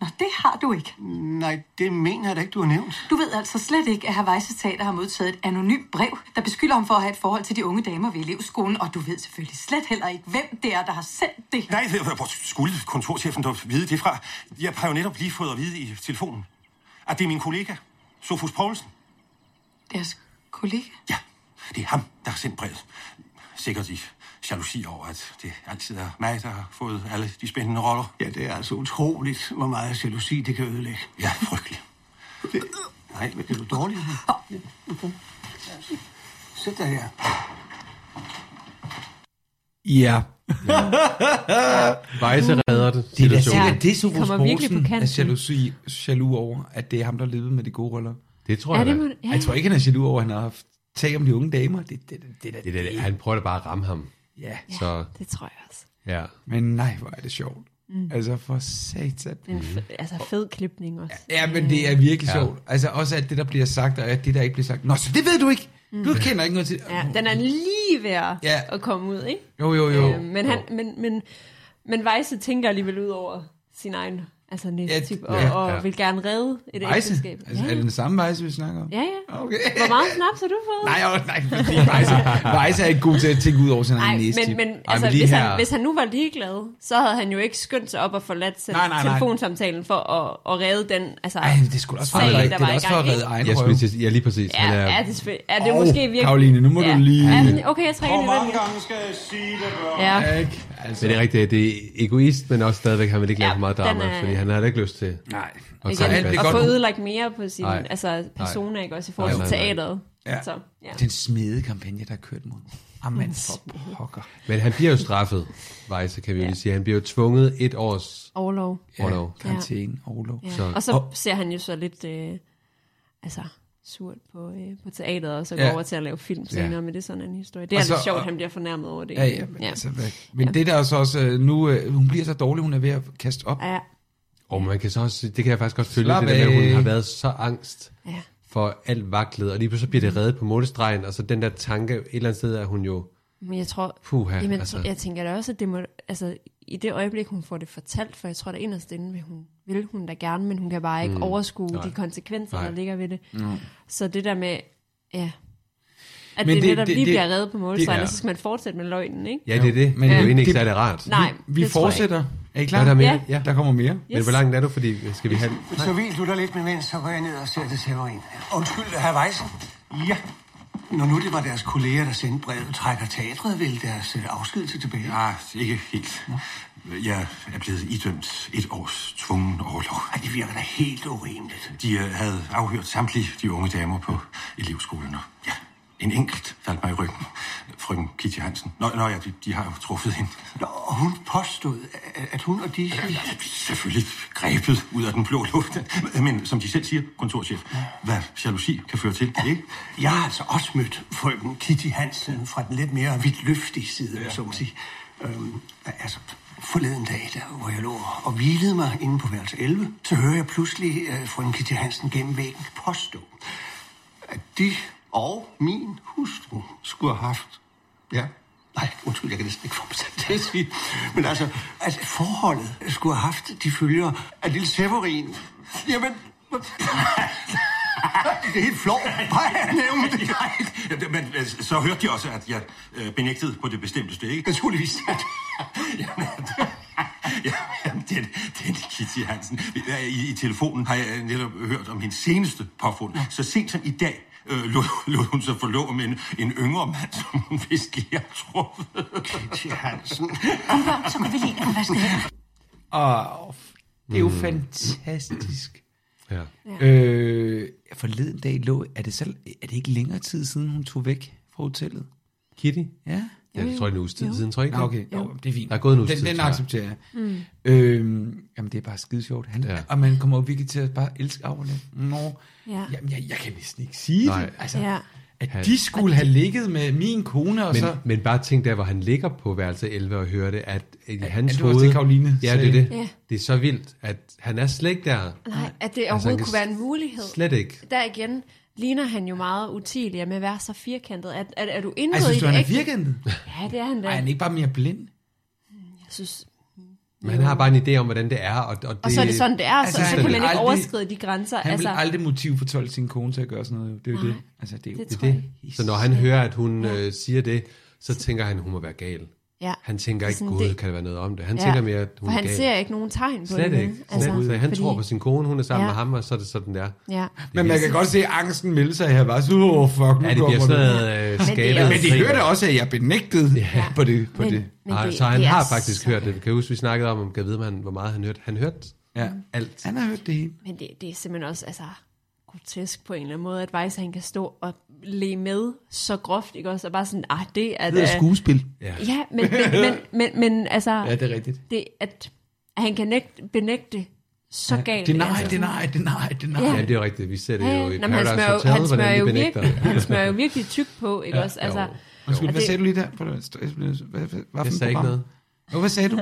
[SPEAKER 8] nå, det har du ikke.
[SPEAKER 14] Nej, det mener jeg da ikke, du har nævnt.
[SPEAKER 8] Du ved altså slet ikke, at Havajse Teater har modtaget et anonymt brev, der beskylder ham for at have et forhold til de unge damer ved elevskolen, og du ved selvfølgelig slet heller ikke, hvem det er, der har sendt det.
[SPEAKER 14] Nej, det- hvor skulle kontorchefen dog vide det fra? Jeg har jo netop lige fået at vide i telefonen, at det er min kollega, Sofus Poulsen.
[SPEAKER 8] Deres kollega?
[SPEAKER 14] Det er ham, der har sendt brevet. Sikkert i jalousi over, at det altid er mig, der har fået alle de spændende roller.
[SPEAKER 7] Ja, det er altså utroligt, hvor meget jalousi det kan ødelægge.
[SPEAKER 14] Ja, frygtelig.
[SPEAKER 7] Det...
[SPEAKER 14] Nej, men det er du dårlig.
[SPEAKER 7] Sæt dig her.
[SPEAKER 15] Ja.
[SPEAKER 2] Vejse redder det.
[SPEAKER 1] Det er da
[SPEAKER 2] situationen.
[SPEAKER 1] sikkert det, Sofus
[SPEAKER 3] Kommer virkelig på
[SPEAKER 1] Poulsen
[SPEAKER 3] kanten.
[SPEAKER 1] er jalousi, jaloux over, at det er ham, der levede med de gode roller.
[SPEAKER 2] Det tror
[SPEAKER 3] Ja, jeg det da. må- ja,
[SPEAKER 1] Jeg tror
[SPEAKER 3] ja.
[SPEAKER 1] ikke, han er jaloux over, at han har haft tag om de unge damer. Det, det, det, det,
[SPEAKER 2] det,
[SPEAKER 1] det,
[SPEAKER 2] det, han prøver da bare at ramme ham.
[SPEAKER 1] Ja.
[SPEAKER 2] Så,
[SPEAKER 3] Det tror jeg også.
[SPEAKER 2] ja.
[SPEAKER 1] Men nej, hvor er det sjovt. Mm. Altså for satan.
[SPEAKER 3] Det er
[SPEAKER 2] Mhm.
[SPEAKER 3] en fed, altså fed klipning også.
[SPEAKER 1] Ja, men det er virkelig
[SPEAKER 2] Ja.
[SPEAKER 1] ja. sjovt. Altså også alt det, der bliver sagt, og alt det, der ikke bliver sagt. Nå, så det ved du ikke. Du
[SPEAKER 3] Mm.
[SPEAKER 1] kender ikke noget til
[SPEAKER 3] Ja, den er lige ved at,
[SPEAKER 1] Ja.
[SPEAKER 3] at komme ud, ikke?
[SPEAKER 1] Jo, jo, jo.
[SPEAKER 3] Øh, men, han, men, men, men Weisse tænker alligevel ud over sin egen altså næste type, og,
[SPEAKER 1] ja,
[SPEAKER 3] og
[SPEAKER 1] ja.
[SPEAKER 3] vil gerne redde et
[SPEAKER 1] Vejse?
[SPEAKER 3] ægteskab.
[SPEAKER 1] Altså,
[SPEAKER 3] ja.
[SPEAKER 1] er det den samme vejse, vi snakker om?
[SPEAKER 3] ja, ja.
[SPEAKER 1] Okay.
[SPEAKER 3] Hvor meget snaps har du fået?
[SPEAKER 1] Nej, åh, nej, fordi Vejse, Vejse er ikke god til at tænke ud over sin
[SPEAKER 3] Nej,
[SPEAKER 1] egen næste.
[SPEAKER 3] men, men, altså, hvis, han, hvis han nu var ligeglad, så havde han jo ikke skyndt sig op og forladt selv
[SPEAKER 1] Nej, nej, nej.
[SPEAKER 3] telefonsamtalen for at, at redde den altså,
[SPEAKER 1] Ej, men det skulle også for at
[SPEAKER 3] sag,
[SPEAKER 1] redde-
[SPEAKER 3] der
[SPEAKER 1] det
[SPEAKER 3] var
[SPEAKER 1] er da
[SPEAKER 3] i
[SPEAKER 1] også
[SPEAKER 3] gang,
[SPEAKER 1] for at
[SPEAKER 3] ikke?
[SPEAKER 1] redde egen
[SPEAKER 2] Jeg
[SPEAKER 1] røv.
[SPEAKER 2] skulle til at sige- ja, lige præcis.
[SPEAKER 3] Ja,
[SPEAKER 2] han
[SPEAKER 3] ja, altså-
[SPEAKER 2] er,
[SPEAKER 3] det er, selvfølgelig- ja, det er
[SPEAKER 1] Åh,
[SPEAKER 3] måske virkelig...
[SPEAKER 1] Karoline, nu må du
[SPEAKER 3] ja.
[SPEAKER 1] lige-
[SPEAKER 3] Ja, okay, jeg trækker
[SPEAKER 16] Hvor
[SPEAKER 3] lige
[SPEAKER 16] mange
[SPEAKER 3] lidt.
[SPEAKER 16] gange skal jeg sige det, bro?
[SPEAKER 3] Ja.
[SPEAKER 1] Ikke? Altså,
[SPEAKER 2] men det er rigtigt, at det er egoist, men også stadigvæk, han vil ikke lave
[SPEAKER 3] Ja,
[SPEAKER 2] for meget
[SPEAKER 3] den
[SPEAKER 2] drama,
[SPEAKER 3] er-
[SPEAKER 2] fordi han har da ikke lyst til
[SPEAKER 1] Nej.
[SPEAKER 2] at
[SPEAKER 3] Igen,
[SPEAKER 2] komme
[SPEAKER 3] alt
[SPEAKER 2] fast.
[SPEAKER 3] og få ødelagt mere på sin
[SPEAKER 2] Nej.
[SPEAKER 3] altså, persona,
[SPEAKER 1] Nej.
[SPEAKER 3] ikke også, i forhold
[SPEAKER 1] Nej,
[SPEAKER 3] til
[SPEAKER 1] nej, nej.
[SPEAKER 3] teateret.
[SPEAKER 1] Ja.
[SPEAKER 3] Så, ja. Mm.
[SPEAKER 1] Det er en smedekampagne, der er kørt mod. Amen, for pokker.
[SPEAKER 2] Men han bliver jo straffet, Vejse, kan vi jo lige sige. Han bliver jo tvunget et års
[SPEAKER 3] Overlov.
[SPEAKER 1] Ja,
[SPEAKER 2] Overlov.
[SPEAKER 1] karantæne, overlov.
[SPEAKER 3] Ja.
[SPEAKER 2] Så-
[SPEAKER 3] Og så og, ser han jo så lidt øh, altså, surt på, øh, på teateret, og så går
[SPEAKER 1] Ja.
[SPEAKER 3] ja. over til at lave film
[SPEAKER 1] Ja.
[SPEAKER 3] senere, ja. men det er sådan en historie. Det er
[SPEAKER 1] Og
[SPEAKER 3] lidt
[SPEAKER 1] så-
[SPEAKER 3] sjovt,
[SPEAKER 1] og-
[SPEAKER 3] han bliver fornærmet over det.
[SPEAKER 1] Ja, ja, men, ja. Altså, hvad- men ja. det der er så også, øh, nu, øh, hun bliver så dårlig, hun er ved at kaste op.
[SPEAKER 3] Ja.
[SPEAKER 2] Og man kan så også, det kan jeg faktisk godt følge,
[SPEAKER 1] Slap
[SPEAKER 2] det der med, at hun
[SPEAKER 1] af.
[SPEAKER 2] har været så angst
[SPEAKER 3] Ja.
[SPEAKER 2] for alt vaklet, og lige pludselig bliver det reddet på målestregen, og så den der tanke, et eller andet sted er hun jo,
[SPEAKER 3] Men jeg tror,
[SPEAKER 2] Puha,
[SPEAKER 3] jamen,
[SPEAKER 2] altså.
[SPEAKER 3] altså. jeg tænker da også, at det må, altså, i det øjeblik, hun får det fortalt, for jeg tror da inderst inde, vil hun, vil hun da gerne, men hun kan bare ikke
[SPEAKER 1] Mm.
[SPEAKER 3] mm. overskue
[SPEAKER 1] Nej.
[SPEAKER 3] de konsekvenser,
[SPEAKER 1] Nej.
[SPEAKER 3] der ligger ved det.
[SPEAKER 1] Mm.
[SPEAKER 3] Så det der med, ja, at
[SPEAKER 1] Men
[SPEAKER 3] men det,
[SPEAKER 1] det-
[SPEAKER 3] det netop
[SPEAKER 1] det-
[SPEAKER 3] lige
[SPEAKER 1] det-
[SPEAKER 3] bliver reddet på
[SPEAKER 1] det-
[SPEAKER 3] målstregen,
[SPEAKER 1] ja.
[SPEAKER 3] og så skal man fortsætte med løgnen, ikke? Øh,
[SPEAKER 2] Ja, det er det. Men det er jo egentlig ikke særlig rart.
[SPEAKER 3] Nej,
[SPEAKER 1] vi, vi
[SPEAKER 3] det tror jeg
[SPEAKER 1] fortsætter. Er I klar?
[SPEAKER 2] Nå, der er mere.
[SPEAKER 1] Ja. Der kommer mere.
[SPEAKER 2] men hvor langt er du, fordi skal vi have...
[SPEAKER 7] Så vil du der lidt med mens, så går jeg ned og ser det severin. Undskyld, herr Weisen. Ja. Når nu det var deres kolleger, der sendte brevet, trækker teatret vel deres øh, afskedelse tilbage?
[SPEAKER 14] Nej, Ah, ikke helt. Jeg er blevet idømt et års tvungen overlov.
[SPEAKER 7] Ej, det virker da helt urimeligt.
[SPEAKER 14] De øh, havde afhørt samtlige de unge damer på elevskolen. og Ja, en enkelt faldt mig i ryggen. Frøken Kitty Hansen. Nå, nå ja, de, de har jo truffet hende.
[SPEAKER 7] Nå, og hun påstod, at- at hun og de...
[SPEAKER 14] Selvfølgelig grebet ud af den blå luft. Men som de selv siger, kontorchef, hvad jalousi kan føre til, ikke?
[SPEAKER 7] Jeg har altså også mødt frøken Kitty Hansen fra den lidt mere vidtløftige side, ja. så man sige. Øhm, altså, forleden dag, der, hvor jeg lå og hvilede mig inde på værelse 11, så hører jeg pludselig øh, frøken Kitty Hansen gennem væggen påstå, at de og min hustru skulle have haft... Ja, nej, undskyld, jeg kan næsten ikke få mig selv til at sige. Men altså, at forholdet skulle have haft de følger af lille Severin. Jamen, det er helt flot. Nej, jeg nævnte det.
[SPEAKER 14] Ja, Men øh, så hørte de også, at jeg øh, benægtede på det bestemteste, ikke?
[SPEAKER 7] Naturligvis.
[SPEAKER 14] Jamen, den, den Kitty Hansen. I, I telefonen har jeg netop hørt om hendes seneste påfund. Så sent som i dag øh, lod, lod hun sig forlå med en, en yngre mand, som hun vidste lige har truffet.
[SPEAKER 7] Kitty Hansen.
[SPEAKER 8] Så går vi lige ind og vaske hænder.
[SPEAKER 1] Åh, oh,
[SPEAKER 2] Mm.
[SPEAKER 1] det er jo
[SPEAKER 10] Mm.
[SPEAKER 1] fantastisk.
[SPEAKER 2] Ja.
[SPEAKER 1] Ja. Øh, forleden dag lå, er det, selv, er det ikke længere tid siden, hun tog væk fra hotellet?
[SPEAKER 2] Kitty?
[SPEAKER 1] Ja.
[SPEAKER 2] Ja, det tror jeg, en uges tid siden, tror jeg ikke
[SPEAKER 1] Nå,
[SPEAKER 2] det?
[SPEAKER 1] okay,
[SPEAKER 2] Jo.
[SPEAKER 1] Nå, det er fint.
[SPEAKER 2] Der er gået en uges
[SPEAKER 1] den,
[SPEAKER 2] tid,
[SPEAKER 1] Den
[SPEAKER 2] tror jeg.
[SPEAKER 1] accepterer jeg.
[SPEAKER 2] Mm.
[SPEAKER 1] Mm. Øhm, jamen, det er bare skide sjovt. Han,
[SPEAKER 2] Ja.
[SPEAKER 1] ja. Og man kommer jo virkelig til at bare elske Aula. Nå,
[SPEAKER 3] Ja.
[SPEAKER 1] jamen, jeg, jeg kan næsten ikke sige Nej.
[SPEAKER 2] Nej.
[SPEAKER 1] det. Altså,
[SPEAKER 3] Ja.
[SPEAKER 1] ja. At de skulle have ligget med min kone, og
[SPEAKER 2] Men,
[SPEAKER 1] så...
[SPEAKER 2] men bare tænk der, hvor han ligger på værelse 11 og hører det, at i hans
[SPEAKER 1] det var også
[SPEAKER 2] hoved...
[SPEAKER 1] det, Caroline
[SPEAKER 2] ja, det er
[SPEAKER 1] sagde.
[SPEAKER 2] det.
[SPEAKER 3] Ja.
[SPEAKER 2] Det er så vildt, at han er slet ikke der. Altså,
[SPEAKER 3] Nej,
[SPEAKER 1] Altså,
[SPEAKER 3] at det
[SPEAKER 2] han
[SPEAKER 3] overhovedet
[SPEAKER 2] kan
[SPEAKER 3] kunne være en mulighed.
[SPEAKER 2] slet ikke.
[SPEAKER 3] Der igen ligner han jo meget utilig med at være så firkantet. Er, er, er du indgået
[SPEAKER 1] Ej, synes
[SPEAKER 3] i
[SPEAKER 1] du,
[SPEAKER 3] det
[SPEAKER 1] han er
[SPEAKER 3] ægte?
[SPEAKER 1] firkantet?
[SPEAKER 3] Ja, det er han da.
[SPEAKER 1] Ej, han er ikke bare mere blind.
[SPEAKER 3] Jeg synes,
[SPEAKER 2] Men han har bare en idé om, hvordan det er. Og, og, det,
[SPEAKER 3] og så er det sådan, det er, og
[SPEAKER 1] Altså,
[SPEAKER 3] så, så
[SPEAKER 1] han
[SPEAKER 3] kan man
[SPEAKER 1] vil
[SPEAKER 3] ikke
[SPEAKER 1] aldrig-
[SPEAKER 3] overskride de grænser.
[SPEAKER 1] Han altså,
[SPEAKER 3] altså,
[SPEAKER 1] vil aldrig motivfortolke sin kone til at gøre sådan noget. jo. Det er jo
[SPEAKER 3] Nej,
[SPEAKER 1] det. Altså, det er jo
[SPEAKER 3] det tror jeg
[SPEAKER 2] Så når han hører, at hun øh, siger det, så tænker han, hun må være gal.
[SPEAKER 3] Ja.
[SPEAKER 2] Han tænker ikke,
[SPEAKER 3] Sådan,
[SPEAKER 2] gud,
[SPEAKER 3] det-
[SPEAKER 2] kan der være noget om det. Han tænker mere, at hun
[SPEAKER 3] For
[SPEAKER 2] er
[SPEAKER 3] han
[SPEAKER 2] gal.
[SPEAKER 3] ser ikke nogen tegn på
[SPEAKER 2] Slet
[SPEAKER 3] det.
[SPEAKER 2] ikke.
[SPEAKER 3] vel?
[SPEAKER 2] Altså, Slet ikke. Han
[SPEAKER 3] fordi-
[SPEAKER 2] tror på sin kone, hun er
[SPEAKER 3] Ja.
[SPEAKER 2] sammen med ham, og så er det sådan, der.
[SPEAKER 3] Ja.
[SPEAKER 1] Men man kan godt se angsten melde sig her. Bare så, åh, fuck, nu
[SPEAKER 2] Ja, det bliver
[SPEAKER 1] kommer
[SPEAKER 2] sådan noget øh,
[SPEAKER 1] Men det er
[SPEAKER 2] skadet.
[SPEAKER 1] også- Men de hører da også, at jeg benægtede
[SPEAKER 2] ja.
[SPEAKER 1] på det. På
[SPEAKER 3] Men-
[SPEAKER 1] det.
[SPEAKER 3] men
[SPEAKER 2] Nej,
[SPEAKER 3] det-
[SPEAKER 2] så han
[SPEAKER 3] det er
[SPEAKER 2] har
[SPEAKER 3] så-
[SPEAKER 2] faktisk hørt det. Kan jeg huske, vi snakkede om, om kan jeg vide, om han, hvor meget han hørte? Han hørte
[SPEAKER 1] Ja.
[SPEAKER 2] alt.
[SPEAKER 1] Han har hørt det hele.
[SPEAKER 3] Men det, det er simpelthen også, altså, grotesk på en eller anden måde, at Weiss, han kan stå og le med så groft, ikke også? Og bare sådan, ah, det er...
[SPEAKER 1] Det hedder
[SPEAKER 3] da-
[SPEAKER 1] skuespil.
[SPEAKER 3] Ja,
[SPEAKER 1] Ja.
[SPEAKER 3] ja men, men, men, men, men altså...
[SPEAKER 1] Ja, det er rigtigt.
[SPEAKER 3] Det, at, at han kan nægte, benægte så
[SPEAKER 1] Ja,
[SPEAKER 3] galt.
[SPEAKER 1] det er nej,
[SPEAKER 3] altså
[SPEAKER 1] det er
[SPEAKER 3] sådan-
[SPEAKER 1] nej, det er nej, det er nej.
[SPEAKER 3] Ja.
[SPEAKER 2] Ja, det er rigtigt. Vi ser det
[SPEAKER 3] Ja,
[SPEAKER 2] jo
[SPEAKER 3] ja.
[SPEAKER 2] i
[SPEAKER 3] Nå, men
[SPEAKER 2] Paradise
[SPEAKER 3] han smører, jo-
[SPEAKER 2] Hotel,
[SPEAKER 3] han
[SPEAKER 2] hvordan
[SPEAKER 3] smører
[SPEAKER 2] de
[SPEAKER 3] jo
[SPEAKER 2] benægter
[SPEAKER 3] virkelig,
[SPEAKER 2] det.
[SPEAKER 3] han smører jo virkelig tyk på, ikke
[SPEAKER 2] Ja,
[SPEAKER 3] også?
[SPEAKER 2] jo.
[SPEAKER 3] Altså,
[SPEAKER 1] Undskyld,
[SPEAKER 3] og
[SPEAKER 1] hvad
[SPEAKER 3] det-
[SPEAKER 1] sagde du lige der? Hvad, hvad, hvad, hvad, hvad
[SPEAKER 2] Jeg sagde ikke noget.
[SPEAKER 1] Jo, hvad sagde du?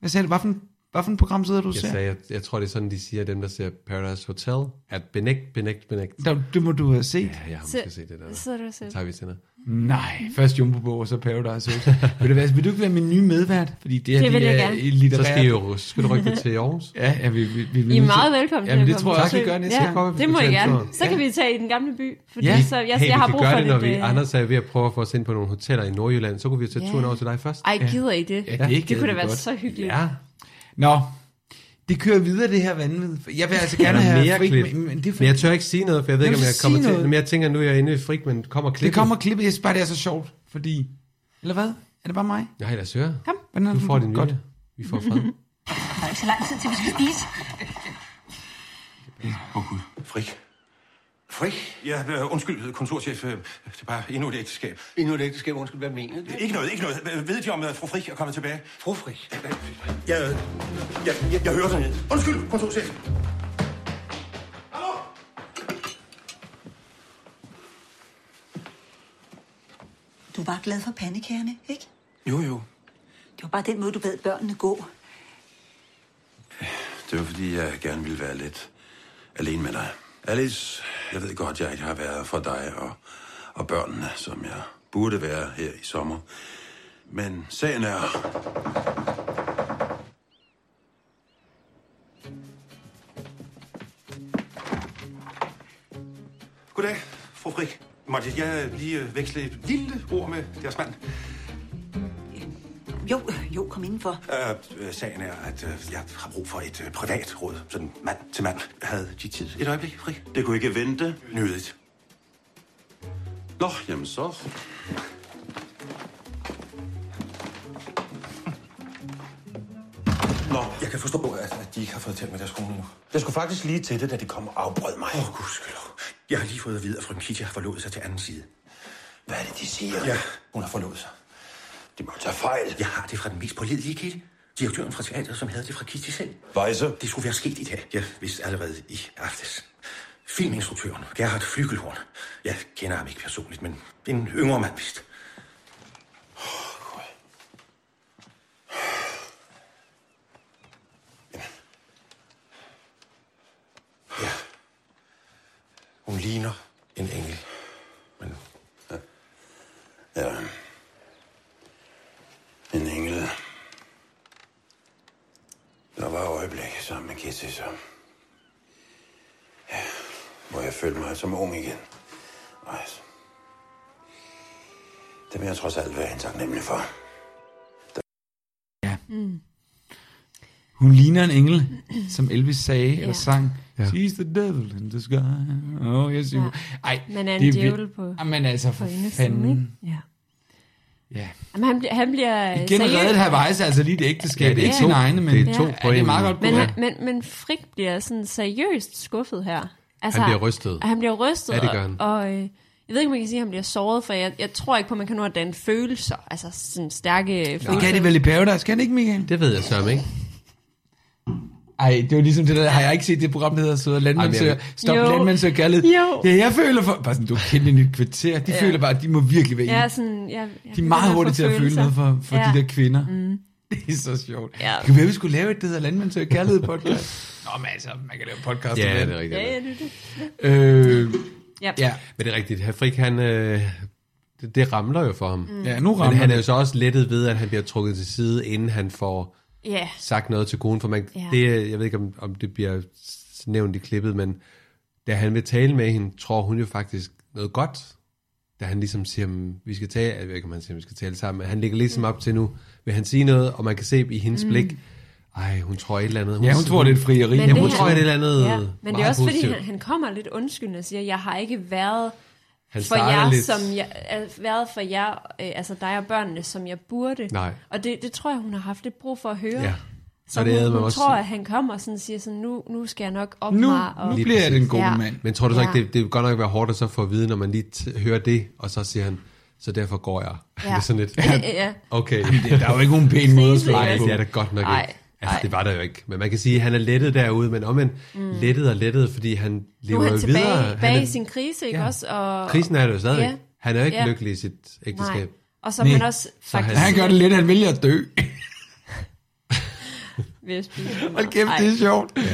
[SPEAKER 1] Hvad sagde du? Hvad for, en- hvad for en program sidder du og
[SPEAKER 2] Jeg,
[SPEAKER 1] ser?
[SPEAKER 2] sagde, jeg, jeg tror, det er sådan, de siger, dem, der ser Paradise Hotel, at benægt, benægt, benægt.
[SPEAKER 1] Der, det må du have set. Ja,
[SPEAKER 2] jeg har
[SPEAKER 3] Så-
[SPEAKER 2] måske set det der.
[SPEAKER 3] sidder du og ser
[SPEAKER 2] det
[SPEAKER 3] det?
[SPEAKER 2] tager vi senere.
[SPEAKER 1] Nej, først Jumbo Bog, og så Paradise Hotel. vil, du være, vil du ikke være min nye medvært? Fordi det, her,
[SPEAKER 3] Det vil jeg
[SPEAKER 1] er
[SPEAKER 3] gerne.
[SPEAKER 1] et litterært-
[SPEAKER 2] Så skal I jo- skal du rykke til Aarhus?
[SPEAKER 1] ja, ja, vi, vi, vi, vi
[SPEAKER 3] I er meget velkommen
[SPEAKER 1] Jamen,
[SPEAKER 3] til
[SPEAKER 1] det
[SPEAKER 3] at
[SPEAKER 1] tror
[SPEAKER 3] komme
[SPEAKER 1] jeg
[SPEAKER 3] på
[SPEAKER 1] også, vi
[SPEAKER 3] besøg.
[SPEAKER 1] gør næste
[SPEAKER 3] ja,
[SPEAKER 1] gang.
[SPEAKER 3] Det må I
[SPEAKER 2] Hotel
[SPEAKER 3] gerne.
[SPEAKER 2] Florence.
[SPEAKER 3] Så kan vi tage i den gamle by, fordi
[SPEAKER 2] Ja.
[SPEAKER 3] så, jeg,
[SPEAKER 2] hey,
[SPEAKER 3] jeg
[SPEAKER 2] vi
[SPEAKER 3] har
[SPEAKER 2] kan
[SPEAKER 3] brug
[SPEAKER 2] gøre
[SPEAKER 3] for
[SPEAKER 2] det, når
[SPEAKER 3] lidt...
[SPEAKER 2] vi,
[SPEAKER 3] øh,
[SPEAKER 2] Anders er ved at prøve at få os ind på nogle hoteller i Nordjylland, så kunne vi jo tage
[SPEAKER 3] Ja.
[SPEAKER 2] turen over til dig først.
[SPEAKER 3] Ej, gider I det?
[SPEAKER 1] Ja, det, er
[SPEAKER 3] det kunne da være
[SPEAKER 1] godt.
[SPEAKER 3] så hyggeligt.
[SPEAKER 1] Ja. Nå, det kører videre, det her vanvid. For Jeg vil altså gerne
[SPEAKER 2] Er der
[SPEAKER 1] have
[SPEAKER 2] mere
[SPEAKER 1] fri-
[SPEAKER 2] klip?
[SPEAKER 1] men- men, det er for-
[SPEAKER 2] Men jeg tør ikke sige noget, for jeg ved
[SPEAKER 1] Jamen,
[SPEAKER 2] ikke, om jeg
[SPEAKER 1] så sig
[SPEAKER 2] kommer til.
[SPEAKER 1] noget.
[SPEAKER 2] Men jeg tænker, nu er jeg inde i frik, men kommer klippet.
[SPEAKER 1] Det kommer klippet. Jeg synes bare, det er så sjovt, fordi... Eller hvad? Er det bare mig?
[SPEAKER 2] Nej, lad os høre.
[SPEAKER 1] Kom. Hvordan er
[SPEAKER 2] Du
[SPEAKER 1] den?
[SPEAKER 2] får din
[SPEAKER 1] Godt.
[SPEAKER 2] vilje. Vi får fred.
[SPEAKER 17] Der er ikke så lang tid til, vi skal spise.
[SPEAKER 14] Frik. Frik? Ja, øh, undskyld, kontorchef. øh, Det er bare endnu et ægteskab. Endnu et ægteskab? Undskyld, hvad mener du? Ikke noget, ikke noget. Øh, Ved de om, at fru Frik er kommet tilbage? Fru Frik? Jeg, jeg, jeg, jeg hører sådan Undskyld, kontorchef.
[SPEAKER 13] Du var glad for pandekagerne, ikke?
[SPEAKER 14] Jo, jo.
[SPEAKER 13] Det var bare den måde, du bad børnene gå.
[SPEAKER 14] Det var, fordi jeg gerne ville være lidt alene med dig. Alice, jeg ved godt, jeg ikke har været for dig og, og børnene, som jeg burde være her i sommer. Men sagen er... Goddag, fru Frik. Måtte jeg lige øh, veksle et lille ord med deres mand?
[SPEAKER 13] Jo, jo, kom indenfor.
[SPEAKER 14] Øh, øh, sagen er, at øh, jeg har brug for et øh, privat råd. Sådan mand til mand. Havde de tid et øjeblik, Fri? Det kunne ikke vente. Nødigt. Nå, jamen så. Nå, jeg kan forstå, at, at de ikke har fået talt med deres kone endnu. Jeg skulle faktisk lige til det, da de kom og afbrød mig. Åh, oh, gudskelov. Jeg har lige fået at vide, at frøken Kitty har forlået sig til anden side. Hvad er det, de siger? Ja, hun har forlået sig. De må tage fejl. Jeg har det fra den mest pålidelige kilde. Direktøren fra teateret, som havde det fra Kitty selv. Vejse. Det skulle være sket i dag. Jeg vidste allerede i aftes. Filminstruktøren, Gerhard Flygelhorn. Jeg kender ham ikke personligt, men en yngre mand vist. Hun ligner en engel. Men... Ja. ja. En engel. Der var øjeblik sammen med Kitty, så... Ja, hvor jeg følte mig som ung igen. Og altså, det vil jeg trods alt være hende taknemmelig for.
[SPEAKER 3] Mm.
[SPEAKER 1] Hun ligner en engel, som Elvis sagde
[SPEAKER 3] Ja.
[SPEAKER 1] eller sang.
[SPEAKER 2] Ja.
[SPEAKER 1] She's the devil in the sky. Oh, yes, you.
[SPEAKER 3] Ja.
[SPEAKER 1] Ej,
[SPEAKER 3] Man er en
[SPEAKER 1] det vildt.
[SPEAKER 3] djævel på,
[SPEAKER 1] Ej, men altså, for
[SPEAKER 3] på indersiden,
[SPEAKER 1] fanden.
[SPEAKER 3] ikke? Ja.
[SPEAKER 1] Ja.
[SPEAKER 3] Jamen, han, bliver- han bliver
[SPEAKER 1] Igen reddet her vejse, altså lige det ægteskab.
[SPEAKER 2] Ja, det er
[SPEAKER 1] ikke
[SPEAKER 2] to-
[SPEAKER 1] sin egne, men
[SPEAKER 2] det er to
[SPEAKER 1] ja,
[SPEAKER 2] på
[SPEAKER 1] det er
[SPEAKER 2] en.
[SPEAKER 1] meget godt
[SPEAKER 3] Men,
[SPEAKER 1] gået.
[SPEAKER 3] han, men, men Frik bliver sådan seriøst skuffet her. Altså,
[SPEAKER 2] bliver rystet.
[SPEAKER 3] Han bliver rystet.
[SPEAKER 2] Ja, det gør han.
[SPEAKER 3] Og, og øh, jeg ved ikke, om man kan sige, at han bliver såret, for jeg, jeg tror ikke på, at man kan nå at danne følelser. Altså sådan stærke følelser.
[SPEAKER 1] Det kan det vel i Paradise, kan det ikke, Michael?
[SPEAKER 2] Det ved jeg sørme ikke.
[SPEAKER 1] Ej, det var ligesom det der, har jeg ikke set det program, der hedder Søde Landmænd
[SPEAKER 2] Ej, men jeg-
[SPEAKER 1] Søger, Stop
[SPEAKER 3] Jo.
[SPEAKER 1] Landmænd Søger Kærlighed?
[SPEAKER 3] Jo.
[SPEAKER 1] Ja, jeg føler for, bare sådan, du kender nyt kvarter, de
[SPEAKER 3] Ja.
[SPEAKER 1] føler bare, at de må virkelig være
[SPEAKER 3] Ja,
[SPEAKER 1] ja,
[SPEAKER 3] sådan, ja, ja,
[SPEAKER 1] De er meget hurtige til at føle noget for, for ja. de der kvinder.
[SPEAKER 3] Mm.
[SPEAKER 1] Det er så sjovt.
[SPEAKER 3] Ja.
[SPEAKER 1] Ja. Kan vi, vi skulle lave et, der hedder Landmænd Søger Kærlighed podcast? Nå, men altså, man kan lave podcast.
[SPEAKER 2] Ja,
[SPEAKER 1] om alt.
[SPEAKER 2] det er rigtigt.
[SPEAKER 3] Ja, ja, det er det.
[SPEAKER 1] Øh,
[SPEAKER 3] Ja.
[SPEAKER 1] ja.
[SPEAKER 2] Men det er rigtigt. Herr Frik, han, øh, det, det ramler jo for ham.
[SPEAKER 3] Mm.
[SPEAKER 1] Ja, nu ramler
[SPEAKER 2] Men han er
[SPEAKER 1] det.
[SPEAKER 2] jo så også lettet ved, at han bliver trukket til side, inden han får
[SPEAKER 3] Ja.
[SPEAKER 2] sagt noget til konen. For man,
[SPEAKER 3] Ja.
[SPEAKER 2] det, jeg ved ikke, om, om det bliver s- nævnt i klippet, men da han vil tale med hende, tror hun jo faktisk noget godt. Da han ligesom siger, "Mm, vi skal tale, jeg ved ikke, om han siger, vi skal tale sammen, men han ligger ligesom op til nu, vil han sige noget, og man kan se i hendes
[SPEAKER 3] Mm.
[SPEAKER 2] mm. blik, ej, hun tror et eller andet.
[SPEAKER 1] Ja, hun tror, det er et frieri.
[SPEAKER 2] Men
[SPEAKER 1] Men
[SPEAKER 2] Jamen,
[SPEAKER 1] det
[SPEAKER 2] hun
[SPEAKER 1] her-
[SPEAKER 2] tror, det er et eller andet
[SPEAKER 3] Ja, men det er
[SPEAKER 2] meget
[SPEAKER 3] også fordi,
[SPEAKER 2] positivt.
[SPEAKER 3] han, han kommer lidt undskyldende og siger, jeg har ikke været
[SPEAKER 2] Han
[SPEAKER 3] for
[SPEAKER 2] starter
[SPEAKER 3] jer,
[SPEAKER 2] lidt-
[SPEAKER 3] som jeg, øh, været for jer, øh, altså dig og børnene, som jeg burde.
[SPEAKER 2] Nej.
[SPEAKER 3] Og det, det tror jeg, hun har haft lidt brug for at høre.
[SPEAKER 2] Ja.
[SPEAKER 3] Så
[SPEAKER 2] Og det
[SPEAKER 3] hun,
[SPEAKER 2] havde man
[SPEAKER 3] hun
[SPEAKER 2] også-
[SPEAKER 3] tror, at han kommer og sådan siger sådan, nu, nu skal jeg nok op
[SPEAKER 1] Nu-
[SPEAKER 3] mig. Og...
[SPEAKER 1] nu bliver jeg den gode mand.
[SPEAKER 2] Men tror du så
[SPEAKER 3] Ja.
[SPEAKER 2] ikke, det, det vil godt nok være hårdt at så få at vide, når man lige t- hører det, og så siger han, så derfor går jeg.
[SPEAKER 3] Ja.
[SPEAKER 2] det er sådan lidt,
[SPEAKER 3] Ja.
[SPEAKER 2] okay.
[SPEAKER 1] Jamen, det- der er jo ikke nogen pæn måde at slå
[SPEAKER 2] Nej,
[SPEAKER 1] det på.
[SPEAKER 2] det er det godt nok
[SPEAKER 3] Ej,
[SPEAKER 2] ikke. Altså, det var der jo ikke. Men man kan sige, at han er lettet derude, men omvendt
[SPEAKER 3] Mm.
[SPEAKER 2] mm. lettet og lettet, fordi han
[SPEAKER 3] Nu
[SPEAKER 2] lever
[SPEAKER 3] er han
[SPEAKER 2] jo
[SPEAKER 3] tilbage,
[SPEAKER 2] videre.
[SPEAKER 3] videre. tilbage
[SPEAKER 2] han
[SPEAKER 3] i sin krise, ikke
[SPEAKER 2] Ja.
[SPEAKER 3] også? Og,
[SPEAKER 2] Krisen er der jo stadig.
[SPEAKER 3] Ja.
[SPEAKER 2] Han er jo ikke
[SPEAKER 3] Ja.
[SPEAKER 2] lykkelig i sit ægteskab.
[SPEAKER 3] Nej. Og så er man også
[SPEAKER 2] Så
[SPEAKER 3] faktisk...
[SPEAKER 1] Han gør det lidt, han vælger at dø.
[SPEAKER 3] ved at spise
[SPEAKER 1] Hold kæft, det er sjovt.
[SPEAKER 2] Ja.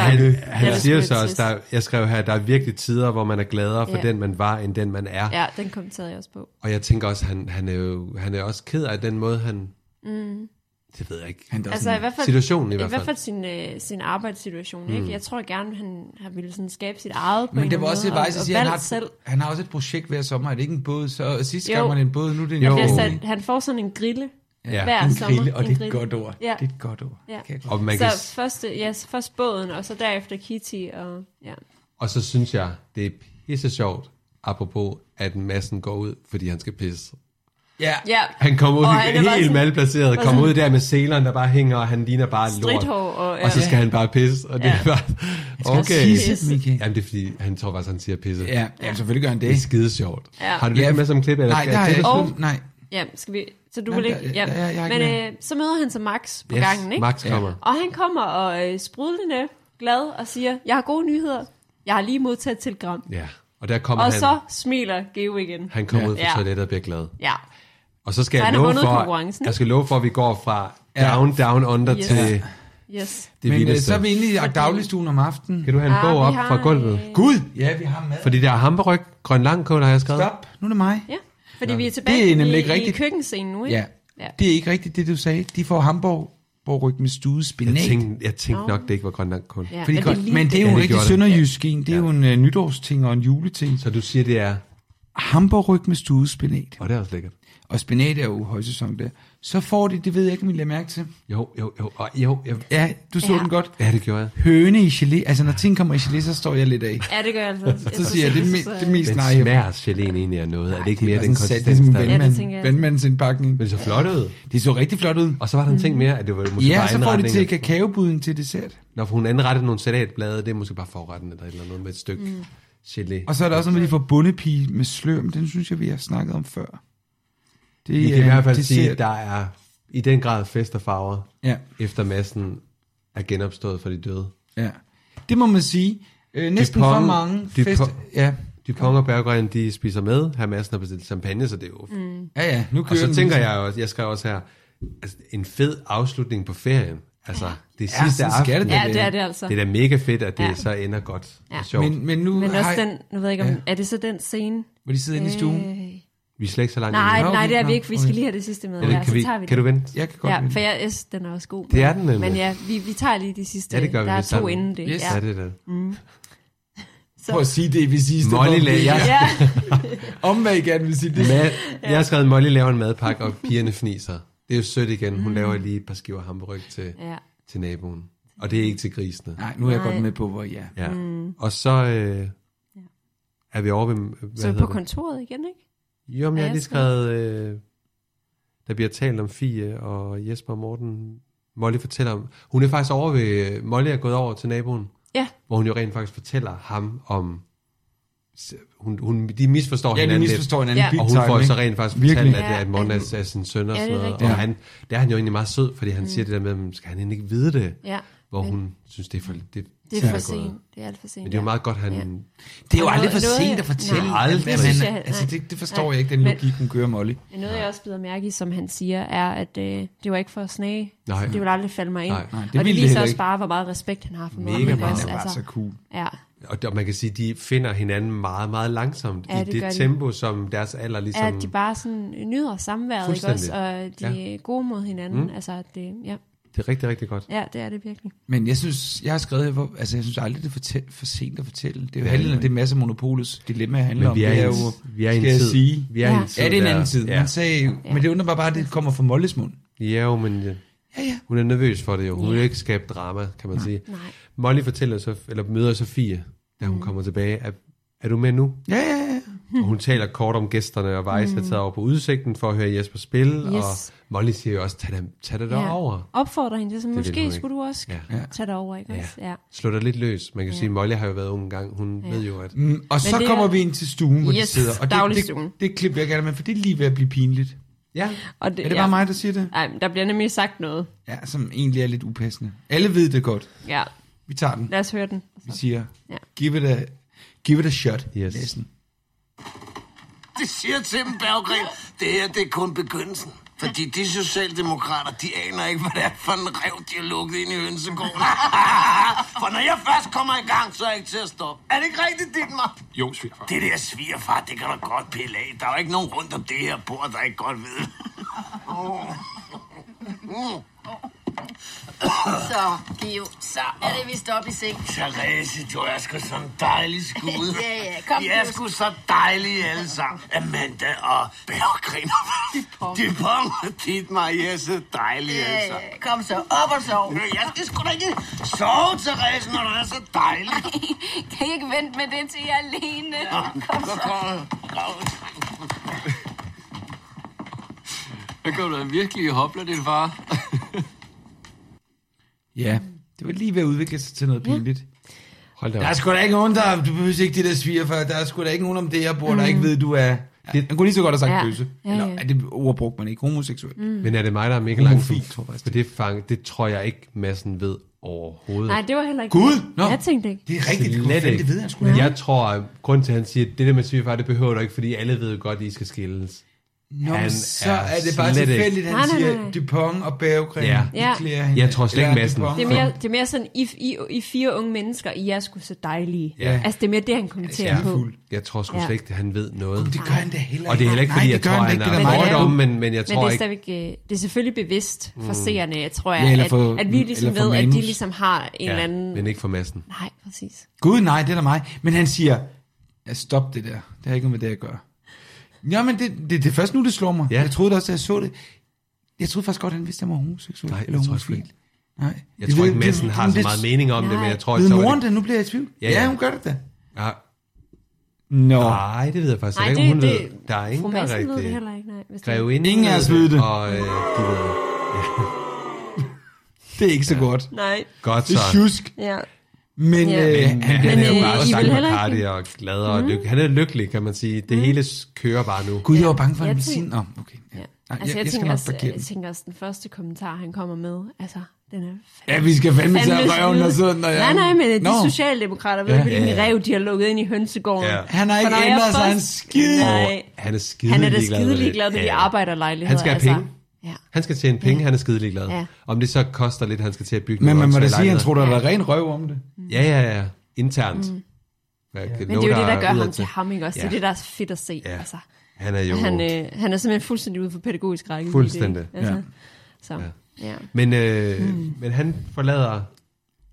[SPEAKER 2] Altså, han,
[SPEAKER 1] det er
[SPEAKER 2] han siger jo
[SPEAKER 3] lidt
[SPEAKER 2] så også,
[SPEAKER 3] trist.
[SPEAKER 2] der, er- jeg skrev her, der er virkelig tider, hvor man er gladere for
[SPEAKER 3] Ja.
[SPEAKER 2] den, man var, end den, man er.
[SPEAKER 3] Ja, den kommenterede jeg også på.
[SPEAKER 2] Og jeg tænker også, han, han er jo han er også ked af den måde, han...
[SPEAKER 3] Mm.
[SPEAKER 2] Det ved jeg ikke.
[SPEAKER 1] Han
[SPEAKER 3] Altså i hvert fald,
[SPEAKER 2] situationen i hvert
[SPEAKER 3] I hvert fald
[SPEAKER 2] fald.
[SPEAKER 3] sin, øh, sin arbejdssituation, ikke?
[SPEAKER 1] Mm.
[SPEAKER 3] Jeg tror gerne, han, han ville sådan skabe sit eget på en
[SPEAKER 1] Men det
[SPEAKER 3] eller
[SPEAKER 1] var også et
[SPEAKER 3] anden måde,
[SPEAKER 1] vejs
[SPEAKER 3] og,
[SPEAKER 1] at
[SPEAKER 3] og
[SPEAKER 1] sige, han
[SPEAKER 3] valgt
[SPEAKER 1] har,
[SPEAKER 3] selv.
[SPEAKER 1] han har også et projekt hver sommer. Er det ikke en båd? Så sidst
[SPEAKER 3] Jo.
[SPEAKER 1] gav man en båd, nu er det en
[SPEAKER 3] Han,
[SPEAKER 1] båd.
[SPEAKER 3] bliver sat, han får sådan en grille
[SPEAKER 1] Ja,
[SPEAKER 3] hver
[SPEAKER 1] en
[SPEAKER 3] sommer.
[SPEAKER 1] grille, og det er et
[SPEAKER 3] grille.
[SPEAKER 1] godt ord.
[SPEAKER 3] Ja.
[SPEAKER 1] Det er et godt ord.
[SPEAKER 3] Ja.
[SPEAKER 1] Kan jeg godt
[SPEAKER 2] Og man
[SPEAKER 3] så
[SPEAKER 2] kan-
[SPEAKER 3] først, øh, ja, så først båden, og så derefter Kitty. Og, ja.
[SPEAKER 2] Og så synes jeg, det er pisse sjovt, apropos, at massen går ud, fordi han skal pisse.
[SPEAKER 1] Ja.
[SPEAKER 3] ja.
[SPEAKER 2] Han kommer ud
[SPEAKER 3] Og han er bare
[SPEAKER 2] helt
[SPEAKER 3] sådan-
[SPEAKER 2] malplaceret,
[SPEAKER 3] bare
[SPEAKER 2] kommer
[SPEAKER 3] sådan-
[SPEAKER 2] ud der med seleren, der bare hænger, og han ligner bare lort.
[SPEAKER 3] Stridthår, og- ja.
[SPEAKER 2] og så skal han bare pisse, og det
[SPEAKER 3] Ja.
[SPEAKER 2] er bare...
[SPEAKER 1] skal også
[SPEAKER 2] Okay.
[SPEAKER 1] pisse, Mickey.
[SPEAKER 2] Jamen, det er fordi, han tror faktisk, han siger pisse.
[SPEAKER 1] Ja, ja, selvfølgelig gør han det.
[SPEAKER 2] Det er skide sjovt.
[SPEAKER 3] Ja.
[SPEAKER 2] Har du det
[SPEAKER 1] Ja.
[SPEAKER 2] med som klip? Eller
[SPEAKER 1] Nej,
[SPEAKER 2] skal
[SPEAKER 1] det har jeg
[SPEAKER 2] klippe
[SPEAKER 1] ikke.
[SPEAKER 2] det?
[SPEAKER 1] Nej.
[SPEAKER 3] ja, skal vi... Så du
[SPEAKER 1] Nå,
[SPEAKER 3] vil
[SPEAKER 1] der-
[SPEAKER 3] ikke... Ja.
[SPEAKER 1] ja, ja, jeg er ikke
[SPEAKER 3] Men
[SPEAKER 1] med.
[SPEAKER 3] øh, så møder han så Max på
[SPEAKER 2] Yes,
[SPEAKER 3] gangen, ikke?
[SPEAKER 2] Max kommer.
[SPEAKER 3] Og han kommer og øh, sprudlende glad og siger, jeg har gode nyheder. Jeg har lige modtaget et telegram.
[SPEAKER 2] Ja, og der kommer
[SPEAKER 3] og
[SPEAKER 2] han.
[SPEAKER 3] så smiler Geo igen.
[SPEAKER 2] Han kommer
[SPEAKER 3] ja.
[SPEAKER 2] ud fra toilettet og bliver glad.
[SPEAKER 3] Ja.
[SPEAKER 2] Og så skal
[SPEAKER 3] Så
[SPEAKER 2] jeg
[SPEAKER 3] han har
[SPEAKER 2] love
[SPEAKER 3] vundet
[SPEAKER 2] for,
[SPEAKER 3] konkurrencen.
[SPEAKER 2] jeg skal love for, at vi går fra down, down under
[SPEAKER 3] Yes.
[SPEAKER 2] til...
[SPEAKER 3] Yes.
[SPEAKER 2] Det
[SPEAKER 1] Men øh,
[SPEAKER 2] vildeste.
[SPEAKER 1] så er vi inde i dagligstuen om aftenen.
[SPEAKER 2] Kan du have en
[SPEAKER 1] Ah,
[SPEAKER 2] bog
[SPEAKER 1] vi
[SPEAKER 2] op
[SPEAKER 1] har,
[SPEAKER 2] fra gulvet?
[SPEAKER 3] øh,
[SPEAKER 1] Gud! Ja, vi har mad.
[SPEAKER 2] Fordi der er hamperryg, grøn langkål har jeg skrevet.
[SPEAKER 1] Stop, nu er det mig.
[SPEAKER 3] Ja, fordi vi er
[SPEAKER 1] Det
[SPEAKER 3] tilbage
[SPEAKER 1] er nemlig
[SPEAKER 3] i,
[SPEAKER 1] ikke
[SPEAKER 3] i
[SPEAKER 1] rigtigt.
[SPEAKER 3] køkkenscenen nu, ikke?
[SPEAKER 1] Ja.
[SPEAKER 3] ja.
[SPEAKER 1] Det er ikke rigtigt det, du sagde. De får Hamburg borryg med stuet spinat.
[SPEAKER 2] Jeg tænkte, jeg tænkte
[SPEAKER 3] Nå.
[SPEAKER 2] nok, det ikke var grøn langkål.
[SPEAKER 3] Ja,
[SPEAKER 1] Fordi
[SPEAKER 3] men
[SPEAKER 1] men,
[SPEAKER 3] det
[SPEAKER 1] godt, det
[SPEAKER 3] ligner-
[SPEAKER 1] men det er jo
[SPEAKER 2] Ja,
[SPEAKER 1] en
[SPEAKER 2] det
[SPEAKER 1] rigtig
[SPEAKER 2] gjorde det.
[SPEAKER 1] sønderjysk en. Det er jo en uh, nytårsting og en juleting.
[SPEAKER 2] Så du siger, det er...
[SPEAKER 1] Hamburgryg med stuet spinat.
[SPEAKER 2] Og det er også lækkert.
[SPEAKER 1] Og spinat er jo højsæson der. Så får de, det ved jeg ikke, om I lader mærke til.
[SPEAKER 2] Jo, jo, jo. Og, jo, jeg...
[SPEAKER 1] Ja, du så
[SPEAKER 3] Ja.
[SPEAKER 1] ja. den godt.
[SPEAKER 2] ja, det gjorde jeg.
[SPEAKER 1] Høne i gelé. Altså, når ting kommer i gelé, så står jeg lidt af.
[SPEAKER 3] Ja, det gør jeg altså. Jeg
[SPEAKER 1] Så
[SPEAKER 3] synes
[SPEAKER 1] siger jeg, det er
[SPEAKER 3] også,
[SPEAKER 1] me-
[SPEAKER 3] at-
[SPEAKER 1] det er mest
[SPEAKER 2] Men
[SPEAKER 1] nej.
[SPEAKER 2] smager geléen egentlig af noget? er det ikke mere den
[SPEAKER 1] sådan sat, det er
[SPEAKER 2] konsistens,
[SPEAKER 1] sådan
[SPEAKER 2] der
[SPEAKER 1] en
[SPEAKER 3] Ja, det
[SPEAKER 1] vandmand,
[SPEAKER 3] tænker jeg.
[SPEAKER 1] vandmandsindpakning.
[SPEAKER 2] Men det så flot ud.
[SPEAKER 1] Det så rigtig flot ud.
[SPEAKER 2] Og så var der en
[SPEAKER 3] Mm.
[SPEAKER 2] ting mere, at det var måske
[SPEAKER 1] Ja,
[SPEAKER 2] bare
[SPEAKER 1] så får de til
[SPEAKER 2] indretningen.
[SPEAKER 1] kakaobuden til dessert.
[SPEAKER 2] Når hun anrettede nogle salatblade, det er måske bare forretten eller et eller andet med et stykke mm. gelé.
[SPEAKER 1] Og så er der også noget med, de får bundepige med sløm. Den synes jeg, vi har snakket om før. Det øh,
[SPEAKER 2] Vi kan i hvert fald
[SPEAKER 1] det
[SPEAKER 2] sige,
[SPEAKER 1] ser-
[SPEAKER 2] at der er i den grad fest og farver,
[SPEAKER 1] Ja.
[SPEAKER 2] efter massen er genopstået for de døde.
[SPEAKER 1] Ja. Det må man sige. Øh, næsten for mange fest... Ja.
[SPEAKER 2] Dupont og Berggren, de spiser med. Her massen har bestilt champagne, så det er jo... Mm.
[SPEAKER 1] Ja, ja, nu
[SPEAKER 2] Og
[SPEAKER 1] kører
[SPEAKER 2] så
[SPEAKER 1] den
[SPEAKER 2] tænker
[SPEAKER 1] ligesom.
[SPEAKER 2] jeg også, jeg skrev også her, altså, en fed afslutning på ferien. Altså, det
[SPEAKER 1] Ja,
[SPEAKER 2] ja, sidste
[SPEAKER 1] sådan skal
[SPEAKER 2] aften.
[SPEAKER 1] det da Ja, være.
[SPEAKER 3] det er det altså.
[SPEAKER 2] Det er da mega fedt, at det
[SPEAKER 3] Ja.
[SPEAKER 2] ja. så ender godt
[SPEAKER 3] Ja.
[SPEAKER 2] ja. og sjovt. Men,
[SPEAKER 1] Men, men nu
[SPEAKER 3] Men
[SPEAKER 1] har
[SPEAKER 3] også
[SPEAKER 1] jeg-
[SPEAKER 3] den, nu ved jeg ikke, om,
[SPEAKER 1] Ja.
[SPEAKER 3] er det så den scene?
[SPEAKER 1] Hvor de sidder inde i stuen?
[SPEAKER 2] vi er slet ikke så langt
[SPEAKER 3] Øh. Nej,
[SPEAKER 2] endnu.
[SPEAKER 3] nej, det er
[SPEAKER 1] nå,
[SPEAKER 3] vi ikke. Vi skal
[SPEAKER 1] okay.
[SPEAKER 3] lige have det sidste med.
[SPEAKER 2] Eller
[SPEAKER 3] Ja,
[SPEAKER 2] kan vi-
[SPEAKER 3] så tager vi
[SPEAKER 2] kan
[SPEAKER 3] det.
[SPEAKER 2] du vente?
[SPEAKER 1] Jeg kan godt
[SPEAKER 3] ja,
[SPEAKER 1] vente.
[SPEAKER 3] for jeg, yes, den er også god.
[SPEAKER 2] Det er den nemlig.
[SPEAKER 3] Men ja, vi, vi tager lige de sidste.
[SPEAKER 2] Ja, det gør vi
[SPEAKER 3] Der er
[SPEAKER 2] vist
[SPEAKER 3] to
[SPEAKER 2] sammen.
[SPEAKER 3] inden det.
[SPEAKER 2] Yes. Ja, det er det.
[SPEAKER 3] Mm. Så.
[SPEAKER 1] Prøv at sige det, vi siger.
[SPEAKER 2] Molly laver...
[SPEAKER 3] Ja.
[SPEAKER 1] Om hvad I gerne vil sige det.
[SPEAKER 2] Mad, jeg har skrevet, Molly laver en madpakke, og pigerne fniser. Det er jo sødt igen. Hun laver lige et par skiver hamburg til,
[SPEAKER 3] Mm. Ja.
[SPEAKER 2] til naboen. Og det er ikke til grisene.
[SPEAKER 1] Nej, nu er jeg
[SPEAKER 3] Nej.
[SPEAKER 1] godt med på, hvor jeg er.
[SPEAKER 2] Ja.
[SPEAKER 3] Mm.
[SPEAKER 2] Mm. Og så øh, er vi over ved... Hvad
[SPEAKER 3] Så er vi
[SPEAKER 2] hedder
[SPEAKER 3] på
[SPEAKER 2] det?
[SPEAKER 3] kontoret igen, ikke?
[SPEAKER 2] Jo, men jeg
[SPEAKER 3] Ja,
[SPEAKER 2] har lige
[SPEAKER 3] jeg skrev-
[SPEAKER 2] skrevet... Øh, der bliver talt om Fie og Jesper og Morten. Molly fortæller om... Hun er faktisk over ved... Molly er gået over til naboen.
[SPEAKER 3] Ja.
[SPEAKER 2] Hvor hun jo rent faktisk fortæller ham om... Hun, hun, de misforstår
[SPEAKER 1] Ja, de
[SPEAKER 2] hinanden
[SPEAKER 1] misforstår
[SPEAKER 2] lidt.
[SPEAKER 1] hinanden Ja. big
[SPEAKER 2] Og hun
[SPEAKER 1] time,
[SPEAKER 2] får
[SPEAKER 1] ikke?
[SPEAKER 2] så rent faktisk
[SPEAKER 1] Virkelig.
[SPEAKER 2] fortalt, at,
[SPEAKER 3] Ja.
[SPEAKER 2] at Morten er, er sin søn
[SPEAKER 3] Ja,
[SPEAKER 2] og sådan
[SPEAKER 3] det er
[SPEAKER 2] noget. Og
[SPEAKER 3] rigtigt.
[SPEAKER 2] han, der er han jo egentlig meget sød, fordi han mm. siger det der med, "Men skal han egentlig ikke vide det?
[SPEAKER 3] Ja.
[SPEAKER 2] Hvor
[SPEAKER 3] Men-
[SPEAKER 2] hun synes, det er for... Det,
[SPEAKER 3] Det er for
[SPEAKER 2] gået.
[SPEAKER 3] sent. Det er alt for sent.
[SPEAKER 2] Men det er jo meget godt, han...
[SPEAKER 3] Ja.
[SPEAKER 1] Det er jo
[SPEAKER 3] Og
[SPEAKER 1] aldrig for
[SPEAKER 3] noget- noget-
[SPEAKER 1] sent at fortælle.
[SPEAKER 3] Nej.
[SPEAKER 1] alt,
[SPEAKER 2] Aldrig.
[SPEAKER 1] hvad man-
[SPEAKER 3] Synes jeg-
[SPEAKER 1] Altså,
[SPEAKER 3] nej.
[SPEAKER 1] det, det forstår
[SPEAKER 3] Nej.
[SPEAKER 1] jeg ikke, den
[SPEAKER 3] Men-
[SPEAKER 1] logik, hun kører Molly.
[SPEAKER 3] Men noget, jeg også bider mærke i, som han siger, er, at øh, det var ikke for at snage.
[SPEAKER 2] Nej.
[SPEAKER 3] Det ville aldrig falde mig ind.
[SPEAKER 2] Nej. Nej,
[SPEAKER 1] det
[SPEAKER 3] og
[SPEAKER 1] ville
[SPEAKER 3] det
[SPEAKER 1] det
[SPEAKER 3] viser
[SPEAKER 1] heller
[SPEAKER 3] også
[SPEAKER 1] ikke.
[SPEAKER 3] bare, hvor meget respekt han har for
[SPEAKER 2] Mega
[SPEAKER 3] mig. men
[SPEAKER 2] meget.
[SPEAKER 3] også,
[SPEAKER 1] Han er bare så cool.
[SPEAKER 3] Ja,
[SPEAKER 2] Og, og man kan sige, de finder hinanden meget, meget langsomt
[SPEAKER 3] Ja,
[SPEAKER 2] ja, i
[SPEAKER 3] det
[SPEAKER 2] det,
[SPEAKER 3] gør de.
[SPEAKER 2] tempo, som deres alder
[SPEAKER 3] ligesom,
[SPEAKER 2] ligesom...
[SPEAKER 3] at de bare sådan nyder samværet, ikke
[SPEAKER 2] Fuldstændig.
[SPEAKER 3] også? Og de ja. er gode mod hinanden. Mm.
[SPEAKER 2] Mm.
[SPEAKER 3] Altså, at det, ja.
[SPEAKER 2] Det er rigtig, rigtig godt.
[SPEAKER 3] ja, det er det virkelig.
[SPEAKER 1] Men jeg synes, jeg har skrevet her, hvor, altså jeg synes aldrig, det er for, tæ- for sent at fortælle. Det er jo
[SPEAKER 2] er
[SPEAKER 1] handler
[SPEAKER 2] det
[SPEAKER 1] om det masse monopolets dilemma, handler
[SPEAKER 2] Men
[SPEAKER 1] om.
[SPEAKER 2] vi er
[SPEAKER 1] det
[SPEAKER 2] i en-
[SPEAKER 1] jo,
[SPEAKER 2] vi er i en
[SPEAKER 1] skal jeg
[SPEAKER 2] tid.
[SPEAKER 1] sige.
[SPEAKER 2] Vi er i en
[SPEAKER 1] ja.
[SPEAKER 2] tid,
[SPEAKER 1] ja, det er en
[SPEAKER 2] der-
[SPEAKER 1] anden tid.
[SPEAKER 2] ja.
[SPEAKER 1] Man sagde, jo- men det undrer mig bare, at det kommer fra Molles mund.
[SPEAKER 2] Ja, jo, men ja.
[SPEAKER 1] Ja, ja.
[SPEAKER 2] hun er nervøs for det jo. Hun vil jo ikke skabe drama, kan man sige.
[SPEAKER 3] Nej. Mm.
[SPEAKER 2] Molly fortæller, så, eller møder Sofie, da hun kommer tilbage, at er du med nu?
[SPEAKER 1] Ja, ja, ja.
[SPEAKER 2] Og hun taler kort om gæsterne, og Weiss mm. er
[SPEAKER 3] Mm.
[SPEAKER 2] taget over på udsigten for at høre Jesper spille, yes.
[SPEAKER 3] Yes.
[SPEAKER 2] og Molly siger jo også, tag dig, tag dig derover.
[SPEAKER 3] Opfordrer hende til, så
[SPEAKER 2] Det vil hun
[SPEAKER 3] måske
[SPEAKER 2] ikke.
[SPEAKER 3] skulle du også
[SPEAKER 2] Ja.
[SPEAKER 3] ja. tage dig over, ikke
[SPEAKER 2] Ja.
[SPEAKER 3] også? Ja.
[SPEAKER 2] Slå dig lidt løs. Man kan
[SPEAKER 3] Ja.
[SPEAKER 2] sige, Molly har jo været ung engang. Hun
[SPEAKER 3] Ja.
[SPEAKER 2] ved jo, at...
[SPEAKER 1] Mm, og Men så det er- kommer vi ind til stuen, hvor de Yes, sidder, og det-
[SPEAKER 3] dagligstuen.
[SPEAKER 1] Det, det klip vil jeg gerne med, for det er lige ved at blive pinligt.
[SPEAKER 2] Ja.
[SPEAKER 3] Og
[SPEAKER 1] Er det bare mig, der siger det?
[SPEAKER 3] Nej, der bliver nemlig sagt noget.
[SPEAKER 1] Ja, som egentlig er lidt upassende. Alle ved det godt.
[SPEAKER 3] Ja,
[SPEAKER 1] Vi tager den.
[SPEAKER 3] lad os høre den.
[SPEAKER 1] Vi siger,
[SPEAKER 3] Ja.
[SPEAKER 1] give it a, give it a shot.
[SPEAKER 2] Yes.
[SPEAKER 1] Næsten.
[SPEAKER 18] Det siger til dem, Berggren. Det her, det er kun begyndelsen. Fordi de socialdemokrater, de aner ikke, hvad det er for en rev, de har lukket ind i hønsegården. for når jeg først kommer i gang, så er jeg ikke til at stoppe. Er det ikke rigtigt, Dietmar?
[SPEAKER 14] Jo, svigerfar.
[SPEAKER 18] Det der svigerfar, det kan du godt pille af. Der er jo ikke nogen rundt om det her bord, der ikke godt ved.
[SPEAKER 19] Mm. Så, Gio, så er det vist op i seng.
[SPEAKER 18] Therese, du er sgu sådan en dejlig skud.
[SPEAKER 19] Ja, ja, kom,
[SPEAKER 18] I er
[SPEAKER 19] Pibus.
[SPEAKER 18] sgu så dejlige alle sammen. Amanda og Berggren. Dupont. Dupont og Dietmar, I er så dejlige
[SPEAKER 19] Ja,
[SPEAKER 18] alle sammen.
[SPEAKER 19] ja, kom så, op og sov.
[SPEAKER 18] Jeg skal sgu da ikke sove, Therese, når du er så dejlig.
[SPEAKER 19] Kan I ikke vente med det til jer alene?
[SPEAKER 9] Ah,
[SPEAKER 19] Kom så.
[SPEAKER 9] Der kan du da virkelig hopler, din far.
[SPEAKER 1] Ja, det var lige ved at udvikle sig til noget pinligt.
[SPEAKER 2] Hold
[SPEAKER 1] Der er sgu da ikke nogen, der... Du behøver ikke det der svigerfar. Der er sgu da ikke nogen om det her bord, der
[SPEAKER 3] Mm.
[SPEAKER 1] ikke ved, du er... Ja, man kunne lige så godt have sagt
[SPEAKER 2] Ja.
[SPEAKER 1] bøsse.
[SPEAKER 2] Ja,
[SPEAKER 1] Eller,
[SPEAKER 2] ja.
[SPEAKER 1] er det ord brugte man ikke. Homoseksuel.
[SPEAKER 3] Mm.
[SPEAKER 2] Men er det mig, der er mega langt? For det, fang, det tror jeg ikke, Madsen ved overhovedet.
[SPEAKER 3] Nej, det var heller ikke... Jeg tænkte ikke.
[SPEAKER 2] Slet ikke.
[SPEAKER 3] Nej.
[SPEAKER 2] Jeg tror, at grunden til, at han siger, at det der med svigerfar, det behøver du ikke, fordi alle ved jo godt, at I skal skilles.
[SPEAKER 1] Nå, men så
[SPEAKER 2] er
[SPEAKER 1] er det bare
[SPEAKER 2] slet ikke-
[SPEAKER 1] tilfældigt, at han
[SPEAKER 3] Nej, nej,
[SPEAKER 1] siger
[SPEAKER 3] nej.
[SPEAKER 1] Dupont og Berggren.
[SPEAKER 2] Ja.
[SPEAKER 1] de
[SPEAKER 3] Ja.
[SPEAKER 1] klæder hende.
[SPEAKER 2] Jeg tror slet ikke,
[SPEAKER 1] Eller
[SPEAKER 2] Madsen-
[SPEAKER 1] Dupont.
[SPEAKER 3] Det er, mere, det er mere sådan, I, I, I fire unge mennesker, I er sgu så dejlige.
[SPEAKER 2] Ja.
[SPEAKER 3] Altså, det er mere det, han kommenterer på.
[SPEAKER 2] Jeg tror sgu
[SPEAKER 3] Ja.
[SPEAKER 2] slet ikke, at han ved noget.
[SPEAKER 1] det gør han da heller
[SPEAKER 2] Og det er heller ikke,
[SPEAKER 1] ikke.
[SPEAKER 2] fordi
[SPEAKER 1] Nej,
[SPEAKER 2] jeg
[SPEAKER 1] det gør
[SPEAKER 2] tror,
[SPEAKER 1] han da
[SPEAKER 2] han
[SPEAKER 1] ikke. Det er
[SPEAKER 2] er
[SPEAKER 1] meget
[SPEAKER 2] fordom,
[SPEAKER 1] dumt.
[SPEAKER 2] men, men
[SPEAKER 3] men
[SPEAKER 2] jeg
[SPEAKER 3] det
[SPEAKER 2] tror
[SPEAKER 3] er
[SPEAKER 2] ikke...
[SPEAKER 3] stadigvæk, øh, det er selvfølgelig bevidst for
[SPEAKER 2] Mm.
[SPEAKER 3] seerne, tror
[SPEAKER 2] Ja,
[SPEAKER 3] jeg,
[SPEAKER 2] eller
[SPEAKER 3] at,
[SPEAKER 2] for-
[SPEAKER 3] at vi ligesom
[SPEAKER 1] eller for
[SPEAKER 3] ved, at de
[SPEAKER 1] manus.
[SPEAKER 3] ligesom har en
[SPEAKER 1] Ja,
[SPEAKER 3] eller anden...
[SPEAKER 2] Men ikke for Madsen.
[SPEAKER 3] Nej, præcis.
[SPEAKER 1] Gud nej, det er da mig. Men han siger, ja, stop det der. Det har ikke noget med det at gøre. Nå, men det, det, det er først nu, det slår mig. Ja. Jeg troede da også, da jeg så det. Jeg troede faktisk godt, han vidste, at han var homoseksuel.
[SPEAKER 2] Nej,
[SPEAKER 1] eller
[SPEAKER 2] jeg tror sgu
[SPEAKER 1] homofil. Nej.
[SPEAKER 2] Jeg
[SPEAKER 1] Det
[SPEAKER 2] tror
[SPEAKER 1] ved-
[SPEAKER 2] ikke,
[SPEAKER 1] det-
[SPEAKER 2] Madsen har
[SPEAKER 1] det-
[SPEAKER 2] så meget mening om det, men jeg tror... at
[SPEAKER 1] Ved
[SPEAKER 2] så var det-
[SPEAKER 1] moren det, nu bliver jeg i tvivl. Ja, ja. ja hun gør det da.
[SPEAKER 2] Ja.
[SPEAKER 1] Nå.
[SPEAKER 2] Ah. Nej, det ved jeg faktisk
[SPEAKER 3] Nej,
[SPEAKER 2] ikke,
[SPEAKER 3] det-
[SPEAKER 2] om hun
[SPEAKER 3] det-
[SPEAKER 2] ved. Der er ingen,
[SPEAKER 3] fru
[SPEAKER 2] der
[SPEAKER 3] Madsen ved
[SPEAKER 2] rigtig...
[SPEAKER 3] det heller ikke, nej, hvis det-
[SPEAKER 2] Grevinde
[SPEAKER 1] Ingen af os ved det.
[SPEAKER 2] Og øh, de ved det.
[SPEAKER 1] Det er ikke så ja. godt.
[SPEAKER 3] Nej.
[SPEAKER 2] Godt
[SPEAKER 1] Det er
[SPEAKER 2] så.
[SPEAKER 1] sjusk.
[SPEAKER 3] Ja.
[SPEAKER 1] Men,
[SPEAKER 3] Ja.
[SPEAKER 1] øh,
[SPEAKER 2] Men han, han er jo bare
[SPEAKER 3] I vil heller ikke- Mm.
[SPEAKER 2] sangparty og glad og mm. lykkelig. Han er lykkelig, kan man sige. Det hele s- kører bare nu.
[SPEAKER 1] Gud, jeg var bange for
[SPEAKER 3] Jeg
[SPEAKER 1] en
[SPEAKER 3] tænker-
[SPEAKER 1] medicin. Nå, okay. Ja. Nej,
[SPEAKER 3] Altså, jeg,
[SPEAKER 1] jeg, jeg, skal
[SPEAKER 3] tænker
[SPEAKER 1] nok
[SPEAKER 3] også,
[SPEAKER 1] parkere
[SPEAKER 3] jeg
[SPEAKER 1] den.
[SPEAKER 3] tænker også, den første kommentar, han kommer med, altså, den er
[SPEAKER 1] Ja, vi skal fandme tage
[SPEAKER 3] fandme
[SPEAKER 1] røven
[SPEAKER 3] snyde.
[SPEAKER 1] og sådan. og
[SPEAKER 3] Nej,
[SPEAKER 1] jeg-
[SPEAKER 3] nej, men de
[SPEAKER 1] Nå.
[SPEAKER 3] socialdemokrater ved,
[SPEAKER 1] Ja.
[SPEAKER 3] ja, hvilken
[SPEAKER 1] Ja,
[SPEAKER 3] ja,
[SPEAKER 1] ja.
[SPEAKER 3] rev de har lukket ind i hønsegården.
[SPEAKER 2] Ja.
[SPEAKER 1] Han har ikke
[SPEAKER 3] For når jeg
[SPEAKER 1] ændret sig
[SPEAKER 3] først-
[SPEAKER 1] en skid.
[SPEAKER 3] Nej.
[SPEAKER 2] Han er skide
[SPEAKER 3] Han er da
[SPEAKER 2] ligeglad med
[SPEAKER 3] skide
[SPEAKER 2] det.
[SPEAKER 3] ligeglad med
[SPEAKER 2] Ja,
[SPEAKER 3] de
[SPEAKER 2] ja.
[SPEAKER 3] arbejderlejligheder. altså.
[SPEAKER 2] Han skal have penge.
[SPEAKER 3] Ja.
[SPEAKER 2] Han skal tjene penge, han er skide ligeglad.
[SPEAKER 3] Ja.
[SPEAKER 2] Om det så koster lidt, han skal til at bygge
[SPEAKER 1] Men
[SPEAKER 2] nogle
[SPEAKER 1] man må da
[SPEAKER 2] åndssvage
[SPEAKER 1] sige, at han
[SPEAKER 2] lejligheder. Mm.
[SPEAKER 1] tror, der er ren røv om det.
[SPEAKER 2] Ja, ja, ja. Internt.
[SPEAKER 3] Mm.
[SPEAKER 2] Jeg kan
[SPEAKER 3] Men det er
[SPEAKER 2] love
[SPEAKER 3] jo det,
[SPEAKER 2] dig
[SPEAKER 3] der gør ham
[SPEAKER 2] udadtil.
[SPEAKER 3] til ham, ikke også? Ja. Det er det, der er fedt at se. Ja. Altså.
[SPEAKER 2] Han er jo-
[SPEAKER 3] Han, øh, han er simpelthen fuldstændig ude for pædagogisk række.
[SPEAKER 2] Fuldstændig.
[SPEAKER 3] Altså.
[SPEAKER 2] Ja.
[SPEAKER 3] Så, ja. ja.
[SPEAKER 2] Men, øh,
[SPEAKER 3] Mm.
[SPEAKER 2] men han forlader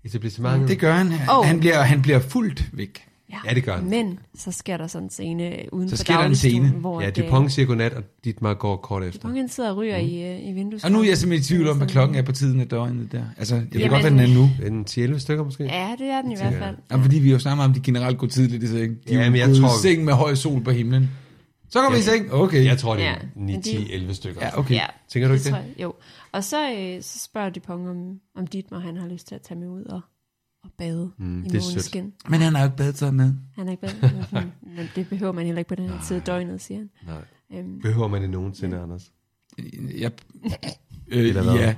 [SPEAKER 2] etablissementet.
[SPEAKER 1] Det gør han.
[SPEAKER 3] Og-
[SPEAKER 1] Han bliver, han bliver fuldt væk.
[SPEAKER 2] Ja, det gør han.
[SPEAKER 3] Men så sker der sådan en scene uden
[SPEAKER 1] Så
[SPEAKER 3] for
[SPEAKER 1] sker der en
[SPEAKER 3] dagligstuen,
[SPEAKER 1] scene.
[SPEAKER 3] hvor
[SPEAKER 2] Ja,
[SPEAKER 3] at,
[SPEAKER 2] Dupont siger godnat, og Dietmar går kort
[SPEAKER 3] øh,
[SPEAKER 2] efter.
[SPEAKER 3] Dupont han sidder og ryger mm. i, øh, i vinduet.
[SPEAKER 1] Og nu er jeg simpelthen i tvivl om, hvad klokken er på tiden af døgnet der. Altså, jeg ved
[SPEAKER 3] Jamen-
[SPEAKER 1] godt, hvad den er nu.
[SPEAKER 2] En 10-11 stykker måske?
[SPEAKER 3] Ja, det er den i hvert fald.
[SPEAKER 1] Ja, fordi vi jo snakker om, at de generelt går tidligt i seng. De
[SPEAKER 2] Ja,
[SPEAKER 1] ja,
[SPEAKER 2] men jeg
[SPEAKER 1] jeg
[SPEAKER 2] tror-
[SPEAKER 1] tror... seng med høj sol på himlen. Så går vi i seng. Okay.
[SPEAKER 2] Jeg tror, det er
[SPEAKER 3] Ja, men de-
[SPEAKER 2] 9-10-11 stykker.
[SPEAKER 1] Ja, okay.
[SPEAKER 3] Ja,
[SPEAKER 2] Tænker du ikke
[SPEAKER 3] tror
[SPEAKER 2] det?
[SPEAKER 3] Jeg, jo. Og så, øh, så spørger Dupont, om, om Dietmar han har lyst til at tage med ud og, og bade
[SPEAKER 2] Mm,
[SPEAKER 3] mm, i
[SPEAKER 2] det er sødt.
[SPEAKER 3] måneskin.
[SPEAKER 1] Men han har jo ikke badetøj med.
[SPEAKER 3] Han er ikke badet. Mm, Men det behøver man heller ikke på den her tid af døgnet, siger han.
[SPEAKER 2] Nej.
[SPEAKER 3] Øhm,
[SPEAKER 2] Behøver man det nogensinde, Anders?
[SPEAKER 1] Jeg...
[SPEAKER 2] Øh, Eller hvad?
[SPEAKER 1] ja.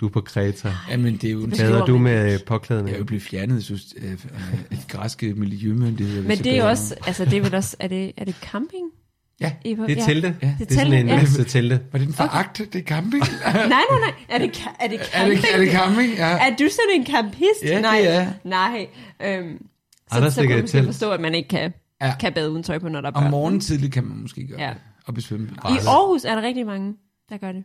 [SPEAKER 2] Du er på Kreta.
[SPEAKER 1] Jamen, det er jo...
[SPEAKER 2] Bader du med øh, påklædning?
[SPEAKER 1] Jeg er jo blevet fjernet, jeg synes, øh, øh, de græske miljømyndigheder.
[SPEAKER 3] Men det er jo også, altså det er vel også, er det, er det camping?
[SPEAKER 1] Ja,
[SPEAKER 3] I på-
[SPEAKER 2] Det er telte.
[SPEAKER 3] Ja.
[SPEAKER 2] Det er sådan en
[SPEAKER 3] ja.
[SPEAKER 2] masse telte.
[SPEAKER 1] Var det en foragt? Det er camping?
[SPEAKER 3] Nej, nej, nej. Er det, ca- er det
[SPEAKER 1] Er det-
[SPEAKER 3] camping?
[SPEAKER 1] er det camping? Ja.
[SPEAKER 3] Er du sådan en campist?
[SPEAKER 1] Ja, det
[SPEAKER 3] nej.
[SPEAKER 1] er jeg.
[SPEAKER 3] Nej. Øhm, så,
[SPEAKER 1] Anders
[SPEAKER 3] så
[SPEAKER 1] ligger
[SPEAKER 3] kunne
[SPEAKER 1] i
[SPEAKER 3] man måske
[SPEAKER 1] telt.
[SPEAKER 3] forstå, at man ikke kan,
[SPEAKER 1] Ja.
[SPEAKER 3] ja. kan bade uden tøj på, når der er børn.
[SPEAKER 1] Om morgenen tidligt kan man måske gøre
[SPEAKER 3] Ja.
[SPEAKER 1] det. Og besvømme.
[SPEAKER 3] I Aarhus er der rigtig mange, der gør det.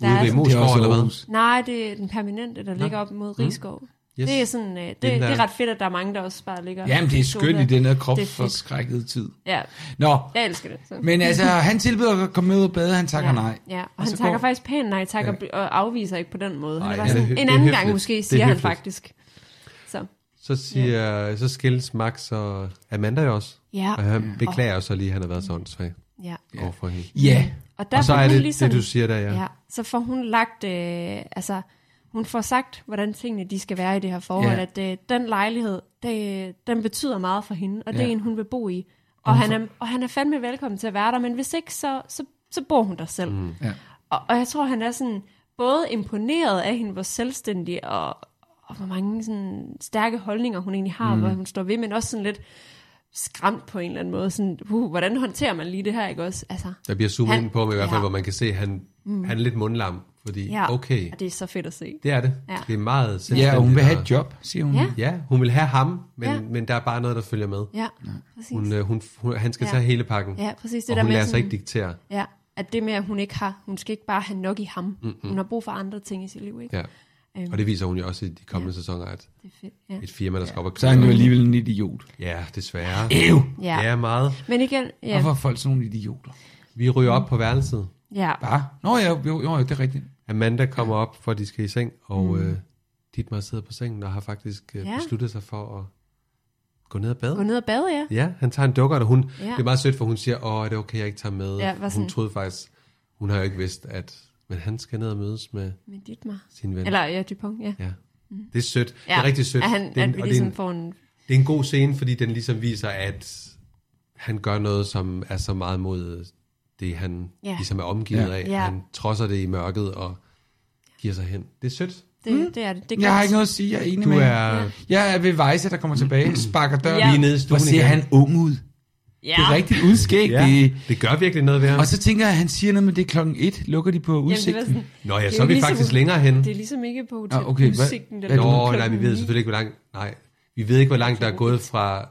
[SPEAKER 3] Der er
[SPEAKER 1] ved
[SPEAKER 3] sådan-
[SPEAKER 1] Moesgaard, Det er også eller hvad? Aarhus.
[SPEAKER 3] Nej, det er den permanente, der ligger op mod Rigskov.
[SPEAKER 1] Yes.
[SPEAKER 3] Det er sådan, øh, det,
[SPEAKER 1] Den
[SPEAKER 3] det
[SPEAKER 1] der-
[SPEAKER 3] er ret fedt, at der er mange, der også bare ligger.
[SPEAKER 1] Jamen, det er
[SPEAKER 3] i
[SPEAKER 1] skønt
[SPEAKER 3] sola.
[SPEAKER 1] i den her
[SPEAKER 3] Det er fedt.
[SPEAKER 1] kropsforskrækkede tid.
[SPEAKER 3] Ja.
[SPEAKER 1] Nå.
[SPEAKER 3] Jeg elsker det. Så.
[SPEAKER 1] Men altså, han tilbyder at komme med ud og bade, han takker
[SPEAKER 3] ja.
[SPEAKER 1] nej.
[SPEAKER 3] Ja, og,
[SPEAKER 1] Og
[SPEAKER 3] han
[SPEAKER 1] så
[SPEAKER 3] takker
[SPEAKER 1] går-
[SPEAKER 3] faktisk pænt nej, takker ja. og afviser ikke på den måde. Han
[SPEAKER 1] Ej,
[SPEAKER 3] Ej, var
[SPEAKER 1] ja, det er
[SPEAKER 3] sådan,
[SPEAKER 1] hø-
[SPEAKER 3] en
[SPEAKER 1] det er
[SPEAKER 3] anden
[SPEAKER 1] høfligt.
[SPEAKER 3] gang
[SPEAKER 1] Det
[SPEAKER 3] måske,
[SPEAKER 1] er
[SPEAKER 3] siger han
[SPEAKER 1] høfligt.
[SPEAKER 3] faktisk. Så.
[SPEAKER 2] Så, siger, så skilles Max og Amanda jo også.
[SPEAKER 3] Ja.
[SPEAKER 2] Og han
[SPEAKER 3] Ja.
[SPEAKER 2] beklager så lige, at han har været så åndssvag
[SPEAKER 3] Ja.
[SPEAKER 2] overfor hende.
[SPEAKER 1] Ja.
[SPEAKER 3] Og, der
[SPEAKER 2] og så
[SPEAKER 3] får
[SPEAKER 2] er
[SPEAKER 3] hun
[SPEAKER 2] det
[SPEAKER 3] ligesom,
[SPEAKER 2] det, du siger der, ja.
[SPEAKER 3] ja. Så får hun lagt, øh, altså hun får sagt, hvordan tingene de skal være i det her forhold,
[SPEAKER 1] Ja.
[SPEAKER 3] at øh, den lejlighed, det, den betyder meget for hende, og det er
[SPEAKER 1] Ja.
[SPEAKER 3] en, hun vil bo i.
[SPEAKER 1] Og
[SPEAKER 3] Og,
[SPEAKER 1] hun
[SPEAKER 3] han,
[SPEAKER 1] får-
[SPEAKER 3] er, og han er fandme velkommen til at være der, men hvis ikke, så, så, så bor hun der selv. Mm.
[SPEAKER 1] Ja.
[SPEAKER 3] Og, og jeg tror, han er sådan både imponeret af hende, hvor selvstændig og, og hvor mange sådan, stærke holdninger hun egentlig har,
[SPEAKER 1] Mm.
[SPEAKER 3] mm. hvor hun står ved, men også sådan lidt skræmt på en eller anden måde. Sådan, uh, hvordan håndterer man lige det her, ikke også? Altså,
[SPEAKER 2] Der bliver zoomet
[SPEAKER 3] han-
[SPEAKER 2] ind på ham i hvert fald,
[SPEAKER 3] ja.
[SPEAKER 2] hvor man kan se, at han,
[SPEAKER 3] Mm.
[SPEAKER 2] mm. han er lidt mundlam. Fordi,
[SPEAKER 3] Ja,
[SPEAKER 2] okay,
[SPEAKER 3] og det er så fedt at se.
[SPEAKER 2] det er det.
[SPEAKER 3] Ja.
[SPEAKER 2] Det er meget selvstændigt.
[SPEAKER 1] Ja, og hun vil have et job, siger hun.
[SPEAKER 3] Ja.
[SPEAKER 2] Ja, hun vil have ham, men,
[SPEAKER 3] Ja.
[SPEAKER 2] ja. men der er bare noget, der følger med.
[SPEAKER 3] Ja, præcis.
[SPEAKER 2] Hun, øh, hun, hun, han skal
[SPEAKER 3] Ja.
[SPEAKER 2] tage hele pakken,
[SPEAKER 3] Ja, præcis. Det
[SPEAKER 2] og
[SPEAKER 3] der
[SPEAKER 2] hun
[SPEAKER 3] med
[SPEAKER 2] lader sig
[SPEAKER 3] sådan-
[SPEAKER 2] ikke diktere.
[SPEAKER 3] Ja, at det med, at hun ikke har, hun skal ikke bare have nok i ham.
[SPEAKER 2] Mm-mm.
[SPEAKER 3] Hun har brug for andre ting i sit liv, ikke?
[SPEAKER 2] Ja.
[SPEAKER 3] Øhm,
[SPEAKER 2] Og det viser hun jo også i de kommende ja. sæsoner, at
[SPEAKER 3] Det er fedt, ja.
[SPEAKER 2] et firma, der skal op og
[SPEAKER 1] Så er han jo alligevel en idiot.
[SPEAKER 2] Ja, desværre.
[SPEAKER 1] Ew!
[SPEAKER 3] Ja.
[SPEAKER 2] Ja, ja meget.
[SPEAKER 3] Men igen, ja.
[SPEAKER 1] Hvorfor er folk sådan nogle idioter?
[SPEAKER 2] Vi ryger op på værelset.
[SPEAKER 3] Ja.
[SPEAKER 1] Bare. Nå ja, jo, jo, det er rigtigt.
[SPEAKER 2] Amanda kommer op, for de skal i seng, og
[SPEAKER 1] Mm.
[SPEAKER 2] mm. øh, Dietmar sidder på sengen og har faktisk øh,
[SPEAKER 3] Ja.
[SPEAKER 2] ja. besluttet sig for at gå ned og bade.
[SPEAKER 3] Gå ned og bade, ja.
[SPEAKER 2] Ja, han tager en dukkert, og hun,
[SPEAKER 3] Ja.
[SPEAKER 2] ja. det er meget sødt, for hun siger, åh, er det okay, jeg ikke tager med?
[SPEAKER 3] Ja, var sådan-
[SPEAKER 2] hun troede faktisk, hun har jo ikke vidst, at men han skal ned og mødes med,
[SPEAKER 3] Med Dietmar.
[SPEAKER 2] sin ven.
[SPEAKER 3] Eller, ja, Dupont, ja.
[SPEAKER 2] ja.
[SPEAKER 3] Mm.
[SPEAKER 2] Det er sødt. Ja. Det
[SPEAKER 3] Ja,
[SPEAKER 2] er rigtig sødt.
[SPEAKER 3] at han-
[SPEAKER 2] det er
[SPEAKER 3] at vi
[SPEAKER 2] og
[SPEAKER 3] ligesom
[SPEAKER 2] det, er
[SPEAKER 3] får en-
[SPEAKER 2] det er en god scene, fordi den ligesom viser, at han gør noget, som er så meget mod det, han
[SPEAKER 3] Ja.
[SPEAKER 2] ligesom er omgivet
[SPEAKER 1] Ja.
[SPEAKER 2] af.
[SPEAKER 3] Ja.
[SPEAKER 2] Han trodser det i mørket og giver sig hen. Det er sødt.
[SPEAKER 3] Det, mm. det er det. det er
[SPEAKER 1] jeg har
[SPEAKER 3] godt.
[SPEAKER 1] ikke noget at sige, jeg er enig
[SPEAKER 2] Du
[SPEAKER 1] med
[SPEAKER 2] er- Mm.
[SPEAKER 1] jer. Jeg er ved Vejse, der kommer tilbage, sparker døren
[SPEAKER 3] Ja. Lige nede
[SPEAKER 2] i
[SPEAKER 1] og
[SPEAKER 2] stuen
[SPEAKER 1] ser
[SPEAKER 2] igen.
[SPEAKER 1] han ung ud.
[SPEAKER 3] Ja.
[SPEAKER 1] Det er rigtigt udskæg.
[SPEAKER 2] Ja.
[SPEAKER 1] Det,
[SPEAKER 2] Det gør virkelig noget ved ham.
[SPEAKER 1] og så tænker jeg, han siger noget med, det er klokken et, lukker de på
[SPEAKER 3] Jamen, det var
[SPEAKER 1] udsigten.
[SPEAKER 3] sådan-
[SPEAKER 2] Nå ja,
[SPEAKER 3] det
[SPEAKER 2] så er
[SPEAKER 3] jo
[SPEAKER 2] vi faktisk længere henne.
[SPEAKER 3] Det er ligesom ikke på hotel,
[SPEAKER 1] Ah, okay, hvad-
[SPEAKER 3] udsigten.
[SPEAKER 1] hvad
[SPEAKER 3] den
[SPEAKER 1] er det,
[SPEAKER 3] er
[SPEAKER 2] Nå,
[SPEAKER 3] klokken
[SPEAKER 2] nej, vi ved
[SPEAKER 3] ni.
[SPEAKER 2] selvfølgelig ikke, hvor langt... Nej, vi ved ikke, hvor langt der er gået fra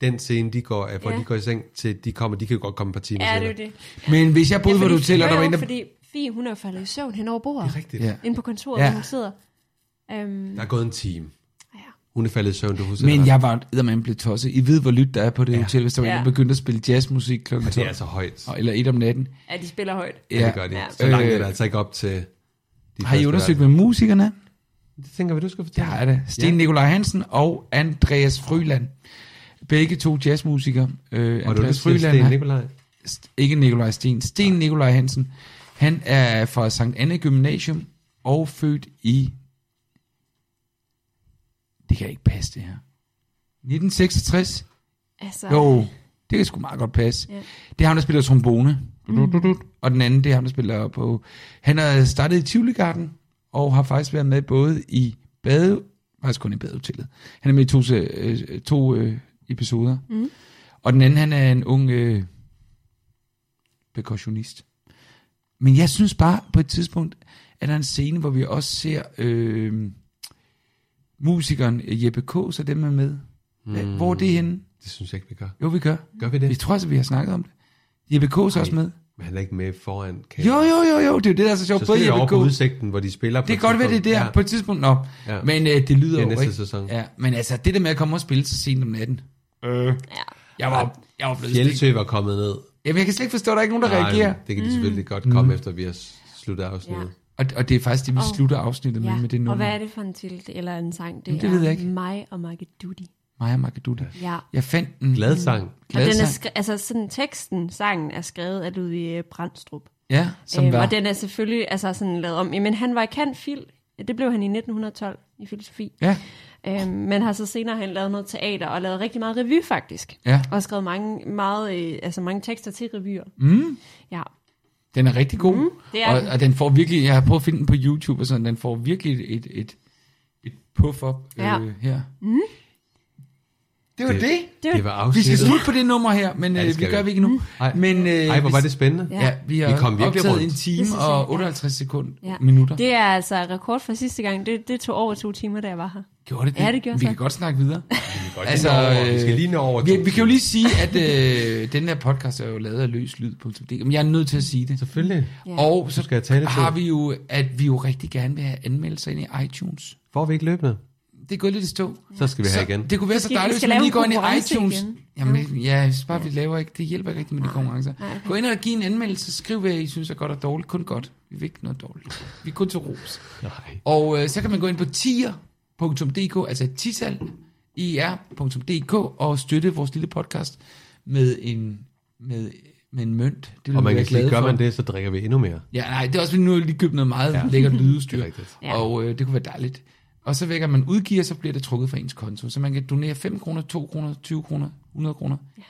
[SPEAKER 2] den scene, de går, hvor
[SPEAKER 3] Ja.
[SPEAKER 2] de går i seng, til de kommer. De kan jo godt komme et par timer
[SPEAKER 3] Ja, det er jo
[SPEAKER 2] senere.
[SPEAKER 3] det.
[SPEAKER 1] Men hvis jeg boede på et
[SPEAKER 3] fordi-
[SPEAKER 1] hotel, og der
[SPEAKER 3] jo,
[SPEAKER 1] var
[SPEAKER 3] jo,
[SPEAKER 1] en, der...
[SPEAKER 3] Fordi Fie, hun er jo faldet i søvn hen over bordet. Det er
[SPEAKER 2] rigtigt.
[SPEAKER 1] Ja.
[SPEAKER 3] Inde på kontoret,
[SPEAKER 1] Ja.
[SPEAKER 3] ja. hvor hun sidder. Um,
[SPEAKER 2] Der er gået en time. Hun er faldet i søvn, du husker.
[SPEAKER 1] Men
[SPEAKER 2] det.
[SPEAKER 1] jeg var eddermame blevet tosset. I ved, hvor lyt der er på det ja. hotel, hvis der var ja.
[SPEAKER 3] Ja.
[SPEAKER 1] en, der begyndte at spille jazzmusik kl. 12.
[SPEAKER 2] Og det er altså højt.
[SPEAKER 1] Og- Eller et om natten.
[SPEAKER 3] ja, de spiller højt.
[SPEAKER 2] Ja, det gør de.
[SPEAKER 3] Ja.
[SPEAKER 2] Så langt er
[SPEAKER 1] Øh,
[SPEAKER 2] det altså ikke op til... De
[SPEAKER 1] Har I
[SPEAKER 2] første
[SPEAKER 1] undersøgt, hvem musikerne er?
[SPEAKER 2] Det tænker vi, du skal
[SPEAKER 1] fortælle. Det har jeg da. Sten ja. Nikolaj Hansen og Andreas Fryland. Begge to jazzmusikere. Øh,
[SPEAKER 2] du lyst til Steen
[SPEAKER 1] han-
[SPEAKER 2] Nikolaj?
[SPEAKER 1] St- ikke Nikolaj Sten. Sten Nikolaj Hansen. Han er fra Sankt Anne Gymnasium og født i... Det kan ikke passe, det her. 1966.
[SPEAKER 3] Altså,
[SPEAKER 1] Jo, det kan sgu meget godt passe.
[SPEAKER 3] Ja.
[SPEAKER 1] Det er ham, der spiller trombone.
[SPEAKER 3] Mm.
[SPEAKER 1] Mm. Og den anden, det er ham, der spiller på... Han har startet i Tivoligarden, og har faktisk været med både i bade... Faktisk kun i badehotellet. Han er med i to, se- øh, to øh, episoder.
[SPEAKER 3] Mm.
[SPEAKER 1] Og den anden, han er en ung øh, percussionist. Men jeg synes bare, på et tidspunkt, at der er en scene, hvor vi også ser øh, musikeren Jeppe K., så dem er med. Mm. Hvor er det henne?
[SPEAKER 2] Det synes jeg ikke, vi gør.
[SPEAKER 1] Jo, vi gør.
[SPEAKER 2] Gør vi det?
[SPEAKER 1] Vi tror også, vi har snakket om det. Jeppe K. er også med.
[SPEAKER 2] Men han er ikke med foran
[SPEAKER 1] Jo,
[SPEAKER 2] kameraet.
[SPEAKER 1] jo, jo, jo. Det er jo det, der er så sjovt.
[SPEAKER 2] Så
[SPEAKER 1] Både
[SPEAKER 2] skal vi
[SPEAKER 1] Jeppe
[SPEAKER 2] over
[SPEAKER 1] K.
[SPEAKER 2] på udsigten, hvor de spiller på
[SPEAKER 1] Det
[SPEAKER 2] et
[SPEAKER 1] kan godt være, det er
[SPEAKER 2] tidspunkt.
[SPEAKER 1] der ja. på et tidspunkt. Nå. Ja.
[SPEAKER 2] Ja.
[SPEAKER 1] Men øh, det lyder
[SPEAKER 2] Det er
[SPEAKER 1] jo
[SPEAKER 2] næste
[SPEAKER 1] ikke?
[SPEAKER 2] sæson.
[SPEAKER 1] Ja. Men altså, det der med at komme og spille så sent om natten. Øh. Ja. Jeg var, jeg var blevet stengt.
[SPEAKER 2] Fjeldtø var kommet ned.
[SPEAKER 1] Jamen, jeg kan slet ikke forstå, at der er ikke nogen, der
[SPEAKER 2] Nej,
[SPEAKER 1] reagerer. Mm.
[SPEAKER 2] Det kan de selvfølgelig
[SPEAKER 3] Mm.
[SPEAKER 2] godt komme efter, vi har s- sluttet afsnittet.
[SPEAKER 1] Og, og det er faktisk det, vi
[SPEAKER 3] Og-
[SPEAKER 1] slutter afsnittet med, med det nummer.
[SPEAKER 3] og hvad er det for en titel eller en sang? Det,
[SPEAKER 1] Jamen, det ved jeg
[SPEAKER 3] er
[SPEAKER 1] ikke.
[SPEAKER 3] mig og Market Duty.
[SPEAKER 1] Maja Makadutta.
[SPEAKER 3] Ja.
[SPEAKER 1] Jeg fandt en...
[SPEAKER 2] Glad sang.
[SPEAKER 3] Og den er
[SPEAKER 1] sang.
[SPEAKER 3] skri- altså sådan teksten, sangen er skrevet af Ludvig øh, Brandstrup. Øhm,
[SPEAKER 1] Ja, som var-
[SPEAKER 3] Og den er selvfølgelig altså sådan lavet om. Jamen, han var i kant fil. Det blev han i 1912 i filosofi.
[SPEAKER 1] Ja.
[SPEAKER 3] Øhm, men har så senere han lavet noget teater og lavet rigtig meget revy faktisk.
[SPEAKER 1] Ja.
[SPEAKER 3] Og har skrevet mange, meget, øh, altså mange tekster til revyer.
[SPEAKER 1] Mm.
[SPEAKER 3] Ja.
[SPEAKER 1] Den er rigtig god. Mm,
[SPEAKER 3] Mhm. det
[SPEAKER 1] det
[SPEAKER 3] er
[SPEAKER 1] er og,
[SPEAKER 3] den.
[SPEAKER 1] og den får virkelig, jeg har prøvet at finde den på YouTube og sådan, den får virkelig et, et, et, et puff op ja.
[SPEAKER 3] Ja.
[SPEAKER 1] øh, her.
[SPEAKER 3] Mm.
[SPEAKER 1] Det var det.
[SPEAKER 3] Det var-
[SPEAKER 2] Det var
[SPEAKER 1] Vi skal
[SPEAKER 2] afsnittet.
[SPEAKER 1] slutte på det nummer her, men
[SPEAKER 2] Ja,
[SPEAKER 1] ja,
[SPEAKER 2] det
[SPEAKER 1] det
[SPEAKER 2] skal
[SPEAKER 1] vi gør
[SPEAKER 2] vi.
[SPEAKER 1] vi ikke nu.
[SPEAKER 2] Ej.
[SPEAKER 1] Men, øh,
[SPEAKER 2] Ej, hvor var
[SPEAKER 1] hvis-
[SPEAKER 2] det spændende.
[SPEAKER 1] Ja, vi har
[SPEAKER 2] Vi kom virkelig
[SPEAKER 1] optaget
[SPEAKER 2] rundt.
[SPEAKER 1] en
[SPEAKER 3] Det
[SPEAKER 1] time
[SPEAKER 3] synes jeg,
[SPEAKER 1] og 58 sekunder.
[SPEAKER 3] Ja.
[SPEAKER 1] Minutter.
[SPEAKER 3] Det er altså rekord for sidste gang. Det, det tog over to timer, da jeg var her.
[SPEAKER 1] Gjorde det det?
[SPEAKER 3] Ja, det gjorde
[SPEAKER 1] Vi
[SPEAKER 3] så.
[SPEAKER 1] kan godt snakke videre. Altså,
[SPEAKER 2] godt lige nå over. Vi skal lige nå over
[SPEAKER 1] vi,
[SPEAKER 2] to
[SPEAKER 1] vi kan jo lige sige, at øh, den her podcast er jo lavet af løslyd.dk, men jeg er nødt til at sige det.
[SPEAKER 2] Selvfølgelig.
[SPEAKER 3] Ja.
[SPEAKER 1] Og så
[SPEAKER 2] skal jeg tale til.
[SPEAKER 1] har vi jo, at vi jo rigtig gerne vil have anmeldelser ind i iTunes.
[SPEAKER 2] Får vi ikke løbende?
[SPEAKER 1] Det er gået lidt i stå.
[SPEAKER 2] Så skal vi have igen.
[SPEAKER 1] Det kunne være så
[SPEAKER 3] Vi skal- vi
[SPEAKER 1] dejligt, hvis
[SPEAKER 3] skal
[SPEAKER 1] man
[SPEAKER 3] lave
[SPEAKER 1] lige
[SPEAKER 3] en
[SPEAKER 1] går ind i
[SPEAKER 3] konkurrence
[SPEAKER 1] iTunes.
[SPEAKER 3] igen.
[SPEAKER 1] Jamen, ja, jeg synes bare, vi laver ikke. Det hjælper ikke rigtig med de konkurrencer.
[SPEAKER 3] nej.
[SPEAKER 1] Gå ind og giv en anmeldelse. Skriv, hvad I synes er godt og dårligt. Kun godt. Vi vil ikke noget dårligt. Vi er kun til ros.
[SPEAKER 2] Nej.
[SPEAKER 1] Og øh, så kan man gå ind på tier.dk, altså et tital, ir.dk og støtte vores lille podcast med en, med, med en mønt. Det vil
[SPEAKER 2] Og man
[SPEAKER 1] vi være
[SPEAKER 2] kan sige,
[SPEAKER 1] glade
[SPEAKER 2] gør
[SPEAKER 1] for.
[SPEAKER 2] man det, så drikker vi endnu mere.
[SPEAKER 1] Ja, nej, det er også fordi, nu har jeg lige købt noget meget ja.
[SPEAKER 2] Ja.
[SPEAKER 1] lækkert lydestyr,
[SPEAKER 2] Det er
[SPEAKER 1] det
[SPEAKER 2] rigtigt.
[SPEAKER 1] ja. og øh, det kunne være dejligt. Og så vækker man udgiver, så bliver det trukket fra ens konto. Så man kan donere 5 kroner, 2 kroner, 20 kroner, 100 kroner, ja.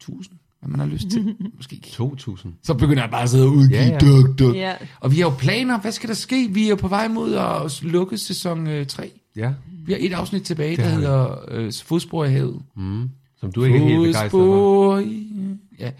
[SPEAKER 1] 1000, hvad man har lyst til. Måske
[SPEAKER 2] 2.000.
[SPEAKER 1] Så begynder jeg bare at sidde og udgive.
[SPEAKER 2] Ja,
[SPEAKER 1] Ja,
[SPEAKER 2] ja.
[SPEAKER 1] ja. Duk, duk.
[SPEAKER 3] Ja.
[SPEAKER 1] Ja. Og vi har jo planer. Hvad skal der ske? Vi er jo på vej mod at lukke sæson øh, 3.
[SPEAKER 2] Ja.
[SPEAKER 1] Vi har et afsnit tilbage,
[SPEAKER 2] Det
[SPEAKER 1] der
[SPEAKER 2] har vi.
[SPEAKER 1] hedder øh, Fodspor i havet.
[SPEAKER 2] Mm. Som du ikke er helt begejstret for.
[SPEAKER 1] Fodspor i- Ja.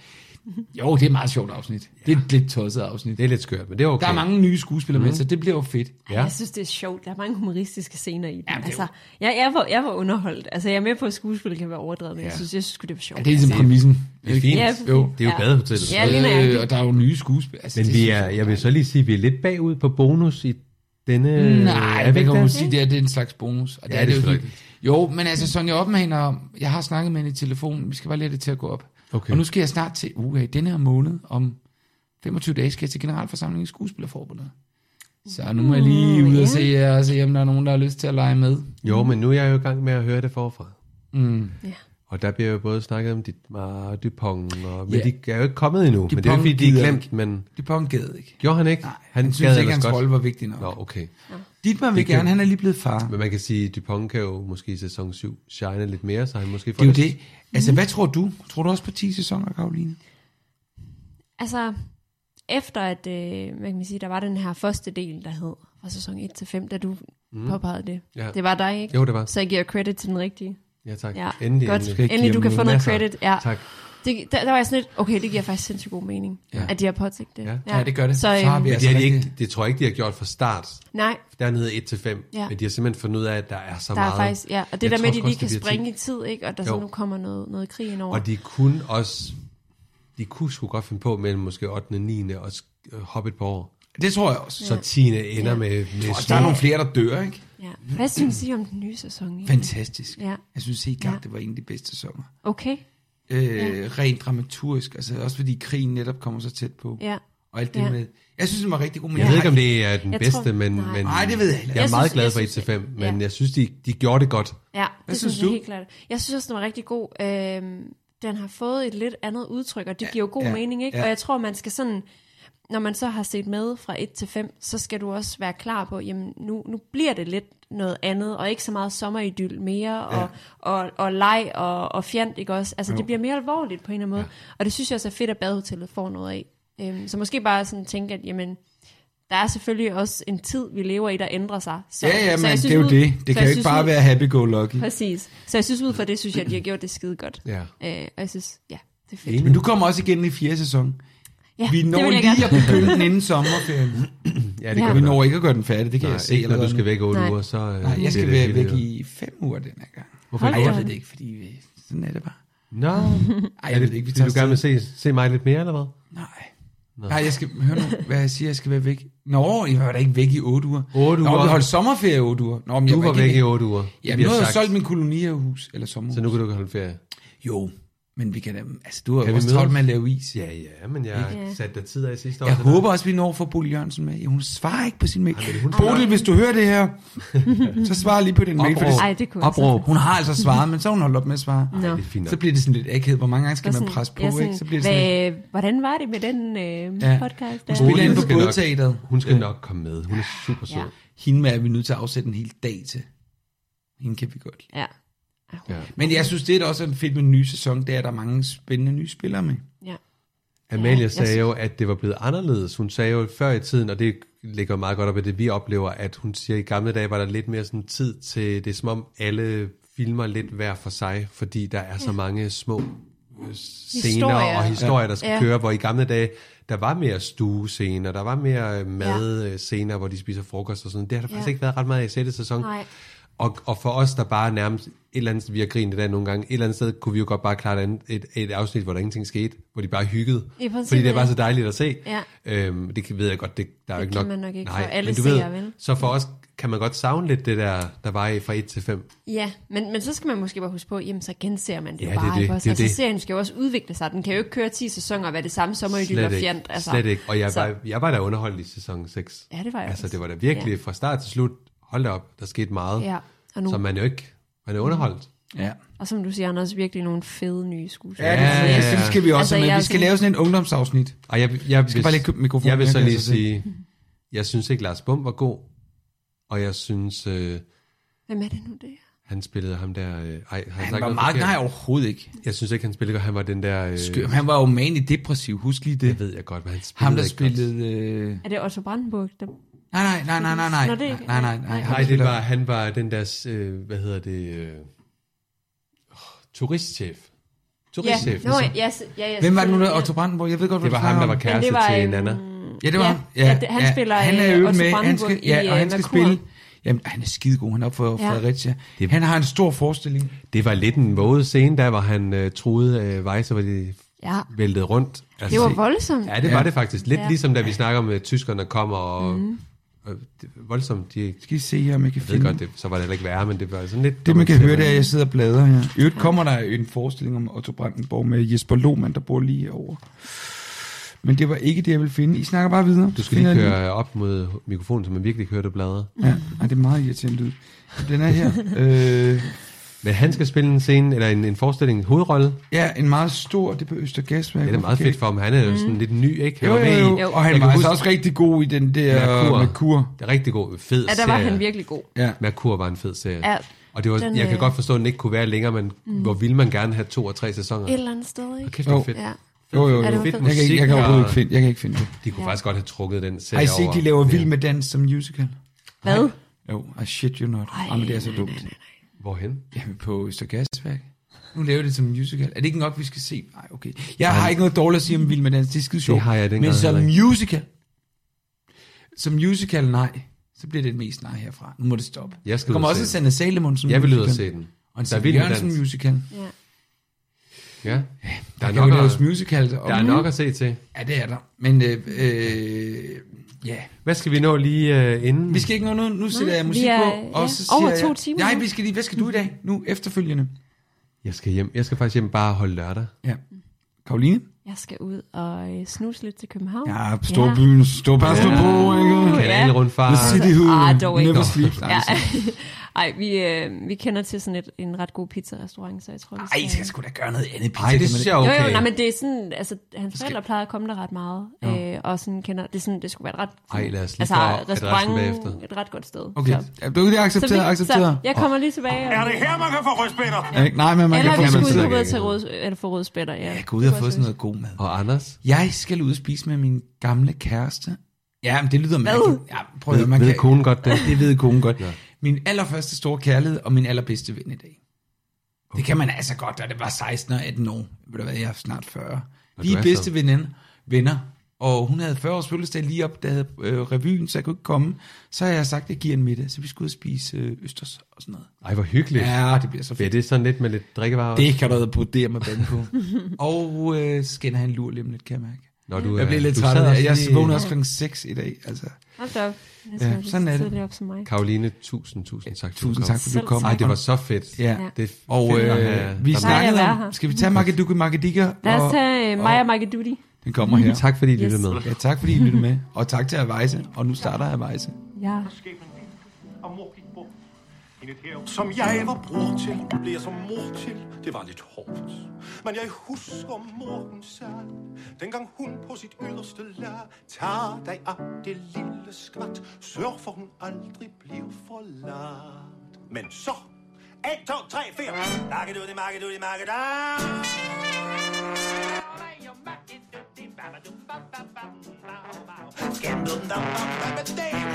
[SPEAKER 1] Jo, det er et meget sjovt afsnit. Ja. Det er et lidt tosset afsnit.
[SPEAKER 2] Det er lidt skørt, men det er okay.
[SPEAKER 1] Der er mange nye skuespillere mm. med,
[SPEAKER 2] Mm.
[SPEAKER 1] så det bliver jo fedt.
[SPEAKER 3] Ja. Jeg synes, det er sjovt. Der er mange humoristiske scener i den. Ja, altså, jeg, jeg, var, jeg var underholdt. Altså, jeg er med på, at skuespil kan være overdrevet, men ja. jeg
[SPEAKER 1] Ja.
[SPEAKER 3] synes, jeg synes sgu, det var sjovt.
[SPEAKER 1] Ja, det er ligesom præmissen.
[SPEAKER 2] Det er fint.
[SPEAKER 3] Ja,
[SPEAKER 2] jo. Det er jo
[SPEAKER 3] ja.
[SPEAKER 2] badehotellet.
[SPEAKER 3] Ja, lige nøjagtigt.
[SPEAKER 1] Øh, og der er jo nye skuespil. Altså,
[SPEAKER 2] men
[SPEAKER 1] det
[SPEAKER 2] vi
[SPEAKER 1] synes
[SPEAKER 2] er, jeg vil så lige sige, at vi er lidt bagud på bonus i
[SPEAKER 3] Mm,
[SPEAKER 2] denne... øh,
[SPEAKER 1] Øh, Nej,
[SPEAKER 2] er vi
[SPEAKER 1] man
[SPEAKER 2] ikke
[SPEAKER 1] kan
[SPEAKER 2] der?
[SPEAKER 1] jo sige, det er, det er en slags bonus. Og
[SPEAKER 2] Ja,
[SPEAKER 1] er
[SPEAKER 2] det er
[SPEAKER 1] jo,
[SPEAKER 2] selvfølgelig
[SPEAKER 1] ikke. jo, men altså Sonja Oppenhænger, jeg har snakket med hende i telefonen, vi skal bare lige have det til at gå op.
[SPEAKER 2] Okay.
[SPEAKER 1] Og nu skal jeg snart til uge i denne her måned, om 25 dage skal jeg til generalforsamling i Skuespillerforbundet. Så nu må jeg
[SPEAKER 3] Mm,
[SPEAKER 1] lige ud og se, og se, om der er nogen, der har lyst til at lege med.
[SPEAKER 2] Jo, men nu er jeg jo i gang med at høre det forfra.
[SPEAKER 1] Mm.
[SPEAKER 3] Ja.
[SPEAKER 2] Og der bliver jo både snakket om Dietmar og Dupont, og, men
[SPEAKER 1] Ja.
[SPEAKER 2] ja. de er jo ikke kommet endnu. men det er jo
[SPEAKER 1] Dupont
[SPEAKER 2] fordi, de er
[SPEAKER 1] gider
[SPEAKER 2] glemt,
[SPEAKER 1] ikke.
[SPEAKER 2] men...
[SPEAKER 1] Dupont gad ikke.
[SPEAKER 2] Gjorde han ikke? Nej,
[SPEAKER 1] han synes ikke, hans rolle var vigtig nok.
[SPEAKER 2] Nå, okay. Ja.
[SPEAKER 1] Dietmar vil gerne, han er lige blevet far.
[SPEAKER 2] Men man kan sige, at Dupont kan jo måske i sæson 7 shine lidt mere, så han måske
[SPEAKER 1] Det er jo det. Altså, hvad tror du? Tror du også på 10 sæsoner, Karoline?
[SPEAKER 3] Altså, efter at, øh, hvad kan man sige, der var den her første del, der hed fra sæson 1 til 5, da du
[SPEAKER 2] Mm.
[SPEAKER 3] mm. påpegede det.
[SPEAKER 2] Ja.
[SPEAKER 3] Det var dig, ikke?
[SPEAKER 2] Jo, det var.
[SPEAKER 3] Så jeg giver credit til den rigtige.
[SPEAKER 2] Ja, tak.
[SPEAKER 3] Ja.
[SPEAKER 2] Endelig,
[SPEAKER 3] Godt.
[SPEAKER 2] endelig. Skal
[SPEAKER 3] Endelig,
[SPEAKER 2] ikke
[SPEAKER 3] du
[SPEAKER 2] give
[SPEAKER 3] kan
[SPEAKER 2] dem
[SPEAKER 3] få noget
[SPEAKER 2] masser.
[SPEAKER 3] credit. Ja.
[SPEAKER 2] Tak.
[SPEAKER 3] Det, der, der, var jeg sådan lidt, okay, det giver faktisk sindssygt god mening,
[SPEAKER 2] Ja.
[SPEAKER 3] ja. at de har påtænkt det.
[SPEAKER 2] Så, øhm, har vi
[SPEAKER 3] altså
[SPEAKER 2] det, har
[SPEAKER 3] rigtig-
[SPEAKER 2] de ikke, det tror jeg ikke, de har gjort fra start.
[SPEAKER 3] Nej.
[SPEAKER 2] Der er nede 1-5,
[SPEAKER 3] Ja.
[SPEAKER 2] ja. men de har simpelthen fundet ud af, at der er så
[SPEAKER 3] der
[SPEAKER 2] meget.
[SPEAKER 3] er faktisk, ja, og det
[SPEAKER 2] Jeg
[SPEAKER 3] der med,
[SPEAKER 2] tror
[SPEAKER 3] at de
[SPEAKER 2] sgu også,
[SPEAKER 3] lige kan
[SPEAKER 2] det bliver
[SPEAKER 3] springe i
[SPEAKER 2] ti.
[SPEAKER 3] tid, ikke? Og der
[SPEAKER 2] Jo.
[SPEAKER 3] så nu kommer noget, noget krig ind over.
[SPEAKER 2] Og de kunne også, de kunne sgu godt finde på mellem måske 8. og 9. og sk- øh, hoppe et par år.
[SPEAKER 1] Det tror jeg også.
[SPEAKER 2] Så
[SPEAKER 1] Ja.
[SPEAKER 2] 10. ender
[SPEAKER 1] Ja.
[SPEAKER 2] med...
[SPEAKER 1] Jeg
[SPEAKER 2] med
[SPEAKER 1] tror også,
[SPEAKER 2] stor-
[SPEAKER 1] der er nogle flere, der dør, ikke?
[SPEAKER 3] Ja. Hvad synes I om den nye sæson? egentlig?
[SPEAKER 1] Fantastisk.
[SPEAKER 3] Ja.
[SPEAKER 1] Jeg synes helt klart,
[SPEAKER 3] Ja.
[SPEAKER 1] ja. det var en af de bedste sæsoner.
[SPEAKER 3] Okay.
[SPEAKER 1] Øh, Rent dramaturgisk, altså også fordi krigen netop kommer så tæt på.
[SPEAKER 3] Ja.
[SPEAKER 1] Og alt det
[SPEAKER 3] Ja.
[SPEAKER 1] med... Jeg synes, den var rigtig god. Men
[SPEAKER 2] Jeg ved ikke, om det er den
[SPEAKER 3] Jeg
[SPEAKER 2] bedste,
[SPEAKER 3] tror-
[SPEAKER 2] men,
[SPEAKER 3] nej.
[SPEAKER 2] men
[SPEAKER 1] Nej, det ved jeg heller ikke.
[SPEAKER 2] jeg er
[SPEAKER 1] Jeg
[SPEAKER 2] meget
[SPEAKER 1] synes-
[SPEAKER 2] glad
[SPEAKER 1] jeg
[SPEAKER 2] for 1-5,
[SPEAKER 1] synes
[SPEAKER 2] men jeg synes, de, de gjorde det godt.
[SPEAKER 3] Ja,
[SPEAKER 1] Hvad
[SPEAKER 3] det synes,
[SPEAKER 1] synes
[SPEAKER 3] jeg
[SPEAKER 1] du?
[SPEAKER 3] helt klart. Jeg synes også, den var rigtig god. Øhm, den har fået et lidt andet udtryk, og det giver jo god
[SPEAKER 19] ja,
[SPEAKER 3] mening, ikke?
[SPEAKER 19] ja.
[SPEAKER 3] Og jeg tror, man skal sådan... Når man så har set med fra 1 til 5, så skal du også være klar på, jamen nu, nu bliver det lidt noget andet, og ikke så meget sommeridyl mere, og, og, og, og leg og, og fjant, ikke også? Altså,
[SPEAKER 19] Jo.
[SPEAKER 3] det bliver mere alvorligt på en eller anden måde. Ja. Og det synes jeg også er fedt, at badehotellet får noget af. Øhm, så måske bare sådan tænke, at jamen, der er selvfølgelig også en tid, vi lever i, der ændrer sig. Så,
[SPEAKER 1] Ja, ja,
[SPEAKER 3] så
[SPEAKER 1] men
[SPEAKER 3] jeg
[SPEAKER 1] det er jo
[SPEAKER 3] ud-
[SPEAKER 1] det.
[SPEAKER 3] så
[SPEAKER 1] Det
[SPEAKER 3] jeg
[SPEAKER 1] kan jo ikke
[SPEAKER 3] synes
[SPEAKER 1] bare
[SPEAKER 3] ud-
[SPEAKER 1] være happy-go-lucky.
[SPEAKER 3] Præcis. Så jeg synes ud fra det, synes jeg, at de har gjort det skide godt.
[SPEAKER 1] Ja.
[SPEAKER 3] Øh, og jeg synes, ja, det er fedt.
[SPEAKER 1] Men du kommer også igen i fjerde sæson.
[SPEAKER 3] Ja,
[SPEAKER 1] vi
[SPEAKER 3] det
[SPEAKER 1] når
[SPEAKER 3] vil jeg
[SPEAKER 1] lige
[SPEAKER 3] gerne.
[SPEAKER 1] at begynde den inden sommerferien.
[SPEAKER 2] Ja,
[SPEAKER 1] det Ja. gør vi
[SPEAKER 2] vi
[SPEAKER 1] når
[SPEAKER 2] nok.
[SPEAKER 1] ikke at gøre den færdig, det kan
[SPEAKER 2] Nej,
[SPEAKER 1] jeg se.
[SPEAKER 2] ikke når
[SPEAKER 1] allerede
[SPEAKER 2] du skal
[SPEAKER 1] nu.
[SPEAKER 2] væk otte Nej. uger, så, øh,
[SPEAKER 1] Nej,
[SPEAKER 2] bliver
[SPEAKER 1] jeg skal
[SPEAKER 2] det
[SPEAKER 1] være
[SPEAKER 2] billigere.
[SPEAKER 1] væk i fem uger den her gang.
[SPEAKER 2] Hvorfor
[SPEAKER 1] Ej,
[SPEAKER 2] ikke
[SPEAKER 1] jeg
[SPEAKER 2] otte?
[SPEAKER 1] ved det ikke, fordi øh, vi, sådan er det bare.
[SPEAKER 2] Nå,
[SPEAKER 1] Ej, jeg ved det ikke. Vi
[SPEAKER 2] Vil
[SPEAKER 1] tager
[SPEAKER 2] du gerne vil se, se mig lidt mere, eller hvad?
[SPEAKER 1] Nej. Nej, jeg skal høre nu, hvad jeg siger, jeg skal være væk. Nå, jeg var da ikke væk i 8 uger.
[SPEAKER 2] 8
[SPEAKER 1] Nå,
[SPEAKER 2] uger.
[SPEAKER 1] vi holdt sommerferie i 8 uger. Nå, men
[SPEAKER 2] Du
[SPEAKER 1] jeg
[SPEAKER 2] var
[SPEAKER 1] ikke
[SPEAKER 2] væk i otte uger. Det
[SPEAKER 1] Jamen,
[SPEAKER 2] bliver
[SPEAKER 1] nu har jeg
[SPEAKER 2] sagt.
[SPEAKER 1] solgt min kolonierhus, eller sommerhus.
[SPEAKER 2] Så nu kan du ikke holde ferie.
[SPEAKER 1] Jo, men vi kan da... Altså, du har
[SPEAKER 2] Kan
[SPEAKER 1] jo
[SPEAKER 2] vi
[SPEAKER 1] også
[SPEAKER 2] møde
[SPEAKER 1] travlt
[SPEAKER 2] ham?
[SPEAKER 1] med at lave is.
[SPEAKER 2] Ja, ja, men jeg
[SPEAKER 1] Ikke?
[SPEAKER 2] satte dig tid af sidste år.
[SPEAKER 1] Jeg
[SPEAKER 2] til dig.
[SPEAKER 1] håber også, vi når at få Bodil Jørgensen med. Ja, hun svarer ikke på sin mail.
[SPEAKER 2] hun
[SPEAKER 1] Bodil, hvis du hører det her, så svar lige på din mail.
[SPEAKER 2] Opråb. Ej, det kunne jeg
[SPEAKER 1] opråb.
[SPEAKER 2] så-
[SPEAKER 1] Hun har altså svaret, men så har hun holdt op med at svare.
[SPEAKER 3] Nå. Ej, det er
[SPEAKER 2] fint nok.
[SPEAKER 1] så bliver det sådan lidt akavet. Hvor mange gange skal man presse på?
[SPEAKER 3] ja, sådan,
[SPEAKER 1] ikke? Så bliver det sådan lidt...
[SPEAKER 3] hvad, hvordan var det med den øh,
[SPEAKER 1] Ja.
[SPEAKER 3] podcast?
[SPEAKER 1] Hun
[SPEAKER 3] der?
[SPEAKER 1] spiller inde på
[SPEAKER 2] skal nok-
[SPEAKER 1] bådteateret.
[SPEAKER 2] hun skal nok komme med. Hun er super sød.
[SPEAKER 3] Ja.
[SPEAKER 1] Hende med er vi nødt til at afsætte en hel dag til. Hende kan vi godt lide.
[SPEAKER 3] Ja.
[SPEAKER 2] Ja.
[SPEAKER 1] Men jeg synes, det er da også en fedt med den nye sæson, det er, at der er mange spændende nye spillere med.
[SPEAKER 3] Ja.
[SPEAKER 2] Amalie
[SPEAKER 1] Ja,
[SPEAKER 2] ja,
[SPEAKER 1] jeg
[SPEAKER 2] sagde
[SPEAKER 1] synes-
[SPEAKER 2] jo, at det var blevet anderledes. Hun sagde jo før i tiden, og det ligger jo meget godt op i det, vi oplever, at hun siger, at i gamle dage var der lidt mere sådan tid til, det er som om alle filmer lidt hver for sig, fordi der er så
[SPEAKER 14] Ja.
[SPEAKER 2] mange små øh, scener
[SPEAKER 14] Historier.
[SPEAKER 2] og historier, der skal
[SPEAKER 14] Ja.
[SPEAKER 2] ja. køre, hvor i gamle dage, der var mere stuescener, der var mere øh, madscener, hvor de spiser frokost og sådan. Det har der
[SPEAKER 14] Ja.
[SPEAKER 2] faktisk ikke været ret meget af i sætte sæson.
[SPEAKER 14] Nej.
[SPEAKER 2] Og, og for os, der bare nærmest et eller andet, vi har grinet af nogle gange, et eller andet sted kunne vi jo godt bare klare et, andet- et, et afsnit, hvor der ingenting skete, hvor de bare hyggede.
[SPEAKER 3] I princippet,
[SPEAKER 2] fordi det er bare
[SPEAKER 3] ja.
[SPEAKER 2] så dejligt at se.
[SPEAKER 3] Ja.
[SPEAKER 2] Øhm, det kan- ved jeg godt, det, der er jo
[SPEAKER 3] Det
[SPEAKER 2] ikke
[SPEAKER 3] kan
[SPEAKER 2] nok.
[SPEAKER 3] man nok ikke
[SPEAKER 2] nej,
[SPEAKER 3] for alle
[SPEAKER 2] men du
[SPEAKER 3] seere,
[SPEAKER 2] ved,
[SPEAKER 3] vel?
[SPEAKER 2] Så for os kan man godt savne lidt det der, der var i fra 1 til 5.
[SPEAKER 3] Ja, men, men så skal man måske bare huske på, jamen så genser man det
[SPEAKER 2] Ja,
[SPEAKER 3] jo
[SPEAKER 2] det er
[SPEAKER 3] bare.
[SPEAKER 2] det,
[SPEAKER 3] ikke også?
[SPEAKER 2] det er
[SPEAKER 3] altså
[SPEAKER 2] det.
[SPEAKER 3] serien skal jo også udvikle sig. Den kan jo ikke køre 10 sæsoner og være det samme sommer i
[SPEAKER 2] Slet
[SPEAKER 3] og
[SPEAKER 2] ikke.
[SPEAKER 3] fjant. Altså.
[SPEAKER 2] Slet ikke. Og jeg
[SPEAKER 3] Så-
[SPEAKER 2] var, jeg var da underholdt i sæson 6.
[SPEAKER 3] Ja, det var jeg
[SPEAKER 2] Altså,
[SPEAKER 3] også.
[SPEAKER 2] det var da virkelig
[SPEAKER 3] Ja.
[SPEAKER 2] fra start til slut, hold da op, der skete meget.
[SPEAKER 3] Ja, og nu-
[SPEAKER 2] Så man er jo ikke, man er underholdt.
[SPEAKER 1] Ja.
[SPEAKER 3] Og som du siger, Anders, virkelig nogle fede nye skuespillere.
[SPEAKER 1] Ja, det, ja, ja, ja. det skal vi også altså, med.
[SPEAKER 3] jeg
[SPEAKER 1] Vi
[SPEAKER 3] er
[SPEAKER 1] skal lave sådan en ungdomsafsnit.
[SPEAKER 2] Og jeg, jeg
[SPEAKER 1] Vi skal bare lige købe mikrofonen,
[SPEAKER 2] Jeg vil
[SPEAKER 1] jeg
[SPEAKER 2] så
[SPEAKER 1] kan
[SPEAKER 2] lige
[SPEAKER 1] altså se.
[SPEAKER 2] sige, jeg synes ikke, Lars Bum var god, og jeg synes, øh,
[SPEAKER 3] Hvem er det nu, det er?
[SPEAKER 2] han spillede ham der... Øh, ej, har jeg
[SPEAKER 1] Han
[SPEAKER 2] sagt
[SPEAKER 1] var
[SPEAKER 2] noget
[SPEAKER 1] meget-
[SPEAKER 2] forkert?
[SPEAKER 1] nej, overhovedet ikke.
[SPEAKER 2] Jeg synes ikke, han spillede godt. Han var den der... Øh,
[SPEAKER 1] Skør, han var jo manisk depressiv, husk lige det.
[SPEAKER 2] Det ved jeg godt, men han spillede
[SPEAKER 1] Ham, der
[SPEAKER 2] ikke godt.
[SPEAKER 1] spillede... Øh...
[SPEAKER 3] Er det Otto Brandenburg? Der...
[SPEAKER 1] Nej, nej, nej, nej, nej, nej.
[SPEAKER 3] Nå, det er ikke-
[SPEAKER 1] Nej, nej, nej.
[SPEAKER 2] Nej,
[SPEAKER 1] Ham,
[SPEAKER 2] nej
[SPEAKER 1] der
[SPEAKER 2] det
[SPEAKER 1] spiller-
[SPEAKER 2] var, han var den der, øh, hvad hedder det, øh, åh, turistchef. Turistchef. ligesom.
[SPEAKER 3] Ja, nå, ja, s- ja, ja,
[SPEAKER 1] Hvem var det nu, der
[SPEAKER 3] selvfølgelig.
[SPEAKER 1] Otto Brandenborg? Jeg ved godt, hvad
[SPEAKER 2] Det var
[SPEAKER 1] du
[SPEAKER 2] ham,
[SPEAKER 1] snakker
[SPEAKER 2] der var
[SPEAKER 1] om.
[SPEAKER 2] kæreste
[SPEAKER 3] Men det var,
[SPEAKER 2] til
[SPEAKER 3] øhm,
[SPEAKER 2] Nana.
[SPEAKER 1] Ja, det var
[SPEAKER 3] Ja,
[SPEAKER 1] ham.
[SPEAKER 3] ja, det- han spiller,
[SPEAKER 1] han
[SPEAKER 3] øh,
[SPEAKER 1] er jo
[SPEAKER 3] Otto
[SPEAKER 1] med. Han skal,
[SPEAKER 3] Brandenburg i,
[SPEAKER 1] ja, og
[SPEAKER 3] øh,
[SPEAKER 1] han skal
[SPEAKER 3] Merkur.
[SPEAKER 1] spille... Jamen, han er skidegod. Han er oppe for
[SPEAKER 3] Ja.
[SPEAKER 1] ja. Fredericia. Han har en stor forestilling.
[SPEAKER 2] Det var lidt en våde scene, der hvor han øh, troede, øh, Weiser var det
[SPEAKER 3] Ja.
[SPEAKER 2] væltet rundt. Altså,
[SPEAKER 3] Det var voldsomt.
[SPEAKER 2] Ja, det var
[SPEAKER 3] Ja.
[SPEAKER 2] det faktisk. Lidt
[SPEAKER 3] Ja.
[SPEAKER 2] ja. ligesom da vi snakker om, at tyskerne kommer og...
[SPEAKER 3] Mhm.
[SPEAKER 2] Mm. og det, var voldsomt, de...
[SPEAKER 1] Skal I se her, om jeg kan
[SPEAKER 2] jeg ved
[SPEAKER 1] finde
[SPEAKER 2] godt, det, så var det heller ikke værre, men det var sådan lidt...
[SPEAKER 1] Det, man kan
[SPEAKER 2] ser
[SPEAKER 1] høre, det
[SPEAKER 2] det.
[SPEAKER 1] er, at jeg sidder og bladrer her. I øvrigt kommer der en forestilling om Otto Brandenborg med Jesper Lohmann, der bor lige over. Men det var ikke det, jeg ville finde. I snakker bare videre.
[SPEAKER 2] Du skal
[SPEAKER 1] Finder
[SPEAKER 2] lige
[SPEAKER 1] jeg
[SPEAKER 2] køre op mod mikrofonen, så man virkelig hører det bladre.
[SPEAKER 1] Ja, ej, det er meget irriterende lyd. Den er her. øh,
[SPEAKER 2] Men han skal spille en scene, eller en, en forestilling, en hovedrolle.
[SPEAKER 1] ja, en meget stor, det er på Østergasværk.
[SPEAKER 2] Det er da meget fedt for ham. Han er jo sådan
[SPEAKER 3] Mhm.
[SPEAKER 1] Mm.
[SPEAKER 2] lidt ny, ikke?
[SPEAKER 1] Jo,
[SPEAKER 2] med
[SPEAKER 1] jo,
[SPEAKER 2] i-
[SPEAKER 1] jo. Og han
[SPEAKER 2] Jeg
[SPEAKER 1] var
[SPEAKER 2] kan
[SPEAKER 1] altså
[SPEAKER 2] huske-
[SPEAKER 1] også rigtig god i den der
[SPEAKER 2] Merkur.
[SPEAKER 1] Merkur.
[SPEAKER 2] Det er rigtig god, fed
[SPEAKER 3] Ja, der var
[SPEAKER 2] serie.
[SPEAKER 3] han virkelig god.
[SPEAKER 1] Ja.
[SPEAKER 2] Merkur var en fed serie.
[SPEAKER 3] Ja,
[SPEAKER 2] og det var,
[SPEAKER 3] den,
[SPEAKER 2] jeg kan
[SPEAKER 3] øh,
[SPEAKER 2] godt forstå, at den ikke kunne være længere, men
[SPEAKER 3] Mm.
[SPEAKER 2] mm. hvor ville man gerne have to og tre sæsoner?
[SPEAKER 3] Et eller andet sted, ikke?
[SPEAKER 2] Og kæft, det er fedt.
[SPEAKER 3] Ja.
[SPEAKER 1] Jo, jo, jo.
[SPEAKER 3] Ja, det var
[SPEAKER 1] Jeg
[SPEAKER 3] fedt.
[SPEAKER 1] kan ikke- jeg kan overhovedet ikke finde- jeg kan ikke finde det.
[SPEAKER 2] De kunne
[SPEAKER 3] Ja.
[SPEAKER 2] faktisk godt have trukket den serie
[SPEAKER 1] Har I set,
[SPEAKER 2] over.
[SPEAKER 1] de laver Vild med Dans som musical?
[SPEAKER 3] Hvad?
[SPEAKER 1] Nej. Jo, I shit you not. Ej, men det er så dumt.
[SPEAKER 3] Mm.
[SPEAKER 2] Hvorhen?
[SPEAKER 1] Jamen på Østergasværk. altså- Nu laver det som musical. Er det ikke nok, vi skal se? Nej, okay. Jeg har ikke noget dårligt at sige om Vild med Dans. Det er skide sjovt.
[SPEAKER 2] har jeg den
[SPEAKER 1] Men
[SPEAKER 2] grad
[SPEAKER 1] som
[SPEAKER 2] heller
[SPEAKER 1] musical. Som musical, nej. Så bliver det et mest nej herfra. Nu må det stoppe.
[SPEAKER 2] Jeg skal
[SPEAKER 1] Der kommer
[SPEAKER 2] ud og
[SPEAKER 1] også en
[SPEAKER 2] se
[SPEAKER 1] Sanne
[SPEAKER 2] den.
[SPEAKER 1] Salomon som
[SPEAKER 2] Jeg vil ud og
[SPEAKER 1] musical.
[SPEAKER 2] se den.
[SPEAKER 1] Og en
[SPEAKER 2] Der er
[SPEAKER 1] Sanne
[SPEAKER 2] Vild med
[SPEAKER 1] Jørgensen
[SPEAKER 2] Dans.
[SPEAKER 1] musical.
[SPEAKER 3] Ja.
[SPEAKER 2] Ja. Der er
[SPEAKER 1] kan jo
[SPEAKER 2] nok at-
[SPEAKER 1] laves musicals om-
[SPEAKER 2] Der er nok at se til.
[SPEAKER 1] Ja, det er der. Men øh, øh, ja.
[SPEAKER 2] Hvad skal vi nå lige øh, inden?
[SPEAKER 1] Vi skal ikke nå noget. Nu sætter
[SPEAKER 3] Nej,
[SPEAKER 1] jeg
[SPEAKER 3] vi
[SPEAKER 1] musik
[SPEAKER 3] er-
[SPEAKER 1] på. Og
[SPEAKER 3] ja,
[SPEAKER 1] så siger
[SPEAKER 3] over
[SPEAKER 1] jeg,
[SPEAKER 3] to timer
[SPEAKER 1] Nej,
[SPEAKER 3] nu.
[SPEAKER 1] vi skal lige. Hvad skal du i dag? Nu efterfølgende.
[SPEAKER 2] Jeg skal hjem. Jeg skal faktisk hjem bare holde lørdag.
[SPEAKER 1] Ja. Karoline?
[SPEAKER 3] Jeg skal ud og øh, snuse lidt til København.
[SPEAKER 1] Ja, storbyen, ja. stor pas nu på, ikke? The City Who
[SPEAKER 3] Ah, dog ikke.
[SPEAKER 1] Never Altså. Sleeps.
[SPEAKER 3] Ja. Ej, vi, øh, vi kender til sådan et, en ret god pizzarestaurant, så jeg tror, vi
[SPEAKER 1] Ej, I skal sgu da gøre noget andet.
[SPEAKER 2] Ej, det synes jeg er okay.
[SPEAKER 3] Jo, jo, nej, men det er sådan, altså, hans forældre plejer at komme der ret meget, øh, og sådan kender, det er sådan, det skulle være et ret...
[SPEAKER 2] Ej, lad os lige
[SPEAKER 3] altså,
[SPEAKER 2] få adressen
[SPEAKER 3] restaurant,
[SPEAKER 2] bagefter.
[SPEAKER 3] et ret godt sted.
[SPEAKER 1] Okay, ja, du det er accepteret,
[SPEAKER 3] så vi-
[SPEAKER 1] accepteret.
[SPEAKER 3] Så jeg kommer lige tilbage.
[SPEAKER 18] Er det her, man kan få rystbinder?
[SPEAKER 1] Ja, ikke? Nej, men man
[SPEAKER 3] Eller
[SPEAKER 1] kan
[SPEAKER 3] vi
[SPEAKER 1] få
[SPEAKER 3] skulle ud
[SPEAKER 1] rødspætter.
[SPEAKER 3] på både til rød, eller få rødspætter, ja.
[SPEAKER 1] Jeg går ud og få sådan noget god mad.
[SPEAKER 2] Og Anders?
[SPEAKER 1] Jeg skal ud og spise med min gamle kæreste. Ja, men det lyder mærkeligt. Ja, prøv at
[SPEAKER 2] Ved-
[SPEAKER 1] høre, man
[SPEAKER 2] ved
[SPEAKER 1] kan...
[SPEAKER 2] konen godt det?
[SPEAKER 1] Det ved konen godt.
[SPEAKER 2] Ja.
[SPEAKER 1] Min allerførste store kærlighed og min allerbedste ven i dag. Det kan man altså godt, da det var 16 og 18 år. Ved du hvad, jeg er snart 40.
[SPEAKER 2] Og
[SPEAKER 1] Vi
[SPEAKER 2] du
[SPEAKER 1] er
[SPEAKER 2] er
[SPEAKER 1] bedste
[SPEAKER 2] så-
[SPEAKER 1] veninde, venner. Og hun havde 40 års fødselsdag lige op, der havde øh, revyen, så jeg kunne ikke komme. Så har jeg sagt, at jeg giver en middag, så vi skulle ud og spise øh, østers og sådan noget.
[SPEAKER 2] Ej, hvor hyggeligt.
[SPEAKER 1] Ja, det bliver så
[SPEAKER 2] Ja,
[SPEAKER 1] fedt.
[SPEAKER 2] det er sådan lidt med lidt drikkevarer
[SPEAKER 1] Det
[SPEAKER 2] også.
[SPEAKER 1] kan du på det med bande på. og øh, så skinner han lur lige om lidt, kan jeg mærke.
[SPEAKER 2] Nå, du
[SPEAKER 1] jeg
[SPEAKER 2] er-
[SPEAKER 1] bliver lidt
[SPEAKER 2] du
[SPEAKER 1] træt
[SPEAKER 2] sad
[SPEAKER 1] af det.
[SPEAKER 2] også
[SPEAKER 1] Jeg
[SPEAKER 2] lige-
[SPEAKER 1] vågner også klokken 6 i dag. Altså.
[SPEAKER 3] Hold da op. Næsten
[SPEAKER 1] Ja,
[SPEAKER 3] lidt
[SPEAKER 1] sådan er
[SPEAKER 3] tidligere
[SPEAKER 1] det.
[SPEAKER 3] op som mig.
[SPEAKER 2] Karoline, tusind, tusind tak.
[SPEAKER 1] Tusind tak, fordi du kom.
[SPEAKER 2] Ej, det var så fedt.
[SPEAKER 1] Ja.
[SPEAKER 2] Det er
[SPEAKER 1] og
[SPEAKER 2] fedt
[SPEAKER 1] øh,
[SPEAKER 2] at have-
[SPEAKER 1] vi
[SPEAKER 2] der-
[SPEAKER 3] Dejligt
[SPEAKER 1] snakkede
[SPEAKER 3] at være
[SPEAKER 1] om,
[SPEAKER 3] her.
[SPEAKER 1] skal vi tage Makedukka Makedika?
[SPEAKER 3] Lad os
[SPEAKER 1] Og-
[SPEAKER 3] tage øh, Maja Magadudi.
[SPEAKER 1] Den kommer her.
[SPEAKER 2] Tak fordi I Yes. lyttede med.
[SPEAKER 1] Ja, tak fordi I lyttede med. Og tak til Avejse. Og nu starter Avejse.
[SPEAKER 3] Ja.
[SPEAKER 10] og mor gik bort. Hende deroppe, som jeg var bror til, blev jeg som mor til. Det var lidt hårdt. Men jeg husker, mor hun sagde, dengang hun på sit yderste lær, tager dig af det lille skvat, sørg for hun aldrig bliver forladt. Men så, 1, 2, 3, 4. Makke du det, makke du det, makke da. Skam dum dum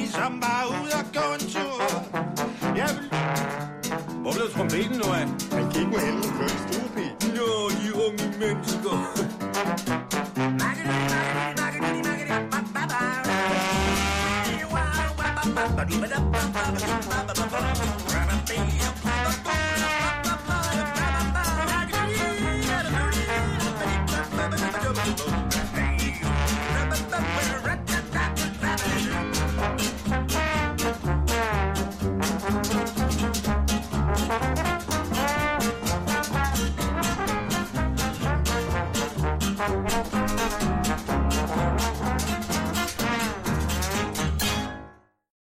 [SPEAKER 10] ved er den nu af? Han gik på helvede før en stuepige. Jo, de unge mennesker.
[SPEAKER 19] Thank you.